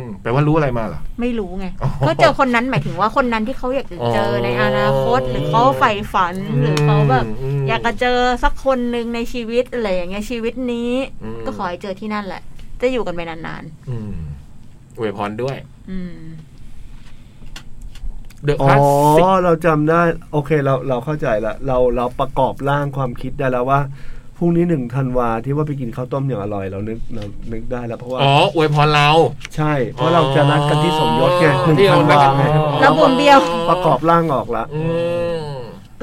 Speaker 2: มแปลว่ารู้อะไรมาเหรอ
Speaker 9: ไม่รู้ไง
Speaker 2: อ๋อ
Speaker 9: ก็เจอคนนั้นหมายถึงว่าคนนั้นที่เขาอยากจะเจออ
Speaker 2: อ
Speaker 9: ในอนาคต หรือเขาใฝ่ฝัน
Speaker 2: อืม
Speaker 9: หรือเขาแบบ
Speaker 2: อืม
Speaker 9: อยากจะเจอสักคนหนึ่งในชีวิตอะไรอย่างเงี้ยชีวิตนี้
Speaker 2: อืม
Speaker 9: ก็ขอให้เจอที่นั่นแหละ จะอยู่กันไปนาน
Speaker 2: อืมอวยพรด้วย
Speaker 9: ๆอืม
Speaker 2: เดอะ
Speaker 3: อ๋
Speaker 2: คลาส
Speaker 3: อ
Speaker 2: สิก
Speaker 3: เราจำได้ โอเคเราเราเข้าใจละเราเราประกอบร่างความคิดได้แล้วว่าพรุ่งนี้หนึ่งธันวาที่ว่าไปกินข้าวต้มอย่างอร่อย เรานึกเรานึกได้แล้วเพราะว่า
Speaker 2: อ๋ออวยพรเรา
Speaker 3: ใช่ เพราะเราจะนัดกันที่สมยศไงหนึ่ง
Speaker 2: ที่เร
Speaker 3: ธัน
Speaker 2: ด
Speaker 3: วา
Speaker 2: กั
Speaker 3: ไง
Speaker 9: แล้วผมเบี้ยว
Speaker 3: ประกอบร่างออกละ
Speaker 2: อืม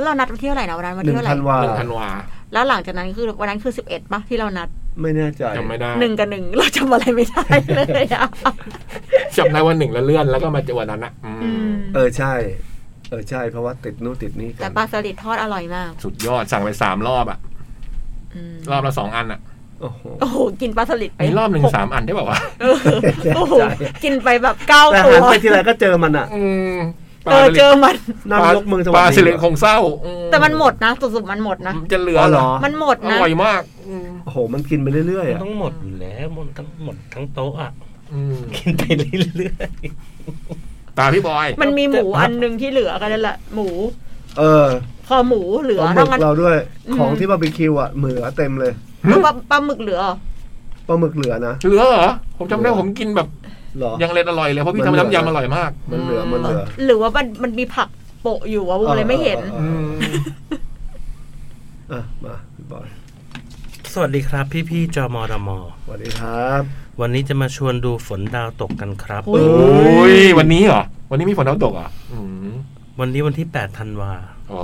Speaker 9: เรานัดวันที่เท่าไหร่นะวันนั้นวัน
Speaker 3: หนึ่ง
Speaker 9: ที่เท่าไห
Speaker 3: ธั
Speaker 9: ร่
Speaker 3: นวา
Speaker 2: หนึ่งธันวา
Speaker 9: แล้วหลังจากนั้นคือวันนั้นคือสิบเอ็ดปะที่เรานัด
Speaker 3: ไม่แน่ใจ
Speaker 2: จำไม่ได้
Speaker 9: หนึ่งกับหนึ่งเราจำอะไรไม่ได้เลยอะ
Speaker 2: จำได้วันหนึ่งแล้วเลื่อนแล้วก็มาเจอวันนั้นอะอืม
Speaker 9: อืม
Speaker 3: เออใช่ เออใช่ เพราะว่าติดนู่นติดนี่กั
Speaker 9: แต่
Speaker 3: น
Speaker 9: ปลาสลิดทอดอร่อยมาก
Speaker 2: สุดยอดสั่งไปสามรอบอะ
Speaker 9: อืม
Speaker 2: รอบละสองอันอะ
Speaker 3: โอ้โห
Speaker 9: โอ้โหกินปลาสลิดไป
Speaker 2: ไอ้รอบหนึ่ง
Speaker 9: ก
Speaker 2: สามอันได้เปล่าวะ
Speaker 9: เออโอ้โห
Speaker 3: ใช่
Speaker 9: กินไปแบบเก้า
Speaker 3: แต่
Speaker 9: ตั
Speaker 3: หัน
Speaker 9: ว
Speaker 3: ไปทีไรก็เจอมันอ่ะ
Speaker 2: อืม
Speaker 9: เออเจอมัน
Speaker 3: นั่งยกมือส
Speaker 2: ป
Speaker 3: วัส
Speaker 2: ลา
Speaker 3: ดี
Speaker 2: สิเลนคงเศร้าอื
Speaker 9: แต่มันหมดนะสุดๆมันหมดนะ
Speaker 2: มันจะเหลือ
Speaker 3: อ๋อ
Speaker 2: เห
Speaker 3: เห
Speaker 2: ร
Speaker 3: ร
Speaker 2: อ
Speaker 3: อ
Speaker 9: มันหมด
Speaker 2: อ
Speaker 9: นะ
Speaker 2: ร่อยมากอืม
Speaker 3: โอ้โหมันกินไปเรื่อยๆ
Speaker 4: มัน
Speaker 3: อ่ะ
Speaker 4: ต้องหมดอยู่แล้วหมดทั้งหมดทั้งโต๊ะอ่ะ
Speaker 2: อืม
Speaker 4: กินไปเรื่อย
Speaker 2: ตาพี่บอย
Speaker 9: มันมีหมูอันหนึ่งที่เหลือกันนั่นแหละหมู
Speaker 7: เออ
Speaker 9: คอหมูเหลือ
Speaker 7: ปลาหมึ
Speaker 9: ถ้าก งั้น
Speaker 7: เราด้วย
Speaker 9: อืม
Speaker 7: ของที่บาร์บีคิวอ่ะเหมือเต็มเลย
Speaker 9: แล้วปลาปลาหมึกเหลือเหรอ
Speaker 7: ปลาหมึกเหลือนะ
Speaker 2: เหลือเหรอผมจำได้
Speaker 7: เหลือ
Speaker 2: ผมกินแบบ
Speaker 7: เหรอ
Speaker 2: ยังเล็ดอร่อยเลยเพราะพี่
Speaker 7: มัน
Speaker 2: ทำ
Speaker 7: เหลือ
Speaker 2: น้ำยำอร่อยมาก
Speaker 7: มันเหลือมันเหลือ
Speaker 9: หรือว่ามันมันมีผักโปะอยู่วะบูมเลยไม่เห็น
Speaker 7: อออออ่ะมาพี่บอย
Speaker 4: ๆ สวัสดีครับ พี่พี่ๆจอมอรมอ
Speaker 7: สวัสดีครับ
Speaker 4: วันนี้จะมาชวนดูฝนดาวตกกันครับ
Speaker 9: โอ้ย
Speaker 2: โอ้ยวันนี้เหรอวันนี้มีฝนดาวตกเหรอ่ะ
Speaker 4: วันนี้วันที่8ธันวา
Speaker 2: อ๋อ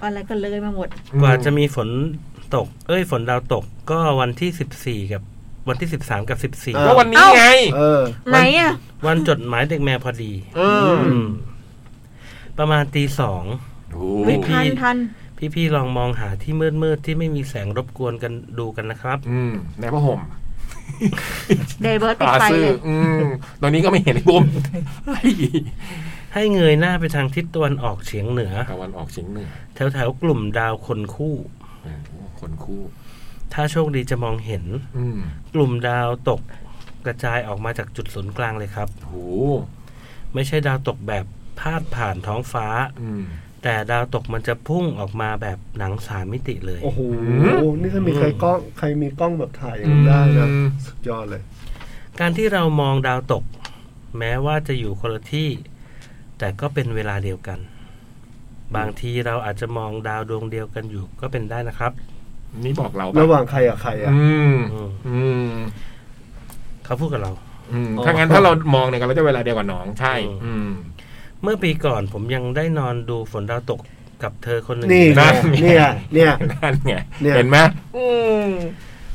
Speaker 9: อะไรก็เลยมาหมด
Speaker 4: กว่าจะมีฝนตก เอ้ย ฝนดาวตกก็วันที่ 14 กับ วันที่ 13 กับ
Speaker 7: เอ
Speaker 2: ก็
Speaker 7: อ
Speaker 2: วันนี้ไง
Speaker 7: เออ
Speaker 9: ไหนอ่ะ
Speaker 4: 14 วันจดหมายเด็กแมวพอดี
Speaker 2: เออ
Speaker 4: อืมประมาณตีสอง
Speaker 2: โอ้
Speaker 4: ไม่
Speaker 2: ย
Speaker 9: ทันทัน
Speaker 4: พี่ๆลองมองหาที่มืดมืดๆที่ไม่มีแสงรบกวนกันดูกันนะครับ
Speaker 2: อืมในผ้าห่ม
Speaker 9: เดย์เบิร์ตติด
Speaker 2: ตา
Speaker 9: ไฟ
Speaker 2: ซื่อ
Speaker 9: เลย
Speaker 2: อืมตอนนี้ก็ไม่เห็นไอ้บุ้มเฮ้ย
Speaker 4: ให้เงยหน้าไปทางทิศตะวันออกเฉียงเหนือ
Speaker 2: ตะวันออกเฉียงเหนือ
Speaker 4: แถวๆกลุ่มดาวคนคู่
Speaker 2: โอ้โหคนคู่
Speaker 4: ถ้าโชคดีจะมองเห็น
Speaker 2: อืม
Speaker 4: กลุ่มดาวตกกระจายออกมาจากจุดศูนย์กลางเลยครับ
Speaker 2: โอ้โห
Speaker 4: ไม่ใช่ดาวตกแบบพาดผ่านท้องฟ้า
Speaker 2: อืม
Speaker 4: แต่ดาวตกมันจะพุ่งออกมาแบบหนังสามมิติเลย
Speaker 7: โอ้โห
Speaker 2: อืม
Speaker 7: นี่ถ้ามีใครกล้องใครมีกล้องแบบถ่ายอย่างนั้นได้นะ
Speaker 2: อืม
Speaker 7: สุดยอดเลย
Speaker 4: การที่เรามองดาวตก แม้ว่าจะอยู่คนละที่ แต่ก็เป็นเวลาเดียวกัน บางทีเราอาจจะมองดาวดวงเดียวกันอยู่ก็เป็นได้นะครับ
Speaker 2: นี่บอกเรา
Speaker 7: ระหว่างใครกับใครอ่ะ
Speaker 2: อืม
Speaker 4: อืม
Speaker 2: อืม
Speaker 4: เขาพูดกับเรา
Speaker 2: อืม
Speaker 7: อ๋อ
Speaker 2: ถ้างั้นถ้าเรามองเนี่ยก็เราจะเวลาเดียวกับน้องใช่ อืม
Speaker 4: เมื่อปีก่อนผมยังได้นอนดูฝนดาวตกกับเธอคนหนึ่ง
Speaker 7: นี่ไง
Speaker 2: นะ
Speaker 7: เนี่ย เนี่ย
Speaker 2: นั่นไง
Speaker 7: เนี่ย
Speaker 2: เห็นไหม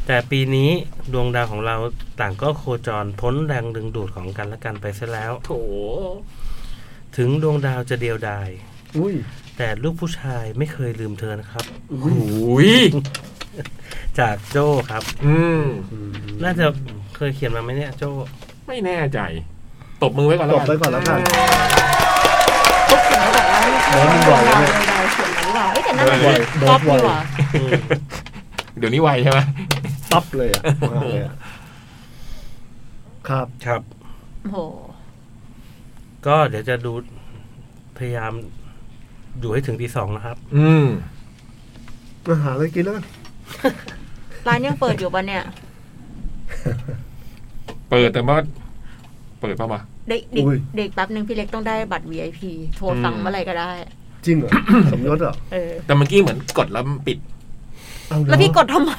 Speaker 4: แต่ปีนี้ดวงดาวของเราต่างก็โคจรพ้นแรงดึงดูดของกันและกันไปซะแล้ว
Speaker 2: โถ
Speaker 4: ถึงดวงดาวจะเดียวดาย
Speaker 7: อุ้ย
Speaker 4: แต่ลูกผู้ชายไม่เคยลืมเธอนะครับ
Speaker 2: โอ้ย
Speaker 4: จากโจ้ครับ
Speaker 2: อืม
Speaker 4: น่าจะเคยเขียนมาไหมเนี่ยโจ้
Speaker 2: ไม่แน่ใจ ตบมือไว้ก่อนแล้ว
Speaker 7: ตบไว้ก่อนแล้วกัน
Speaker 9: ทุกคนเขาบอกว่าเฮ้ย
Speaker 7: เดี๋ยวมัน
Speaker 9: ด
Speaker 7: บ
Speaker 9: ว
Speaker 7: อง ก
Speaker 9: ดาว
Speaker 7: เลย
Speaker 9: ดวงดาวเขียนมาหรือเปล่าเฮ้ยแต่นั่นมัน
Speaker 7: บ่อย
Speaker 9: คือก๊อป
Speaker 7: บ่อย
Speaker 9: ดีกว่า
Speaker 2: เดี๋ยวนี้ไวใช่ไหม
Speaker 7: ตับเลยอ่ะมากเลยอะครับ
Speaker 4: ครับ
Speaker 9: โอ้โห
Speaker 4: ก็เดี๋ยวจะดูพยายามอยู่ให้ถึงตีสองนะครับ
Speaker 2: อืม
Speaker 7: มาหาอะไรกินแล้วกัน
Speaker 9: ร้านยังเปิดอยู่ปะเนี่ย
Speaker 2: เปิดแต่ว่าเปิดป่าวะ
Speaker 9: เด็กเด็กเด็กแป๊บหนึ่งพี่เล็กต้องได้บัตร VIP โทรสั่งเมื่อไหร่ก็ได้
Speaker 7: จริงเหรอ สมยศเหรอ
Speaker 9: เออ
Speaker 2: แต่เมื่อกี้เหมือนกดแล้วปิด
Speaker 7: เอาเหรอ
Speaker 9: แล้วพี่กดทำไม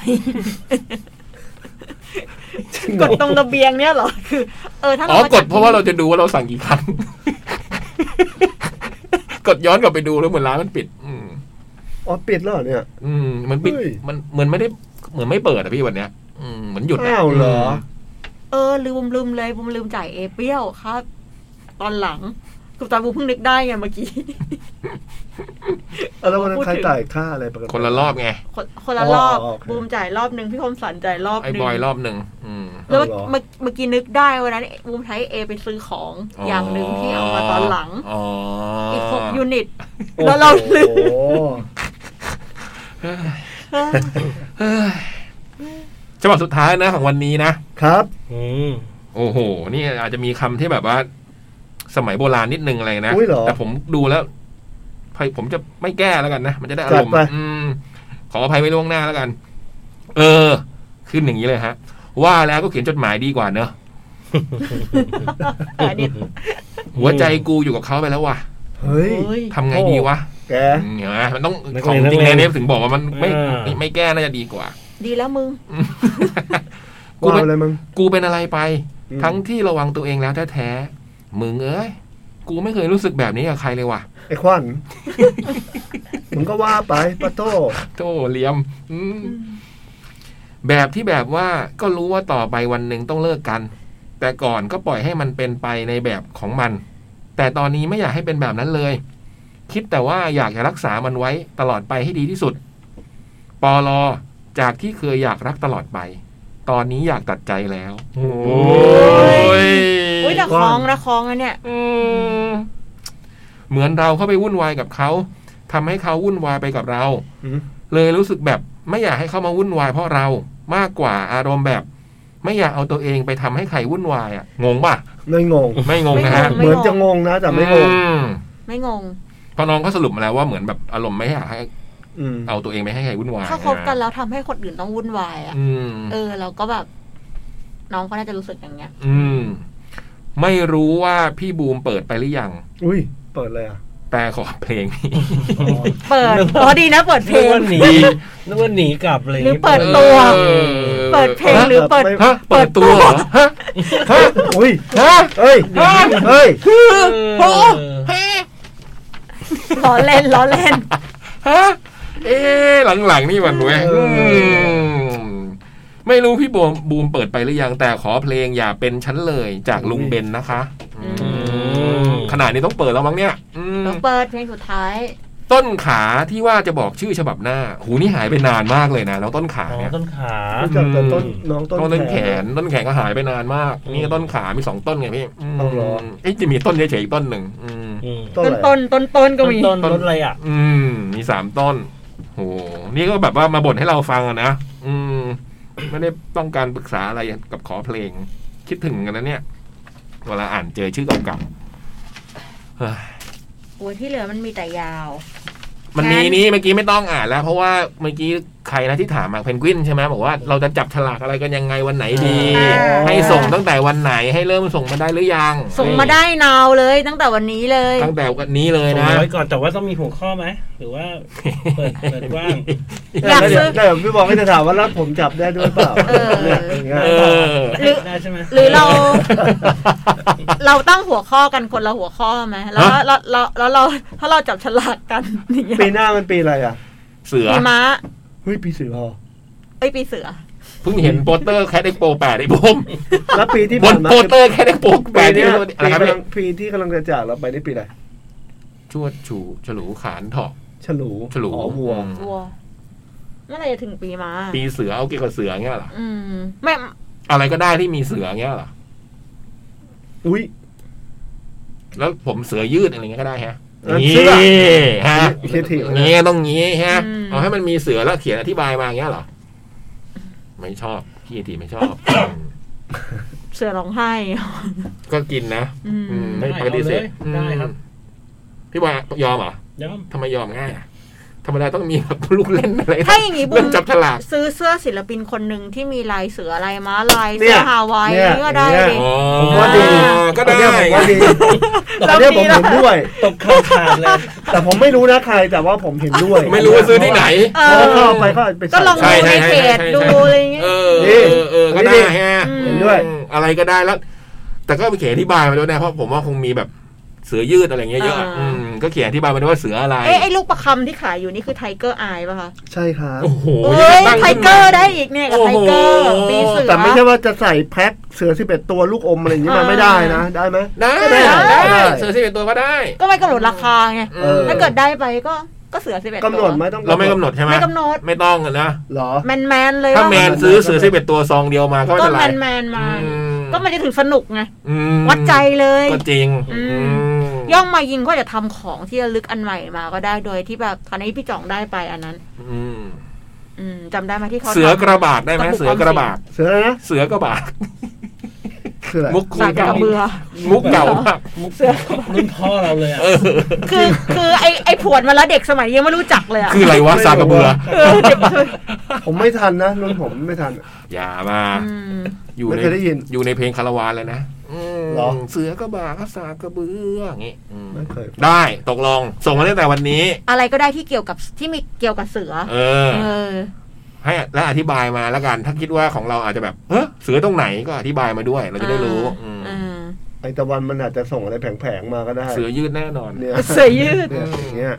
Speaker 7: จริงเห
Speaker 9: ก
Speaker 7: ร
Speaker 9: ด
Speaker 7: อ
Speaker 9: ตรงระเบียงเนี่ยเหรอ คือ เออถ้า
Speaker 2: อ๋อ
Speaker 9: เรา
Speaker 2: กดเพราะว่าเราจะดูว่าเราสั่งกี่ครั้ง กดย้อนกลับไปดูแล้วเหมือนร้านมันปิด อืม
Speaker 7: อ๋อปิดแล้วเหรอเนี่ย
Speaker 2: อืม มันปิด
Speaker 7: เฮ้ย
Speaker 2: มันเหมือนไม่ได้ เหมือนไม่เปิดอะพี่วันเนี้ย อืม เหมือนหยุดะ
Speaker 7: อ้าวเหรอ
Speaker 9: เออลืมลืมเลยบุมลืมจ่ายเอเปรี้ยวครับ ตอนหลังคือตอนบูมเพิ่งนึกได้ไงเมื่อกี้
Speaker 7: เอาแล้ววันนั้นใคร
Speaker 9: พูดถึง
Speaker 7: จ่ายค่าอะไรปกติ
Speaker 2: คนละรอบไง
Speaker 9: คนคนละรอบ
Speaker 7: อ๋อโอเค
Speaker 9: บูมจ่ายรอบหนึ่งพี่คมสันจ่ายรอบห
Speaker 2: ไอ้
Speaker 9: นึ่
Speaker 2: บ
Speaker 9: ง
Speaker 2: อยรอบหนึ่งอืม
Speaker 9: แล้ว
Speaker 7: เอาเหรอ
Speaker 9: เมื่อเมื่อกี้นึกได้วันนั้นบูมใช้เอไปซื้อของอย่างหนึ่งที่เอามาตอนหลัง
Speaker 2: อ๋อ
Speaker 9: อี
Speaker 2: อี
Speaker 9: กหกยูนิต
Speaker 7: โอ้
Speaker 9: แล้วเราลืม
Speaker 7: โอ้โห
Speaker 9: เออ
Speaker 2: ฉบับสุดท้ายนะของวันนี้นะ
Speaker 7: ครับ
Speaker 4: อืม
Speaker 2: โอ้โห นี่อาจจะมีคำที่แบบว่า สมัยโบราณนิดนึงอะไรนะ
Speaker 7: อุ๊ยเหรอ
Speaker 2: แต่ผมดูแล้วพยผมจะไม่แก้แล้วกันนะ มันจะได้อา
Speaker 7: จั
Speaker 2: ร
Speaker 7: ด
Speaker 2: มณ์
Speaker 7: ไป
Speaker 2: อืม ขออภัยไว้ล่วงหน้าแล้วกัน เออ ขึ้นอย่างนี้เลยฮะ ว่าแล้วก็เขียนจดหมายดีกว่าเนอะ
Speaker 9: อันนี้
Speaker 2: หัวใจกูอยู่กับเขาไปแล้วว่ะ
Speaker 7: เฮ้ย
Speaker 9: เฮ้ย
Speaker 2: ทำไงดีวะ
Speaker 7: แก
Speaker 2: อืมเห็นไหมมันต้อง
Speaker 4: นักเลง
Speaker 2: ของจริง
Speaker 4: นักเล
Speaker 2: นะ
Speaker 4: ง
Speaker 2: เนี่ยถึงบอกว่ามันไม่
Speaker 4: อ่า
Speaker 2: ไม่ไม่แก้น่าจะดีกว่า
Speaker 9: ดีแล้วมึง
Speaker 2: กู
Speaker 7: กู
Speaker 2: เป็น
Speaker 7: อะไรมึง
Speaker 2: กูเป็นอะไรไป
Speaker 7: อืม
Speaker 2: ทั้งที่ระวังตัวเองแล้วแท้ๆมึงเอ้ย กูไม่เคยรู้สึกแบบนี้กับใครเลยว่ะ
Speaker 7: ไอ้ควัน มึงก็ว่าไปปะโต้
Speaker 2: โธ่เหลียมอืมแบบที่แบบว่าก็รู้ว่าต่อไปวันหนึ่งต้องเลิกกัน แต่ก่อนก็ปล่อยให้มันเป็นไปในแบบของมัน แต่ตอนนี้ไม่อยากให้เป็นแบบนั้นเลย คิดแต่ว่าอยากจะรักษามันไว้ตลอดไปให้ดีที่สุด ปอลอจากที่เคยอยากรักตลอดไป ตอนนี้อยากตัดใจแล้ว โอ้ย
Speaker 9: อุ้ยแต่คล้องนะคล้องนะเนี่ย
Speaker 2: อืมเหมือนเราเข้าไปวุ่นวายกับเขาทำให้เขาวุ่นวายไปกับเรา เลยรู้สึกแบบ ไม่อยากให้เขามาวุ่นวายเพราะเรามากกว่าอารมณ์แบบ ไม่อยากเอาตัวเองไปทำให้ใครวุ่นวายอะงงป่ะ
Speaker 3: ไม่งง
Speaker 2: ไม่งงนะฮะ
Speaker 9: ไม่
Speaker 3: เห
Speaker 9: งง
Speaker 3: มือนจะงงนะแต่ไม่งง
Speaker 2: อืม
Speaker 9: ไม่งง
Speaker 2: เพอน้องก็สรุปมาแล้วว่าเหมือนแบบอารมณ์ไม่อยากให้
Speaker 3: อืม
Speaker 2: เอาตัวเองไปให้ใครวุ่นวาย
Speaker 9: ถ้าคบกันแล้วทำให้คนอื่นต้องวุ่นวายอ่ะ
Speaker 2: อืม
Speaker 9: เออ เราก็แบบ น้องเขาน่าจะรู้สึกอย่างเงี้ย
Speaker 2: อืม ไม่รู้ว่าพี่บูมเปิดไปหรือยัง
Speaker 3: อุ้ย เปิดเลยอ่ะ
Speaker 2: แต่ขอเพลงนี้
Speaker 9: เปิดอ๋อดีนะ เปิดเพล
Speaker 4: นึก
Speaker 9: ง
Speaker 4: ว่าหนีนึกว่าหนีกลับอะไรอย่าง
Speaker 9: หรื
Speaker 4: งี้
Speaker 9: อเปิดตัว
Speaker 2: เออ
Speaker 9: เปิดเพลงหรือเปิด
Speaker 2: ฮะ เปิดตัวเหรอฮะฮะ
Speaker 3: อุ้ย
Speaker 2: ฮะ
Speaker 3: เอ้ย เอ้ย
Speaker 4: เออ
Speaker 9: ล้อเล่นล้อเล่น
Speaker 2: ฮะเอ๊ะหลังๆนี่มันเว้ย
Speaker 3: เอออื
Speaker 2: มไม่รู้พี่บูมบูมเปิดไปหรือยัง แต่ขอเพลงอย่าเป็นฉันเลยจากลุงเบนนะคะ
Speaker 9: อื
Speaker 2: ขนาดนี้ต้องเปิดแล้วมั้งเนี่ย อืม
Speaker 9: ต้องเปิดเพลงสุดท้าย
Speaker 2: ต้นขาที่ว่าจะบอกชื่อฉบับหน้า หูนี่หายไปนานมากเลยนะน้องต้นขา
Speaker 4: อ๋อ
Speaker 2: เนี่ย
Speaker 4: ต้นขา
Speaker 3: รู้จักแต่ต้น
Speaker 2: อืม
Speaker 3: น้องต้น
Speaker 2: ต้นแขน ต้นแขนก็หายไปนานมาก
Speaker 4: อืม
Speaker 2: นี่ก็ต้นขา มีสองต้นไงพี่ม
Speaker 3: เอาเหรอ
Speaker 2: เอ๊ะจะมีต้นเฉยๆอีกต้นหนึ่งอืม
Speaker 4: อืม
Speaker 3: ต้น
Speaker 9: ต้น
Speaker 3: อะไร
Speaker 9: ต้นต้นต้นก็
Speaker 4: ต้น
Speaker 9: มี
Speaker 4: ต้นรถอะไรอ่ะ
Speaker 2: อืม มีสามต้น โห นี่ก็แบบว่ามาบ่นให้เราฟังอะนะ อืม ไม่ได้ต้องการปรึกษาอะไรกับขอเพลง คิดถึงกันนะเนี่ย เวลาอ่านเจอชื่อเก่าๆเฮ้ย
Speaker 9: โอ้ยที่เหลือมันมีแต่ยาว
Speaker 2: มันมีนี่เมื่อกี้ไม่ต้องอ่านแล้ว เพราะว่าเมื่อกี้ใครนะที่ถามมาเพนกวินใช่ไหมบอกว่าเราจะจับฉลากอะไรกันยังไงวันไหนดี
Speaker 9: อ่า
Speaker 2: ให้ส่งตั้งแต่วันไหนให้เริ่มส่งมาได้หรือยัง
Speaker 9: ส่งมาได้นาวเลยตั้งแต่วันนี้เลย
Speaker 2: ตั้งแต่วันนี้เลย
Speaker 4: ส่ง
Speaker 2: นะ
Speaker 4: เอาไว้ก่อนแต่ว่าต้องมีหัวข้อไหมหรือว่าเปิดเปิดกว้าง
Speaker 9: อยาก
Speaker 3: เดี๋
Speaker 9: ซื้
Speaker 3: ว
Speaker 9: อ
Speaker 3: เดี๋ยวพี่บอกให้จะถามว่ารับผมจับได้ด้วยเปล่า
Speaker 9: เออ
Speaker 3: เนี่ยอย่างเงี้ย
Speaker 2: เออ
Speaker 9: หรือ
Speaker 4: ได้ใช่ไหม
Speaker 9: หรือเรา เราตั้งหัวข้อกันคนละหัวข้อไหมแล้ว
Speaker 2: ฮะ
Speaker 9: เราเราแล้วเราถ้าเราจับฉลากกันอย่างเงี้ย
Speaker 3: ปีหน้ามันปีอะไรอ่ะ
Speaker 2: เสือ
Speaker 9: ปีม้า
Speaker 3: เฮ้ย ปีเสือเหรอ
Speaker 9: ไอยปีเสือ
Speaker 2: เพิ่งเห็นโปสเตอร์แคดเอ็กโปแปดไอ้ผม
Speaker 3: แล้วปีที่
Speaker 2: บ
Speaker 3: ผ่าน นมา
Speaker 2: โปสเตอร์แค่ได้โปกแป
Speaker 3: ปี
Speaker 2: ดที่
Speaker 3: เนี้ย
Speaker 2: เราอะไร
Speaker 3: ปี
Speaker 2: ครับ
Speaker 3: กำลั
Speaker 2: เนี่ย
Speaker 3: งปีที่กำลังจะจากเราไปนี่ปีอะไร
Speaker 2: ชวดฉูฉลูขานเถาะ
Speaker 3: ฉลู
Speaker 2: ฉลู
Speaker 3: อ๋อวัว
Speaker 9: วัวเมื่อไหรจะถึงปีม้า
Speaker 2: ปีเสือเอาเกี่ยวกับเสือเงี้ยเหรอ
Speaker 9: อืม ไม่
Speaker 2: อะไรก็ได้ที่มีเสือเงี้ยเหรอ
Speaker 3: อุ้ย
Speaker 2: แล้วผมเสือยืดอะไรเงี้ยก็ได้ฮะ
Speaker 3: เออ
Speaker 2: นี่
Speaker 3: เสื้อ
Speaker 2: ฮะ
Speaker 3: เสื้อถีบ
Speaker 2: นี่ต้องงี้ฮะเอาให้มันมีเสือแล้วเขียนอธิบายมาเงี้ยเหรอไม่ชอบพี่ทีไม่ชอบ
Speaker 9: เสือร้องไห้
Speaker 2: ก็กินนะ
Speaker 9: อืม
Speaker 2: อืมไม่ปฏิเสธ
Speaker 4: ได้ครับ
Speaker 2: พี่ว่ายอมเหรอย
Speaker 4: อม
Speaker 2: ทำไมยอมง่ายอะธรรมดาต้องมีแบบลูกเล่นอะไร
Speaker 9: ถ้าอย่างงี้บุ
Speaker 2: เล่
Speaker 9: ม
Speaker 2: นจับฉลาก
Speaker 9: ซื้อเสื้อศิลปินคนหนึ่งที่มีลายเสือลายม้าลาย
Speaker 3: เนี่
Speaker 9: เสื้
Speaker 3: ย
Speaker 9: อฮาวาย
Speaker 3: เนี่ย
Speaker 9: นี่ก็ได้
Speaker 3: เนี่ย
Speaker 9: ดิ
Speaker 2: อ๋อ
Speaker 3: ผมว่าดี
Speaker 2: ก็ได้
Speaker 3: อันเนี้ยผมว่าดีอันเนี้ยผมเห็นด้วย
Speaker 4: ตกข้างทางเลย
Speaker 3: แต่ผมไม่รู้นะใครแต่ว่าผมเห็นด้วย
Speaker 2: ไม่รู้ว่าซื้อที่ไหน
Speaker 9: เอ
Speaker 3: เพราะว่า
Speaker 9: อ
Speaker 3: เข้าไปก็อาจจะไป
Speaker 9: ก็
Speaker 3: ใส่
Speaker 9: ลอง
Speaker 2: ใช่
Speaker 9: ดู
Speaker 2: ใช่
Speaker 9: ใน
Speaker 2: ใช่
Speaker 9: เพจ
Speaker 2: ใช่
Speaker 9: ดู
Speaker 2: ใช่
Speaker 9: อะไรเงี้ย
Speaker 2: เออเออเออก็
Speaker 3: นี่
Speaker 2: ได้ฮะ
Speaker 9: อืม
Speaker 3: เห็นด้วย
Speaker 2: อะไรก็ได้แล้ว แต่ก็ไปเขียนอธิบายมาด้วยนะ เพราะผมว่าคงมีแบบเสือยืดอะไรเงี้ยเยอะอะ
Speaker 9: อ่า
Speaker 2: อืมก็เขียนอธิบายมาด้วยว่าเสืออะไร
Speaker 9: เอ้ยไอ้ลูกประคำที่ขายอยู่นี่คือไทเกอร์อายป่ะคะ
Speaker 3: ใช่ครับ
Speaker 2: โอ้โห
Speaker 9: โอ้ย
Speaker 2: ตั้ง
Speaker 9: ไท
Speaker 2: ขึ้น
Speaker 9: เกอ
Speaker 2: มา
Speaker 9: ร์ได้อีกเนี่ยกับไทเกอร์
Speaker 2: โอ้โห
Speaker 9: ปีเสือ
Speaker 3: แต่ไม่ใช่ว่าจะใส่แพ็คเสือสิบเอ็ดตัวลูกอมอะไรอย่างนี้มา
Speaker 9: เออ
Speaker 3: ไม่ได้นะ ได้ไหม
Speaker 2: ได้
Speaker 3: ได้
Speaker 2: ได้
Speaker 3: ได้
Speaker 2: เสือสิบเอ็ดตัวก็ได้
Speaker 9: ก็ไม่กำหนดราคาไง
Speaker 3: เออ
Speaker 9: ถ้าเกิดได้ไปก็ก็เสือสิบเอ็ด
Speaker 3: กำหนดไหมต้อง
Speaker 2: เราไม่กำหนดใช่ไหม
Speaker 9: ไม่กำหนด
Speaker 2: ไม่ต้องกันนะ
Speaker 3: เหรอ
Speaker 9: แมนแมนๆเลย
Speaker 2: ถ้า
Speaker 9: ว่า
Speaker 2: แมนซื้อเสือสิบเอ็ดตัวซองเดียวมาก็ไม่
Speaker 9: ก็
Speaker 2: เป็นไร
Speaker 9: แมนแมนๆมา
Speaker 2: อื
Speaker 9: ก็มันจะถึงสนุกไง
Speaker 2: อืม
Speaker 9: วัดใจเลย
Speaker 2: ก็จริง
Speaker 9: อืม
Speaker 2: อืม
Speaker 9: ย่องมายิงก็จะทำของที่ระลึกอันใหม่มาก็ได้โดยที่แบบตอนนี้พี่จ่องได้ไปอันนั้น
Speaker 2: อืม
Speaker 9: อืมจำได้ไหมที่เขา
Speaker 2: เสือกระ
Speaker 9: ทำ
Speaker 2: บาดได้ไหม
Speaker 9: กระปุก
Speaker 2: เสือกระบาด
Speaker 3: เสืออะไรนะ
Speaker 2: เสือกระบาด
Speaker 3: คืออะไร
Speaker 2: มุกคุ
Speaker 9: สา
Speaker 2: ณ
Speaker 9: ยกระ
Speaker 2: เก่า
Speaker 9: เบือ
Speaker 2: มุกเก่ามาก
Speaker 4: มุกเสือรุ่นพ่อเราเลยอ่ะ
Speaker 2: เออ
Speaker 9: คือคือไอไอผวนมาแล้วเด็กสมัยนี้ยังไม่รู้จักเลยอ่ะ
Speaker 2: คืออะไรวะซากระเบือ
Speaker 9: เออเด็กเออ
Speaker 3: ผมไม่ทันนะรุ่นผมไม่ทัน
Speaker 2: อย่ามา
Speaker 9: อืม
Speaker 2: อยู่
Speaker 3: ไม่
Speaker 2: ใน
Speaker 3: เคยได้ยิน
Speaker 2: อยู่ในเพลงคาราวานเลยนะอืม
Speaker 3: เหรอ
Speaker 2: เสือกระบาสากระเบืออย่างงี้อืม
Speaker 3: ไม่เคย
Speaker 2: ได้ตกลง ส่งมาตั้งแต่วันนี้
Speaker 9: อะไรก็ได้ที่เกี่ยวกับที่มีเกี่ยวกับเสือ
Speaker 2: เออ
Speaker 9: เออ
Speaker 2: ให้และอธิบายมาแล้วกัน ถ้าคิดว่าของเราอาจจะแบบเฮ้ยเสือตรงไหนก็อธิบายมาด้วย เราจะได้รู้อืม
Speaker 9: อ่า
Speaker 3: ไอตะวันมันอาจจะส่งอะไรแผงๆมาก็ได้
Speaker 2: เสือยืดแน่นอน
Speaker 3: เนี่ย
Speaker 9: เสือยืด
Speaker 3: เนี่ยอย่างเงี้ย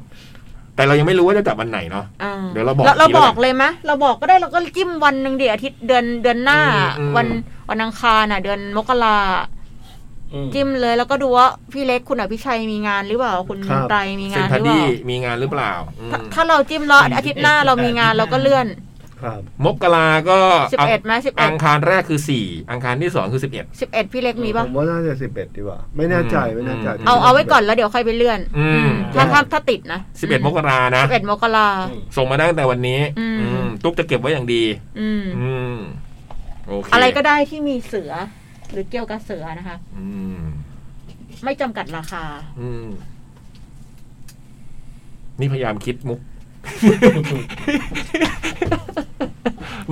Speaker 2: แต่เรายังไม่รู้ว่าจะจับวันไหนเนาะ
Speaker 9: อ่า
Speaker 2: เดี๋ยวเราบอก
Speaker 9: เรา
Speaker 2: ทีละ
Speaker 9: บอกเลยไหมเราบอกก็ได้เราก็จิ้มวันหนึ่งเดียวอาทิตย์เดือนเดือนหน้า
Speaker 2: อืมอืม
Speaker 9: วันวันอังคารน่ะ เดือนมกรา
Speaker 4: อืม
Speaker 9: จิ้มเลยแล้วก็ดูว่าพี่เล็กคุณอภิชัยมีงานหรือเปล่าคุณ
Speaker 3: ครับ
Speaker 9: ไตรมี
Speaker 2: เซ
Speaker 9: งาน นห
Speaker 2: พา
Speaker 9: รือเป
Speaker 2: ดี้
Speaker 9: ล่า
Speaker 2: มีงานหรือเปล่าอืม
Speaker 9: ถ้าถ้าเราจิ้มแล้วอาทิตย์หน้าเรามีงานเราก็เลื่อน
Speaker 3: ครับ
Speaker 2: มกราก็
Speaker 9: สิบเอ็ดไหมสิบเอ็
Speaker 2: อั
Speaker 9: ด
Speaker 2: งคารแรกคือสี่อังคารที่สองคือสิบเอ็ด
Speaker 9: สิบเอ็ดพี่เล็กมีปะ
Speaker 3: ผมว่าน่าจะสิบเอ็ดดีกว่า ไม่แน่ใจไม่แน่ใจ
Speaker 2: อืม
Speaker 9: เอาเอาไว้ก่อนแล้วเดี๋ยวค่อยไปเลื่อน
Speaker 2: อืม
Speaker 9: ถ้าถ้าถ้าติดนะ
Speaker 2: สิบเอ็ดมกรานะ
Speaker 9: สิบเอ็ดมกรา
Speaker 2: ส่งมาได้ตั้งแต่วันนี้
Speaker 9: อืม
Speaker 2: อืมตุ๊กจะเก็บไว้อย่างดี
Speaker 9: อืม
Speaker 2: อืม โอเค
Speaker 9: อะไรก็ได้ที่มีเสือ หรือเกี่ยวกับเสือนะคะ
Speaker 2: อืม
Speaker 9: ไม่จำกัดราคา
Speaker 2: อืมนี่พยายามคิด มุก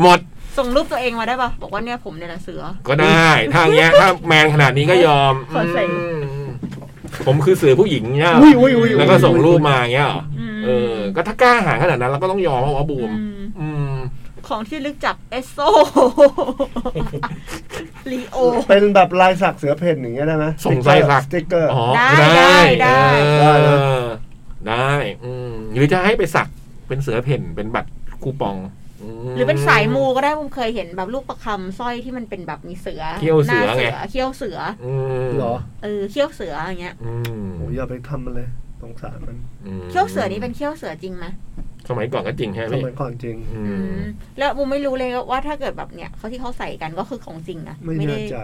Speaker 2: หมด
Speaker 9: ส่งรูปตัวเองมาได้ปะบอกว่าเนี่ยผมเนี่ยแหละเสือ
Speaker 2: ก็ได้ ถ้าอย่างเงี้ย ถ้าแมนขนาดนี้ก็ยอม
Speaker 9: ขอใส่
Speaker 2: อืมผมคือเสือผู้หญิงเนี่ย
Speaker 3: อุ้ยอุ้ยอุ้ย
Speaker 2: แล้วก็ส่งรูปมาอย่างเงี้ยเหรอ
Speaker 9: ม
Speaker 2: เออ ก็ถ้ากล้าหาญขนาดนั้นเราก็ต้องยอมว่าวะบูม
Speaker 9: อืม
Speaker 2: อืม
Speaker 9: ของที่ลึกจากเอ สโซลีโอ
Speaker 3: เป็นแบบลายสักเสือเพ่นอย่างเงี้ยได้ไหม
Speaker 2: ส่งลายสัก
Speaker 3: สติ๊กเกอร์
Speaker 2: อ๋อ
Speaker 9: ได้
Speaker 2: ได้
Speaker 9: ได้
Speaker 2: เอ
Speaker 3: ได้
Speaker 2: อได้อืมหรือจะให้ไปสักเป็นเสือเพ่นเป็นบัตรคูปองม
Speaker 9: หรือเป็นสายมูก็ได้ผมเคยเห็นแบบลูกประคำสร้อยที่มันเป็นแบบมีเสือ
Speaker 2: เขี้ยวเสือ
Speaker 9: หน้า
Speaker 2: ไง
Speaker 9: เขี้ยวเสือ
Speaker 2: อืม
Speaker 3: เหรอ
Speaker 9: เออเขี้ยวเสืออย่างเงี้ย
Speaker 2: อืม
Speaker 3: โอ้ยอย่าไปทำมันเลยสงสารมัน
Speaker 2: ม
Speaker 9: เขี้ยวเสือนี่เป็นเขี้ยวเสือจริงไหม
Speaker 2: สมัยก่อนก็จริงใช่ไหม
Speaker 3: ส
Speaker 2: พี่
Speaker 3: มัยก่อนจริง
Speaker 2: อื
Speaker 9: อื
Speaker 2: ม
Speaker 9: มแล้วบูมไม่รู้เลยว่าถ้าเกิดแบบเนี้ยเขาที่เขาใส่กันก็คือของจริงนะ
Speaker 3: ไม่
Speaker 9: ได้
Speaker 3: แน่ใจ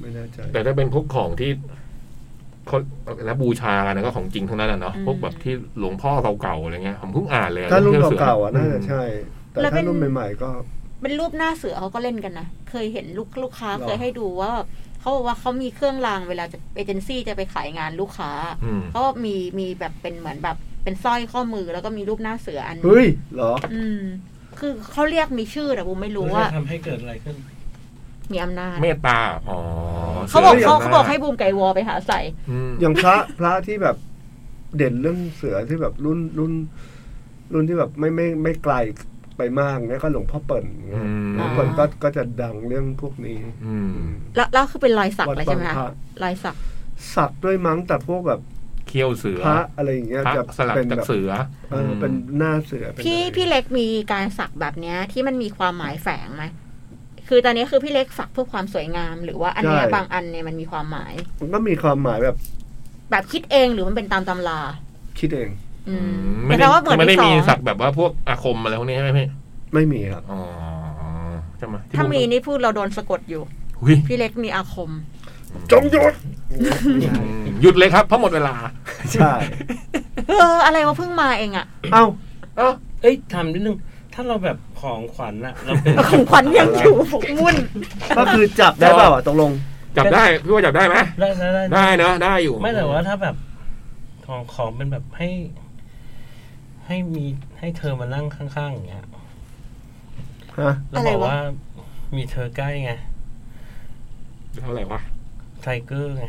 Speaker 3: ไม่แน่ใจ
Speaker 2: แต่ถ้าเป็นพวกของที่เขาแล้วบูชากันนะก็ของจริงทั้งนั้นอะเนาะพวกแบบที่หลวงพ่อเก่าๆอะไรเงี้ยผมเพิ่งอ่านเลยอะ
Speaker 3: ถ้ารุ่น
Speaker 2: เรื่องเขี้ยวสือ
Speaker 3: เก่าๆอ่ะน่าจะใช่ แต่ถ้ารุ่นใหม่ๆก็
Speaker 9: เป็นรูปหน้าเสือเขาก็เล่นกันนะเคยเห็นลูกลูกค้า
Speaker 3: หรอ
Speaker 9: เคยให้ดูว่าแบบเขาบอกว่าเขามีเครื่องรางเวลาจะเอเจนซี่จะไปขายงานลูกค้า
Speaker 2: อืม
Speaker 9: เขามีมีแบบเป็นเหมือนแบบเป็นสร้อยข้อมือแล้วก็มีรูปหน้าเสืออันหนึ่ง
Speaker 3: เฮ้ยเหรอ
Speaker 9: อืม คือเขาเรียกมีชื่อแต่บูมไม่รู้
Speaker 4: แล้ว
Speaker 9: ว่า
Speaker 4: จะทำให้เกิดอะไรขึ้น
Speaker 9: มีอำนาจ
Speaker 2: เมตตาอ๋อ
Speaker 9: เขาบอก
Speaker 3: เสือ
Speaker 9: เขา
Speaker 3: มีอำนาจ
Speaker 9: เขาบอกให้บูมไก่วอไปหาใส่
Speaker 2: อืม
Speaker 3: อย่างพระพระที่แบบเด่นเรื่องเสือที่แบบรุ่นรุ่น รุ่นที่แบบไม่ไม่ไม่ไกลไปมากเนี่ยก็หลวงพ่อเปิ่นเงี้
Speaker 2: อื
Speaker 3: ย
Speaker 2: ม
Speaker 3: หล
Speaker 9: อ๋
Speaker 3: วง
Speaker 9: อ
Speaker 3: พ่อเปิ่นก็ก็จะดังเรื่องพวกนี้
Speaker 2: อืม
Speaker 9: แล้วแล้วคือเป็นรอยสักอะไร
Speaker 3: วัดบาง
Speaker 9: ใช่ไหมคะ
Speaker 3: พระ
Speaker 9: รอยสัก
Speaker 3: สักด้วยมั้งแต่พวกแบบ
Speaker 2: เขี้ยวเสือ
Speaker 3: พระอะไรอย่างเงี้ย
Speaker 2: พระ
Speaker 3: จะ
Speaker 2: สลัก
Speaker 3: เป็น
Speaker 2: จาก
Speaker 3: แบบ
Speaker 2: เสือ
Speaker 3: เออเป็นหน้าเสือเป็นอะ
Speaker 9: พี่
Speaker 3: ไร
Speaker 9: พี่เล็กมีการสักแบบเนี้ยที่มันมีความหมายแฝงไหมคือตอนนี้คือพี่เล็กสักเพื่อความสวยงาม หรือว่าอันเนี้ยบางอันเนี่ยมันมีความหมาย
Speaker 3: มันก็มีความหมายแบบ
Speaker 9: แบบคิดเองหรือมันเป็นตามตำรา
Speaker 3: คิดเอง
Speaker 9: อื
Speaker 2: อื
Speaker 9: ม
Speaker 2: มไม่
Speaker 9: แต่
Speaker 2: ได้
Speaker 9: ว่าเหมือน
Speaker 2: ไม่ได้
Speaker 9: ที่สอ
Speaker 2: มี
Speaker 9: ง
Speaker 2: สักแบบว่าพวกอาคมอะไรพวกนี้ใช่ไหมพี่
Speaker 3: ไม่มีครับ
Speaker 2: อ๋อใช่ไหมที่
Speaker 9: ถ้า
Speaker 2: ผ
Speaker 9: มีนี่พูดเราโดนสะกดอยู่
Speaker 2: อุ๊ย
Speaker 9: พี่เล็กมีอาคม
Speaker 3: จงหยุด
Speaker 2: หยุดเลยครับเพราะหมดเวลา
Speaker 3: ใช่
Speaker 9: เออ อะไรวะเพิ่งมาเองอะ
Speaker 3: เอ้า
Speaker 4: เอ้ยทำนิดนึง ถ้าเราแบบของขวัญอะเราเป็น
Speaker 9: ของขวัญยังอยู่ผมมุ่น
Speaker 3: ก็คือจับได้เปล่าอ่ะตกลง
Speaker 2: จับได้ พี่ว่าจับได้ไหม
Speaker 4: ได้ได้ได้
Speaker 2: ได้เนอะได้อยู่
Speaker 4: ไม่แต่ว่าถ้าแบบของของเป็นแบบให้ ให้มีให้เธอมานั่งข้างๆอย่างเงี้ย
Speaker 3: ฮะ
Speaker 4: แล้วบอก
Speaker 9: อะไรวะ
Speaker 4: ว่ามีเธอใกล้ไง
Speaker 2: เท่าไหร่วะ
Speaker 4: ไทเกอร์ไง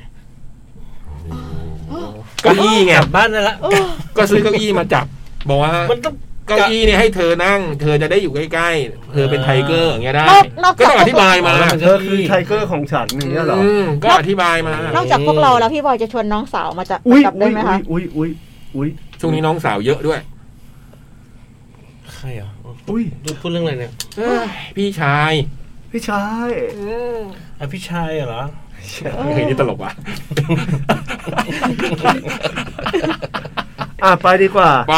Speaker 2: เก้าอี้ไง
Speaker 4: กลับบ้านได้ละ
Speaker 2: ก็ซื้อเก้าอี้มาจับ บอกว่า
Speaker 4: มันต้อง
Speaker 2: เก้าอี้เนี่ยให้เธอนั่ง เธอจะได้อยู่ใกล้ๆ เธอเป็นไทเกอร์อย่างเงี้ยได้
Speaker 9: นอกนอก
Speaker 2: ก็
Speaker 9: จาก
Speaker 2: ต้องอธิบายมา
Speaker 4: แล้วมัน
Speaker 3: เธ
Speaker 4: ก็
Speaker 3: อคือไทเกอร์ของฉันอย่างเงี้ยเหรอ
Speaker 2: อืมก็อธิบายมาน
Speaker 9: อกจากพวกเราแล้วพี่บอยจะชวนน้องสาวมาจับ
Speaker 3: อุ้ย
Speaker 9: จับได้
Speaker 3: อุ้ย
Speaker 9: ไหมคะ
Speaker 3: อุ้ยอุ้ยอุ้ย
Speaker 2: ช่วงนี้น้องสาวเยอะด้วย
Speaker 4: ใครเหรอ่ะ
Speaker 3: อุ้ย
Speaker 4: พูดเรื่องอะไรเนี่ย
Speaker 2: เอ้ยพี่ชาย
Speaker 3: พี่ชาย
Speaker 4: อภิชัย เหรอ
Speaker 2: เฮ้ยนี่ตลกว่ะ
Speaker 3: อ่ะไปดีกว่า
Speaker 2: ไป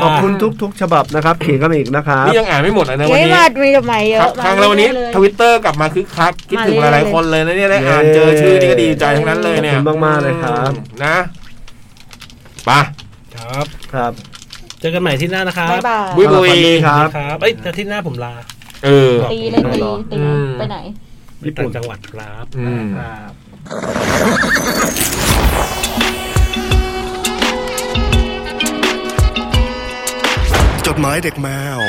Speaker 3: ขอบคุณทุกทุกๆฉบับนะครับ เขียนกันมาอีกนะครับ
Speaker 2: นี่ยังอ่านไม่หมดเลยนะวัน
Speaker 9: เย้
Speaker 2: นี้
Speaker 9: มาดมีทำไมเย
Speaker 2: ครั
Speaker 9: อะ
Speaker 2: บทางเราวันนี้
Speaker 9: มย
Speaker 2: ทวิตเตอร์กลับมาคึกคักคิดถึงห
Speaker 9: มาเรื่อยๆ
Speaker 2: ลายๆคนเลยนะเนี่ยได้อ่านเจ
Speaker 3: เย้
Speaker 2: อชื่อนี่ก็ดีใจทั้งนั้นเลยเนี่ย
Speaker 3: ขอบคุณมากๆเลยครับ
Speaker 2: นะไป
Speaker 4: ครับ
Speaker 3: ครับ
Speaker 4: เจอกันใหม่อาที่หน้านะครับ
Speaker 9: บ๊ายบาย
Speaker 2: บุยบุย
Speaker 3: สวัสดีครับ
Speaker 4: ครับเอ้ยอาที่หน้าผมลา
Speaker 2: เออ
Speaker 9: ตีเลยตีตี
Speaker 2: อืม
Speaker 9: ไปไหน
Speaker 4: ไปต่างจังหวัดครับ
Speaker 2: อืม
Speaker 3: ครับ
Speaker 1: จดหมายเด็กแมว